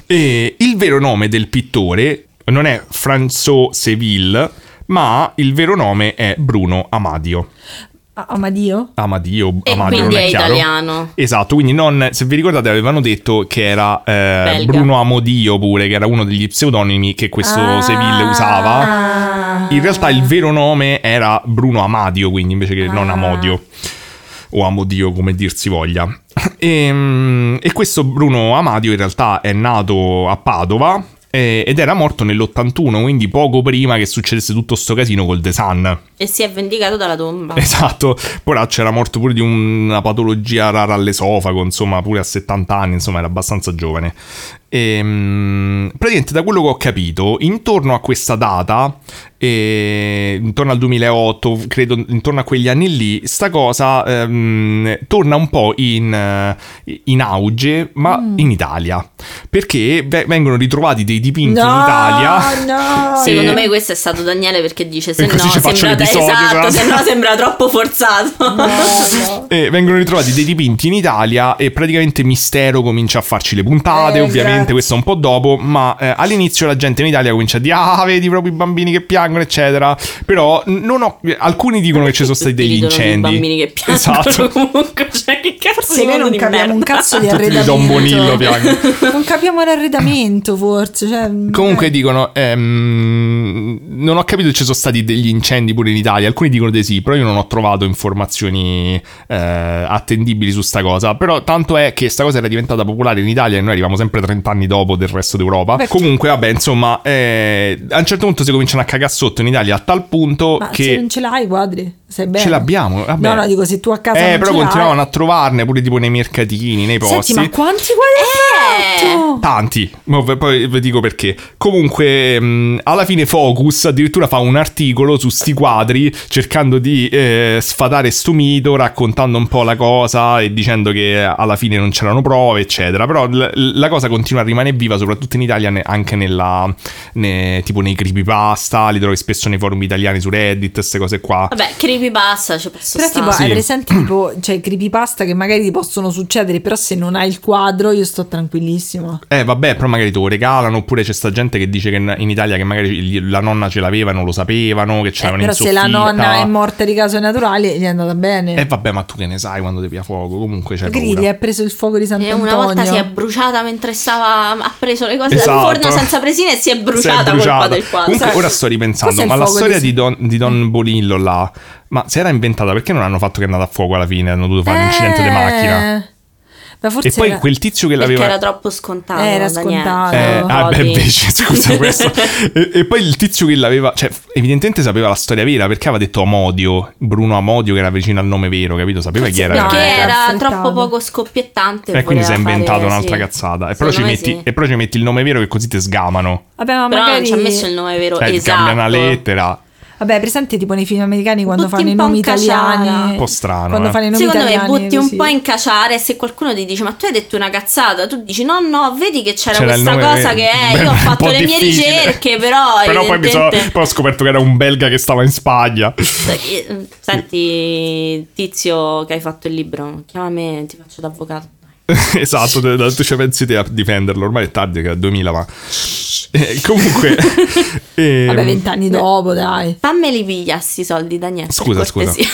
Speaker 2: E il vero nome del pittore non è François Seville, ma il vero nome è Bruno Amadio.
Speaker 3: Ah, ah, ma Dio?
Speaker 2: Amadio,
Speaker 1: E
Speaker 2: Amadio
Speaker 1: quindi
Speaker 2: non è,
Speaker 1: è
Speaker 2: chiaro.
Speaker 1: italiano.
Speaker 2: Esatto, quindi non, se vi ricordate avevano detto che era eh,
Speaker 1: Belga.
Speaker 2: Bruno Amodio pure, che era uno degli pseudonimi che questo
Speaker 3: Ah.
Speaker 2: Seville usava. In realtà il vero nome era Bruno Amadio, quindi invece che non
Speaker 3: Ah.
Speaker 2: Amodio o Amodio come dir si voglia. Ehm, E, questo Bruno Amadio in realtà è nato a Padova eh, ed era morto nell'81, quindi poco prima che succedesse tutto sto casino col The Sun.
Speaker 1: E si è vendicato dalla tomba.
Speaker 2: Esatto, poraccio era morto pure di una patologia rara all'esofago, insomma, pure a 70 anni, insomma, era abbastanza giovane. Ehm, praticamente da quello che ho capito, intorno a questa data, eh, intorno al 2008, credo intorno a quegli anni lì, sta cosa ehm, torna un po' in, eh, in auge, ma in Italia, perché ve- vengono ritrovati dei dipinti in Italia.
Speaker 3: no.
Speaker 1: Secondo
Speaker 2: Eh.
Speaker 1: me questo è stato Daniele perché dice se no,
Speaker 2: così ci faccio
Speaker 1: sembra,
Speaker 2: l'episodio,
Speaker 1: esatto,
Speaker 2: esatto.
Speaker 1: se no sembra troppo forzato.
Speaker 3: No, no.
Speaker 2: E vengono ritrovati dei dipinti in Italia e praticamente Mistero comincia a farci le puntate,
Speaker 3: Eh,
Speaker 2: ovviamente
Speaker 3: grazie.
Speaker 2: questo è un po' dopo, ma eh, all'inizio la gente in Italia comincia a dire ah vedi proprio i bambini che piangono eccetera, però non ho- alcuni dicono che ci sono stati degli
Speaker 1: Tutti ridono dei
Speaker 2: incendi.
Speaker 1: bambini che piangono
Speaker 2: Esatto.
Speaker 1: comunque, cioè che cazzo
Speaker 3: Forse noi
Speaker 1: mondo
Speaker 3: non
Speaker 1: di
Speaker 3: capiamo un
Speaker 1: merda.
Speaker 3: cazzo di
Speaker 2: Tutti di
Speaker 3: arredamento.
Speaker 2: Don Bonillo piangono.
Speaker 3: Non capiamo l'arredamento, forse. cioè,
Speaker 2: Comunque
Speaker 3: eh.
Speaker 2: dicono, ehm, non ho capito se ci sono stati degli incendi pure in Italia, alcuni dicono di sì, però io non ho trovato informazioni eh, attendibili su sta cosa, però tanto è che sta cosa era diventata popolare in Italia e noi arriviamo sempre 30 anni dopo del resto d'Europa.
Speaker 3: Perché?
Speaker 2: Comunque vabbè, insomma, eh, a un certo punto si cominciano a cagare sotto in Italia a tal punto
Speaker 3: Ma se
Speaker 2: che
Speaker 3: non ce l'hai, quadri, sei bene.
Speaker 2: ce l'abbiamo. Vabbè.
Speaker 3: No, no, dico, se tu a casa
Speaker 2: Eh,
Speaker 3: non
Speaker 2: però
Speaker 3: ce l'hai-
Speaker 2: continuavano a trovarne pure tipo nei mercatini, nei posti.
Speaker 3: Senti, ma quanti guadagni hai
Speaker 1: Eh!
Speaker 3: fatto?
Speaker 2: Tanti, ma v- poi vi dico perché. Comunque, mh, alla fine Focus addirittura fa un articolo su sti quadri cercando di eh, sfatare sto mito, raccontando un po' la cosa e dicendo che alla fine non c'erano prove, eccetera. Però l- la cosa continua a rimanere viva, soprattutto in Italia, ne- anche nella, ne- tipo nei creepypasta, li trovi spesso nei forum italiani su Reddit, queste cose qua.
Speaker 1: Vabbè, creepypasta, ci posso
Speaker 3: Però tipo
Speaker 1: stare.
Speaker 3: hai
Speaker 2: Sì.
Speaker 3: presente tipo cioè, i creepypasta che magari ti possono succedere, però se non hai il quadro io sto tranquillissimo.
Speaker 2: Eh vabbè, però magari te lo regalano, oppure c'è sta gente che dice che in in Italia che magari gli- la nonna ce l'aveva e non lo sapevano, che
Speaker 3: Eh,
Speaker 2: c'erano Ah,
Speaker 3: però
Speaker 2: in
Speaker 3: se la
Speaker 2: soffitta.
Speaker 3: nonna è morta di cause naturali gli è andata bene.
Speaker 1: Eh,
Speaker 2: E Eh, vabbè, ma tu che ne sai quando ti pia fuoco? Comunque c'è
Speaker 3: Grigli
Speaker 2: paura.
Speaker 3: ha preso il fuoco di
Speaker 1: E
Speaker 3: Sant'Antonio.
Speaker 1: una volta si è bruciata mentre stava. Ha preso le cose
Speaker 2: Esatto.
Speaker 1: dal forno senza presine e si è
Speaker 2: Si è
Speaker 1: bruciata, colpa del quadro.
Speaker 2: Comunque,
Speaker 3: Sai-
Speaker 2: ora sto ripensando,
Speaker 3: Cos'è il
Speaker 2: ma la
Speaker 3: fuoco
Speaker 2: storia
Speaker 3: di-
Speaker 2: di Don, di
Speaker 1: Mm.
Speaker 2: Don Bonillo là, ma si era inventata perché non hanno fatto che è andata a fuoco alla fine? Hanno dovuto fare un incidente di macchina.
Speaker 3: Eh, Ma forse
Speaker 2: E poi
Speaker 3: era-
Speaker 2: quel tizio che
Speaker 1: Perché
Speaker 2: l'aveva.
Speaker 1: era troppo scontato.
Speaker 3: Era
Speaker 1: Daniele.
Speaker 3: scontato.
Speaker 2: Eh, ah, beh,
Speaker 1: Cody.
Speaker 2: invece, scusa questo. e, e poi il tizio che l'aveva, cioè, evidentemente sapeva la storia vera perché aveva detto Amodio, Bruno Amodio, che era vicino al nome vero, capito? Sapeva chi era.
Speaker 3: No,
Speaker 1: Perché
Speaker 3: era
Speaker 1: era
Speaker 3: affrettato.
Speaker 1: troppo poco scoppiettante.
Speaker 2: E quindi si è
Speaker 1: voleva
Speaker 2: inventato
Speaker 1: fare-
Speaker 2: un'altra
Speaker 1: sì.
Speaker 2: cazzata. E però, ci
Speaker 1: Secondo me
Speaker 2: metti,
Speaker 1: sì.
Speaker 2: e però ci metti il nome vero che così ti sgamano.
Speaker 3: Vabbè,
Speaker 1: Però
Speaker 3: ma
Speaker 1: non
Speaker 3: magari
Speaker 1: ci ha messo il nome vero.
Speaker 2: Eh,
Speaker 1: esatto.
Speaker 2: cambia una lettera.
Speaker 3: Vabbè, presente tipo nei film americani quando
Speaker 1: Butti
Speaker 3: fanno i
Speaker 1: un po'
Speaker 3: nomi
Speaker 1: in caciara.
Speaker 3: italiani.
Speaker 1: Un
Speaker 2: po' strano,
Speaker 3: Quando
Speaker 2: eh.
Speaker 3: fanno i nomi
Speaker 1: Secondo me
Speaker 3: italiani.
Speaker 1: butti un
Speaker 3: così.
Speaker 1: po' in caciara e se qualcuno ti dice ma tu hai detto una cazzata, tu dici no no, vedi che c'era,
Speaker 2: C'era il
Speaker 1: questa
Speaker 2: nome
Speaker 1: cosa
Speaker 2: vero."
Speaker 1: che è,
Speaker 2: Beh,
Speaker 1: io ho
Speaker 2: un
Speaker 1: fatto
Speaker 2: po'
Speaker 1: le mie
Speaker 2: difficile.
Speaker 1: ricerche però...
Speaker 2: Però poi, mi sono-
Speaker 1: evidentemente-
Speaker 2: poi ho scoperto che era un belga che stava in Spagna.
Speaker 1: Senti, tizio che hai fatto il libro, chiama me, ti faccio d'avvocato.
Speaker 2: esatto, te- te- tu ci pensi te a difenderlo. Ormai è tardi, che era 2000, ma. Eh, comunque. ehm,
Speaker 3: Vabbè, vent'anni dopo, dai.
Speaker 1: Fammeli pigliare sti soldi, Daniele. per
Speaker 2: Scusa, scusa.
Speaker 1: cortesia.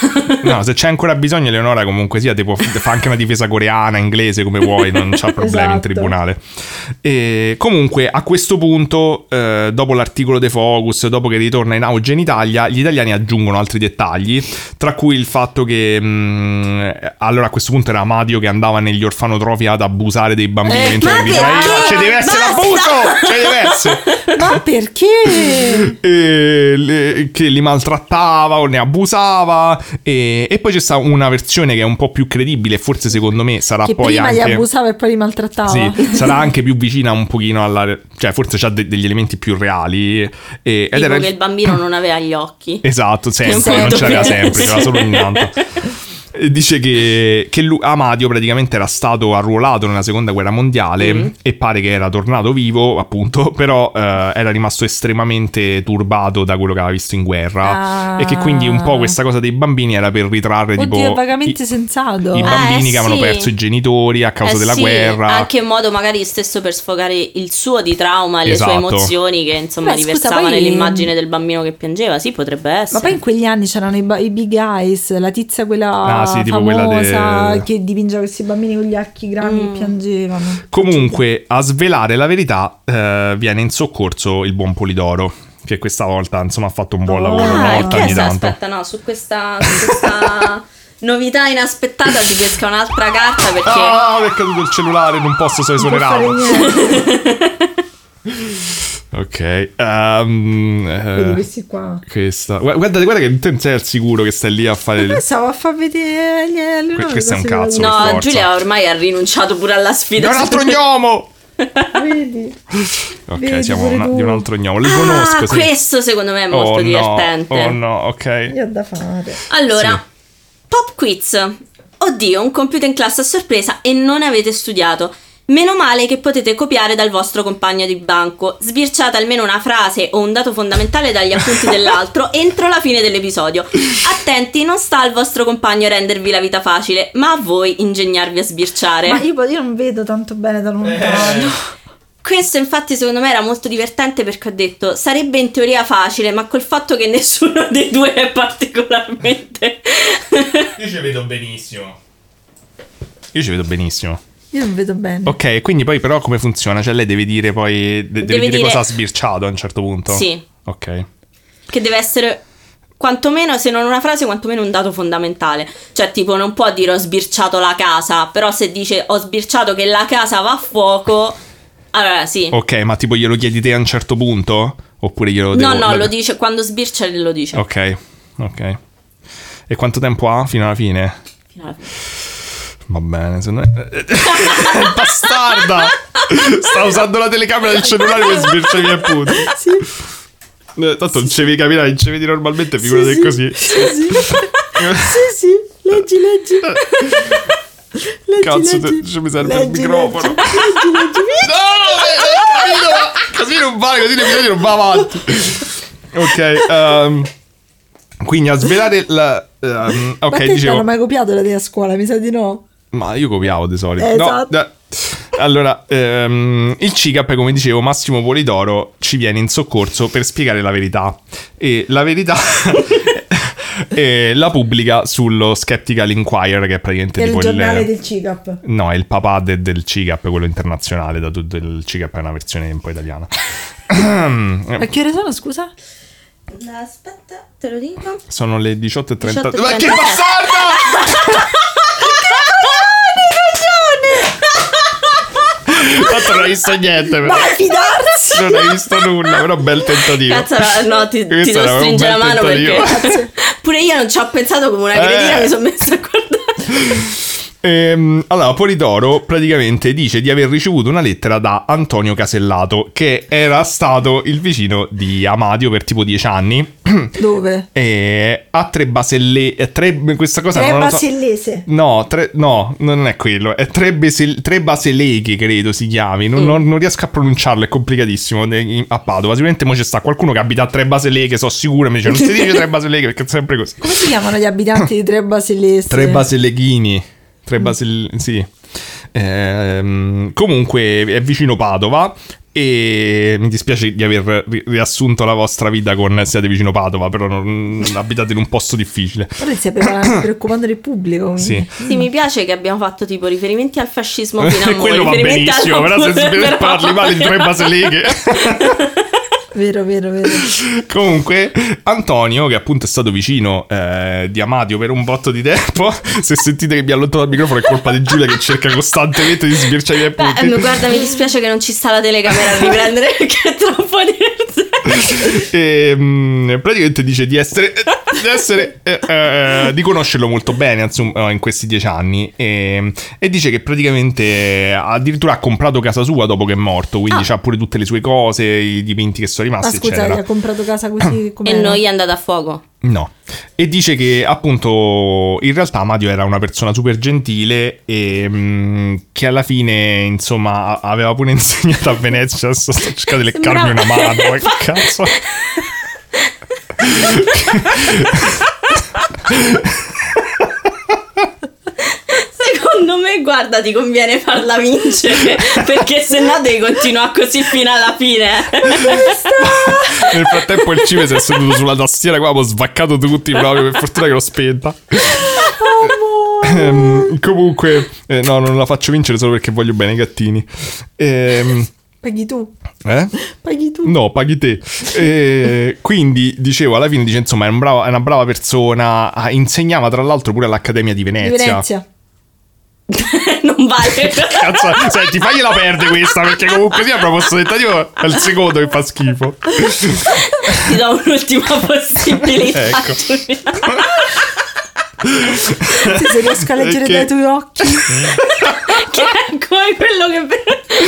Speaker 2: No, se c'è ancora bisogno, Eleonora comunque sia, tipo, fa anche una difesa coreana, inglese, come vuoi, non c'ha problemi in
Speaker 3: Esatto.
Speaker 2: tribunale. E comunque, a questo punto, eh, dopo l'articolo de Focus, dopo che ritorna in auge in Italia, gli italiani aggiungono altri dettagli, tra cui il fatto che, mm, allora a questo punto era Amadio che andava negli orfanotrofi ad abusare dei bambini.
Speaker 3: Eh,
Speaker 2: mentre
Speaker 1: ma
Speaker 2: dormivano.
Speaker 1: perché?
Speaker 2: Ah, Ci deve essere
Speaker 1: Basta!
Speaker 2: l'abuso! Ci deve essere! Eh.
Speaker 3: Ma perché?
Speaker 2: e le- che li maltrattava o ne abusava e, e poi c'è sta una versione che è un po' più credibile forse secondo me sarà
Speaker 3: che
Speaker 2: poi
Speaker 3: prima
Speaker 2: anche
Speaker 3: li abusava e poi li maltrattava.
Speaker 2: sì, sarà anche più vicina un pochino alla re- cioè forse c'ha de- degli elementi più reali e- ed
Speaker 1: Tipo
Speaker 2: era
Speaker 1: che il bambino non aveva gli occhi.
Speaker 2: esatto sempre
Speaker 1: Sempre.
Speaker 2: non c'era sempre c'era solo ogni tanto E Eh, Dice che, che lui- Amadio praticamente era stato arruolato nella seconda guerra mondiale
Speaker 1: Mm.
Speaker 2: e pare che era tornato vivo, appunto, però eh, era rimasto estremamente turbato da quello che aveva visto in guerra
Speaker 3: Ah.
Speaker 2: e che quindi un po' questa cosa dei bambini era per ritrarre
Speaker 3: Oddio,
Speaker 2: tipo
Speaker 3: è vagamente
Speaker 2: i,
Speaker 3: sensato.
Speaker 2: i
Speaker 1: Ah,
Speaker 2: bambini
Speaker 1: eh,
Speaker 2: che avevano
Speaker 1: sì.
Speaker 2: perso i genitori a causa
Speaker 1: Eh
Speaker 2: della
Speaker 1: sì,
Speaker 2: guerra.
Speaker 1: Anche in modo magari stesso per sfogare il suo di trauma e le
Speaker 2: Esatto.
Speaker 1: sue emozioni che insomma
Speaker 3: Beh, scusa,
Speaker 1: riversava
Speaker 3: poi-
Speaker 1: nell'immagine del bambino che piangeva. Sì, potrebbe essere.
Speaker 3: Ma poi in quegli anni c'erano i, ba- i big eyes, la tizia quella
Speaker 2: Ah, sì, tipo quella de-
Speaker 3: famosa che dipingeva questi bambini con gli occhi grandi
Speaker 1: Mm.
Speaker 3: che piangevano.
Speaker 2: Comunque, a svelare la verità eh, viene in soccorso il buon Polidoro, che questa volta insomma ha fatto un buon
Speaker 3: Ah,
Speaker 2: lavoro una
Speaker 1: Ah,
Speaker 2: volta
Speaker 1: che
Speaker 2: ogni
Speaker 1: sa-
Speaker 2: tanto.
Speaker 1: aspetta, no, su questa, su questa novità inaspettata ti pesca un'altra carta perché...
Speaker 2: Ah, mi è caduto il cellulare, non posso, sono
Speaker 3: Non può fare
Speaker 2: esonerato.
Speaker 3: niente.
Speaker 2: Ok, ehm, eh,
Speaker 3: Vedi questi qua.
Speaker 2: questa. Gu- Guardate, guarda che tu non sei al sicuro che stai lì a fare.
Speaker 3: Poi
Speaker 2: il-
Speaker 3: Eh, stavo a far vedere gli- a lui
Speaker 2: Que-
Speaker 3: non
Speaker 2: questo è un
Speaker 3: cose da-
Speaker 2: cazzo. per
Speaker 1: No,
Speaker 2: forza.
Speaker 1: Giulia ormai ha rinunciato pure alla
Speaker 2: È
Speaker 1: sfida.
Speaker 2: un altro gnomo!
Speaker 3: Vedi?
Speaker 2: Ok,
Speaker 3: Vedi
Speaker 2: siamo
Speaker 3: pure
Speaker 2: una-
Speaker 3: tu.
Speaker 2: di un altro gnomo. Lo
Speaker 1: Ah,
Speaker 2: conosco, sì.
Speaker 1: questo secondo me è molto
Speaker 2: oh,
Speaker 1: divertente.
Speaker 2: No, oh no, ok.
Speaker 3: Io ho da fare.
Speaker 1: Allora,
Speaker 2: Sì.
Speaker 1: pop quiz. Oddio, un computer in classe a sorpresa e non avete studiato. Meno male che potete copiare dal vostro compagno di banco. Sbirciate almeno una frase o un dato fondamentale dagli appunti dell'altro entro la fine dell'episodio. Attenti, non sta al vostro compagno rendervi la vita facile, ma a voi ingegnarvi a sbirciare.
Speaker 3: Ma io, io non vedo tanto bene da
Speaker 2: Eh.
Speaker 3: lontano.
Speaker 1: Questo infatti secondo me era molto divertente perché ho detto sarebbe in teoria facile, ma col fatto che nessuno dei due è particolarmente...
Speaker 2: Io ci vedo benissimo. Io ci vedo benissimo.
Speaker 3: Io non vedo bene.
Speaker 2: Ok, quindi poi però come funziona? Cioè lei deve dire poi... de- deve,
Speaker 1: Deve
Speaker 2: dire,
Speaker 1: dire-
Speaker 2: cosa ha sbirciato a un certo punto.
Speaker 1: Sì.
Speaker 2: Ok.
Speaker 1: Che deve essere quantomeno, se non una frase, quantomeno un dato fondamentale. Cioè, tipo, non può dire ho sbirciato la casa, però se dice ho sbirciato che la casa va a fuoco, allora sì.
Speaker 2: Ok, ma tipo glielo chiedi te a un certo punto? Oppure glielo devo...
Speaker 1: no, no,
Speaker 2: la-
Speaker 1: lo dice quando sbircia lo dice.
Speaker 2: Ok, ok. E quanto tempo ha fino alla fine?
Speaker 1: Fino alla fine.
Speaker 2: Va bene, se no... Bastarda! Sta usando la telecamera del cellulare per sbirciarmi il punto.
Speaker 3: Sì,
Speaker 2: Eh, Tanto non ci devi capire, non ci vedi normalmente, figurati
Speaker 3: sì,
Speaker 2: così.
Speaker 3: Sì, sì. sì, sì. Leggi, leggi. Leggi,
Speaker 2: Eh. Cazzo,
Speaker 3: leggi.
Speaker 2: te- cioè, mi serve il
Speaker 3: Leggi,
Speaker 2: microfono.
Speaker 3: Leggi, leggi, leggi.
Speaker 2: No, eh, così non vale, così l'episodio non va avanti. Ok, ehm, quindi a svelare la... ehm, ok,
Speaker 3: Ma te
Speaker 2: dicevo...
Speaker 3: non mai copiato la della scuola, mi sa di no.
Speaker 2: Ma io copiavo di solito.
Speaker 3: Eh,
Speaker 2: No,
Speaker 3: esatto.
Speaker 2: da- allora, ehm, il CICAP, come dicevo, Massimo Polidoro ci viene in soccorso per spiegare la verità. E la verità eh, la pubblica sullo Skeptical Inquirer, che è praticamente
Speaker 3: Del
Speaker 2: tipo il...
Speaker 3: giornale del CICAP.
Speaker 2: No, è il papà de- del CICAP, quello internazionale, da tutto il CICAP è una versione un po' italiana. Eh.
Speaker 3: A che ore sono, scusa?
Speaker 1: Aspetta, te lo dico.
Speaker 2: Sono le 18.30.
Speaker 1: 18.30.
Speaker 2: Ma che bastarda! Tanto non hai visto niente, però.
Speaker 3: Vai, fidarsi!
Speaker 2: Non hai visto nulla, però bel tentativo.
Speaker 1: Cazzo, no, no, ti, ti
Speaker 2: Questo era
Speaker 1: devo
Speaker 2: un
Speaker 1: stringere la
Speaker 2: bel
Speaker 1: mano perché
Speaker 2: tentativo.
Speaker 1: pure io non ci ho pensato come una
Speaker 2: Eh.
Speaker 1: cretina, mi sono messa a guardare.
Speaker 2: Ehm, allora, Polidoro praticamente dice di aver ricevuto una lettera da Antonio Casellato, che era stato il vicino di Amadio per tipo 10 anni.
Speaker 3: Dove?
Speaker 2: E ha tre baselle. eh, Tre, questa cosa
Speaker 3: Tre
Speaker 2: non lo so-
Speaker 3: basillese.
Speaker 2: No, tre- no, non è quello. È tre, basel- tre baselechi, credo si chiami. Non, non- non riesco a pronunciarlo, è complicatissimo. ne- in- A Padova, sicuramente mo c'è sta qualcuno che abita a tre baseleche, sono sicuro. Mi dice, non si dice tre baseleche perché è sempre così.
Speaker 3: Come si chiamano gli abitanti di Tre Basilesi?
Speaker 2: Tre baselechini. Tre basel... sì. Ehm, comunque è vicino Padova e mi dispiace di aver ri- riassunto la vostra vita con siate vicino Padova, però non- abitate in un posto difficile.
Speaker 3: Ora si stava preoccupando del pubblico.
Speaker 2: Sì.
Speaker 1: Sì, mi piace che abbiamo fatto tipo riferimenti al fascismo fino a mo',
Speaker 2: Quello va
Speaker 1: riferimenti
Speaker 2: benissimo,
Speaker 1: alla
Speaker 2: però se
Speaker 1: pure-
Speaker 2: si
Speaker 1: però-
Speaker 2: parli male di tre baseleghe.
Speaker 3: Vero, vero, vero.
Speaker 2: Comunque, Antonio, che appunto è stato vicino eh, di Amadio per un botto di tempo, se sentite che mi allontano dal microfono è colpa di Giulia che cerca costantemente di sbirciare i
Speaker 1: Beh,
Speaker 2: punti.
Speaker 1: no, guarda, mi dispiace che non ci sta la telecamera a riprendere perché è troppo divertente.
Speaker 2: E, mm, praticamente dice di essere, eh, di, essere, eh, eh, di conoscerlo molto bene insomma, eh, in questi dieci anni e, e dice che praticamente eh, addirittura ha comprato casa sua dopo che è morto quindi ha pure tutte le sue cose i dipinti che sono
Speaker 3: Ma
Speaker 2: rimasti
Speaker 3: Ah, scusa, gli
Speaker 2: eccetera
Speaker 3: ha comprato casa
Speaker 2: Ah.
Speaker 3: così come
Speaker 1: E noi è andata a fuoco.
Speaker 2: No, e dice che appunto in realtà Mario era una persona super gentile e mm, che alla fine insomma a- aveva pure insegnato a Venezia, sto, sto cercando di leccarmi una
Speaker 1: Sembrava-
Speaker 2: mano, che cazzo.
Speaker 1: Secondo me, guarda, ti conviene farla vincere perché se no devi continuare così fino alla fine.
Speaker 2: Nel frattempo il cibo si è seduto sulla tastiera qua, ho svaccato tutti proprio, per fortuna che l'ho spenta. Ehm, comunque, eh, no, non la faccio vincere solo perché voglio bene i gattini. Ehm,
Speaker 3: Paghi tu,
Speaker 2: eh?
Speaker 3: paghi tu.
Speaker 2: No, paghi te. Eh, quindi dicevo, alla fine dice, insomma, è, un brava- è una brava persona. ah, insegnava tra l'altro pure all'Accademia di
Speaker 3: Di
Speaker 2: Venezia.
Speaker 3: Venezia.
Speaker 1: non vale.
Speaker 2: Cazzo, senti, fagliela perdere questa perché comunque sia proprio questo tentativo è il secondo che fa schifo.
Speaker 1: Ti do un'ultima possibilità.
Speaker 2: Ecco.
Speaker 1: Giulia.
Speaker 3: Sì, se riesco a leggere
Speaker 2: Perché-
Speaker 3: dai tuoi occhi.
Speaker 2: Eh,
Speaker 1: Che è come quello che,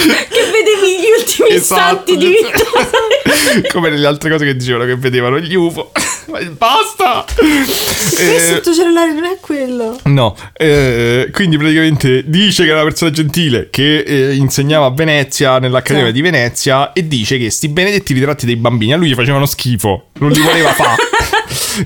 Speaker 1: che vedevi gli ultimi
Speaker 2: Esatto.
Speaker 1: istanti di vita.
Speaker 2: Come nelle altre cose che dicevano che vedevano gli UFO. Ma Basta!
Speaker 3: Questo il
Speaker 2: Eh,
Speaker 3: tuo cellulare non è quello.
Speaker 2: No, eh, quindi praticamente dice che era una persona gentile che eh, insegnava a Venezia, nell'Accademia
Speaker 3: Sì.
Speaker 2: di Venezia, e dice che sti benedetti ritratti dei bambini a lui gli facevano schifo, non li voleva fare.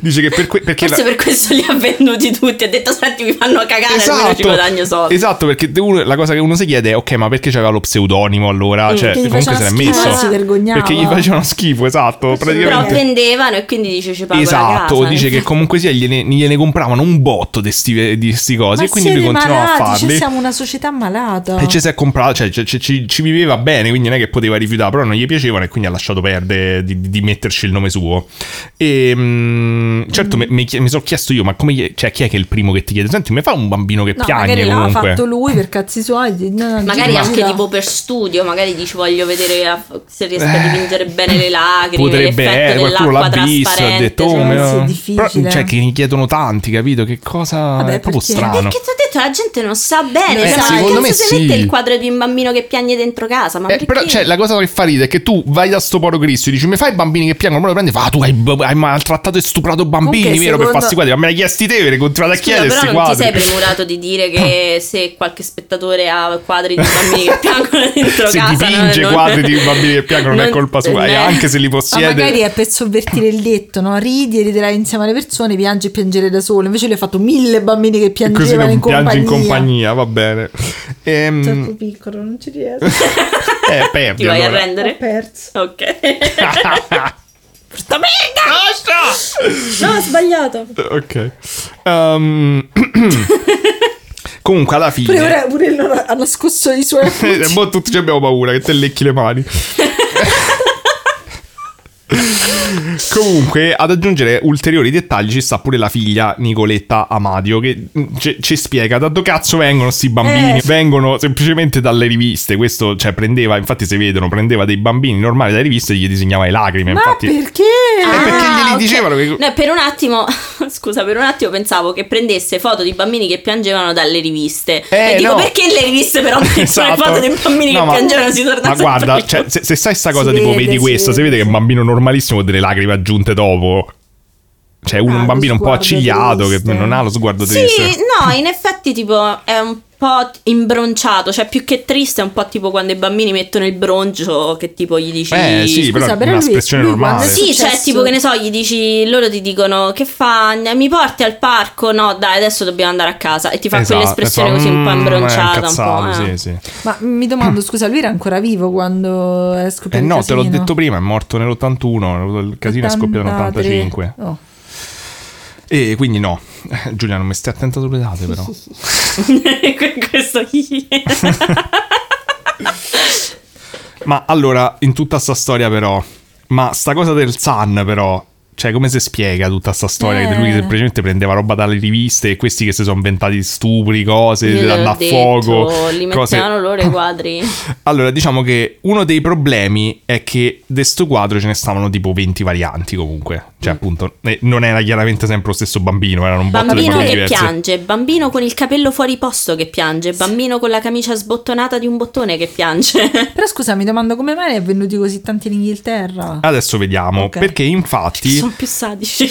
Speaker 2: Dice che per que- perché
Speaker 1: Forse
Speaker 2: la-
Speaker 1: per questo li ha venduti tutti. Ha detto: Senti, mi fanno cagare, almeno ci guadagno soldi.
Speaker 2: esatto, perché de- uno- la cosa che uno si chiede è: ok, ma perché c'aveva lo pseudonimo allora? Cioè,
Speaker 3: Perché Mm, gli
Speaker 2: comunque se l'è
Speaker 3: facevano schifo,
Speaker 2: messo.
Speaker 3: si vergognava.
Speaker 2: Perché gli facevano schifo, esatto.
Speaker 1: Però
Speaker 2: Praticamente.
Speaker 1: vendevano e quindi dice: Ci pago la casa. eh."
Speaker 2: Esatto,
Speaker 3: eh.
Speaker 2: dice che
Speaker 1: infatti.
Speaker 2: comunque sia gliene, gliene compravano un botto di sti, di sti cosi
Speaker 3: Ma
Speaker 2: e quindi
Speaker 3: siete
Speaker 2: lui continuava
Speaker 3: malati,
Speaker 2: a farli.
Speaker 3: cioè, siamo una società malata.
Speaker 2: E ci si è comprato, cioè ci, ci- ci- ci viveva bene, quindi non è che poteva rifiutare, però non gli piacevano e quindi ha lasciato perdere di, di- di metterci il nome suo. E mm, certo, me- mi, chie- mi sono chiesto io, ma come gli- cioè, chi è che è il primo che ti chiede? Senti, mi fa un bambino che
Speaker 3: No,
Speaker 2: piange
Speaker 3: magari l'ha
Speaker 2: comunque.
Speaker 3: fatto lui per cazzi suoi. di- no,
Speaker 1: Magari
Speaker 3: gira.
Speaker 1: anche tipo per studio, magari dici voglio vedere a- se riesco a dipingere bene le lacrime,
Speaker 2: Eh. Potrebbe,
Speaker 1: l'effetto
Speaker 2: eh, qualcuno l'ha
Speaker 1: dell'acqua
Speaker 2: visto, ha
Speaker 1: trasparente.
Speaker 2: detto, oh,
Speaker 1: cioè,
Speaker 2: me-
Speaker 3: sì, è
Speaker 2: però,
Speaker 3: difficile.
Speaker 2: cioè, che ne chiedono tanti, capito? Che cosa
Speaker 3: Vabbè,
Speaker 2: è proprio
Speaker 3: perché?
Speaker 2: strano.
Speaker 1: Perché Eh, ti ho detto la gente non sa bene,
Speaker 3: Eh,
Speaker 1: cioè, ma
Speaker 2: secondo
Speaker 1: che
Speaker 2: me
Speaker 1: cazzo si
Speaker 2: sì.
Speaker 1: mette il quadro di un bambino che piange dentro casa? Ma
Speaker 2: Eh,
Speaker 1: perché?
Speaker 2: però cioè, la cosa che fa ridere è che tu vai da sto poro Cristo e dici mi fai i bambini che piangono, poi lo prendi e fa "Ah, tu hai, hai maltrattato e stuprato bambini,
Speaker 3: Comunque,
Speaker 2: vero, per
Speaker 3: secondo-
Speaker 2: farsi quadri, ma me l'hai chiesti te, perché continuate a
Speaker 1: Scusa,
Speaker 2: chiedere
Speaker 1: però
Speaker 2: sti
Speaker 1: non ti
Speaker 2: quadri.
Speaker 1: sei premurato di dire che se qualche spettatore ha quadri di bambini che piangono dentro
Speaker 2: se
Speaker 1: casa
Speaker 2: dipinge
Speaker 1: no, non-
Speaker 2: quadri di bambini che piangono non, è colpa sua, e
Speaker 1: eh.
Speaker 2: anche se li
Speaker 3: Ma
Speaker 2: possiede...
Speaker 3: magari è per sovvertire il detto, no? Ridi e riderai insieme alle persone, piangi e piangere da solo. Invece lui ha fatto mille bambini che
Speaker 2: e Così
Speaker 3: piangevano
Speaker 2: non
Speaker 3: in
Speaker 2: piangi
Speaker 3: compagnia.
Speaker 2: in compagnia, va bene. Ehm,
Speaker 3: Troppo piccolo, non ci riesco.
Speaker 2: eh, perdi
Speaker 1: Cioè, Ti vai
Speaker 2: allora.
Speaker 1: a rendere?
Speaker 3: perso.
Speaker 1: Ok.
Speaker 3: Sta merda! No, ho sbagliato.
Speaker 2: ok. Ehm, comunque alla fine...
Speaker 3: Pure, ora, pure loro hanno scosso i suoi appunti.
Speaker 2: Eh, boh, tutti ci abbiamo paura che te lecchi le mani. Comunque, ad aggiungere ulteriori dettagli ci sta pure la figlia Nicoletta Amadio che mm, ci, ci spiega da dove cazzo vengono sti bambini.
Speaker 3: Eh.
Speaker 2: Vengono semplicemente dalle riviste. Questo, cioè, prendeva, infatti si vedono, prendeva dei bambini normali dalle riviste e gli disegnava le lacrime.
Speaker 3: Ma
Speaker 2: infatti...
Speaker 3: perché?
Speaker 2: Eh,
Speaker 1: Ah,
Speaker 2: perché glieli
Speaker 1: ok.
Speaker 2: dicevano che...
Speaker 1: No, per un attimo, scusa, per un attimo pensavo che prendesse foto di bambini che piangevano dalle riviste.
Speaker 2: Eh,
Speaker 1: e dico
Speaker 2: no.
Speaker 1: perché le riviste però mettono le
Speaker 2: Esatto.
Speaker 1: foto Cioè, dei bambini
Speaker 2: No,
Speaker 1: che
Speaker 2: ma-
Speaker 1: piangevano si torna
Speaker 2: Ma
Speaker 1: sempre
Speaker 2: guarda,
Speaker 1: lì.
Speaker 2: cioè, se, se sai sta
Speaker 3: Si
Speaker 2: cosa, tipo,
Speaker 3: vede,
Speaker 2: vedi
Speaker 3: si
Speaker 2: questo, si
Speaker 3: vede,
Speaker 2: vede che è
Speaker 3: sì.
Speaker 2: un bambino normalissimo con delle lacrime aggiunte dopo. Cioè, un,
Speaker 3: Ah,
Speaker 2: un
Speaker 3: lo
Speaker 2: bambino un po'
Speaker 3: sguardo
Speaker 2: accigliato che
Speaker 3: triste.
Speaker 2: non ha lo sguardo triste.
Speaker 1: Sì, no, in effetti tipo è un po' t- imbronciato, cioè più che triste è un po' tipo quando i bambini mettono il broncio che tipo gli dici
Speaker 2: Eh, sì,
Speaker 3: Ah, Scusa,
Speaker 2: però è
Speaker 3: però lui-
Speaker 2: un'espressione
Speaker 3: lui
Speaker 2: normale.
Speaker 3: quando-
Speaker 1: Sì,
Speaker 3: successo?
Speaker 1: cioè, tipo che ne so, gli dici, loro ti dicono che fa, mi porti al parco? No, dai, adesso dobbiamo andare a casa. E ti fa
Speaker 2: Esatto,
Speaker 1: quell'espressione
Speaker 2: fa,
Speaker 1: così un po'
Speaker 2: "Mm, eh,
Speaker 1: imbronciata, un po'.
Speaker 2: incazzato,
Speaker 1: eh.
Speaker 2: sì, sì.
Speaker 3: Ma mi domando, scusa, lui era ancora vivo quando è
Speaker 2: Eh
Speaker 3: scoppiato il
Speaker 2: no, te l'ho
Speaker 3: casino?
Speaker 2: detto prima, è morto nell'81, il casino è scoppiato nell'85.
Speaker 3: 83. Oh.
Speaker 2: E quindi no, Giulia, non mi stai attento sulle date però.
Speaker 1: Questo chi è?
Speaker 2: Ma allora, in tutta sta storia però, ma sta cosa del Sun però, cioè come si spiega tutta sta storia che
Speaker 3: Eh.
Speaker 2: lui che semplicemente prendeva roba dalle riviste e questi che si sono inventati stupri, cose
Speaker 1: Gliel'ho
Speaker 2: da, da
Speaker 1: detto,
Speaker 2: fuoco,
Speaker 1: Li
Speaker 2: cose-
Speaker 1: mettevano loro i quadri.
Speaker 2: Allora, diciamo che uno dei problemi è che di sto quadro ce ne stavano tipo 20 varianti comunque,
Speaker 1: Mm.
Speaker 2: cioè appunto eh, non era chiaramente sempre lo stesso bambino, erano un botto di
Speaker 1: Bambino
Speaker 2: bambini
Speaker 1: che
Speaker 2: diversi.
Speaker 1: piange, bambino con il capello fuori posto che piange, bambino con la camicia sbottonata di un bottone che piange.
Speaker 3: Però scusa, mi domando come mai è venuti così tanti in Inghilterra?
Speaker 2: Adesso vediamo,
Speaker 3: Ok.
Speaker 2: perché infatti
Speaker 1: Sono più sadici.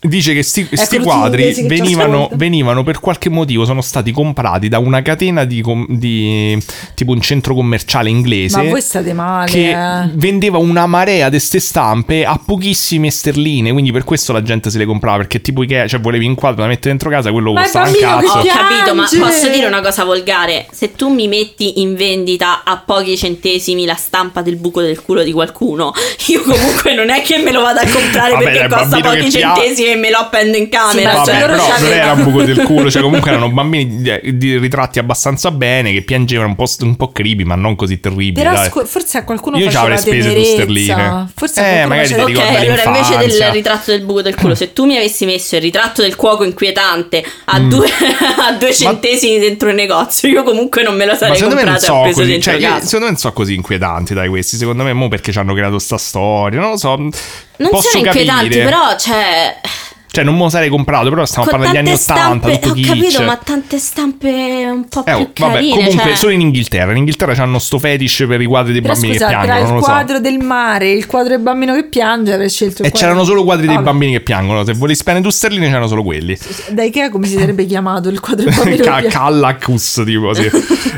Speaker 2: Dice che sti, sti
Speaker 3: Ecco, tutti gli
Speaker 2: quadri
Speaker 3: inglesi che ci
Speaker 2: venivano,
Speaker 3: ascoltano.
Speaker 2: venivano per qualche motivo sono stati comprati da una catena di, com- di- tipo un centro commerciale inglese.
Speaker 3: Ma voi state male,
Speaker 2: Che
Speaker 3: eh.
Speaker 2: vendeva una marea di ste stampe a pochissime sterline. Quindi per questo la gente se le comprava. Perché tipo Ikea, cioè volevi un quadro da mettere dentro casa, quello
Speaker 3: Ma il
Speaker 2: costava un
Speaker 3: bambino che
Speaker 2: cazzo.
Speaker 1: Ho
Speaker 3: Piange.
Speaker 1: capito, ma posso dire una cosa volgare? Se tu mi metti in vendita a pochi centesimi la stampa del buco del culo di qualcuno, io comunque non è che me lo vado a comprare
Speaker 2: Vabbè,
Speaker 1: perché
Speaker 2: dai,
Speaker 1: costa
Speaker 2: bambino che
Speaker 1: pochi
Speaker 2: pia-
Speaker 1: centesimi e me lo appendo in camera.
Speaker 3: ma
Speaker 1: cioè,
Speaker 2: Vabbè,
Speaker 3: loro
Speaker 2: però non
Speaker 3: c'avevano-
Speaker 2: era un buco del culo, cioè comunque erano bambini di- di- ritratti abbastanza bene, che piangevano un po', st- un po' creepy, ma non così terribili.
Speaker 3: Però
Speaker 2: dai.
Speaker 3: scu- forse a qualcuno
Speaker 2: Io ci
Speaker 3: faceva
Speaker 2: avrei spese due
Speaker 3: tenerezza.
Speaker 2: sterline.
Speaker 3: Forse
Speaker 2: Eh,
Speaker 3: a qualcuno
Speaker 2: magari
Speaker 3: faceva
Speaker 2: ti
Speaker 1: Ok,
Speaker 2: ricorda
Speaker 1: allora invece
Speaker 2: l'infanzia.
Speaker 1: del ritratto del buco del culo, se tu mi avessi messo il ritratto del cuoco inquietante a,
Speaker 2: Mm.
Speaker 1: due, a due centesimi dentro un negozio, io comunque non me lo
Speaker 2: Ma
Speaker 1: sarei
Speaker 2: secondo me non
Speaker 1: comprato e ho
Speaker 2: so
Speaker 1: preso
Speaker 2: così,
Speaker 1: dentro
Speaker 2: cioè,
Speaker 1: casa.
Speaker 2: secondo me non so così inquietanti dai questi, secondo me mo perché ci hanno creato sta storia, non lo so.
Speaker 1: non
Speaker 2: posso
Speaker 1: sono
Speaker 2: capire.
Speaker 1: inquietanti, però, cioè,
Speaker 2: Cioè non me lo sarei comprato, però stiamo
Speaker 1: con
Speaker 2: parlando degli
Speaker 1: tante
Speaker 2: anni 80,
Speaker 1: stampe,
Speaker 2: tutto
Speaker 1: ho
Speaker 2: kitsch.
Speaker 1: capito, ma tante stampe un po'
Speaker 2: Eh, oh,
Speaker 1: più
Speaker 2: vabbè,
Speaker 1: carine,
Speaker 2: comunque
Speaker 1: cioè...
Speaker 2: solo in Inghilterra, in Inghilterra c'hanno sto fetish per i quadri dei
Speaker 3: Però
Speaker 2: bambini
Speaker 3: scusa,
Speaker 2: che
Speaker 3: tra
Speaker 2: piangono, non
Speaker 3: il
Speaker 2: lo so.
Speaker 3: quadro del mare, il quadro del bambino che piange, avrei
Speaker 1: Cioè,
Speaker 3: scelto il
Speaker 2: E
Speaker 3: quadro- Ah,
Speaker 2: c'erano solo quadri dei
Speaker 3: Vabbè.
Speaker 2: bambini che piangono, se volevi spendere due sterline c'erano solo quelli.
Speaker 3: Da Ikea come si sarebbe chiamato il quadro del bambino che
Speaker 2: Ca-
Speaker 3: piange?
Speaker 2: Callacus tipo sì.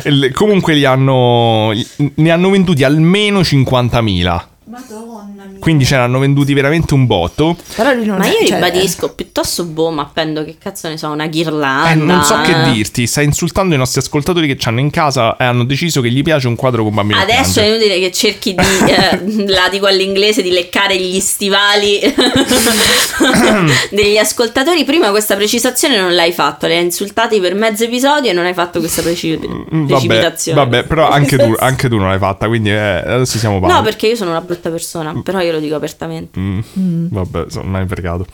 Speaker 2: E le- comunque li hanno ne hanno venduti almeno 50.000.
Speaker 3: Madonna mia.
Speaker 2: Quindi ce l'hanno venduti veramente un botto.
Speaker 3: Però lui non
Speaker 1: Ma
Speaker 3: è-
Speaker 1: io
Speaker 3: cioè,
Speaker 1: ribadisco, piuttosto boh, ma appendo che cazzo ne so, una
Speaker 2: Eh,
Speaker 1: ghirlanda.
Speaker 2: non so che dirti, stai insultando i nostri ascoltatori che ci hanno in casa e hanno deciso che gli piace un quadro con bambini. che
Speaker 1: Adesso è
Speaker 2: piange.
Speaker 1: inutile che cerchi di, eh, la dico all'inglese, di leccare gli stivali degli ascoltatori. Prima questa precisazione non l'hai fatto, li hai insultati per mezzo episodio e non hai fatto questa preci-
Speaker 2: Mm, Vabbè,
Speaker 1: precipitazione.
Speaker 2: vabbè, però anche tu, anche tu non l'hai fatta, quindi eh, adesso siamo pari.
Speaker 1: No, perché io sono una brutta persona, però io lo dico apertamente.
Speaker 2: Mm, Vabbè, so- mi hai fregato.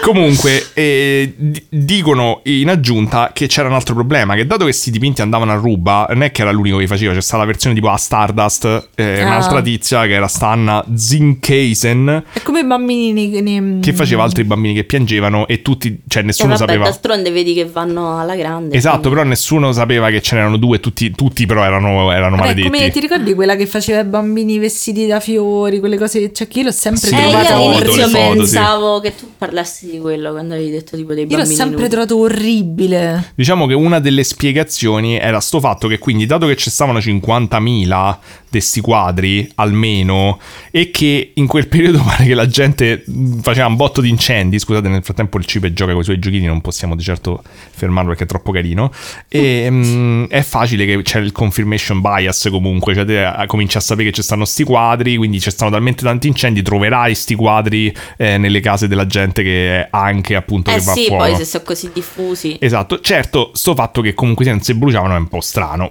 Speaker 2: Comunque, eh, di- dicono in aggiunta che c'era un altro problema, che dato che questi dipinti andavano a ruba, non è che era l'unico che faceva, c'è stata la versione tipo a Stardust, eh,
Speaker 3: Ah.
Speaker 2: un'altra tizia che era Stanna Zinkeisen,
Speaker 3: È come i bambini nei- mm, nei-
Speaker 2: che faceva altri bambini che piangevano e tutti, cioè
Speaker 1: E
Speaker 2: nessuno
Speaker 1: vabbè,
Speaker 2: sapeva...
Speaker 1: d'altronde vedi che vanno alla grande.
Speaker 2: Esatto,
Speaker 1: quindi.
Speaker 2: però nessuno sapeva che ce n'erano due, tutti, tutti però erano, erano
Speaker 3: Vabbè,
Speaker 2: maledetti.
Speaker 3: come ti ricordi quella che faceva i bambini vestiti da fiori, quelle cose cioè, che c'è chi l'ho sempre
Speaker 2: Sì,
Speaker 1: Eh,
Speaker 2: le
Speaker 1: io
Speaker 3: trovata
Speaker 2: foto, le
Speaker 1: all'inizio
Speaker 2: foto,
Speaker 1: pensavo che tu parlassi di quello quando avevi detto tipo dei
Speaker 3: Io l'ho
Speaker 1: bambini
Speaker 3: sempre
Speaker 1: nudi.
Speaker 3: trovato orribile.
Speaker 2: Diciamo che una delle spiegazioni era sto fatto che quindi dato che ci stavano 50.000 di sti quadri almeno e che in quel periodo pare che la gente mh, faceva un botto di incendi, scusate nel frattempo il cibo gioca con i suoi giochini, non possiamo di certo fermarlo perché è troppo carino e mh, è facile che c'è il confirmation bias comunque, cioè te eh, cominci a sapere che ci stanno sti quadri, quindi ci stanno talmente tanti incendi, troverai sti quadri eh, nelle case della gente che è anche appunto
Speaker 1: Eh
Speaker 2: che va a
Speaker 1: sì,
Speaker 2: fuoco.
Speaker 1: poi se sono così diffusi.
Speaker 2: Esatto, certo, sto fatto che comunque sia non si bruciavano è un po' strano.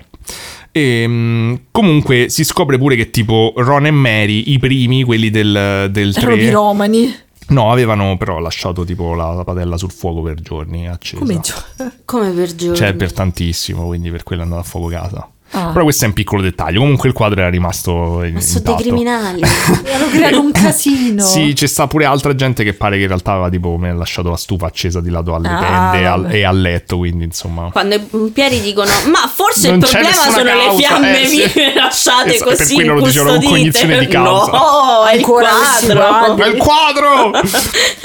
Speaker 2: Ehm, comunque si scopre pure che tipo Ron e Mary, i primi, quelli del, del 3,
Speaker 3: Erano piromani.
Speaker 2: no, avevano però lasciato tipo la, la padella sul fuoco per giorni accesa.
Speaker 3: Come gio-
Speaker 1: Come per giorni.
Speaker 2: Cioè per tantissimo, quindi per quello è andata a fuoco casa.
Speaker 3: Ah.
Speaker 2: Però questo è un piccolo dettaglio, comunque il quadro era rimasto in,
Speaker 1: Ma sono dei
Speaker 2: intatto.
Speaker 1: criminali.
Speaker 3: Hanno creato un casino.
Speaker 2: Sì, c'è sta pure altra gente che pare che in realtà aveva tipo me lasciato la stufa accesa di lato alle
Speaker 3: Ah,
Speaker 2: tende e al-
Speaker 3: vabbè.
Speaker 2: e al letto, quindi insomma.
Speaker 1: Quando i pompieri dicono: Ma forse
Speaker 2: Non
Speaker 1: il
Speaker 2: c'è
Speaker 1: problema
Speaker 2: nessuna
Speaker 1: sono le
Speaker 2: causa,
Speaker 1: fiamme
Speaker 2: eh, sì.
Speaker 1: vive lasciate
Speaker 2: Esatto, per
Speaker 1: così.
Speaker 2: quello lo dicevano con
Speaker 1: incustodite."
Speaker 2: cognizione di causa.
Speaker 1: No, è il
Speaker 3: Ancora questi
Speaker 1: quadro.
Speaker 3: quadri.
Speaker 2: Ma il quadro!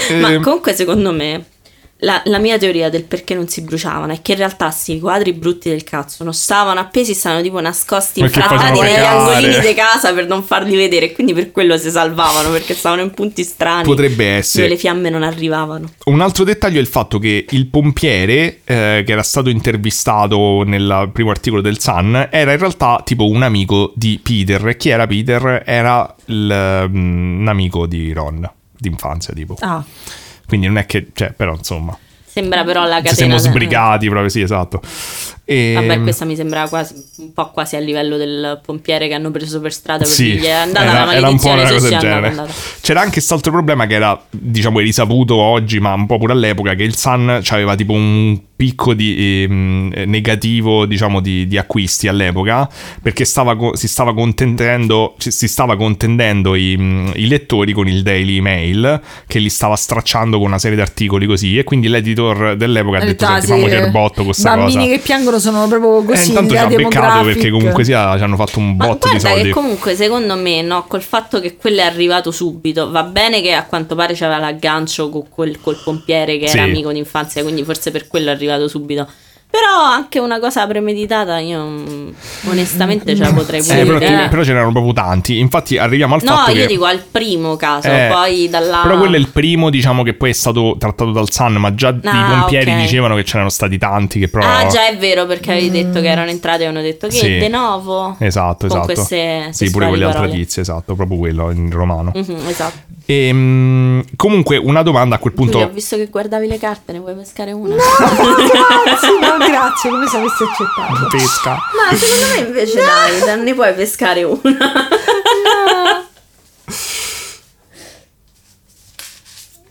Speaker 1: Ma
Speaker 2: Ehm,
Speaker 1: comunque, secondo me, la, la mia teoria del perché non si bruciavano è che in realtà sti quadri brutti del cazzo non stavano appesi, stavano tipo nascosti
Speaker 2: Perché
Speaker 1: infrattati
Speaker 2: facevano
Speaker 1: negli
Speaker 2: cagare.
Speaker 1: angolini di casa per non farli vedere. Quindi per quello si salvavano perché stavano in punti strani
Speaker 2: Potrebbe
Speaker 1: dove le
Speaker 2: essere.
Speaker 1: fiamme non arrivavano.
Speaker 2: Un altro dettaglio è il fatto che il pompiere, eh, che era stato intervistato nel primo articolo del Sun, era in realtà tipo un amico di Peter. Chi era Peter? Era il, mm, un amico di Ron, d'infanzia tipo.
Speaker 3: Ah,
Speaker 2: Quindi non è che, cioè, però insomma,
Speaker 1: Sembra però la catena.
Speaker 2: ci siamo
Speaker 1: del-
Speaker 2: sbrigati proprio, sì, esatto. Ehm, E,
Speaker 1: Vabbè, questa mi sembrava quasi un po' quasi a livello del pompiere che hanno preso per strada perché
Speaker 2: Sì,
Speaker 1: gli è andata
Speaker 2: era-
Speaker 1: la
Speaker 2: era un po'
Speaker 1: maledizione
Speaker 2: una cosa
Speaker 1: se
Speaker 2: del
Speaker 1: ci hanno
Speaker 2: genere.
Speaker 1: mandato.
Speaker 2: C'era anche quest'altro problema che era, diciamo, è risaputo oggi, ma un po' pure all'epoca, che il Sun aveva tipo un picco di, ehm, eh, negativo, diciamo, di, di acquisti all'epoca, perché stava co- si stava contendendo, ci- si stava contendendo i, mm, i lettori con il Daily Mail, che li stava stracciando con una serie di articoli così, e quindi l'editor
Speaker 1: Eh,
Speaker 2: dell'epoca ha detto,
Speaker 3: Ah,
Speaker 2: senti,
Speaker 3: sì.
Speaker 2: famoci il botto questa
Speaker 3: bambini
Speaker 2: cosa.
Speaker 3: che piangono sono proprio
Speaker 2: E
Speaker 3: così.
Speaker 2: intanto ci
Speaker 3: da
Speaker 2: ha beccato
Speaker 3: demographic.
Speaker 2: perché comunque sia ci hanno fatto un
Speaker 1: Ma
Speaker 2: botto di
Speaker 1: guarda
Speaker 2: soldi.
Speaker 1: che comunque secondo me no, col fatto che quello è arrivato subito, va bene che a quanto pare c'aveva l'aggancio con quel, col pompiere che era
Speaker 2: Sì.
Speaker 1: amico d'infanzia, quindi forse per quello è arrivato subito. Però anche una cosa premeditata io mm, onestamente ce la potrei
Speaker 3: Sì,
Speaker 1: pure
Speaker 2: Eh, però,
Speaker 1: vedere.
Speaker 2: però ce n'erano proprio tanti. Infatti, arriviamo al
Speaker 1: No,
Speaker 2: fatto
Speaker 1: io
Speaker 2: che.
Speaker 1: dico al primo caso,
Speaker 2: Eh,
Speaker 1: poi dalla...
Speaker 2: Però quello è il primo, diciamo, che poi è stato trattato dal Sun. Ma già i pompieri
Speaker 1: Ah, ok.
Speaker 2: dicevano che ce n'erano stati tanti. Che però. Mm.
Speaker 1: Ah, già è vero, perché avevi detto che erano entrate e hanno detto che
Speaker 2: Sì.
Speaker 1: de novo.
Speaker 2: Esatto,
Speaker 1: Con
Speaker 2: esatto.
Speaker 1: queste
Speaker 2: sì, pure
Speaker 1: sessuali
Speaker 2: quelle altre
Speaker 1: parole.
Speaker 2: tizie, esatto, proprio quello in romano.
Speaker 1: Mhm, esatto.
Speaker 2: Ehm, comunque, una domanda a quel punto.
Speaker 1: Giulia, ho visto che guardavi le carte, ne vuoi pescare una?
Speaker 3: Grazie, no, grazie, come se avessi accettato.
Speaker 2: Pesca.
Speaker 1: Ma secondo me invece dai, te ne puoi pescare una.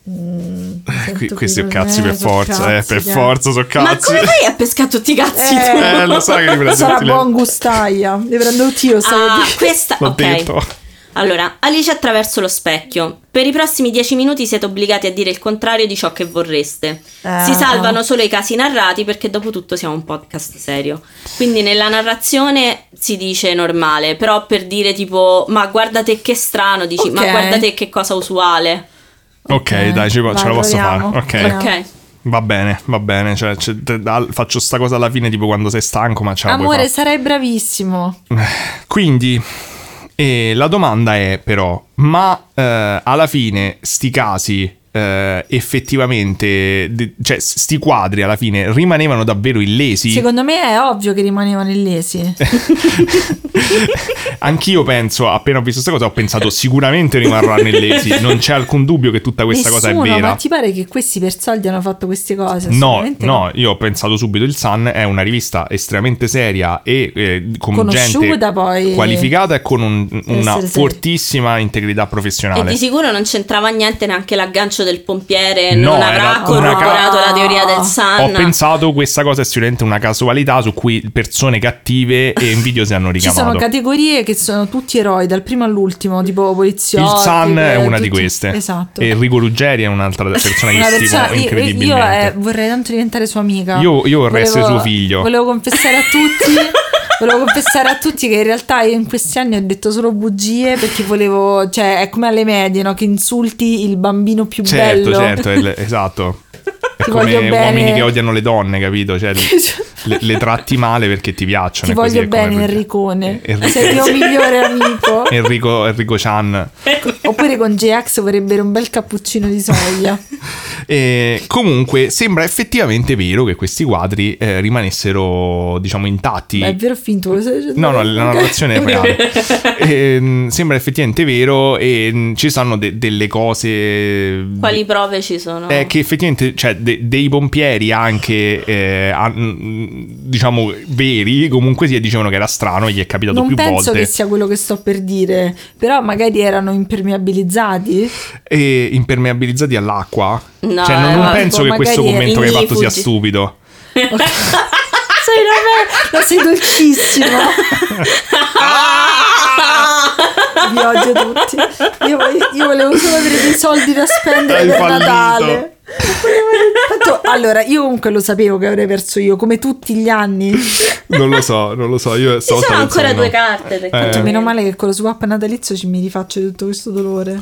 Speaker 2: Qui-
Speaker 3: Sento
Speaker 2: questi sono
Speaker 3: qui-
Speaker 2: cazzi
Speaker 3: eh,
Speaker 2: per
Speaker 3: sono
Speaker 2: forza, eh,
Speaker 3: cazzi,
Speaker 2: per
Speaker 3: chiaro.
Speaker 2: forza, sono
Speaker 1: Ma
Speaker 2: cazzi.
Speaker 1: come fai a pescare tutti i cazzi
Speaker 3: Eh.
Speaker 1: tu?
Speaker 2: eh, lo sai che li prendo
Speaker 3: Sarà
Speaker 2: tutti le-
Speaker 3: buon gustaia. Le prendo io, stavo
Speaker 1: Ah,
Speaker 3: dicendo.
Speaker 1: questa,
Speaker 2: L'ho
Speaker 1: ok.
Speaker 2: detto.
Speaker 1: Allora, Alice attraverso lo specchio. Per i prossimi dieci minuti siete obbligati a dire il contrario di ciò che vorreste.
Speaker 3: Ah.
Speaker 1: Si salvano solo i casi narrati perché dopo tutto siamo un podcast serio. Quindi nella narrazione si dice normale, però per dire tipo ma guarda te che strano, dici ma
Speaker 3: Ok.
Speaker 1: guarda te che cosa usuale.
Speaker 2: Ok, dai, ci-
Speaker 3: Vai,
Speaker 2: ce la posso fare.
Speaker 3: proviamo.
Speaker 2: Ok.
Speaker 3: Proviamo.
Speaker 1: Ok.
Speaker 2: Va bene, va bene. Cioè, c'è- te- al- faccio sta cosa alla fine, tipo quando sei stanco, ma ciao.
Speaker 3: Amore, sarai bravissimo.
Speaker 2: Quindi, E la domanda è però, ma eh, alla fine sti casi eh, effettivamente, de- cioè sti quadri alla fine rimanevano davvero illesi?
Speaker 3: Secondo me è ovvio che rimanevano illesi.
Speaker 2: Anch'io penso, appena ho visto questa cosa, ho pensato sicuramente rimarranno illesi, non c'è alcun dubbio che tutta questa
Speaker 3: Nessuno,
Speaker 2: cosa è vera.
Speaker 3: Ma ti pare che questi per soldi hanno fatto queste cose?
Speaker 2: No,
Speaker 3: Assolutamente
Speaker 2: no, io ho pensato subito il Sun è una rivista estremamente seria e eh, con gente
Speaker 3: Conosciuta poi.
Speaker 2: qualificata e con un- una
Speaker 3: seria.
Speaker 2: fortissima integrità
Speaker 1: E
Speaker 2: professionale.
Speaker 1: di sicuro non c'entrava niente neanche l'aggancio del pompiere,
Speaker 2: No,
Speaker 1: non
Speaker 2: era
Speaker 1: avrà
Speaker 2: una
Speaker 1: corroborato
Speaker 3: ca-
Speaker 1: la teoria del Sun.
Speaker 2: Ho pensato questa cosa è sicuramente una casualità su cui persone cattive e invidiose hanno
Speaker 3: Ci sono
Speaker 2: ricamato.
Speaker 3: categorie che sono tutti eroi, dal primo all'ultimo, tipo poliziotti.
Speaker 2: Il Sun è
Speaker 3: eh,
Speaker 2: una di
Speaker 3: tutti-
Speaker 2: queste.
Speaker 3: Esatto.
Speaker 2: E Rigo Ruggeri è un'altra persona che
Speaker 3: Una
Speaker 2: stimo
Speaker 3: persona- io- io,
Speaker 2: incredibilmente.
Speaker 3: eh, vorrei tanto diventare sua amica.
Speaker 2: Io- io vorrei essere
Speaker 3: Volevo-
Speaker 2: suo figlio.
Speaker 3: Volevo confessare a tutti. Volevo confessare a tutti che in realtà io in questi anni ho detto solo bugie perché volevo, cioè è come alle medie, no? Che insulti il bambino più
Speaker 2: Certo,
Speaker 3: bello.
Speaker 2: certo, è l- esatto. È
Speaker 3: Ti
Speaker 2: come
Speaker 3: voglio bene.
Speaker 2: uomini che odiano le donne, capito? Cioè, le, le tratti male perché ti piacciono.
Speaker 3: Ti
Speaker 2: è così,
Speaker 3: voglio
Speaker 2: è come-
Speaker 3: bene, Enricone.
Speaker 2: Eh, Enrico-
Speaker 3: Sei il mio migliore amico.
Speaker 2: Enrico, Enrico Chan.
Speaker 3: Oppure con J-Ax vorrebbero un bel cappuccino di soia.
Speaker 2: E comunque sembra effettivamente vero che questi quadri eh, rimanessero, diciamo, intatti.
Speaker 3: Ma è vero o finto? Lo stai dicendo?
Speaker 2: No, no, la
Speaker 3: Ok.
Speaker 2: narrazione è reale. Ehm, sembra effettivamente vero e mm, ci sono de- delle cose...
Speaker 1: Quali prove ci sono?
Speaker 2: È che effettivamente, cioè, de- dei pompieri anche, eh, han- diciamo, veri, comunque si dicevano che era strano, gli è capitato
Speaker 3: Non
Speaker 2: più
Speaker 3: penso
Speaker 2: volte.
Speaker 3: che sia quello che sto per dire, però magari erano impermeabilizzati.
Speaker 2: E impermeabilizzati all'acqua?
Speaker 1: No,
Speaker 2: cioè, non,
Speaker 1: eh,
Speaker 2: non
Speaker 1: ma-
Speaker 2: penso che
Speaker 3: ecco, magari
Speaker 2: questo commento che hai fatto sia
Speaker 1: ignifugi.
Speaker 2: stupido.
Speaker 3: Sei una bella, sei dolcissima.
Speaker 2: Ah!
Speaker 3: Vi odio tutti. Io, vo- io volevo solo avere dei soldi da spendere
Speaker 2: Hai
Speaker 3: per
Speaker 2: fallito.
Speaker 3: Natale. Volevo- Tanto- allora, io comunque lo sapevo che avrei perso io, come tutti gli anni.
Speaker 2: Non lo so, non lo so. Io
Speaker 1: ci sono ancora due carte. tecnicamente.
Speaker 2: Eh.
Speaker 3: Cioè, Meno male che con lo swap natalizio ci mi rifaccio di tutto questo dolore.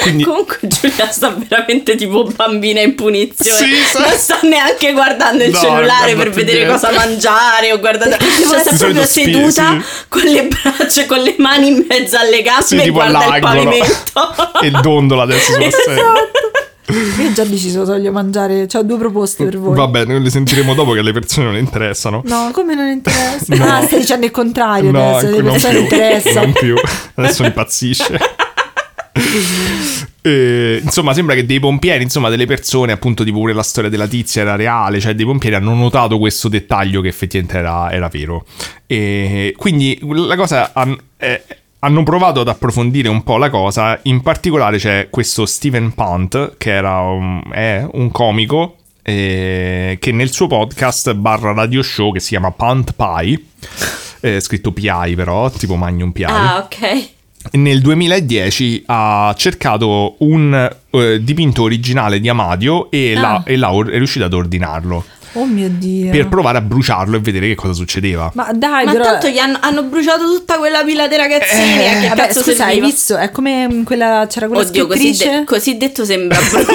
Speaker 2: Quindi-
Speaker 1: Comunque Giulia sta veramente tipo bambina in punizione.
Speaker 2: Sì, sì.
Speaker 1: Non sta neanche guardando il
Speaker 2: No,
Speaker 1: cellulare
Speaker 2: non guarda
Speaker 1: per
Speaker 2: più
Speaker 1: vedere
Speaker 2: niente.
Speaker 1: cosa mangiare o guardando... Cioè, sta
Speaker 2: Di solito
Speaker 1: proprio
Speaker 2: spi-
Speaker 1: seduta
Speaker 2: sì.
Speaker 1: con le braccia, e con le mani in mezzo alle gambe
Speaker 2: Sì,
Speaker 1: e
Speaker 2: tipo
Speaker 1: guarda il
Speaker 2: all'angolo.
Speaker 1: pavimento. Esatto.
Speaker 2: E dondola adesso sulla sedia.
Speaker 3: Io ho già deciso, voglio mangiare. Ho due proposte per voi.
Speaker 2: Va bene, le sentiremo dopo che alle persone non interessano.
Speaker 3: No, come non interessa?
Speaker 2: No.
Speaker 3: Ah, stai dicendo il contrario
Speaker 2: No, ecco,
Speaker 3: adesso, le
Speaker 2: non
Speaker 3: persone
Speaker 2: più,
Speaker 3: interessa.
Speaker 2: non più. Adesso impazzisce. Eh, insomma, sembra che dei pompieri, insomma, delle persone, appunto, tipo pure la storia della tizia era reale, cioè dei pompieri hanno notato questo dettaglio che effettivamente era, era vero. E quindi la cosa han- eh, hanno provato ad approfondire un po' la cosa. In particolare c'è questo Steven Punt, che era un, è un comico. eh, che nel suo podcast barra radio show che si chiama Punt Pie, eh, scritto PI però, tipo Magnum PI,
Speaker 1: ah,
Speaker 2: cioè.
Speaker 1: ok.
Speaker 2: nel 2010 ha cercato un eh, dipinto originale di Amadio e,
Speaker 3: Ah.
Speaker 2: l'ha- e l'ha or- è riuscito ad ordinarlo
Speaker 3: Oh mio dio.
Speaker 2: per provare a bruciarlo e vedere che cosa succedeva.
Speaker 3: Ma dai,
Speaker 1: Ma
Speaker 3: però...
Speaker 1: tanto gli hanno, hanno bruciato tutta quella pila dei ragazzini.
Speaker 2: Eh,
Speaker 1: a che
Speaker 3: Eh, Vabbè,
Speaker 1: cazzo
Speaker 3: scusa, hai
Speaker 1: serviva?
Speaker 3: visto? È come mm, quella... C'era quella
Speaker 1: Oddio, così,
Speaker 3: scrittrice...
Speaker 1: de- così detto sembra brutto.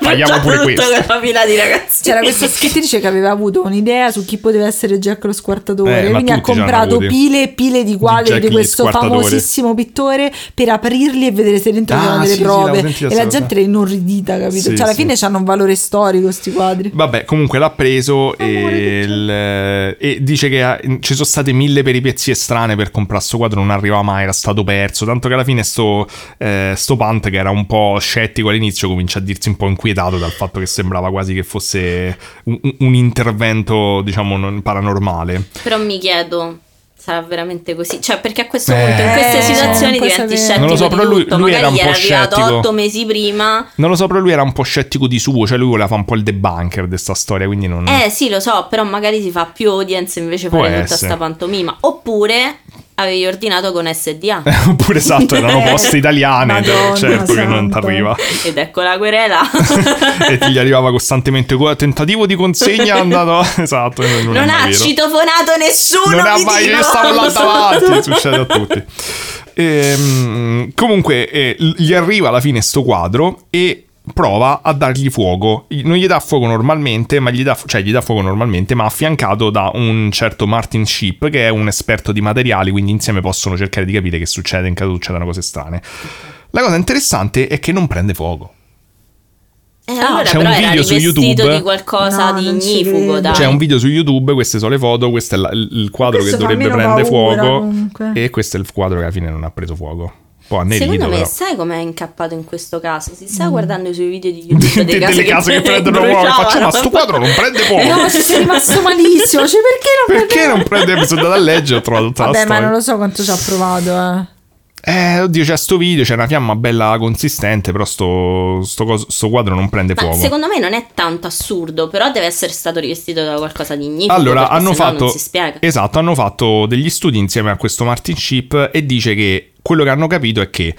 Speaker 2: Tagliamo pure
Speaker 1: Brutto
Speaker 2: questo.
Speaker 1: quella pila di ragazzini.
Speaker 3: C'era questa scrittrice che aveva avuto un'idea su chi poteva essere Jack lo
Speaker 2: Eh,
Speaker 3: squartatore,
Speaker 2: ma
Speaker 3: quindi ha
Speaker 2: tutti ce l'hanno
Speaker 3: comprato
Speaker 2: avuti.
Speaker 3: pile e pile di quadri di,
Speaker 2: Jack gli
Speaker 3: questo
Speaker 2: squartatore.
Speaker 3: famosissimo pittore per aprirli e vedere se dentro
Speaker 2: Ah,
Speaker 3: c'erano delle
Speaker 2: sì, sì,
Speaker 3: prove.
Speaker 2: l'avevo sentita
Speaker 3: e la
Speaker 2: sta
Speaker 3: gente era inorridita, capito?
Speaker 2: Sì,
Speaker 3: cioè, alla
Speaker 2: sì.
Speaker 3: fine hanno un valore storico questi quadri.
Speaker 2: Vabbè, comunque l'ha preso e,
Speaker 3: Amore, che
Speaker 2: il- eh, e dice che ha- ci sono state mille peripezie strane per comprare sto quadro, non arrivava mai, era stato perso, tanto che alla fine sto, eh, sto Pant che era un po' scettico all'inizio comincia a dirsi un po' inquietato dal fatto che sembrava quasi che fosse un, un intervento, diciamo, non- paranormale.
Speaker 1: Però mi chiedo, sarà veramente così? Cioè, perché a questo
Speaker 2: Eh,
Speaker 1: punto, in queste
Speaker 2: non so.
Speaker 1: situazioni,
Speaker 3: Puoi
Speaker 1: diventi
Speaker 3: sapere.
Speaker 1: scettico.
Speaker 2: Non lo so,
Speaker 1: di
Speaker 2: però lui-
Speaker 1: tutto.
Speaker 2: lui
Speaker 1: Magari
Speaker 2: era un
Speaker 1: gli
Speaker 2: po'
Speaker 1: arrivato
Speaker 2: scettico.
Speaker 1: otto mesi prima.
Speaker 2: Non lo so, però lui era un po' scettico di suo, cioè lui voleva fare un po' il debunker di sta storia, quindi non...
Speaker 1: Eh sì, lo so, però magari si fa più audience invece
Speaker 2: Mm. Può
Speaker 1: fare tutta
Speaker 2: essere.
Speaker 1: sta pantomima. Oppure avevi ordinato con SDA.
Speaker 2: Oppure esatto, erano poste italiane,
Speaker 3: Madonna
Speaker 2: certo che non ti
Speaker 3: santa.
Speaker 2: arriva.
Speaker 1: Ed ecco la querela.
Speaker 2: e ti gli arrivava costantemente "Guarda, tentativo di consegna è andato esatto non,
Speaker 1: Non,
Speaker 2: è mai
Speaker 1: ha
Speaker 2: vero.
Speaker 1: citofonato nessuno.
Speaker 2: non ha
Speaker 1: vi
Speaker 2: mai
Speaker 1: dico.
Speaker 2: io stavo là davanti succede a tutti Ehm, comunque eh, gli arriva alla fine sto quadro e prova a dargli fuoco. Non gli dà fuoco normalmente, ma gli dà, cioè gli dà fuoco normalmente, ma affiancato da un certo Martin Sheep che è un esperto di materiali, quindi insieme possono cercare di capire che succede in caso succedano cose strane. La cosa interessante è che non prende fuoco.
Speaker 1: Eh, allora,
Speaker 2: Ah, c'è un
Speaker 1: però era
Speaker 2: video su
Speaker 1: rivestito
Speaker 2: YouTube.
Speaker 1: di qualcosa
Speaker 3: No,
Speaker 1: di
Speaker 3: non ci
Speaker 1: ignifugo,
Speaker 3: vedo.
Speaker 1: dai.
Speaker 2: C'è un video su YouTube, queste sono le foto, questo è la- il il quadro
Speaker 3: Questo
Speaker 2: che
Speaker 3: fa
Speaker 2: dovrebbe
Speaker 3: meno
Speaker 2: prendere
Speaker 3: paura,
Speaker 2: fuoco
Speaker 3: comunque.
Speaker 2: e questo è il quadro che alla fine non ha preso fuoco. Poi annerito
Speaker 1: Secondo me,
Speaker 2: però.
Speaker 1: sai com'è incappato in questo caso? Si
Speaker 3: Mm.
Speaker 1: sta guardando i suoi video di YouTube
Speaker 2: Delle
Speaker 1: delle case,
Speaker 2: case che prendono fuoco,
Speaker 1: bruciavano.
Speaker 2: faccio, ma sto quadro non prende fuoco.
Speaker 3: No, ci sei rimasto malissimo. Cioè, perché non
Speaker 2: Perché non prende episodio da leggere? Ho trovato tutta
Speaker 3: Vabbè,
Speaker 2: la
Speaker 3: ma
Speaker 2: storia.
Speaker 3: non lo so quanto ci ha provato. Eh.
Speaker 2: Eh, oddio, c'è sto video, c'è una fiamma bella consistente, però sto, sto cos- sto quadro non prende
Speaker 1: Ma
Speaker 2: fuoco.
Speaker 1: secondo me non è tanto assurdo, però deve essere stato rivestito da qualcosa di ignifugo.
Speaker 2: Allora,
Speaker 1: perché
Speaker 2: hanno
Speaker 1: sennò Non
Speaker 2: fatto,
Speaker 1: si spiega.
Speaker 3: Eh,
Speaker 2: esatto, hanno fatto degli studi insieme a questo Martin Ship e dice che quello che hanno capito è che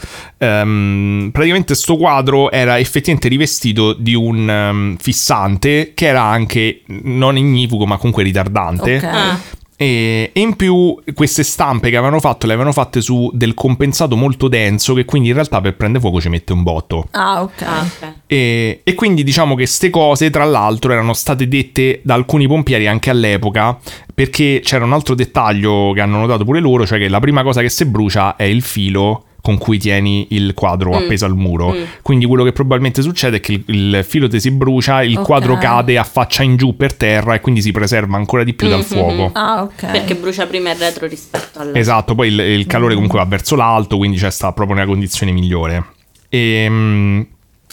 Speaker 2: ehm, praticamente sto quadro era effettivamente rivestito di un ehm, fissante che era anche non ignifugo ma comunque ritardante.
Speaker 3: Ok.
Speaker 1: Ah,
Speaker 2: E, e in più queste stampe che avevano fatto le avevano fatte su del compensato molto denso che quindi in realtà per prendere fuoco ci mette un botto.
Speaker 3: Ah, ok.
Speaker 1: ah, ok.
Speaker 2: E, e quindi diciamo che ste cose, tra l'altro, erano state dette da alcuni pompieri anche all'epoca, perché c'era un altro dettaglio che hanno notato pure loro, cioè che la prima cosa che si brucia è il filo con cui tieni il quadro
Speaker 1: Mm.
Speaker 2: appeso al muro.
Speaker 1: Mm.
Speaker 2: Quindi quello che probabilmente succede è che il, il filo ti si brucia, il
Speaker 3: Ok.
Speaker 2: quadro cade a faccia in giù per terra e quindi si preserva ancora di più dal
Speaker 1: Mhm.
Speaker 2: fuoco.
Speaker 3: Ah, ok.
Speaker 1: Perché brucia prima il retro rispetto al.
Speaker 2: Esatto, poi il, il
Speaker 1: Mm.
Speaker 2: calore comunque va verso l'alto, quindi cioè, sta proprio nella condizione migliore. Ehm,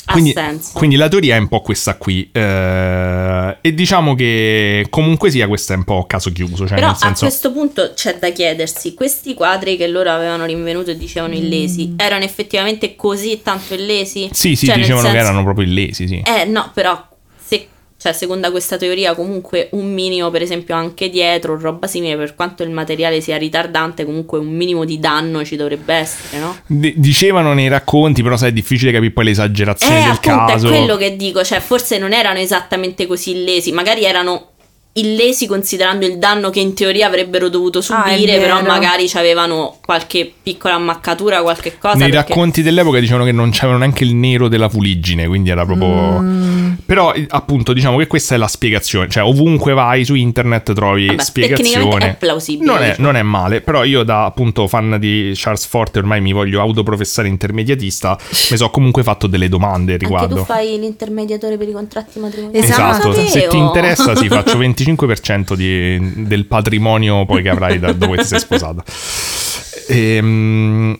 Speaker 1: Ha
Speaker 2: quindi,
Speaker 1: senso.
Speaker 2: quindi la teoria è un po' questa qui. eh, e diciamo che comunque sia, questo è un po' caso chiuso. Cioè,
Speaker 1: Però
Speaker 2: nel senso,
Speaker 1: a questo punto c'è da chiedersi, questi quadri che loro avevano rinvenuto e dicevano illesi, erano effettivamente così tanto illesi?
Speaker 2: sì, sì,
Speaker 1: Cioè, nel
Speaker 2: dicevano che
Speaker 1: senso-
Speaker 2: erano proprio illesi. Sì.
Speaker 1: Eh no, però se, cioè, secondo questa teoria comunque un minimo, per esempio anche dietro, roba simile, per quanto il materiale sia ritardante, comunque un minimo di danno ci dovrebbe essere, no?
Speaker 2: D- dicevano nei racconti, però sai, è difficile capire poi le
Speaker 1: Eh,
Speaker 2: esagerazioni del
Speaker 1: appunto,
Speaker 2: caso.
Speaker 1: è quello che dico, cioè forse non erano esattamente così illesi, magari erano illesi considerando il danno che in teoria avrebbero dovuto
Speaker 3: Ah, è
Speaker 1: subire, però
Speaker 3: vero.
Speaker 1: magari avevano qualche piccola ammaccatura, qualche cosa.
Speaker 2: Nei
Speaker 1: perché-
Speaker 2: racconti dell'epoca dicevano che non c'aveva neanche il nero della fuliggine, quindi era proprio...
Speaker 3: Mm.
Speaker 2: Però eh, appunto diciamo che questa è la spiegazione, cioè ovunque vai su internet trovi
Speaker 1: Vabbè, tecnicamente è
Speaker 2: eh, spiegazione.
Speaker 1: plausibile.
Speaker 2: Non è,
Speaker 1: diciamo.
Speaker 2: non è male, però io da appunto fan di Charles Forte ormai mi voglio autoprofessare intermediatista, mi so comunque fatto delle domande
Speaker 1: Anche tu
Speaker 2: riguardo.
Speaker 1: fai l'intermediatore per i contratti matrimoniali.
Speaker 3: Esatto,
Speaker 1: Lo sapevo.
Speaker 2: se ti interessa sì, faccio 25% di- del patrimonio poi che avrai da dove ti sei sposata. Ehm,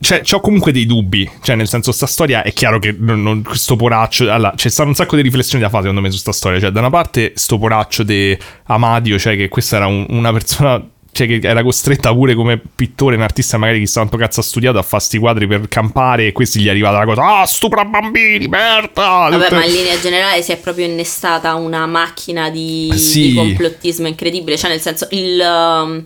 Speaker 2: cioè, ho comunque dei dubbi, cioè nel senso sta storia è chiaro che non- non- sto poraccio, allora, c'è stato un sacco di riflessioni da fare secondo me su sta storia, cioè da una parte sto poraccio di Amadio, cioè che questa era un- una persona... Cioè, che era costretta pure come pittore, un artista magari chissà quanto cazzo ha studiato a fare sti quadri per campare e questi gli è arrivata la cosa, ah, stupra bambini, merda!
Speaker 1: Vabbè,
Speaker 2: Tutte-
Speaker 1: ma in linea generale si è proprio innestata una macchina di,
Speaker 2: Eh, Sì.
Speaker 1: di complottismo incredibile. Cioè, nel senso, il. um,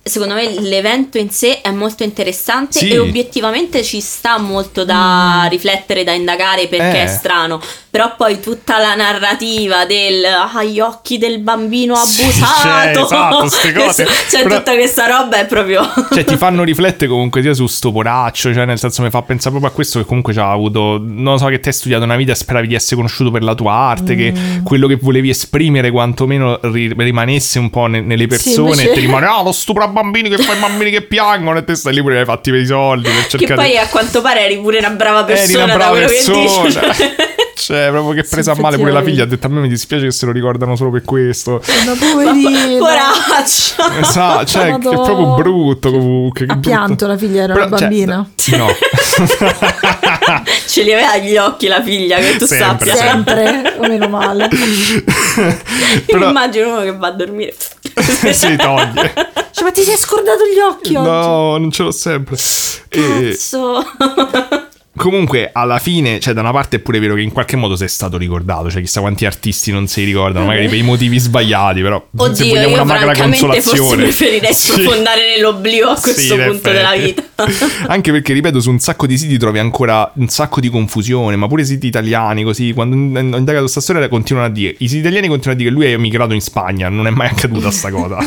Speaker 1: Secondo me l'evento in sé è molto interessante
Speaker 2: Sì. Mm.
Speaker 1: e obiettivamente ci sta molto da riflettere, da indagare perché
Speaker 2: Eh.
Speaker 1: è strano. Però poi tutta la narrativa del ah, gli occhi del bambino
Speaker 2: Sì,
Speaker 1: abusato.
Speaker 2: cioè, esatto, ste cose.
Speaker 1: Cioè,
Speaker 2: Però-
Speaker 1: tutta questa roba è proprio.
Speaker 2: cioè ti fanno riflettere comunque sia su sto poraccio cioè nel senso mi fa pensare proprio a questo che comunque c'ha avuto non lo so che te hai studiato una vita e speravi di essere conosciuto per la tua arte che
Speaker 3: Mm.
Speaker 2: quello che volevi esprimere quantomeno ri- rimanesse un po' ne- nelle persone
Speaker 3: invece-
Speaker 2: e ti rimane ah lo stupro a bambini che fai bambini che piangono e te stai lì pure hai fatti per i soldi per cercare
Speaker 1: Che poi a quanto pare eri pure una brava
Speaker 2: Eh, eri
Speaker 1: persona
Speaker 2: una brava
Speaker 1: da quello che dici.
Speaker 2: persona
Speaker 1: cioè.
Speaker 2: cioè proprio che
Speaker 3: Sì,
Speaker 2: presa a male pure la
Speaker 3: effettivamente.
Speaker 2: figlia ha detto a me mi dispiace che se lo ricordano solo per questo
Speaker 3: Ma
Speaker 1: Ma-
Speaker 3: poverina.
Speaker 1: Poraccio.
Speaker 2: Sa, cioè, è
Speaker 3: Madonna.
Speaker 2: proprio brutto comunque. che
Speaker 3: Ha
Speaker 2: brutto.
Speaker 3: pianto la figlia, era
Speaker 2: Però,
Speaker 3: una
Speaker 2: cioè,
Speaker 3: bambina.
Speaker 2: no.
Speaker 1: Ce li aveva agli occhi la figlia, che tu sappia.
Speaker 2: Sempre,
Speaker 3: Sempre, o meno male. Cioè,
Speaker 2: Però-
Speaker 1: Immagino uno che va a dormire.
Speaker 2: si toglie.
Speaker 3: Cioè, ma ti sei scordato gli occhi oggi?
Speaker 2: No, non ce l'ho sempre. E
Speaker 1: Cazzo.
Speaker 2: comunque, alla fine, cioè, da una parte è pure vero che in qualche modo sei stato ricordato. Cioè, chissà quanti artisti non si ricordano, magari per i motivi sbagliati, però se
Speaker 1: Oddio,
Speaker 2: vogliamo
Speaker 1: io
Speaker 2: una magra
Speaker 1: francamente forse
Speaker 2: consolazione.
Speaker 1: preferirei
Speaker 2: Sì.
Speaker 1: sprofondare nell'oblio a
Speaker 2: Sì,
Speaker 1: questo
Speaker 2: in
Speaker 1: punto della
Speaker 2: effetti.
Speaker 1: vita.
Speaker 2: Anche perché, ripeto, su un sacco di siti trovi ancora un sacco di confusione, ma pure siti italiani, così, quando ho indagato questa storia continuano a dire, i siti italiani continuano a dire che lui è emigrato in Spagna, non è mai accaduta sta cosa.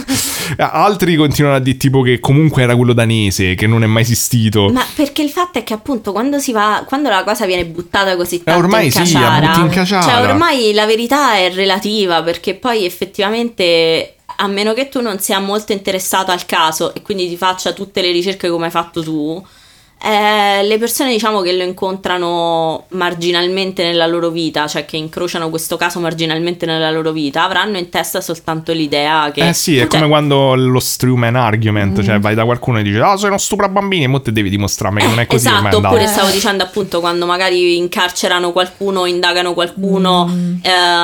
Speaker 2: Altri continuano a dire tipo che comunque era quello danese, che non è mai esistito.
Speaker 1: Ma perché il fatto è che appunto quando si va, quando la cosa viene buttata così tanto
Speaker 2: Eh, ormai
Speaker 1: in
Speaker 2: sì, la
Speaker 1: caciara,
Speaker 2: butti in caciara.
Speaker 1: cioè ormai la verità è relativa perché poi effettivamente a meno che tu non sia molto interessato al caso e quindi ti faccia tutte le ricerche come hai fatto tu, eh, le persone diciamo che lo incontrano marginalmente nella loro vita, cioè che incrociano questo caso marginalmente nella loro vita, avranno in testa soltanto l'idea che...
Speaker 2: Eh sì, è
Speaker 1: Cioè, Mm.
Speaker 2: come quando lo stream è un argument, cioè vai da qualcuno e dici "Ah, sei uno stupra bambini" e mo te devi dimostrarmi che non è così, ma è
Speaker 1: Esatto,
Speaker 2: andato.
Speaker 1: oppure stavo dicendo appunto quando magari incarcerano qualcuno, indagano qualcuno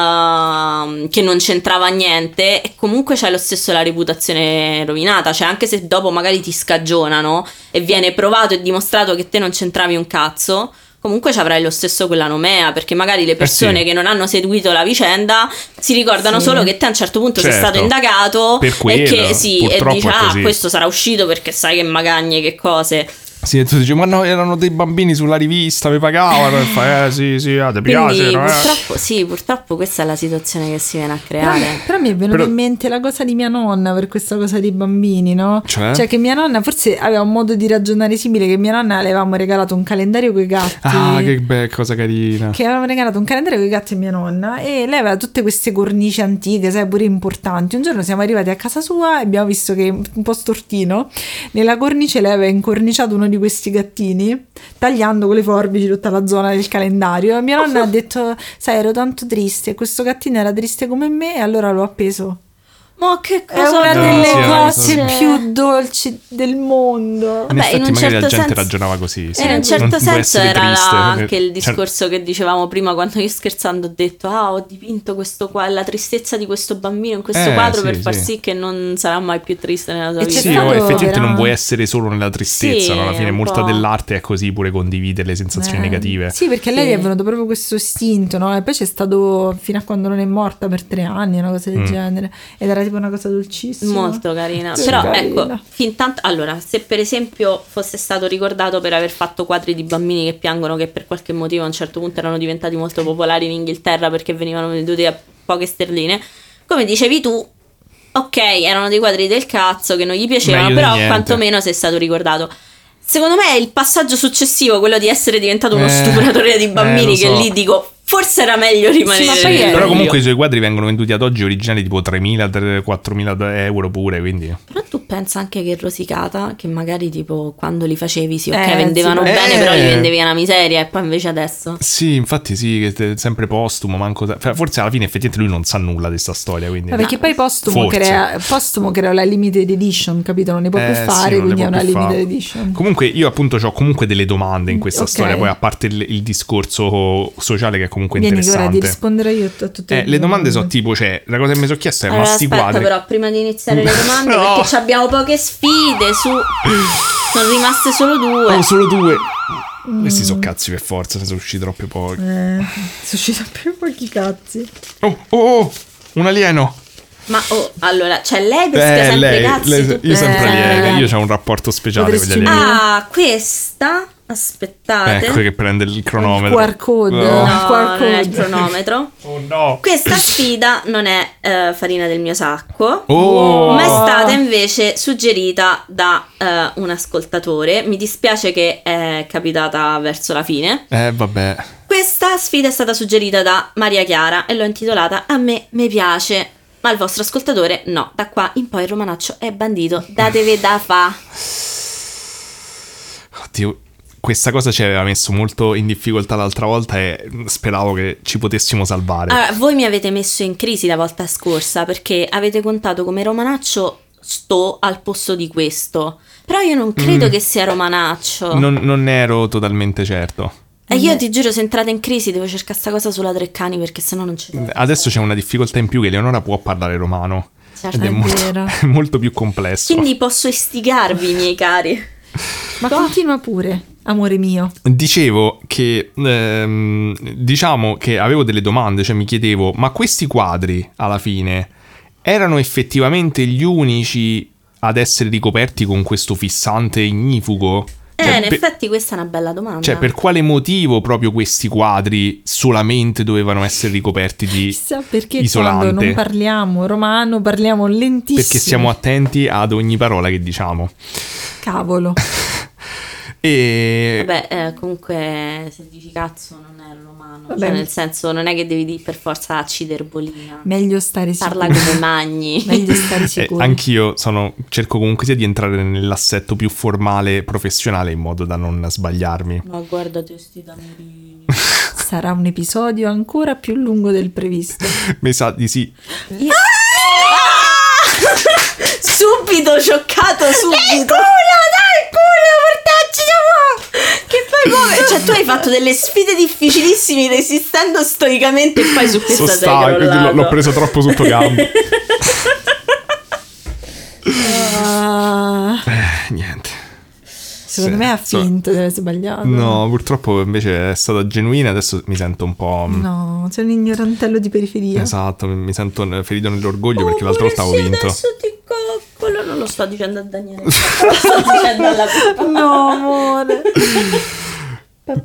Speaker 1: ehm, che non c'entrava niente e comunque c'è lo stesso la reputazione rovinata, cioè anche se dopo magari ti scagionano e viene provato e dimostrato che te non c'entravi un cazzo. Comunque ci avrai lo stesso quella nomea, perché magari le persone
Speaker 2: Eh sì.
Speaker 1: che non hanno seguito la vicenda si ricordano
Speaker 3: Sì.
Speaker 1: solo che te a un certo punto sei
Speaker 2: Certo.
Speaker 1: stato indagato
Speaker 2: Per
Speaker 1: e
Speaker 2: quello,
Speaker 1: che sì, e
Speaker 2: purtroppo
Speaker 1: dici
Speaker 2: è
Speaker 1: ah,
Speaker 2: così."
Speaker 1: questo sarà uscito perché sai che magagne, che cose.
Speaker 2: Sì, e tu dici "Ma no, erano dei bambini sulla rivista, mi pagavano" e fai "Eh sì, sì, ah, ti piace".
Speaker 1: Quindi
Speaker 2: no, eh?"
Speaker 1: purtroppo, sì, purtroppo questa è la situazione che si viene a creare.
Speaker 3: Però mi è venuta
Speaker 2: Però-
Speaker 3: in mente la cosa di mia nonna per questa cosa dei bambini, no?
Speaker 2: Cioè?
Speaker 3: che mia nonna forse aveva un modo di ragionare simile, che mia nonna le avevamo regalato un calendario con i gatti.
Speaker 2: Ah, che bella cosa carina.
Speaker 3: che avevamo regalato un calendario con i gatti a mia nonna e lei aveva tutte queste cornici antiche, sai, pure importanti. Un giorno siamo arrivati a casa sua e abbiamo visto che un po' stortino, nella cornice lei aveva incorniciato uno di questi gattini, tagliando con le forbici tutta la zona del calendario. E mia nonna ha detto: Sai, ero tanto triste, questo gattino era triste come me, e allora l'ho appeso.
Speaker 1: Ma che
Speaker 3: È
Speaker 1: cosa
Speaker 3: una
Speaker 2: No,
Speaker 3: delle
Speaker 2: sì, è una cosa-
Speaker 3: cose più dolci del mondo.
Speaker 2: In
Speaker 1: Vabbè, in
Speaker 2: effetti
Speaker 1: un
Speaker 2: magari la
Speaker 1: certo
Speaker 2: gente
Speaker 1: senso-
Speaker 2: ragionava così, sì.
Speaker 1: in un certo
Speaker 2: Non può
Speaker 1: senso
Speaker 2: essere
Speaker 1: era la-
Speaker 2: triste,
Speaker 1: anche il
Speaker 2: Cioè,
Speaker 1: discorso che dicevamo prima quando io scherzando ho detto ah ho dipinto questo qua, la tristezza di questo bambino in questo
Speaker 2: Eh,
Speaker 1: quadro
Speaker 2: sì,
Speaker 1: per far
Speaker 2: sì.
Speaker 1: sì che non sarà mai più triste nella sua
Speaker 3: E
Speaker 1: vita.
Speaker 3: c'è
Speaker 2: Sì,
Speaker 3: stato
Speaker 2: oh, effettivamente
Speaker 3: veramente-
Speaker 2: non vuoi essere solo nella tristezza,
Speaker 1: Sì,
Speaker 2: no? alla fine
Speaker 1: un
Speaker 2: molta
Speaker 1: po'.
Speaker 2: dell'arte è così pure condividere le sensazioni
Speaker 3: Eh,
Speaker 2: negative.
Speaker 3: Sì, perché a lei
Speaker 1: Sì.
Speaker 3: gli è venuto proprio questo istinto, no? E poi c'è stato fino a quando non è morta per tre anni, una cosa del
Speaker 2: Mm.
Speaker 3: genere. Ed era tipo una cosa dolcissima.
Speaker 1: Molto carina.
Speaker 3: Sì,
Speaker 1: Però
Speaker 3: carina.
Speaker 1: ecco, fin tanto allora, se per esempio fosse stato ricordato per aver fatto quadri di bambini che piangono che per qualche motivo a un certo punto erano diventati molto popolari in Inghilterra perché venivano venduti a poche sterline, come dicevi tu, ok, erano dei quadri del cazzo che non gli piacevano,
Speaker 2: Meglio di
Speaker 1: però
Speaker 2: niente.
Speaker 1: quantomeno sei stato ricordato. Secondo me il passaggio successivo, quello di essere diventato uno
Speaker 2: Eh,
Speaker 1: stupratore di
Speaker 2: eh,
Speaker 1: bambini,
Speaker 2: lo
Speaker 1: che
Speaker 2: so.
Speaker 1: lì dico, forse era meglio rimanere.
Speaker 3: ma poi è-
Speaker 2: Eh, Però
Speaker 1: meglio.
Speaker 2: comunque i suoi quadri vengono venduti ad oggi originali tipo 3.000, 4.000 euro pure, quindi...
Speaker 1: Però tu pensa anche che rosicata, che magari tipo quando li facevi sì, ok,
Speaker 3: Eh,
Speaker 1: vendevano
Speaker 3: sì.
Speaker 1: bene,
Speaker 2: Eh.
Speaker 1: però li vendevi una miseria e poi invece adesso...
Speaker 2: Sì, infatti sì, che te- sempre postumo, manco... fa- Forse alla fine effettivamente lui non sa nulla di sta storia, quindi...
Speaker 3: Ma perché poi postumo
Speaker 2: Forse.
Speaker 3: crea, postumo crea la limited edition, capito? Non ne può
Speaker 2: Eh,
Speaker 3: più
Speaker 2: sì,
Speaker 3: fare,
Speaker 2: non ne
Speaker 3: quindi è
Speaker 2: può
Speaker 3: una
Speaker 2: più
Speaker 3: limited
Speaker 2: fare.
Speaker 3: edition.
Speaker 2: Comunque io appunto ho comunque delle domande in questa
Speaker 3: Ok.
Speaker 2: storia, poi a parte il, il discorso sociale che è comunque
Speaker 3: Vieni che ora di
Speaker 2: interessante.
Speaker 3: rispondere io a tutte
Speaker 2: Eh, le domande sono tipo, cioè, la cosa che mi sono chiesto è,
Speaker 1: Allora
Speaker 2: ma sti
Speaker 1: aspetta
Speaker 2: quadri...
Speaker 1: però, prima di iniziare le domande,
Speaker 2: No.
Speaker 1: perché ci abbiamo poche sfide su... Sono rimaste solo due.
Speaker 2: Oh, solo due.
Speaker 1: Mm.
Speaker 2: Questi sono cazzi per forza, ne sono usciti troppi pochi.
Speaker 3: Eh, succede più pochi cazzi.
Speaker 2: Oh, oh, oh, un alieno.
Speaker 1: Ma oh, allora, cioè lei pesca
Speaker 2: Eh,
Speaker 1: sempre
Speaker 2: lei-
Speaker 1: cazzi, Eh.
Speaker 2: lei-
Speaker 1: tu
Speaker 2: io
Speaker 1: pesca
Speaker 2: sempre
Speaker 1: sempre
Speaker 2: alieni,
Speaker 1: cazzi.
Speaker 2: io ho un rapporto speciale con gli
Speaker 3: Potresti
Speaker 2: alieni.
Speaker 3: dire-
Speaker 1: Ah, questa, aspettate.
Speaker 2: Ecco che prende il
Speaker 3: Il
Speaker 2: cronometro.
Speaker 3: QR code.
Speaker 2: Oh.
Speaker 1: No,
Speaker 3: QR
Speaker 1: non è il
Speaker 3: code.
Speaker 1: cronometro.
Speaker 2: Oh, no.
Speaker 1: Questa sfida non è eh, farina del mio sacco.
Speaker 2: Oh.
Speaker 1: Ma è stata invece suggerita da eh, un ascoltatore. Mi dispiace che è capitata verso la fine.
Speaker 2: Eh, vabbè.
Speaker 1: Questa sfida è stata suggerita da Maria Chiara e l'ho intitolata A me mi piace, ma al vostro ascoltatore no. Da qua in poi il romanaccio è bandito. Datevi da fa.
Speaker 2: Oddio, questa cosa ci aveva messo molto in difficoltà l'altra volta e speravo che ci potessimo salvare.
Speaker 1: Allora, voi mi avete messo in crisi la volta scorsa perché avete contato come romanaccio sto al posto di questo. Però io non credo che sia romanaccio.
Speaker 2: Non, non ero totalmente certo.
Speaker 1: E io ti giuro, se entrate in crisi, devo cercare sta cosa sulla Treccani perché sennò non ci trovo.
Speaker 2: Adesso c'è una difficoltà in più che Leonora può parlare romano.
Speaker 1: Certo,
Speaker 2: ed è,
Speaker 1: è
Speaker 2: molto,
Speaker 3: vero.
Speaker 2: è molto più complesso.
Speaker 1: Quindi posso istigarvi, miei cari. Eh,
Speaker 3: Ma continua pure, amore mio.
Speaker 2: Dicevo che ehm, diciamo che avevo delle domande, cioè mi chiedevo, ma questi quadri alla fine erano effettivamente gli unici ad essere ricoperti con questo fissante ignifugo?
Speaker 1: Eh,
Speaker 2: Cioè,
Speaker 1: in
Speaker 2: per-
Speaker 1: effetti questa è una bella domanda.
Speaker 2: Cioè, per quale motivo proprio questi quadri solamente dovevano essere ricoperti di...
Speaker 3: Chissà perché
Speaker 2: Isolante.
Speaker 3: quando non parliamo romano parliamo lentissimo.
Speaker 2: Perché siamo attenti ad ogni parola che diciamo.
Speaker 3: Cavolo.
Speaker 2: E...
Speaker 1: Vabbè, eh, comunque, se dici cazzo non è romano.
Speaker 3: Vabbè.
Speaker 1: Cioè, nel senso, non è che devi dire per forza ciderbolina.
Speaker 3: Meglio stare sicuri.
Speaker 1: Parla come magni.
Speaker 3: Meglio stare
Speaker 2: Eh,
Speaker 3: sicuri.
Speaker 2: anch'io sono- cerco comunque sia di entrare nell'assetto più formale e professionale in modo da non sbagliarmi.
Speaker 1: Ma guarda testi da morini.
Speaker 3: Sarà un episodio ancora più lungo del previsto.
Speaker 2: Mi sa di sì. Ah!
Speaker 1: subito, scioccato, subito.
Speaker 3: dai, culo,
Speaker 1: Che poi come? Cioè, tu hai fatto delle sfide difficilissime resistendo stoicamente e poi su questa
Speaker 2: So
Speaker 1: sei
Speaker 2: sta, quindi l'ho-
Speaker 1: crollato.
Speaker 2: l'ho preso troppo sotto gamba.
Speaker 1: Ah,
Speaker 2: Eh, niente.
Speaker 3: secondo
Speaker 2: Sì,
Speaker 3: me ha
Speaker 2: so-
Speaker 3: finto di aver sbagliato.
Speaker 2: No, purtroppo invece è stata genuina, adesso mi sento un po'...
Speaker 3: No, sei un ignorantello di periferia.
Speaker 2: Esatto, mi- mi sento eh, ferito nell'orgoglio perché
Speaker 1: Oppure
Speaker 2: l'altra volta avevo
Speaker 1: sì,
Speaker 2: vinto.
Speaker 1: adesso ti coccolo. Non lo sto dicendo a Daniele. lo sto dicendo alla pupa.
Speaker 3: No, amore.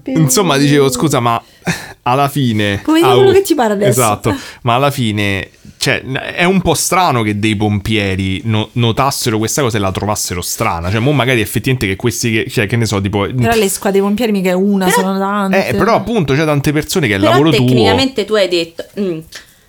Speaker 2: Insomma, dicevo, scusa, ma alla fine...
Speaker 3: Puoi dire
Speaker 2: Au.
Speaker 3: quello che ti pare adesso.
Speaker 2: Esatto, ma alla fine... Cioè, è un po' strano che dei pompieri no- notassero questa cosa e la trovassero strana. Cioè, mo magari effettivamente che questi... Che, cioè, che ne so, tipo...
Speaker 3: Però le squadre pompieri mica è una,
Speaker 1: Però-
Speaker 3: sono tante.
Speaker 2: Eh, però appunto c'è tante persone che è il
Speaker 1: Però
Speaker 2: lavoro tuo...
Speaker 1: tecnicamente tu hai detto... "Mm".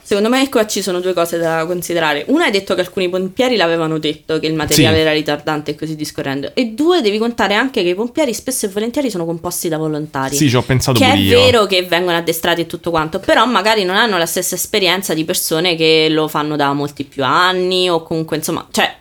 Speaker 1: Secondo me qua ci sono due cose da considerare. Una hai detto che alcuni pompieri l'avevano detto che il materiale
Speaker 2: Sì.
Speaker 1: era ritardante e così discorrendo. E due, devi contare anche che i pompieri spesso e volentieri sono composti da volontari.
Speaker 2: Sì, ci ho pensato
Speaker 1: Che
Speaker 2: pure
Speaker 1: è
Speaker 2: io.
Speaker 1: vero che vengono addestrati e tutto quanto, però magari non hanno la stessa esperienza di persone che lo fanno da molti più anni o comunque insomma, cioè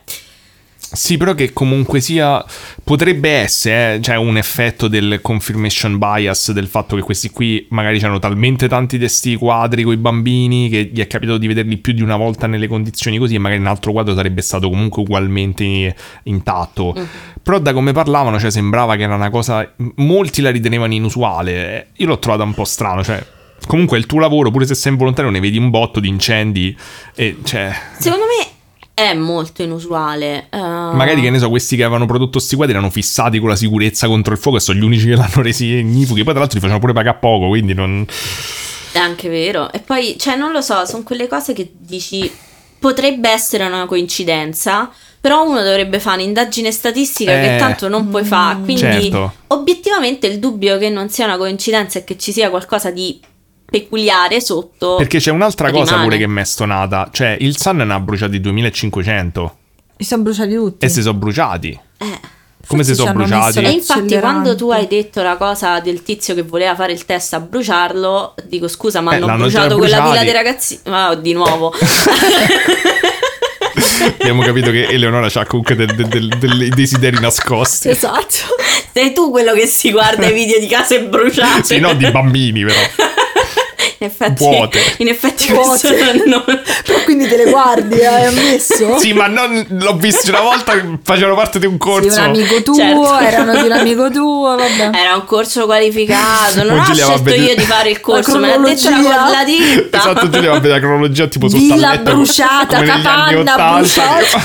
Speaker 2: Sì, però che comunque sia potrebbe essere, eh, cioè un effetto del confirmation bias del fatto che questi qui magari c'hanno talmente tanti testi quadri con i bambini che gli è capitato di vederli più di una volta nelle condizioni così e magari un altro quadro sarebbe stato comunque ugualmente intatto. Però da come parlavano, cioè sembrava che era una cosa molti la ritenevano inusuale. Eh, Io l'ho trovata un po' strano, cioè comunque è il tuo lavoro, pure se sei involontario ne vedi un botto di incendi e cioè
Speaker 1: secondo me è molto inusuale. eh.
Speaker 2: Magari
Speaker 3: Ah.
Speaker 2: che ne so, questi che avevano prodotto sti quadri erano fissati con la sicurezza contro il fuoco e sono gli unici che l'hanno resi ignifughi. Poi, tra l'altro, li facevano pure pagare poco, quindi non.
Speaker 1: È anche vero. E poi, cioè, non lo so, sono quelle cose che dici potrebbe essere una coincidenza, però uno dovrebbe fare un'indagine statistica che
Speaker 2: Eh.
Speaker 1: tanto non puoi fare. Quindi,
Speaker 2: Certo.
Speaker 1: obiettivamente, il dubbio che non sia una coincidenza e che ci sia qualcosa di peculiare sotto.
Speaker 2: Perché c'è un'altra cosa
Speaker 1: Rimane.
Speaker 2: pure che mi è stonata. Cioè, il Sun ne ha bruciati 2500
Speaker 3: Mi sono bruciati tutti.
Speaker 2: e si sono bruciati.
Speaker 1: Eh.
Speaker 2: Come si
Speaker 3: Forse ci
Speaker 2: sono
Speaker 3: hanno messo
Speaker 2: bruciati?
Speaker 1: E
Speaker 3: la-
Speaker 1: infatti,
Speaker 3: Accelerante.
Speaker 1: quando tu hai detto la cosa del tizio che voleva fare il test a bruciarlo, dico scusa, ma
Speaker 2: Eh,
Speaker 1: hanno
Speaker 2: l'hanno già
Speaker 1: bruciato quella pila
Speaker 2: bruciati.
Speaker 1: di ragazzi. Ma di nuovo.
Speaker 2: Abbiamo capito che Eleonora ha comunque del- del- del- dei desideri nascosti.
Speaker 3: Esatto.
Speaker 1: Sei tu quello che si guarda i video di case bruciate.
Speaker 2: Sì, no, di bambini, però.
Speaker 1: In effetti,
Speaker 2: Vuote.
Speaker 1: In effetti
Speaker 3: Vuote.
Speaker 1: questo non...
Speaker 3: Però quindi te le guardi, eh, hai ammesso?
Speaker 2: Sì, ma non l'ho visto una volta, facevano parte di un
Speaker 3: Di un
Speaker 2: corso.
Speaker 3: amico tuo,
Speaker 1: Certo.
Speaker 3: erano di un amico tuo, vabbè.
Speaker 1: Era un corso qualificato, non
Speaker 2: Poi
Speaker 1: ho
Speaker 2: Giulia va a
Speaker 1: scelto
Speaker 2: vedere-
Speaker 1: io di fare il corso,
Speaker 3: La
Speaker 1: me l'ha detto la,
Speaker 3: cronologia.
Speaker 1: la ditta.
Speaker 2: Esatto, Giulia, vabbè, la cronologia tipo sotto al
Speaker 3: Villa
Speaker 2: letto,
Speaker 3: bruciata,
Speaker 2: come negli anni
Speaker 3: capanna
Speaker 2: 80.
Speaker 3: bruciata.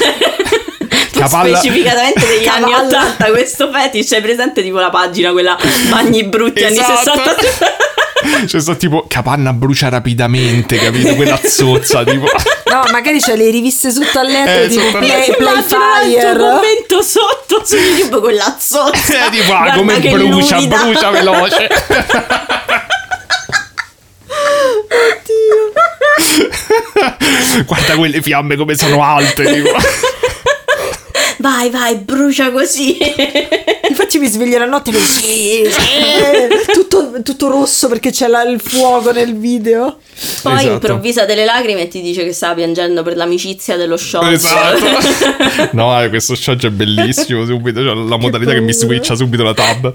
Speaker 2: Cavalla-
Speaker 1: Specificatamente degli anni
Speaker 3: Cavalla.
Speaker 1: 80, questo fetish è presente tipo la pagina, quella bagni brutti
Speaker 2: Esatto.
Speaker 1: anni 60.
Speaker 2: Cioè, sto tipo capanna brucia rapidamente, capito? Quella zozza, tipo.
Speaker 3: No, magari c'è le riviste sotto al letto,
Speaker 2: Eh,
Speaker 3: tipo
Speaker 2: sotto al
Speaker 1: Io mi
Speaker 3: Play, Play
Speaker 1: immagino l'altro
Speaker 3: Fire.
Speaker 1: commento sotto su YouTube con la zozza.
Speaker 2: Eh, tipo, ah,
Speaker 1: Guarda
Speaker 2: come
Speaker 1: che
Speaker 2: brucia,
Speaker 1: lurida.
Speaker 2: brucia veloce. Guarda quelle fiamme come sono alte, tipo.
Speaker 1: Vai, vai, brucia così.
Speaker 3: Infatti mi sveglio la notte e dico, "Sì, sì", tutto, tutto rosso perché c'è la- il fuoco nel video.
Speaker 1: Poi
Speaker 2: Esatto.
Speaker 1: improvvisa delle lacrime e ti dice che stava piangendo per l'amicizia dello sciolto.
Speaker 2: Esatto. No, eh, questo shot è bellissimo subito, cioè, la modalità che mi
Speaker 3: paura.
Speaker 2: switcha subito la tab.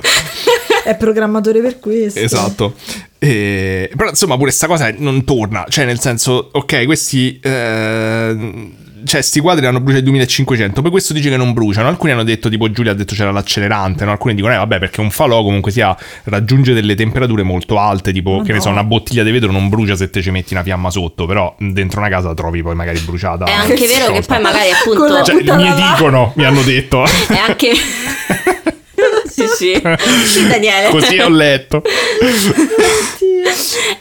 Speaker 3: È programmatore per questo.
Speaker 2: Esatto. E- Però insomma pure sta cosa non torna, cioè nel senso, ok, questi eh, cioè, sti quadri hanno bruciato il 2500. Per questo dice che non bruciano. Alcuni hanno detto, tipo Giulia ha detto c'era l'accelerante. No? Alcuni dicono, eh, vabbè, perché un falò comunque sia raggiunge delle temperature molto alte. Tipo,
Speaker 3: Ma
Speaker 2: che ne so,
Speaker 3: no.
Speaker 2: una bottiglia di vetro non brucia se te ci metti una fiamma sotto. Però mh, dentro una casa la trovi poi magari bruciata.
Speaker 1: È anche vero che
Speaker 2: sciolta.
Speaker 1: poi magari appunto...
Speaker 3: Con la cioè
Speaker 2: Cioè,
Speaker 3: Buttala
Speaker 2: mi
Speaker 3: là.
Speaker 2: dicono, mi hanno detto.
Speaker 1: È anche... sì, sì. Sì, Daniele.
Speaker 2: Così ho letto.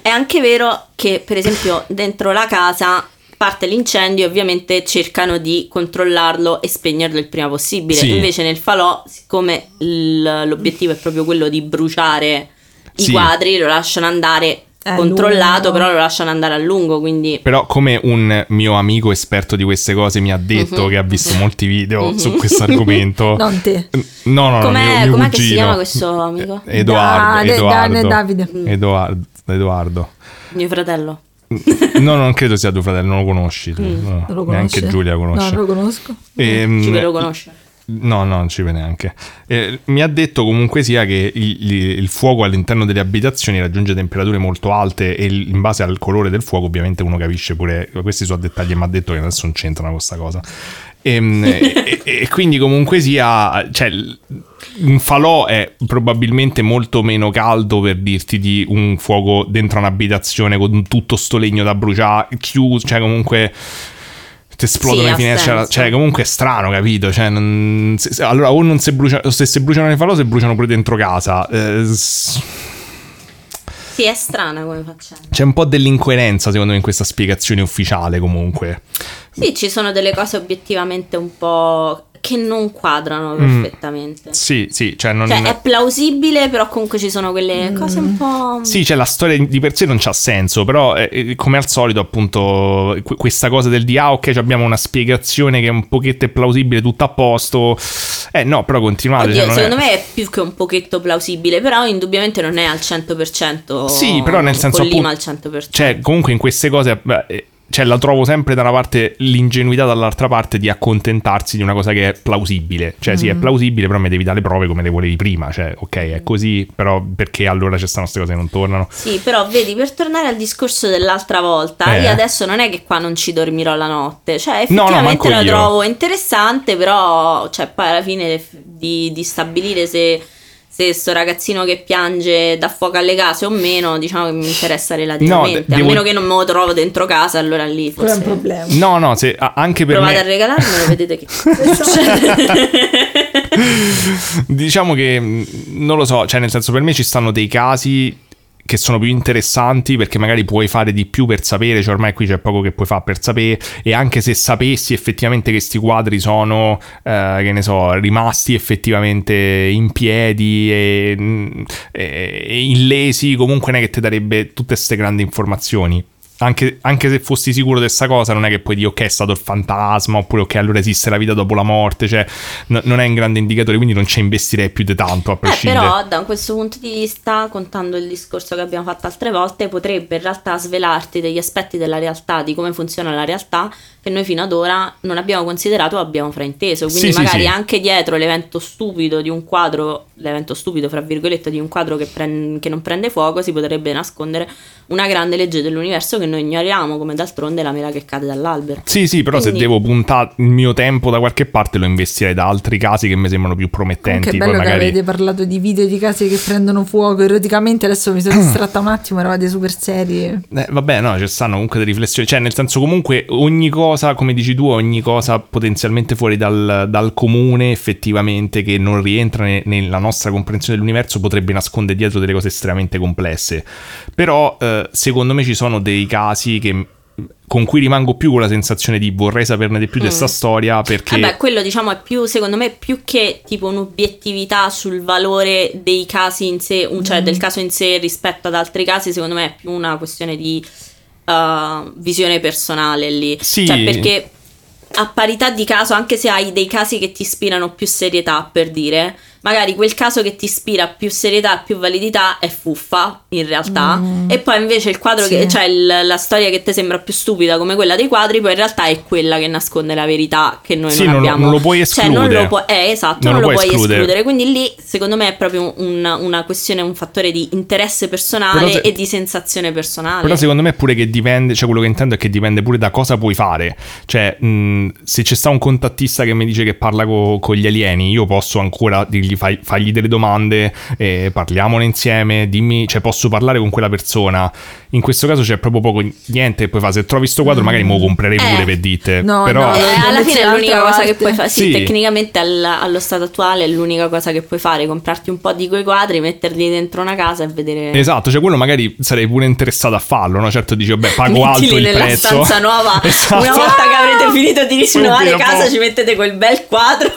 Speaker 1: È anche vero che, per esempio, dentro la casa parte l'incendio e ovviamente cercano di controllarlo e spegnerlo il prima possibile.
Speaker 2: Sì.
Speaker 1: Invece nel falò, siccome il- l'obiettivo è proprio quello di bruciare i
Speaker 2: Sì.
Speaker 1: quadri, lo lasciano andare
Speaker 3: È
Speaker 1: controllato,
Speaker 3: lungo.
Speaker 1: però lo lasciano andare a lungo, quindi...
Speaker 2: Però come un mio amico esperto di queste cose mi ha detto
Speaker 1: Mhm.
Speaker 2: che ha visto molti video
Speaker 1: Mhm.
Speaker 2: su questo argomento. no,
Speaker 3: Non te.
Speaker 2: no, no,
Speaker 1: Com'è-
Speaker 2: mio, mio
Speaker 1: com'è che si
Speaker 2: cugino.
Speaker 1: chiama questo amico?
Speaker 2: Eh, Edoardo,
Speaker 3: Ah, Da-
Speaker 2: Edoardo.
Speaker 3: Dan- Davide.
Speaker 1: Mm.
Speaker 2: Edoardo. Edoardo.
Speaker 1: Mio fratello.
Speaker 2: No, non credo sia tuo fratello, non lo conosci. tu,
Speaker 1: Mm.
Speaker 2: no.
Speaker 3: Non lo
Speaker 2: neanche
Speaker 3: conosce.
Speaker 2: Giulia
Speaker 3: No,
Speaker 2: conosce.
Speaker 3: non lo conosco.
Speaker 2: Ehm,
Speaker 1: Ci ve lo conosce.
Speaker 2: No, no, non ci vede neanche. Eh, mi ha detto comunque sia che il, il- il fuoco all'interno delle abitazioni raggiunge temperature molto alte e il- in base al colore del fuoco ovviamente uno capisce pure, questi sono dettagli e mi ha detto che adesso non c'entrano questa cosa. Ehm, E, e- e quindi comunque sia, cioè, l- un falò è probabilmente molto meno caldo per dirti di un fuoco dentro un'abitazione con tutto sto legno da bruciare, chiuso, cioè comunque ti esplodono
Speaker 1: Sì,
Speaker 2: le
Speaker 1: ha
Speaker 2: finestre, alla-
Speaker 1: senso.
Speaker 2: cioè comunque è strano, capito? Cioè, non- se- se- allora o non si brucia, o se si bruciano nei falò, se bruciano pure dentro casa. Eh, s-
Speaker 1: Sì, è strana come faccenda.
Speaker 2: c'è un po' dell'incoerenza secondo me in questa spiegazione ufficiale comunque.
Speaker 1: Sì, ci sono delle cose obiettivamente un po' che non quadrano perfettamente.
Speaker 2: Mm. Sì, sì, cioè non...
Speaker 1: Cioè, è plausibile, però comunque ci sono quelle cose un po'.
Speaker 2: Sì, cioè la storia di per sé non c'ha senso, però eh, eh, come al solito appunto que- questa cosa del di ah ok cioè abbiamo una spiegazione che è un pochetto è plausibile, tutto a posto. Eh no, però continuate.
Speaker 1: Oddio,
Speaker 2: cioè, non è-
Speaker 1: secondo me è più che un pochetto plausibile, però indubbiamente non è al 100%.
Speaker 2: Sì, però nel senso
Speaker 1: collima
Speaker 2: appunto-
Speaker 1: al 100%.
Speaker 2: Cioè, comunque in queste cose beh, eh, cioè, la trovo sempre da una parte l'ingenuità, dall'altra parte di accontentarsi di una cosa che è plausibile. Cioè, sì, è
Speaker 1: Mm.
Speaker 2: plausibile, però mi devi dare le prove come le volevi prima. Cioè, ok, è così, però perché allora ci stanno queste cose che non tornano?
Speaker 1: Sì, però vedi, per tornare al discorso dell'altra volta,
Speaker 2: Eh.
Speaker 1: io adesso non è che qua non ci dormirò la notte, cioè
Speaker 2: No, no,
Speaker 1: effettivamente
Speaker 2: manco
Speaker 1: la
Speaker 2: io.
Speaker 1: trovo interessante, però cioè, poi alla fine di, di stabilire se, se sto ragazzino che piange dà fuoco alle case o meno, diciamo che mi interessa relativamente,
Speaker 2: No, de- devo-
Speaker 1: a meno che non me lo trovo dentro casa, allora lì
Speaker 3: Quello è un
Speaker 1: forse...
Speaker 3: problema.
Speaker 2: No, no, se, a- anche per
Speaker 1: Provate
Speaker 2: me...
Speaker 1: a regalarmelo e vedete che Cioè, succede.
Speaker 2: diciamo che mh, non lo so, cioè nel senso per me ci stanno dei casi che sono più interessanti perché magari puoi fare di più per sapere, cioè ormai qui c'è poco che puoi fare per sapere e anche se sapessi effettivamente che sti quadri sono, eh, che ne so, rimasti effettivamente in piedi e, mh, e- e illesi, comunque non è che ti darebbe tutte queste grandi informazioni. Anche, anche se fossi sicuro di questa cosa, non è che puoi dire ok è stato il fantasma oppure ok allora esiste la vita dopo la morte, cioè n- non è un grande indicatore, quindi non ci investirei più di tanto ecco, a
Speaker 1: Eh,
Speaker 2: prescindere.
Speaker 1: però da questo punto di vista, contando il discorso che abbiamo fatto altre volte, potrebbe in realtà svelarti degli aspetti della realtà, di come funziona la realtà, che noi fino ad ora non abbiamo considerato o abbiamo frainteso. Quindi
Speaker 2: Sì, sì,
Speaker 1: magari
Speaker 2: sì.
Speaker 1: anche dietro l'evento stupido di un quadro, l'evento stupido fra virgolette di un quadro che, pren- che non prende fuoco, si potrebbe nascondere una grande legge dell'universo che noi ignoriamo, come d'altronde la mela che cade dall'albero.
Speaker 2: Sì, sì, però se
Speaker 1: Quindi-
Speaker 2: devo puntare il mio tempo da qualche parte lo investirei da altri casi che mi sembrano più promettenti.
Speaker 3: Comunque è
Speaker 2: poi
Speaker 3: bello che
Speaker 2: magari...
Speaker 3: avete parlato di video di case che prendono fuoco eroticamente, adesso mi sono distratta un attimo, eravate super serie.
Speaker 2: Eh, vabbè, no, ci stanno comunque delle riflessioni. Cioè, nel senso, comunque, ogni cosa, come dici tu, ogni cosa potenzialmente fuori dal, dal comune, effettivamente, che non rientra ne- nella nostra comprensione dell'universo, potrebbe nascondere dietro delle cose estremamente complesse. Però, eh, secondo me, ci sono dei casi che- mm, Con cui rimango più con la sensazione di vorrei saperne di più di
Speaker 1: Mm.
Speaker 2: questa storia
Speaker 3: Eh
Speaker 2: perché
Speaker 1: Vabbè, quello diciamo è più, secondo me, più che tipo un'obiettività sul valore dei casi in sé, un- cioè
Speaker 2: Mm.
Speaker 1: del caso in sé rispetto ad altri casi, secondo me è più una questione di uh, visione personale lì.
Speaker 2: Sì.
Speaker 1: Cioè, perché a parità di caso, anche se hai dei casi che ti ispirano più serietà, per dire, magari quel caso che ti ispira più serietà, più validità è fuffa in realtà
Speaker 2: Mm.
Speaker 1: e poi invece il quadro
Speaker 3: Sì.
Speaker 1: che cioè il- la storia che ti sembra più stupida come quella dei quadri poi in realtà è quella che nasconde la verità che noi non,
Speaker 2: Sì, non lo-
Speaker 1: abbiamo.
Speaker 2: non lo puoi
Speaker 1: Cioè non
Speaker 2: escludere.
Speaker 1: lo puoi eh, esatto,
Speaker 2: Non
Speaker 1: non,
Speaker 2: lo
Speaker 1: lo
Speaker 2: puoi
Speaker 1: puoi
Speaker 2: escludere.
Speaker 1: escludere. quindi lì secondo me è proprio un- una questione un fattore di interesse personale
Speaker 2: Però se-
Speaker 1: e di sensazione personale.
Speaker 2: Però secondo me è pure che dipende, cioè quello che intendo è che dipende pure da cosa puoi fare. Cioè, mh, se c'è sta un contattista che mi dice che parla co- con gli alieni, io posso ancora dirgli fai- fagli delle domande, eh, parliamone insieme, dimmi, cioè posso parlare con quella persona. In questo caso c'è proprio poco niente che puoi fare. Se trovi sto quadro magari me lo comprerei
Speaker 1: Eh.
Speaker 2: pure per dite.
Speaker 3: No,
Speaker 2: Però
Speaker 3: no,
Speaker 1: Eh,
Speaker 3: non
Speaker 1: alla
Speaker 3: lo
Speaker 1: fine
Speaker 3: dice
Speaker 1: è l'unica
Speaker 3: l'altra
Speaker 1: cosa
Speaker 3: parte.
Speaker 1: che puoi fare. Sì,
Speaker 2: Sì.
Speaker 1: tecnicamente al- allo stato attuale è l'unica cosa che puoi fare: comprarti un po' di quei quadri, metterli dentro una casa e vedere.
Speaker 2: Esatto, cioè quello magari sarei pure interessato a farlo, no? Certo dici, vabbè, pago
Speaker 1: Mettili
Speaker 2: alto il
Speaker 1: nella
Speaker 2: prezzo.
Speaker 1: stanza nuova.
Speaker 2: Esatto.
Speaker 1: Una volta che avrete finito di risonovare
Speaker 2: Subito
Speaker 1: casa,
Speaker 2: dopo.
Speaker 1: ci mettete quel bel quadro.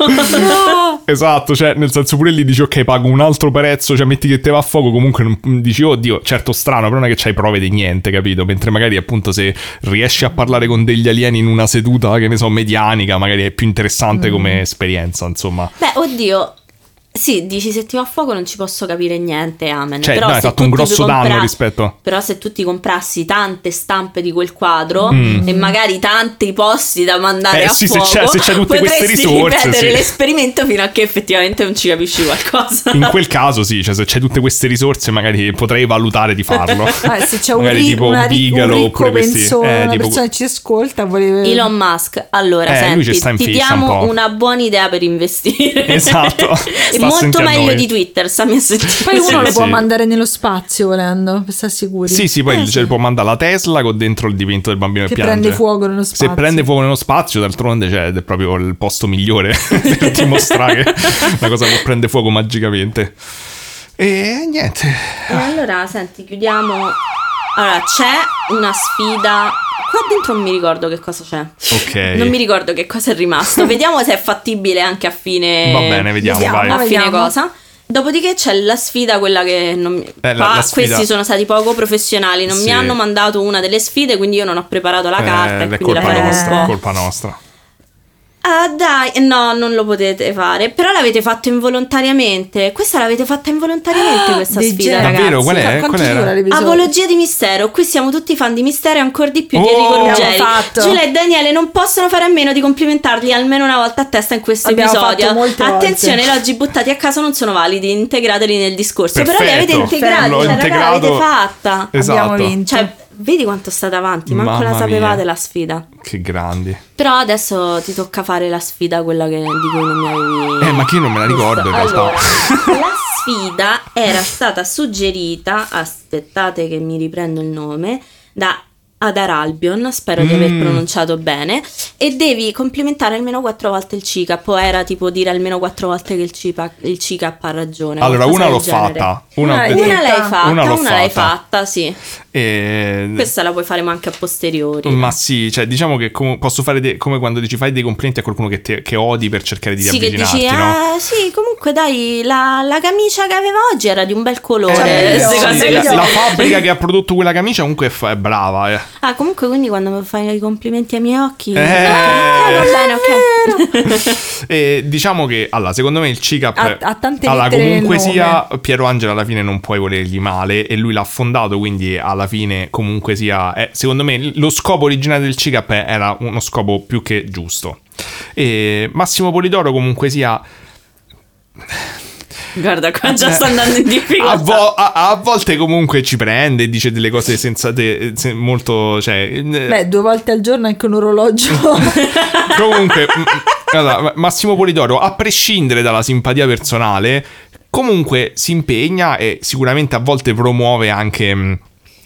Speaker 2: Esatto, cioè nel senso pure lì dici ok pago un altro prezzo, cioè metti che te va a fuoco comunque non- dici oddio certo strano però non è che c'hai prove di niente capito, mentre magari appunto se riesci a parlare con degli alieni in una seduta che ne so medianica magari è più
Speaker 3: Mm.
Speaker 2: interessante come esperienza insomma.
Speaker 1: Beh, oddio. Sì, dici se ti va a fuoco non ci posso capire niente, amen.
Speaker 2: Cioè
Speaker 1: Però
Speaker 2: no, hai
Speaker 1: se
Speaker 2: fatto
Speaker 1: tu
Speaker 2: un
Speaker 1: ti
Speaker 2: grosso
Speaker 1: compra-
Speaker 2: danno rispetto.
Speaker 1: Però se tu ti comprassi tante stampe di quel quadro
Speaker 2: Mm.
Speaker 1: e magari tanti posti da mandare
Speaker 2: Eh,
Speaker 1: a
Speaker 2: sì, se
Speaker 1: fuoco,
Speaker 2: c'è- se c'è tutte queste
Speaker 1: potresti
Speaker 2: risorse,
Speaker 1: ripetere
Speaker 2: sì.
Speaker 1: l'esperimento fino a che effettivamente non ci capisci qualcosa.
Speaker 2: In quel caso sì, cioè se c'è tutte queste risorse magari potrei valutare di farlo.
Speaker 3: Ah, se c'è un,
Speaker 2: magari
Speaker 3: ri-
Speaker 2: tipo
Speaker 3: una, ri- un
Speaker 2: Bigalo
Speaker 3: ricco cioè,
Speaker 2: oppure questi
Speaker 3: penso-
Speaker 2: eh,
Speaker 3: una
Speaker 2: tipo-
Speaker 3: persona che ci ascolta voleva...
Speaker 1: Elon Musk, allora
Speaker 2: Eh,
Speaker 1: senti,
Speaker 2: lui ci sta in
Speaker 1: ti
Speaker 2: fissa un
Speaker 1: diamo
Speaker 2: po'.
Speaker 1: una buona idea per investire.
Speaker 2: Esatto,
Speaker 1: È
Speaker 2: sta sempre
Speaker 1: molto
Speaker 2: a
Speaker 1: meglio
Speaker 2: noi.
Speaker 1: di Twitter, stammi a sentire.
Speaker 3: Poi uno lo
Speaker 2: sì.
Speaker 3: può mandare nello spazio volendo, per stare sicuri.
Speaker 2: Sì, sì, poi
Speaker 3: Eh,
Speaker 2: il- cioè, può mandare la Tesla con dentro il dipinto del bambino
Speaker 3: Che
Speaker 2: piange.
Speaker 3: prende fuoco nello
Speaker 2: Se
Speaker 3: spazio.
Speaker 2: prende fuoco nello spazio, d'altronde cioè, è proprio il posto migliore per dimostrare che la cosa può prendere fuoco magicamente. E niente.
Speaker 1: E allora, senti, chiudiamo. Allora, c'è una sfida. Qua dentro non mi ricordo che cosa c'è.
Speaker 2: Ok.
Speaker 1: Non mi ricordo che cosa è rimasto. Vediamo se è fattibile anche a fine.
Speaker 2: Va bene, vediamo,
Speaker 3: Vediamo.
Speaker 2: vai. Eh,
Speaker 1: A fine
Speaker 3: Vediamo.
Speaker 1: cosa. Dopodiché c'è la sfida, quella che non mi...
Speaker 2: Eh, la-
Speaker 1: Qua
Speaker 2: la sfida-
Speaker 1: Questi sono stati poco professionali, non
Speaker 2: Sì.
Speaker 1: mi hanno mandato una delle sfide, quindi io non ho preparato la
Speaker 2: Eh,
Speaker 1: carta. e
Speaker 2: è
Speaker 1: quindi la
Speaker 2: colpa
Speaker 1: faremo
Speaker 2: nostra,
Speaker 1: un po'.
Speaker 2: colpa nostra.
Speaker 1: Ah dai, no, non lo potete fare. Però l'avete fatto involontariamente. Questa l'avete fatta involontariamente, questa
Speaker 3: Dei
Speaker 1: sfida,
Speaker 3: geni.
Speaker 1: ragazzi.
Speaker 2: Davvero? Qual è?
Speaker 3: Sa quanto
Speaker 2: Qual era?
Speaker 3: dura l'episodio?
Speaker 1: Apologia di mistero, qui siamo tutti fan di mistero e ancora di più di
Speaker 2: Oh!
Speaker 1: Enrico
Speaker 2: Abbiamo
Speaker 1: Ruggeri.
Speaker 3: fatto.
Speaker 1: Giulia e Daniele non possono fare a meno di complimentarli almeno una volta a testa in questo
Speaker 3: Abbiamo
Speaker 1: episodio.
Speaker 3: fatto molte volte.
Speaker 1: Attenzione, i elogi buttati a caso non sono validi, integrateli nel discorso. Però li avete
Speaker 2: Perfetto,
Speaker 1: integrati,
Speaker 2: l'ho
Speaker 1: cioè, raga,
Speaker 2: integrato.
Speaker 1: l'avete fatta.
Speaker 2: Esatto.
Speaker 3: Abbiamo vinto.
Speaker 1: Cioè, vedi quanto state avanti, manco
Speaker 2: Mamma
Speaker 1: la sapevate
Speaker 2: mia.
Speaker 1: la sfida.
Speaker 2: Che grandi.
Speaker 1: Però adesso ti tocca fare la sfida, quella che- di cui non mi avevi.
Speaker 2: Eh, ma che io non me la ricordo in realtà.
Speaker 1: Allora, la sfida era stata suggerita, aspettate che mi riprendo il nome, da Adar Albion, spero di aver
Speaker 2: Mm.
Speaker 1: pronunciato bene, e devi complimentare almeno quattro volte il CK, o era tipo dire almeno quattro volte che il CK, il CK ha ragione.
Speaker 2: Allora,
Speaker 1: qualcosa
Speaker 2: una
Speaker 1: del
Speaker 2: l'ho
Speaker 1: genere.
Speaker 2: fatta.
Speaker 3: Una
Speaker 2: Una,
Speaker 3: l'hai
Speaker 1: Una l'hai fatta,
Speaker 2: Una
Speaker 1: una,
Speaker 2: l'ho
Speaker 1: l'hai
Speaker 2: fatta.
Speaker 1: fatta, sì.
Speaker 2: E-
Speaker 1: Questa la puoi fare ma anche a posteriori.
Speaker 2: Ma sì, cioè diciamo che com- posso fare de- come quando dici fai dei complimenti a qualcuno che, te- che odi per cercare di
Speaker 1: Sì, che
Speaker 2: riavvicinarti,
Speaker 1: dici,
Speaker 2: no?
Speaker 1: ah, sì, comunque dai, la, la camicia che aveva oggi era di un bel colore.
Speaker 3: Cioè,
Speaker 1: "Ah, queste
Speaker 3: sì,
Speaker 1: cose
Speaker 2: la,
Speaker 1: così.
Speaker 2: la fabbrica che ha prodotto quella camicia comunque è, fa- è brava. eh.
Speaker 1: Ah, comunque, quindi quando mi fai i complimenti ai miei occhi.
Speaker 2: Eh.
Speaker 1: Ah, va bene, ok.
Speaker 2: E diciamo che, allora, secondo me il CICAP...
Speaker 3: Ha- ha tante
Speaker 2: allora,
Speaker 3: lettere nel
Speaker 2: comunque
Speaker 3: nome.
Speaker 2: sia, Piero Angelo alla fine non puoi volergli male e lui l'ha fondato, quindi alla fine comunque sia... eh, secondo me lo scopo originale del CICAP era uno scopo più che giusto. E Massimo Polidoro comunque sia...
Speaker 1: Guarda, qua
Speaker 3: Eh.
Speaker 1: già sta andando in difficoltà.
Speaker 2: A, vo- a- a volte comunque ci prende e dice delle cose sensate, se- molto... Cioè, eh,
Speaker 3: Beh, due volte al giorno anche un orologio.
Speaker 2: Comunque, m- m- allora, ma- Massimo Polidoro, a prescindere dalla simpatia personale, comunque si impegna e sicuramente a volte promuove anche. m,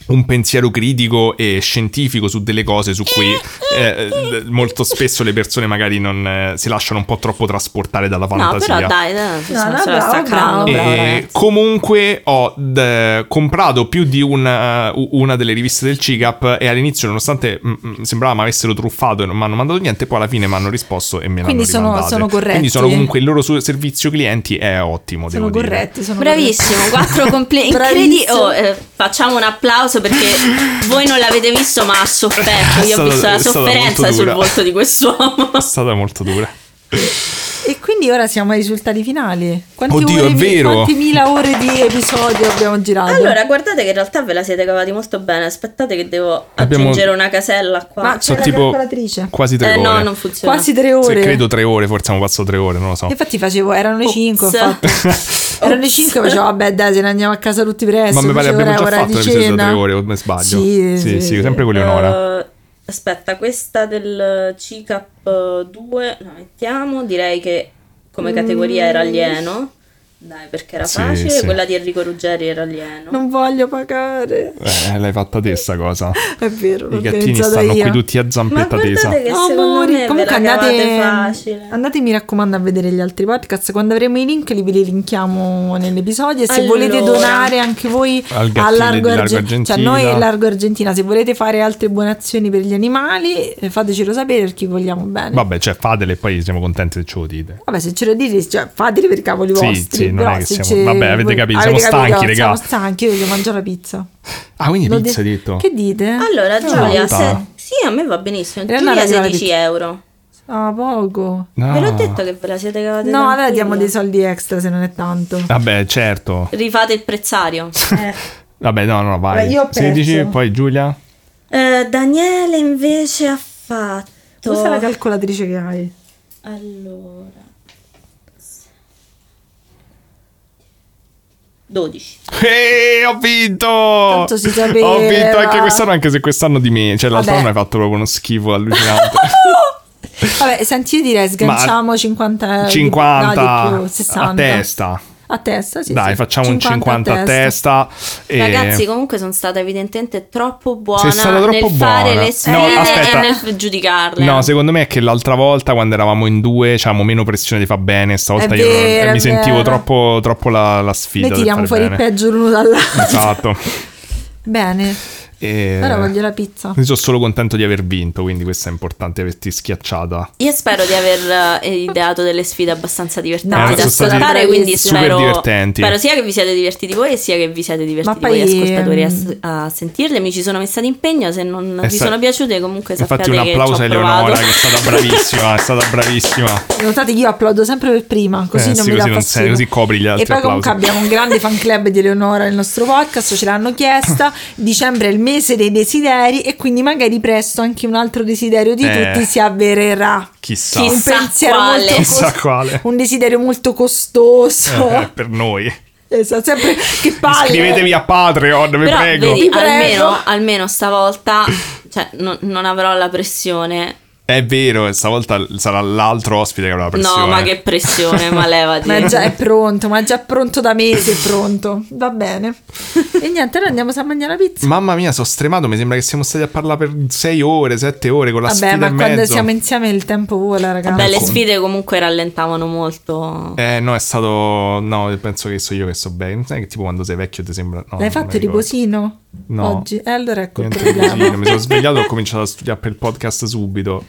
Speaker 2: un pensiero critico e scientifico su delle cose su cui eh, eh, molto spesso le persone magari non eh, si lasciano un po' troppo trasportare dalla
Speaker 1: no,
Speaker 2: fantasia. Eh.
Speaker 1: però dai, dai se
Speaker 3: No, no,
Speaker 1: se la
Speaker 3: bravo,
Speaker 1: sta cavando,
Speaker 3: bravo.
Speaker 1: bravo,
Speaker 2: E
Speaker 1: ragazzi.
Speaker 2: comunque ho d- comprato più di una, u- una delle riviste del CICAP e all'inizio, nonostante mm, mm, sembrava mi avessero truffato e non mi hanno mandato niente, poi alla fine mi hanno risposto e me l'hanno
Speaker 3: Quindi sono-
Speaker 2: rimandate.
Speaker 3: sono corretti.
Speaker 2: Quindi sono comunque il loro su- servizio clienti è ottimo,
Speaker 3: sono
Speaker 2: devo dire.
Speaker 3: corretti, sono
Speaker 1: Bravissimo, quattro complimenti. Incredi-
Speaker 3: Bravissimo.
Speaker 1: oh, eh, facciamo un applauso perché voi non l'avete visto, ma ha sofferto. Io
Speaker 2: È
Speaker 1: ho visto la
Speaker 2: stata- è stata molto
Speaker 1: sofferenza sul
Speaker 2: dura.
Speaker 1: volto di quest'uomo.
Speaker 2: È stata molto dura.
Speaker 3: corretti. E Quindi ora siamo ai risultati finali. Quanti
Speaker 2: Oddio,
Speaker 3: ore
Speaker 2: è
Speaker 3: vi-
Speaker 2: vero.
Speaker 3: Quanti mila ore di episodio abbiamo girato?
Speaker 1: Allora, guardate che in realtà ve la siete cavati molto bene. Aspettate che devo
Speaker 2: Abbiamo-
Speaker 1: aggiungere una casella qua.
Speaker 3: ma c'è
Speaker 2: Sono
Speaker 3: la
Speaker 2: tipo
Speaker 3: calcolatrice.
Speaker 2: quasi tre
Speaker 1: eh,
Speaker 2: ore.
Speaker 1: no, non funziona.
Speaker 3: Quasi tre
Speaker 2: Se
Speaker 3: ore.
Speaker 2: credo tre ore, forse hanno passato tre ore, non lo so.
Speaker 3: Infatti facevo, erano le
Speaker 1: Ops.
Speaker 3: 5, infatti. Erano le
Speaker 1: Ops.
Speaker 3: 5, facevo, vabbè dai, se ne andiamo a casa tutti presto.
Speaker 2: Ma mi pare
Speaker 3: dicevo,
Speaker 2: abbiamo
Speaker 3: "Ora-
Speaker 2: già
Speaker 3: ora
Speaker 2: fatto
Speaker 3: di
Speaker 2: l'episodio da
Speaker 3: cena".
Speaker 2: tre ore, o mi sbaglio?
Speaker 3: Sì,
Speaker 2: sì,
Speaker 3: sì, sì.
Speaker 2: sempre con Leonora.
Speaker 1: Eh, aspetta, questa del CCAP 2 la mettiamo. Direi che
Speaker 3: Mm.
Speaker 1: come categoria era alieno. Dai, perché era
Speaker 2: Sì,
Speaker 1: facile.
Speaker 2: sì.
Speaker 1: Quella di Enrico Ruggeri era alieno.
Speaker 3: Non voglio pagare.
Speaker 2: Eh, l'hai fatta te sta cosa.
Speaker 3: È vero, l'ho
Speaker 2: I gattini
Speaker 3: organizzata
Speaker 2: stanno
Speaker 3: io.
Speaker 2: qui tutti a
Speaker 1: Ma
Speaker 2: zampetta
Speaker 1: guardate
Speaker 2: tesa.
Speaker 1: che secondo
Speaker 3: Amori,
Speaker 1: me
Speaker 3: comunque
Speaker 1: ve la cavate
Speaker 3: andate,
Speaker 1: facile.
Speaker 3: andate, mi raccomando, a vedere gli altri podcast. Quando avremo i link, li, ve li linkiamo nell'episodio. E se
Speaker 1: Allora.
Speaker 3: volete donare anche voi
Speaker 2: Al
Speaker 3: a
Speaker 2: gattino di
Speaker 3: Largo,
Speaker 2: Largo
Speaker 3: Arge- cioè
Speaker 2: Argentina.
Speaker 3: noi e Largo Argentina, se volete fare altre buone azioni per gli animali, eh, fatecelo sapere perché vi vogliamo bene.
Speaker 2: Vabbè, cioè, fatele e poi siamo contenti se ce lo dite.
Speaker 3: Vabbè, se ce lo dite, cioè, fateli per i cavoli
Speaker 2: Sì,
Speaker 3: vostri.
Speaker 2: sì, non
Speaker 3: però
Speaker 2: è che
Speaker 3: se
Speaker 2: siamo-
Speaker 3: ce-
Speaker 2: vabbè, avete capito, siamo stanchi, regà.
Speaker 3: Siamo stanchi, io voglio mangiare la pizza.
Speaker 2: Ah, quindi
Speaker 3: Lo
Speaker 2: pizza
Speaker 3: de-
Speaker 2: hai detto.
Speaker 3: Che dite? Ah,
Speaker 1: Allora, Giulia,
Speaker 2: Tanta.
Speaker 1: se... sì, a me va benissimo.
Speaker 3: Era una
Speaker 1: Giulia
Speaker 3: ragione di
Speaker 1: 16
Speaker 3: pizza.
Speaker 1: euro.
Speaker 3: Ah, poco.
Speaker 2: No.
Speaker 1: Ve l'ho detto che ve la siete cavate
Speaker 3: No, allora
Speaker 1: tranquilli.
Speaker 3: diamo dei soldi extra se non è tanto.
Speaker 2: Vabbè, certo.
Speaker 1: Rifate il prezzario.
Speaker 2: Vabbè, no, no, vai.
Speaker 3: Beh, io ho perso.
Speaker 2: 16, poi Giulia.
Speaker 1: Eh, Daniele invece ha fatto...
Speaker 3: Questa è la calcolatrice che hai.
Speaker 1: Allora. 12.
Speaker 2: Ehi, ho vinto! Tanto
Speaker 3: si sapeva.
Speaker 2: Ho vinto anche quest'anno, anche se quest'anno di me. Cioè, l'altro
Speaker 3: Vabbè. Eh,
Speaker 2: anno hai fatto proprio uno schifo allucinante.
Speaker 3: Vabbè, senti, io direi sganciamo 50 euro.
Speaker 2: 50
Speaker 3: no, di più, 60.
Speaker 2: a testa.
Speaker 3: A testa, sì.
Speaker 2: Dai,
Speaker 3: sì.
Speaker 2: facciamo un 50 a testa. e-
Speaker 1: Ragazzi, comunque sono stata evidentemente troppo buona
Speaker 2: Sei stata
Speaker 1: nel
Speaker 2: troppo
Speaker 1: fare
Speaker 2: buona.
Speaker 1: le sfide
Speaker 2: No,
Speaker 1: e
Speaker 2: aspetta.
Speaker 1: nel giudicarle.
Speaker 3: eh.
Speaker 2: No, secondo me è che l'altra volta quando eravamo in due c'avevamo meno pressione di fa bene, stavolta
Speaker 3: È
Speaker 2: io non-
Speaker 3: vero, è
Speaker 2: mi sentivo
Speaker 3: vero.
Speaker 2: troppo, troppo la, la
Speaker 3: Noi
Speaker 2: sfida. del fare
Speaker 3: tiriamo fuori il
Speaker 2: bene.
Speaker 3: peggio l'uno dall'altro.
Speaker 2: Esatto.
Speaker 3: Bene,
Speaker 2: E...
Speaker 3: ora voglio la pizza.
Speaker 2: Eh, Io sono solo contento di aver vinto, quindi questo è importante, averti schiacciata.
Speaker 1: Io spero di aver eh, ideato delle sfide abbastanza divertenti
Speaker 3: No,
Speaker 1: da
Speaker 2: sono stati
Speaker 1: ascoltare, quindi
Speaker 3: super
Speaker 1: spero,
Speaker 2: divertenti.
Speaker 1: spero sia che vi siate divertiti voi e sia che vi siate divertiti
Speaker 3: Ma
Speaker 1: voi
Speaker 3: poi,
Speaker 1: ascoltatori a,
Speaker 3: ehm,
Speaker 1: a sentirle. Mi ci sono messa d'impegno, se non
Speaker 2: È
Speaker 1: vi
Speaker 2: sta-
Speaker 1: sono piaciute comunque
Speaker 2: Infatti
Speaker 1: sappiate
Speaker 2: un
Speaker 1: che ci ho
Speaker 2: applauso a Eleonora
Speaker 1: provato.
Speaker 2: che è stata bravissima, è stata bravissima.
Speaker 3: Notate che io applaudo sempre per prima, così
Speaker 2: Eh,
Speaker 3: non
Speaker 2: sì,
Speaker 3: mi dà
Speaker 2: così non
Speaker 3: fastidio.
Speaker 2: sei- così copri gli altri
Speaker 3: E poi comunque
Speaker 2: applausi.
Speaker 3: abbiamo un grande fan club di Eleonora nel nostro podcast, ce l'hanno chiesta. Dicembre è il mese dei desideri e quindi magari presto anche un altro desiderio di
Speaker 2: Eh.
Speaker 3: tutti si avvererà.
Speaker 2: Chissà,
Speaker 1: Chissà
Speaker 3: un pensiero
Speaker 1: quale.
Speaker 3: molto cos-
Speaker 2: Chissà quale.
Speaker 3: un desiderio molto costoso.
Speaker 2: Eh, per noi.
Speaker 3: Esatto, sempre che palle.
Speaker 2: Iscrivetevi a Patreon, vi
Speaker 1: Però
Speaker 2: prego.
Speaker 1: vedi,
Speaker 3: Vi prego.
Speaker 1: almeno, almeno stavolta cioè, non- non avrò la pressione.
Speaker 2: È vero, stavolta sarà l'altro ospite che avrà la pressione.
Speaker 1: No, ma che pressione, ma levati.
Speaker 3: Ma è già è pronto, ma è già pronto da mesi, è pronto. Va bene. E niente, allora andiamo a mangiare la pizza.
Speaker 2: Mamma mia, sono stremato. Mi sembra che siamo stati a parlare per 6 ore, 7 ore con la
Speaker 3: Vabbè,
Speaker 2: sfida
Speaker 3: ma
Speaker 2: e
Speaker 3: quando
Speaker 2: mezzo.
Speaker 3: siamo insieme il tempo vola, ragazzi.
Speaker 1: Beh, le
Speaker 2: Con-
Speaker 1: sfide comunque rallentavano molto.
Speaker 2: Eh, no, è stato. No, penso che so io che so bene. Non sai che tipo quando sei vecchio ti sembra. No,
Speaker 3: L'hai
Speaker 2: non
Speaker 3: fatto
Speaker 2: mi ricordo.
Speaker 3: riposino
Speaker 2: Oh, No.
Speaker 3: oggi? E allora ecco il
Speaker 2: Niente
Speaker 3: problema.
Speaker 2: riposino, Mi sono svegliato e ho cominciato a studiare per il podcast subito.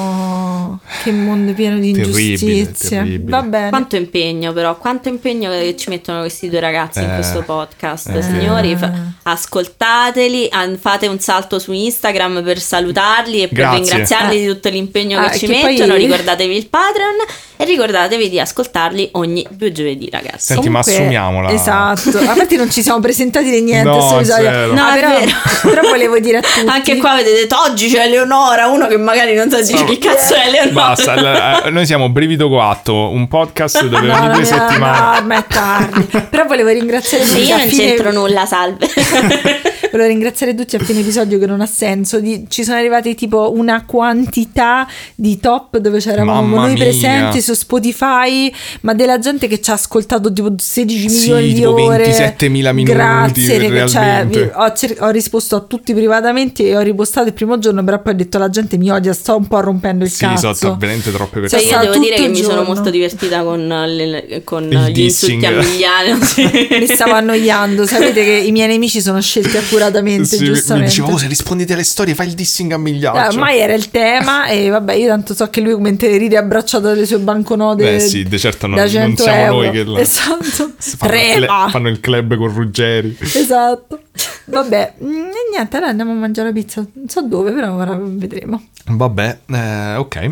Speaker 3: No, che mondo pieno di
Speaker 2: Terribile,
Speaker 3: ingiustizie.
Speaker 2: terribile.
Speaker 3: Va bene.
Speaker 1: Quanto impegno però, quanto impegno che ci mettono questi due ragazzi in
Speaker 2: Eh,
Speaker 1: questo podcast,
Speaker 2: eh,
Speaker 1: signori,
Speaker 3: sì.
Speaker 1: fa- ascoltateli, an- fate un salto su Instagram per salutarli e per
Speaker 2: Grazie.
Speaker 1: ringraziarli
Speaker 3: Eh.
Speaker 1: di tutto l'impegno
Speaker 3: Ah,
Speaker 1: che ci
Speaker 3: che poi-
Speaker 1: mettono, ricordatevi il Patreon e ricordatevi di ascoltarli ogni due giovedì ragazzi.
Speaker 2: Senti, ma assumiamola.
Speaker 3: Esatto. A parte non ci siamo presentati di niente.
Speaker 2: No,
Speaker 3: questo episodio.
Speaker 2: zero.
Speaker 1: No,
Speaker 3: Ah,
Speaker 1: è
Speaker 3: però,
Speaker 1: vero.
Speaker 3: però volevo dire a tutti.
Speaker 1: Anche qua avete detto oggi c'è Eleonora, uno che magari non sa dire che cazzo è Eleonora.
Speaker 2: Basta, l- eh, noi siamo Brivido Coatto, un podcast dove
Speaker 3: No,
Speaker 2: ogni
Speaker 3: no,
Speaker 2: due
Speaker 3: no,
Speaker 2: settimane.
Speaker 3: no, ormai è tardi. Però volevo ringraziare
Speaker 1: Sì,
Speaker 3: tutti.
Speaker 1: Cioè, io
Speaker 3: a
Speaker 1: non
Speaker 3: fine-
Speaker 1: c'entro nulla, salve.
Speaker 3: Volevo ringraziare tutti a fine episodio che non ha senso. Di- ci sono arrivati tipo una quantità di top dove c'eravamo
Speaker 2: Mamma
Speaker 3: noi
Speaker 2: mia.
Speaker 3: presenti su Spotify, ma della gente che ci ha ascoltato tipo 16
Speaker 2: Sì,
Speaker 3: milioni di
Speaker 2: tipo
Speaker 3: ore.
Speaker 2: 27.000 minuti,
Speaker 3: Grazie, rega- cioè,
Speaker 2: realmente.
Speaker 3: vi- ho, cer- ho risposto a tutti privatamente e ho ripostato il primo giorno, però poi ho detto la gente mi odia, sto un po' rompendo il
Speaker 2: Sì,
Speaker 3: cazzo.
Speaker 2: sono veramente troppe
Speaker 1: Cioè,
Speaker 3: Sì,
Speaker 2: persone.
Speaker 1: io
Speaker 3: Sarà
Speaker 1: devo dire
Speaker 3: tutto
Speaker 1: che
Speaker 3: il
Speaker 1: mi sono
Speaker 3: giorno.
Speaker 1: molto divertita con, le- con
Speaker 2: Il
Speaker 1: gli
Speaker 2: dissing.
Speaker 1: insulti a Migliano.
Speaker 3: Mi stavo annoiando, sapete che i miei nemici sono scelti accuratamente,
Speaker 2: Sì, mi- mi
Speaker 3: giustamente.
Speaker 2: dicevo, "Oh, se rispondete alle storie, fai il dissing a
Speaker 3: Ah,
Speaker 2: migliaio.
Speaker 3: ormai era il tema e vabbè io tanto so che lui mentre ride abbracciato dalle sue banconote
Speaker 2: Beh, sì, di certo non-
Speaker 3: da
Speaker 2: non
Speaker 3: 100
Speaker 2: siamo
Speaker 3: euro.
Speaker 2: noi che la-
Speaker 3: esatto
Speaker 2: fanno, il cle-
Speaker 3: Reba.
Speaker 2: fanno il club con Ruggeri.
Speaker 3: esatto vabbè mm, e niente allora andiamo a mangiare la pizza non so dove però ora vedremo
Speaker 2: Vabbè, eh, ok.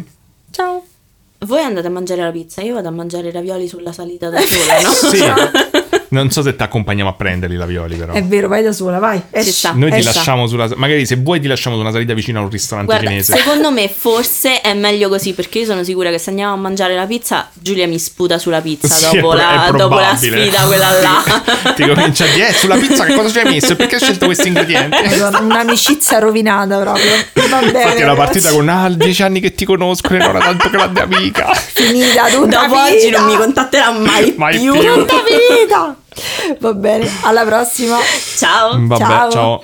Speaker 3: ciao
Speaker 1: Voi andate a mangiare la pizza, io vado a mangiare i ravioli sulla salita da sola, no?
Speaker 4: Sì.
Speaker 2: Non so se ti accompagniamo a prenderli i ravioli, però.
Speaker 3: È vero, vai da sola, vai. Eh,
Speaker 1: Ci
Speaker 3: esci.
Speaker 1: sta.
Speaker 2: Noi ti
Speaker 3: esci.
Speaker 2: lasciamo sulla. Magari se vuoi, ti lasciamo su una salita vicino a un ristorante
Speaker 1: Guarda,
Speaker 2: cinese.
Speaker 1: secondo me forse è meglio così perché io sono sicura che se andiamo a mangiare la pizza Giulia mi sputa sulla pizza
Speaker 2: Sì, è
Speaker 1: dopo,
Speaker 2: pro-
Speaker 1: la,
Speaker 2: è
Speaker 1: dopo la
Speaker 2: probabile.
Speaker 1: sfida quella là.
Speaker 2: Ti comincia a dire, eh, sulla pizza che cosa ci hai messo? E Perché hai scelto questi ingredienti?
Speaker 3: Madonna, Un'amicizia rovinata proprio. Va bene,
Speaker 2: Infatti era partita
Speaker 3: ragazzi.
Speaker 2: con ah, dieci anni che ti conosco, e non era tanto grande amica.
Speaker 3: finita tutta
Speaker 1: dopo
Speaker 3: vita.
Speaker 1: oggi non mi contatterà mai,
Speaker 2: Mai
Speaker 1: più.
Speaker 2: più.
Speaker 3: Tutta vita. Va bene, alla prossima.
Speaker 1: Ciao.
Speaker 2: Vabbè,
Speaker 3: Ciao.
Speaker 2: ciao.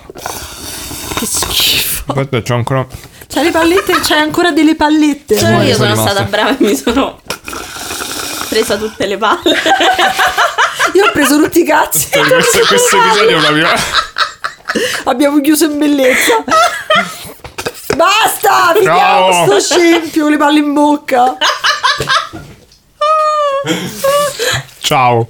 Speaker 3: Che schifo.
Speaker 2: Guarda, c'ho ancora.
Speaker 3: C'ha le pallette, c'hai ancora delle pallette.
Speaker 1: Solo
Speaker 2: Muore,
Speaker 1: io sono
Speaker 2: sono rimasta.
Speaker 1: stata brava e mi sono presa tutte le palle.
Speaker 3: Io ho preso tutti i cazzi.
Speaker 2: Questo, questo episodio è una mia.
Speaker 3: Abbiamo chiuso in bellezza. Basta! Finiamo
Speaker 2: No.
Speaker 3: sto scempio, le palle in bocca.
Speaker 2: Ciao.